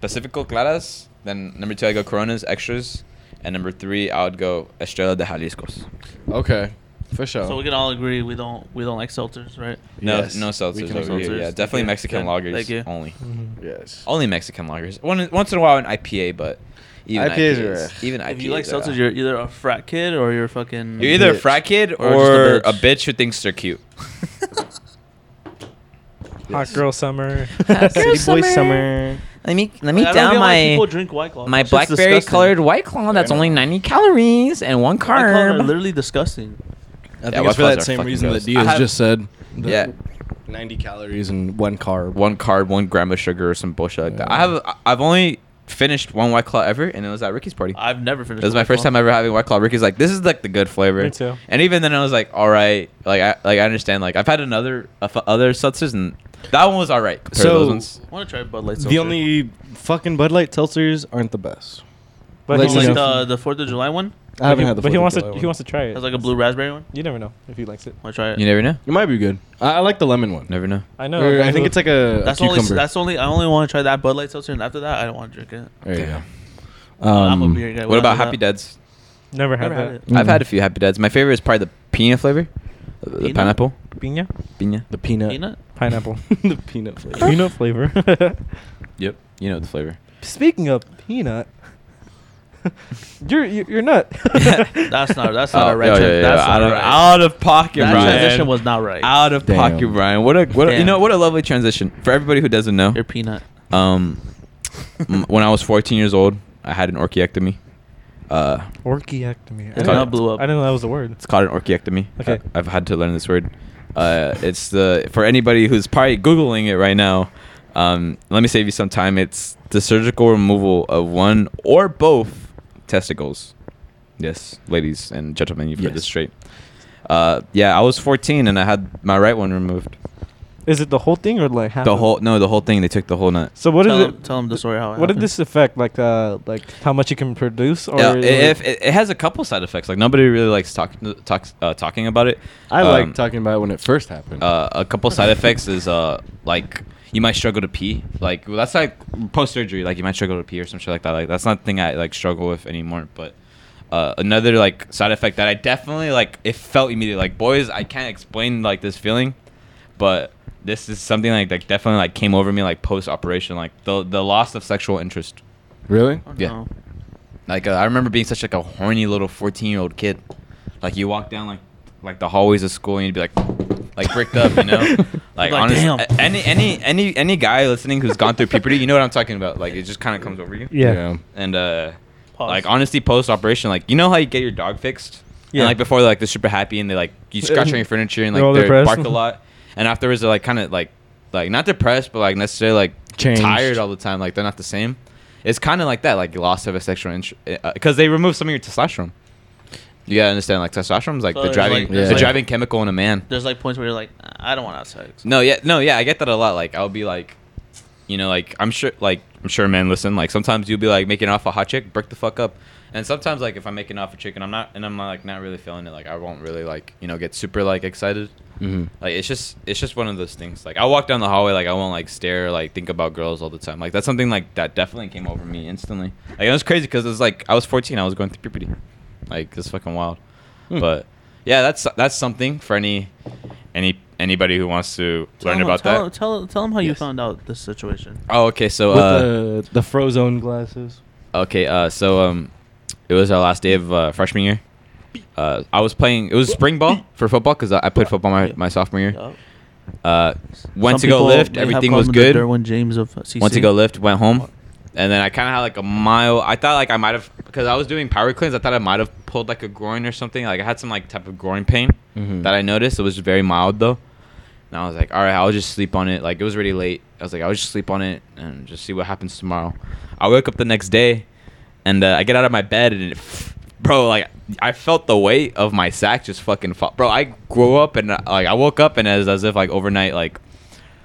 Speaker 4: Pacifico Claras. Then number two, I go Coronas Extras, and number three, I would go Estrella de Jalisco's.
Speaker 1: Okay, for sure.
Speaker 2: So we can all agree we don't we don't like seltzers, right?
Speaker 4: No,
Speaker 1: Yes.
Speaker 4: no
Speaker 1: We
Speaker 4: seltzers
Speaker 1: can
Speaker 4: over
Speaker 1: have
Speaker 4: here.
Speaker 2: seltzers.
Speaker 4: Yeah,
Speaker 2: Thank
Speaker 4: definitely
Speaker 2: you.
Speaker 4: Mexican
Speaker 2: Good.
Speaker 4: lagers
Speaker 2: Thank you.
Speaker 4: only.
Speaker 3: Mhm.
Speaker 1: Yes.
Speaker 4: Only Mexican lagers. One, once in a while, an IPA, but even
Speaker 1: IPAs
Speaker 4: IPAs,
Speaker 1: are-
Speaker 4: even IPAs.
Speaker 2: If you like
Speaker 4: are- uh,
Speaker 2: seltzers, you're either a frat kid or you're fucking.
Speaker 4: You're either a
Speaker 1: bitch.
Speaker 4: frat kid or,
Speaker 1: Or just a
Speaker 4: a, bitch. who thinks they're cute.
Speaker 3: Hot girl summer.
Speaker 1: City boy summer.
Speaker 5: Let me let
Speaker 2: Like,
Speaker 5: me
Speaker 2: I don't
Speaker 5: down
Speaker 2: get why
Speaker 5: my
Speaker 2: people drink white claw.
Speaker 5: my
Speaker 2: That shit's
Speaker 5: blackberry
Speaker 2: disgusting.
Speaker 5: colored white claw. That's
Speaker 1: Yeah.
Speaker 5: only ninety calories and one
Speaker 2: White claws are
Speaker 5: carb.
Speaker 2: literally disgusting.
Speaker 1: I think
Speaker 4: Yeah,
Speaker 1: it's for
Speaker 4: Waffles
Speaker 1: that
Speaker 4: are
Speaker 1: same
Speaker 4: fucking
Speaker 1: reason
Speaker 4: gross.
Speaker 1: that Diaz
Speaker 4: I have-
Speaker 1: just said. The
Speaker 4: Yeah.
Speaker 1: 90 calories and one carb.
Speaker 4: One carb, one gram of sugar, or some bullshit like that. I have. I- I've only finished one white claw ever, and it was at Ricky's party.
Speaker 2: I've never finished.
Speaker 4: It was my
Speaker 2: White
Speaker 4: first
Speaker 2: Claw.
Speaker 4: time ever having white claw. Ricky's like, this is like the good flavor.
Speaker 3: Me too.
Speaker 4: And even then, I was like, all right, like I like I understand. Like I've had another a f- other seltzers, and that one was all right. compared to
Speaker 1: So-
Speaker 4: those ones.
Speaker 2: I want to try Bud Light.
Speaker 1: The
Speaker 2: seltzer.
Speaker 1: only fucking Bud Light seltzers aren't the best.
Speaker 3: But
Speaker 1: Like,
Speaker 3: he,
Speaker 1: you
Speaker 2: like uh,
Speaker 1: know-
Speaker 2: the the Fourth of July one.
Speaker 1: I haven't had the.
Speaker 3: but he
Speaker 1: fucking
Speaker 3: wants
Speaker 1: Bud
Speaker 3: to
Speaker 1: Light
Speaker 3: he
Speaker 1: one.
Speaker 3: wants to try it.
Speaker 2: It's like a blue raspberry one.
Speaker 3: you never know if he likes it.
Speaker 2: Want to try it?
Speaker 4: you never know.
Speaker 1: It might be good. I, I like the lemon one.
Speaker 4: Never know.
Speaker 3: I know.
Speaker 1: Or I
Speaker 3: guys
Speaker 1: think
Speaker 3: will-
Speaker 1: it's like a,
Speaker 2: That's
Speaker 1: a
Speaker 2: only.
Speaker 1: cucumber.
Speaker 2: That's only. I only want to try that Bud Light seltzer, and after that, I don't want to drink it.
Speaker 1: there you go.
Speaker 2: I'm a
Speaker 1: Um,
Speaker 2: beer guy.
Speaker 4: What about
Speaker 2: after
Speaker 4: Happy
Speaker 2: that.
Speaker 4: Dads?
Speaker 3: never had
Speaker 2: Never had
Speaker 3: that.
Speaker 2: it.
Speaker 4: I've had a few Happy Dads. My favorite is probably the pina flavor, Uh, the, the
Speaker 2: Pina?
Speaker 4: pineapple,
Speaker 3: Piña,
Speaker 4: pina.
Speaker 1: The peanut.
Speaker 2: Peanut.
Speaker 3: pineapple,
Speaker 1: the peanut flavor.
Speaker 3: peanut flavor.
Speaker 4: Yep, you know the flavor.
Speaker 3: Speaking of peanut, you're you're, you're nut.
Speaker 2: That's not. That's not a right.
Speaker 4: yeah,
Speaker 2: tran-
Speaker 4: yeah, yeah.
Speaker 2: That's
Speaker 4: out,
Speaker 2: not
Speaker 4: of,
Speaker 2: a right.
Speaker 4: out of pocket,
Speaker 2: That
Speaker 4: Brian.
Speaker 2: transition was not right.
Speaker 4: out of
Speaker 1: Damn.
Speaker 4: pocket, Brian. What a what a, you
Speaker 2: Damn.
Speaker 4: know what a lovely transition for everybody who doesn't know.
Speaker 2: Your peanut.
Speaker 4: Um, m- when I was 14 years old, I had an orchiectomy. Uh,
Speaker 3: Orchiectomy. I
Speaker 4: It's
Speaker 3: didn't-
Speaker 4: called-
Speaker 2: blew up.
Speaker 3: I didn't know that was the word.
Speaker 4: it's called an orchiectomy.
Speaker 3: Okay.
Speaker 4: I, have had to learn this word. Uh, it's the for anybody who's probably googling it right now. Um, let me save you some time. It's the surgical removal of one or both testicles. Yes, ladies and gentlemen, you've heard
Speaker 1: Yes.
Speaker 4: this straight. Uh, yeah, I was 14 and I had my right one removed.
Speaker 3: Is it the whole thing or like half?
Speaker 4: The
Speaker 3: of it?
Speaker 4: whole no, the whole thing. They took the whole nut.
Speaker 3: So what is
Speaker 2: tell
Speaker 3: it?
Speaker 2: Him, tell him the story how. It
Speaker 3: what did
Speaker 2: happened.
Speaker 3: this affect? Like uh, like how much you can produce or
Speaker 4: yeah,
Speaker 3: like-
Speaker 4: if it, it has a couple side effects. Like nobody really likes talk, talks uh, talking about it.
Speaker 1: I
Speaker 4: Um,
Speaker 1: like talking about it when it first happened.
Speaker 4: Uh, a couple side effects is uh like you might struggle to pee. Like well, that's like post surgery. Like you might struggle to pee or some shit like that. Like that's not the thing I like struggle with anymore. But uh, another like side effect that I definitely like it felt immediately. Like boys, I can't explain like this feeling, but this is something like that definitely like came over me like post operation. Like the the loss of sexual interest.
Speaker 1: really?
Speaker 2: Oh,
Speaker 4: yeah.
Speaker 2: no.
Speaker 4: Like uh, I remember being such like a horny little fourteen year old kid. Like you walk down like like the hallways of school and you'd be like like bricked up, you know? Like,
Speaker 2: Like,
Speaker 4: honestly,
Speaker 2: damn.
Speaker 4: any any any any guy listening who's gone through puberty, you know what I'm talking about. Like it just kind of comes over you.
Speaker 3: yeah.
Speaker 4: And uh
Speaker 2: Pause.
Speaker 4: like honestly, post operation, like you know how you get your dog fixed, yeah.
Speaker 3: Yeah.
Speaker 4: And, like before, like they're super happy and they like you scratch on your furniture and
Speaker 3: They're all
Speaker 4: like they
Speaker 3: depressed.
Speaker 4: bark a lot, and afterwards they're like kind of like like not depressed, but like necessarily like
Speaker 1: Changed.
Speaker 4: tired all the time. Like they're not the same. It's kind of like that, like loss of a sexual interest, because they remove some of your testosterone. You gotta understand, like testosterone is like
Speaker 2: So
Speaker 4: the
Speaker 2: it's
Speaker 4: driving,
Speaker 2: like-
Speaker 1: Yeah.
Speaker 4: the
Speaker 1: like-
Speaker 4: driving chemical in a man.
Speaker 2: There's like points where you're like, I don't want to have sex.
Speaker 4: No, yeah, no, yeah, I get that a lot. Like I'll be like, you know, like I'm sure, like I'm sure, man. Listen, like sometimes you'll be like making off a hot chick, break the fuck up, and sometimes like if I'm making off a chick and I'm not, and I'm like not really feeling it, like I won't really like you know get super like excited.
Speaker 1: Mm-hmm.
Speaker 4: Like it's just it's just one of those things. Like I walk down the hallway, like I won't like stare, like think about girls all the time. Like that's something like that definitely came over me instantly. Like it was crazy because it was like I was 14, I was going through puberty. Like it's fucking wild.
Speaker 1: Hmm.
Speaker 4: But yeah, that's that's something for any any anybody who wants to
Speaker 2: Tell
Speaker 4: learn
Speaker 2: him-
Speaker 4: about
Speaker 2: tell,
Speaker 4: that.
Speaker 2: Tell tell him how you
Speaker 4: Yes.
Speaker 2: found out this situation.
Speaker 4: Oh, okay. So
Speaker 1: With
Speaker 4: uh,
Speaker 1: the, the Frozone glasses.
Speaker 4: okay, uh, so um, it was our last day of uh, freshman year. Uh, I was playing. It was spring ball for football because I, I played football my, my sophomore year.
Speaker 2: Yup.
Speaker 4: Uh, went
Speaker 2: Some
Speaker 4: to go
Speaker 2: people
Speaker 4: lift.
Speaker 2: may have
Speaker 4: Everything
Speaker 2: called
Speaker 4: was
Speaker 2: him the
Speaker 4: good.
Speaker 2: Derwin James of CC.
Speaker 4: Went to go lift, went home, and then I kind of had like a mile. I thought like I might have because I was doing power cleans. I thought I might have pulled like a groin or something. Like I had some like type of groin pain
Speaker 1: Mhm.
Speaker 4: that I noticed. It was very mild though, and I was like, all right, I'll just sleep on it. Like it was really late. I was like, I'll just sleep on it and just see what happens tomorrow. I woke up the next day, and uh, I get out of my bed and, it, bro, like I felt the weight of my sack just fucking fall. Bro, I grew up and uh, like I woke up and as as if like overnight, like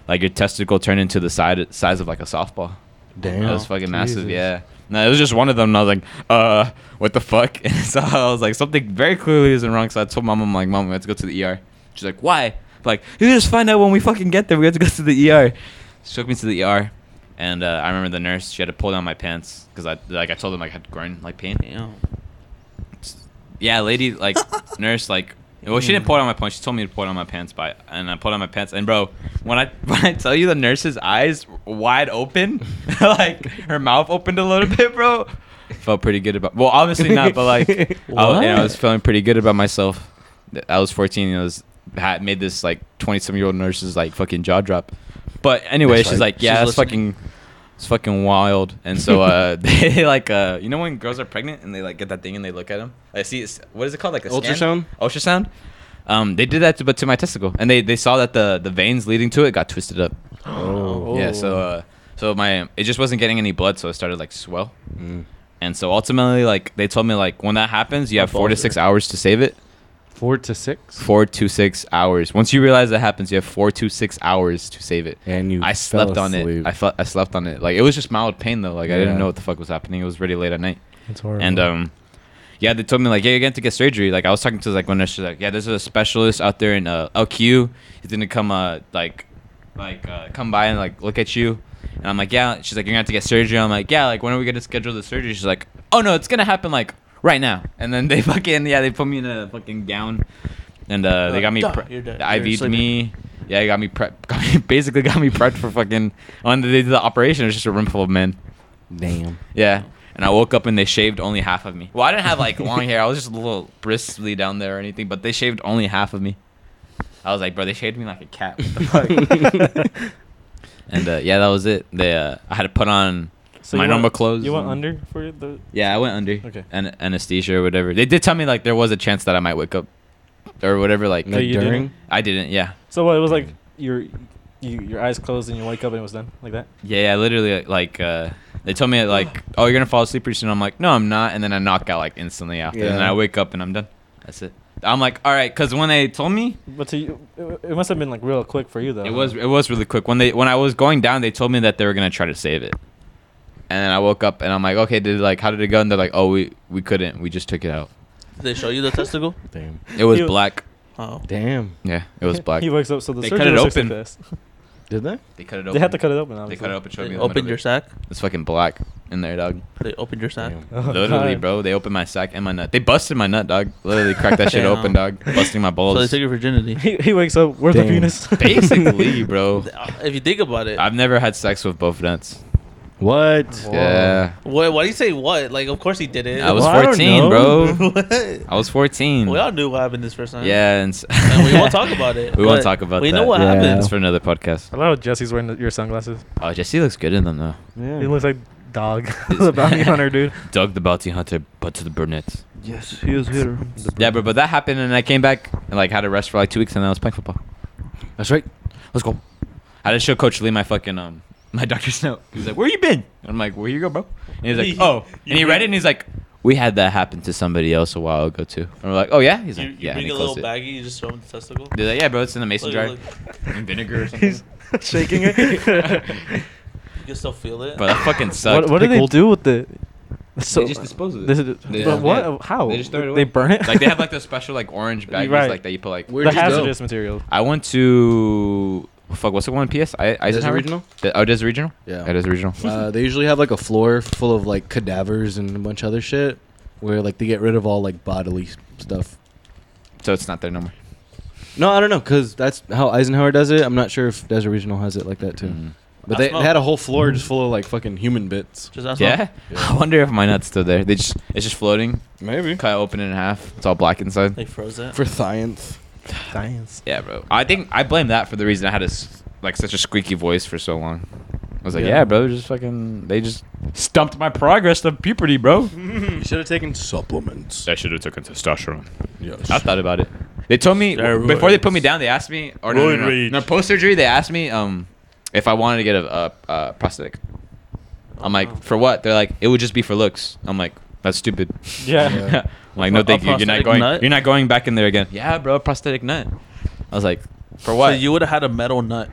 Speaker 4: like your testicle turned into the side size of like a softball.
Speaker 1: Damn.
Speaker 4: That was fucking massive.
Speaker 3: Jesus.
Speaker 4: Yeah. No, it was just one of them. And I was like, uh, what the fuck? And so I was like, something very clearly isn't wrong. So I told mom, I'm like, mom, we have to go to the ER. She's like, why? I'm like, you just find out when we fucking get there. We have to go to the ER. She took me to the ER. And uh, I remember the nurse, she had to pull down my pants because I, like, I told them like, I had groin like pain.
Speaker 2: Damn.
Speaker 4: Yeah, lady, like nurse, like. Well, she didn't pull it on my pants. She told me to pull it on my pants, by and I pulled it on my pants. And bro, when I when I tell you the nurse's eyes wide open, like her mouth opened a little bit, bro. Felt pretty good about. Well, obviously not, but like, I, was- you know, I was feeling pretty good about myself. I was 14. And I was had made this like 20 some year old nurse's like fucking jaw drop. But anyway,
Speaker 1: That's
Speaker 4: she's
Speaker 1: right.
Speaker 4: like, yeah,
Speaker 2: She's
Speaker 4: that's fucking, it's fucking wild. And so uh, they like uh, you know when girls are pregnant and they like get that thing and they look at them. I see. It's, what is it called? Like a scan? Ultrasound. Um, they did that, to, but to my testicle, and they they saw that the the veins leading to it got twisted up.
Speaker 1: Oh.
Speaker 4: Yeah. So uh, so my it just wasn't getting any blood, so it started like swell.
Speaker 1: Mm.
Speaker 4: And so ultimately, like they told me, like when that happens, you have four to
Speaker 2: bulger.
Speaker 4: six hours to save it.
Speaker 1: Four to six.
Speaker 4: Four to six hours. Once you realize that happens, you have four to six hours to save it.
Speaker 1: And you
Speaker 4: I
Speaker 1: fell
Speaker 4: slept on it.
Speaker 1: asleep.
Speaker 4: I fe- I slept on it. Like it was just mild pain though. Like I
Speaker 1: Yeah.
Speaker 4: didn't know what the fuck was happening. It was really late at night.
Speaker 3: It's horrible.
Speaker 4: And um, yeah, they told me like, yeah, you're gonna have to get surgery. Like I was talking to like one nurse, she's like, yeah, there's a specialist out there in uh, LQ. He's gonna come uh like like uh, come by and like look at you. And I'm like, yeah. She's like, you're gonna have to get surgery. I'm like, yeah. Like when are we gonna schedule the surgery? She's like, oh no, it's gonna happen like right now. And then they fucking yeah, they put me in a fucking gown, and uh, they
Speaker 2: Uh,
Speaker 4: got me
Speaker 2: duh,
Speaker 4: pre-
Speaker 2: you're dead. You're
Speaker 4: IV'd
Speaker 2: sleeping.
Speaker 4: me. Yeah, they got me prep. Got me, basically got me prepped for fucking. On the day of the operation, it was just a room full of men.
Speaker 1: Damn.
Speaker 4: Yeah. And I woke up and they shaved only half of me. Well, I didn't have like long hair. I was just a little bristly down there or anything, but they shaved only half of me. I was like, bro, they shaved me like a cat. What the fuck? and uh, yeah, that was it. They, uh, I had to put on
Speaker 3: So
Speaker 4: my
Speaker 3: you
Speaker 4: normal
Speaker 3: went-
Speaker 4: clothes.
Speaker 3: You went
Speaker 4: and-
Speaker 3: under for the.
Speaker 4: Yeah, I went under.
Speaker 3: Okay.
Speaker 4: An- anesthesia or whatever. They did tell me like there was a chance that I might wake up or whatever. Like
Speaker 3: No, you didn't?
Speaker 1: during?
Speaker 4: I didn't. Yeah.
Speaker 3: So what? It was like your, you your eyes closed and you wake up and it was done like that.
Speaker 4: Yeah, yeah, literally like uh they told me like, "Oh, you're going to fall asleep pretty soon." I'm like, "No, I'm not." And then I knock out like instantly after. And then
Speaker 1: Yeah.
Speaker 4: I wake up and I'm done. That's it. I'm like, "All right," cuz when they told me,
Speaker 3: But to you, it, it must have been like real quick for you though.
Speaker 4: it
Speaker 3: huh?
Speaker 4: was it was really quick. When they when I was going down, they told me that they were going to try to save it. And then I woke up and I'm like, "Okay, did like how did it go?" And they're like, "Oh, we we couldn't. We just took it out."
Speaker 2: Did they show you the testicle?
Speaker 1: Damn.
Speaker 4: It was
Speaker 3: You-
Speaker 4: black.
Speaker 2: Oh.
Speaker 1: Damn.
Speaker 4: Yeah, it was black.
Speaker 3: He wakes up so the
Speaker 4: They
Speaker 3: surgery
Speaker 4: cut it
Speaker 3: was
Speaker 4: open.
Speaker 3: success.
Speaker 1: Did they?
Speaker 4: They cut it open.
Speaker 3: They had to cut it open.
Speaker 4: They
Speaker 3: Obviously.
Speaker 4: cut it open. Showed
Speaker 2: They
Speaker 4: me the middle
Speaker 2: opened
Speaker 4: of
Speaker 2: your
Speaker 4: it.
Speaker 2: sack?
Speaker 4: It's fucking black in there, dog.
Speaker 2: They opened your sack?
Speaker 1: Damn.
Speaker 3: Oh,
Speaker 4: Literally,
Speaker 3: God.
Speaker 4: bro. They opened my sack and my nut. They busted my nut, dog. Literally cracked that shit
Speaker 2: Damn.
Speaker 4: open, dog. Busting my
Speaker 2: So they
Speaker 4: balls.
Speaker 2: took your virginity.
Speaker 3: He, he wakes up. Where's the
Speaker 1: Damn.
Speaker 3: penis?
Speaker 4: Basically, bro.
Speaker 2: if you think about it,
Speaker 4: I've never had sex with both nuts.
Speaker 1: What?
Speaker 4: Yeah.
Speaker 2: why, why do you say what? Like, of course he did it.
Speaker 4: I was
Speaker 3: Well, I don't know.
Speaker 4: 14, bro.
Speaker 2: we
Speaker 4: I was 14.
Speaker 2: all knew what happened this first time.
Speaker 4: yeah. And, s-
Speaker 2: And we won't talk about it.
Speaker 4: We won't
Speaker 2: but
Speaker 4: talk about
Speaker 2: We
Speaker 4: that.
Speaker 2: know what
Speaker 1: Yeah.
Speaker 4: That's
Speaker 2: happened.
Speaker 4: for another podcast.
Speaker 3: I love how Jesse's wearing the- your sunglasses.
Speaker 4: Oh, Jesse looks good in them, though.
Speaker 1: Yeah.
Speaker 3: He looks like dog, the bounty hunter dude.
Speaker 4: Doug the Bounty Hunter, but to the brunette.
Speaker 2: Yes, he was here.
Speaker 4: Yeah, bro, but that happened, and I came back and like had a rest for like two weeks, and then I was playing football.
Speaker 1: That's right.
Speaker 4: Let's go. I had to show Coach Lee my fucking um my doctor's note. He was like, "Where you been?" And I'm like, "Where you go, bro?" And he's like, "Oh," and he read it and he's like, "We had that happen to somebody else a while ago too." And we're like, "Oh yeah?" He's
Speaker 2: You,
Speaker 4: like,
Speaker 2: you
Speaker 4: "Yeah." and
Speaker 2: bring
Speaker 4: he
Speaker 2: a
Speaker 4: closed
Speaker 2: little
Speaker 4: it.
Speaker 2: baggie, you just throw him the testicle.
Speaker 4: They're like, "Yeah, bro, it's in the mason
Speaker 2: Look,
Speaker 4: jar,
Speaker 2: look,
Speaker 4: and vinegar or something."
Speaker 3: He's shaking it.
Speaker 2: You can still feel it.
Speaker 4: Bro, that fucking sucked.
Speaker 3: what what do they
Speaker 1: Pickled.
Speaker 3: do with it? So
Speaker 4: just dispose of it.
Speaker 3: This is,
Speaker 4: They-
Speaker 3: but what?
Speaker 4: yeah.
Speaker 3: How?
Speaker 4: They just throw it
Speaker 3: They
Speaker 4: away.
Speaker 3: burn it.
Speaker 4: like they have like the special like orange baggies
Speaker 3: Right.
Speaker 4: like that you put like.
Speaker 3: the hazardous material.
Speaker 4: I went to fuck. What's the one? PS. I Eisenhower?
Speaker 1: Regional?
Speaker 4: The- oh, Desert Regional.
Speaker 1: Yeah.
Speaker 4: Yeah, Desert Regional.
Speaker 1: Uh, they usually have like a floor full of like cadavers and a bunch of other shit, where like they get rid of all like bodily stuff.
Speaker 4: So it's not there no more.
Speaker 1: No, I don't know, cause that's how Eisenhower does it. I'm not sure if Desert Regional has it like that too.
Speaker 4: Mhm.
Speaker 1: But
Speaker 2: I
Speaker 1: they, they
Speaker 2: smell-
Speaker 1: had a whole floor just full of like fucking human bits.
Speaker 2: Just ask
Speaker 4: Yeah?
Speaker 1: Yeah.
Speaker 4: I wonder if my nut's still there. They just it's just floating.
Speaker 1: Maybe
Speaker 4: Cut open it in half. It's all black inside.
Speaker 2: They froze it.
Speaker 1: for science.
Speaker 4: Ah.
Speaker 3: Science.
Speaker 4: Yeah, bro. I think I blame that for the reason I had a s like such a squeaky voice for so long. I was like,
Speaker 1: Yeah.
Speaker 4: yeah, bro, just fucking. They just stumped my progress to puberty, bro.
Speaker 1: You should have taken supplements.
Speaker 4: I should have taken testosterone.
Speaker 1: Yes.
Speaker 4: I thought about it. They told me before they put me down. They asked me, or no, no, no, no, post surgery. They asked me um if I wanted to get a, a, a prosthetic. I'm like, for what? They're like, it would just be for looks. I'm like, that's stupid.
Speaker 3: Yeah.
Speaker 6: Yeah.
Speaker 4: I'm like, no,
Speaker 2: A
Speaker 4: thank you. You're not
Speaker 2: prosthetic
Speaker 4: going.
Speaker 2: nut?
Speaker 4: You're not going back in there again. Yeah, bro, prosthetic nut. I was like, for what?
Speaker 2: So you would have had a metal nut.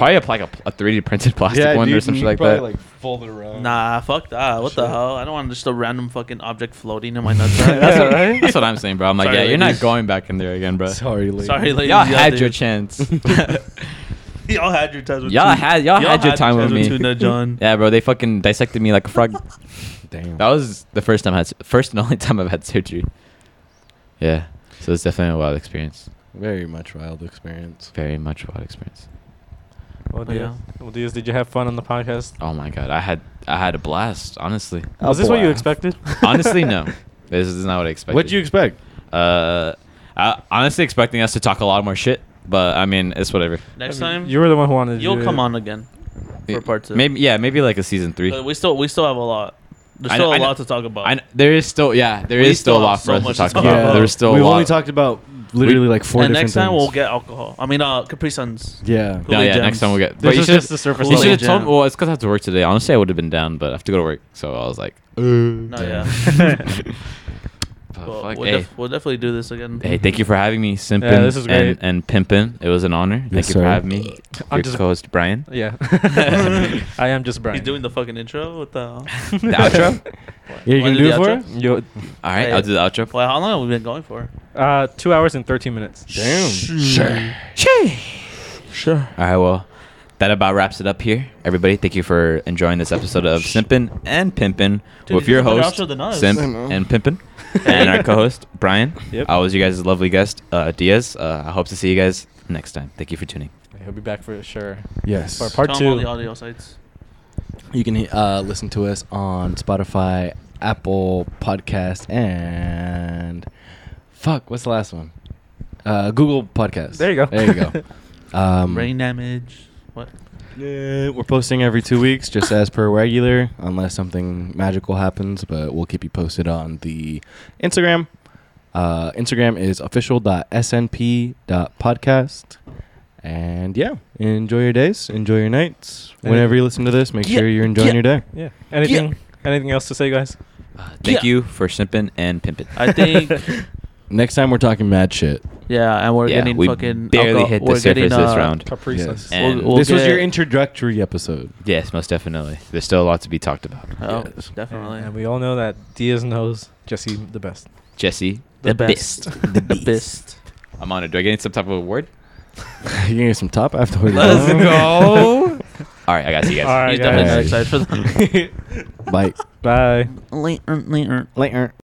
Speaker 4: probably apply a, a 3D printed plastic one or something like that.
Speaker 6: fold it around.
Speaker 2: nah, fuck that. What the
Speaker 6: Shit.
Speaker 2: hell? I don't want just a random fucking object floating in my nuts.
Speaker 4: that's,
Speaker 6: Yeah,
Speaker 4: what,
Speaker 6: right?
Speaker 4: that's what I'm saying, bro. I'm like,
Speaker 2: Sorry,
Speaker 4: yeah, you're not
Speaker 2: ladies.
Speaker 4: going back in there again, bro.
Speaker 6: Sorry, ladies.
Speaker 2: Sorry, ladies.
Speaker 4: Y'all had
Speaker 2: dude.
Speaker 4: your chance.
Speaker 2: y'all had your time with
Speaker 4: Y'all
Speaker 2: two-
Speaker 4: had- y'all had your time
Speaker 2: chance
Speaker 4: with me.
Speaker 2: Tuna John.
Speaker 4: yeah, bro, they fucking dissected me like a frog.
Speaker 1: Damn.
Speaker 4: That was the first time I had, first and only time I've had surgery. Yeah, so it's definitely a wild experience.
Speaker 1: Very much wild experience.
Speaker 4: Very much wild experience.
Speaker 3: Well,
Speaker 2: Oh,
Speaker 3: Diaz, well, Diaz, did you have fun on the podcast?
Speaker 4: Oh my god, I had I had a blast. Honestly,
Speaker 1: A
Speaker 3: Was this what you
Speaker 1: blast.
Speaker 3: expected?
Speaker 4: honestly, no, this is not what I expected.
Speaker 1: What'd you expect?
Speaker 4: Uh, I honestly expecting us to talk a lot more shit, but I mean, it's whatever.
Speaker 2: Next
Speaker 3: I mean,
Speaker 2: time,
Speaker 3: you were the one who wanted. to
Speaker 2: you'll
Speaker 3: do it.
Speaker 2: come on again for part two.
Speaker 4: Maybe yeah, maybe like a season three.
Speaker 2: But we still we still have a lot. There's
Speaker 4: I
Speaker 2: still
Speaker 4: know-
Speaker 2: a
Speaker 4: I know-
Speaker 2: lot to talk about.
Speaker 4: I, kn- there is still yeah, there is
Speaker 2: We
Speaker 4: still,
Speaker 2: still
Speaker 4: a lot
Speaker 2: have
Speaker 4: for
Speaker 2: so
Speaker 4: us to
Speaker 2: much
Speaker 4: talk
Speaker 2: to
Speaker 4: about.
Speaker 2: talk about.
Speaker 4: There's still
Speaker 1: We've
Speaker 4: a lot.
Speaker 1: only talked about literally like four
Speaker 2: and
Speaker 1: different
Speaker 2: next time
Speaker 1: things.
Speaker 2: we'll get alcohol. I mean, uh, Capri Suns.
Speaker 1: yeah.
Speaker 4: no,
Speaker 2: Coolie
Speaker 4: yeah,
Speaker 2: Gems.
Speaker 4: next time we'll get.
Speaker 3: This
Speaker 4: you
Speaker 3: is
Speaker 4: should've-
Speaker 3: just the surface
Speaker 2: Coolie
Speaker 4: You
Speaker 3: level.
Speaker 4: should have
Speaker 2: Gem.
Speaker 4: told me. Well, it's because I have to work today. Honestly, I would have been down, but I have to go to work. So I was like, uh,
Speaker 2: No,
Speaker 4: damn.
Speaker 2: yeah.
Speaker 4: But
Speaker 2: Well,
Speaker 4: fuck,
Speaker 2: we'll,
Speaker 4: hey,
Speaker 2: def- we'll definitely do this again.
Speaker 4: hey, thank you for having me, Simpin
Speaker 3: Yeah, this is great.
Speaker 4: and, and Pimpin. It was an honor. Thank
Speaker 1: Yes,
Speaker 4: you
Speaker 1: sir.
Speaker 4: for having me.
Speaker 3: I'm
Speaker 4: Your
Speaker 3: just-
Speaker 4: co-host Brian.
Speaker 3: Yeah. I am just Brian.
Speaker 2: He's doing the fucking intro with the.
Speaker 4: The outro.
Speaker 1: Yeah, you
Speaker 2: Wanna
Speaker 1: gonna do it for
Speaker 2: the
Speaker 1: us?
Speaker 2: outro?
Speaker 3: You-
Speaker 4: All right,
Speaker 2: Hey.
Speaker 4: I'll do the outro.
Speaker 2: Well, how long have we been going for?
Speaker 3: uh, two hours and thirteen minutes.
Speaker 1: Damn. Sure.
Speaker 2: Sure.
Speaker 4: All right, well, that about wraps it up here. Everybody, thank you for enjoying this episode of Simpin and Pimpin
Speaker 2: Dude,
Speaker 4: with
Speaker 2: you
Speaker 4: your
Speaker 2: did a better
Speaker 4: host
Speaker 2: outro than us.
Speaker 4: Simp
Speaker 1: I know.
Speaker 4: and Pimpin, and our co-host Brian.
Speaker 3: Yep.
Speaker 4: I was you guys' lovely guest uh, Diaz. Uh, I hope to see you guys next time. Thank you for tuning.
Speaker 3: He'll be back for sure.
Speaker 1: Yes.
Speaker 3: For part
Speaker 2: Tell 'em all the
Speaker 3: two.
Speaker 2: audio sites.
Speaker 1: You can uh, listen to us on Spotify, Apple Podcast, and fuck, what's the last one? Uh, Google Podcast.
Speaker 3: There you go.
Speaker 1: There you go. Um,
Speaker 2: Brain damage. What?
Speaker 1: yeah, we're posting every two weeks, just as per regular, unless something magical happens. But we'll keep you posted on the Instagram. Uh, Instagram is official.snp.podcast. And yeah, enjoy your days, enjoy your nights.
Speaker 3: Hey.
Speaker 1: Whenever you listen to this, make
Speaker 4: Yeah,
Speaker 1: sure you're enjoying
Speaker 4: yeah.
Speaker 1: your day.
Speaker 3: Yeah. Anything? Anything else to say, guys?
Speaker 4: Uh, thank
Speaker 2: Yeah.
Speaker 4: you for Simpin and Pimpin.
Speaker 2: I think.
Speaker 1: Next time we're talking mad shit.
Speaker 2: yeah, and we're
Speaker 4: Yeah,
Speaker 2: getting
Speaker 4: we
Speaker 2: fucking.
Speaker 4: barely
Speaker 2: alcohol-
Speaker 4: hit the
Speaker 2: we're getting,
Speaker 4: surface this
Speaker 2: uh,
Speaker 4: round.
Speaker 3: Capri
Speaker 1: Yes.
Speaker 3: Suns.
Speaker 4: And
Speaker 2: We'll
Speaker 1: this was
Speaker 2: get-
Speaker 1: your introductory episode.
Speaker 4: yes, most definitely. There's still a lot to be talked about.
Speaker 2: Oh,
Speaker 1: Yes.
Speaker 2: definitely.
Speaker 3: And we all know that Diaz knows Jesse the best.
Speaker 4: Jesse,
Speaker 2: The best.
Speaker 4: the
Speaker 2: the
Speaker 4: beast.
Speaker 2: best.
Speaker 4: I'm on it. Do I get some type of award?
Speaker 1: you gonna get some top afterwards.
Speaker 2: Let's
Speaker 4: go. All right, I got you
Speaker 3: All
Speaker 4: guys.
Speaker 3: right,
Speaker 2: He's
Speaker 3: guys.
Speaker 2: definitely not
Speaker 1: guys.
Speaker 2: excited for that.
Speaker 1: Bye.
Speaker 3: Bye.
Speaker 2: later, later.
Speaker 1: Later.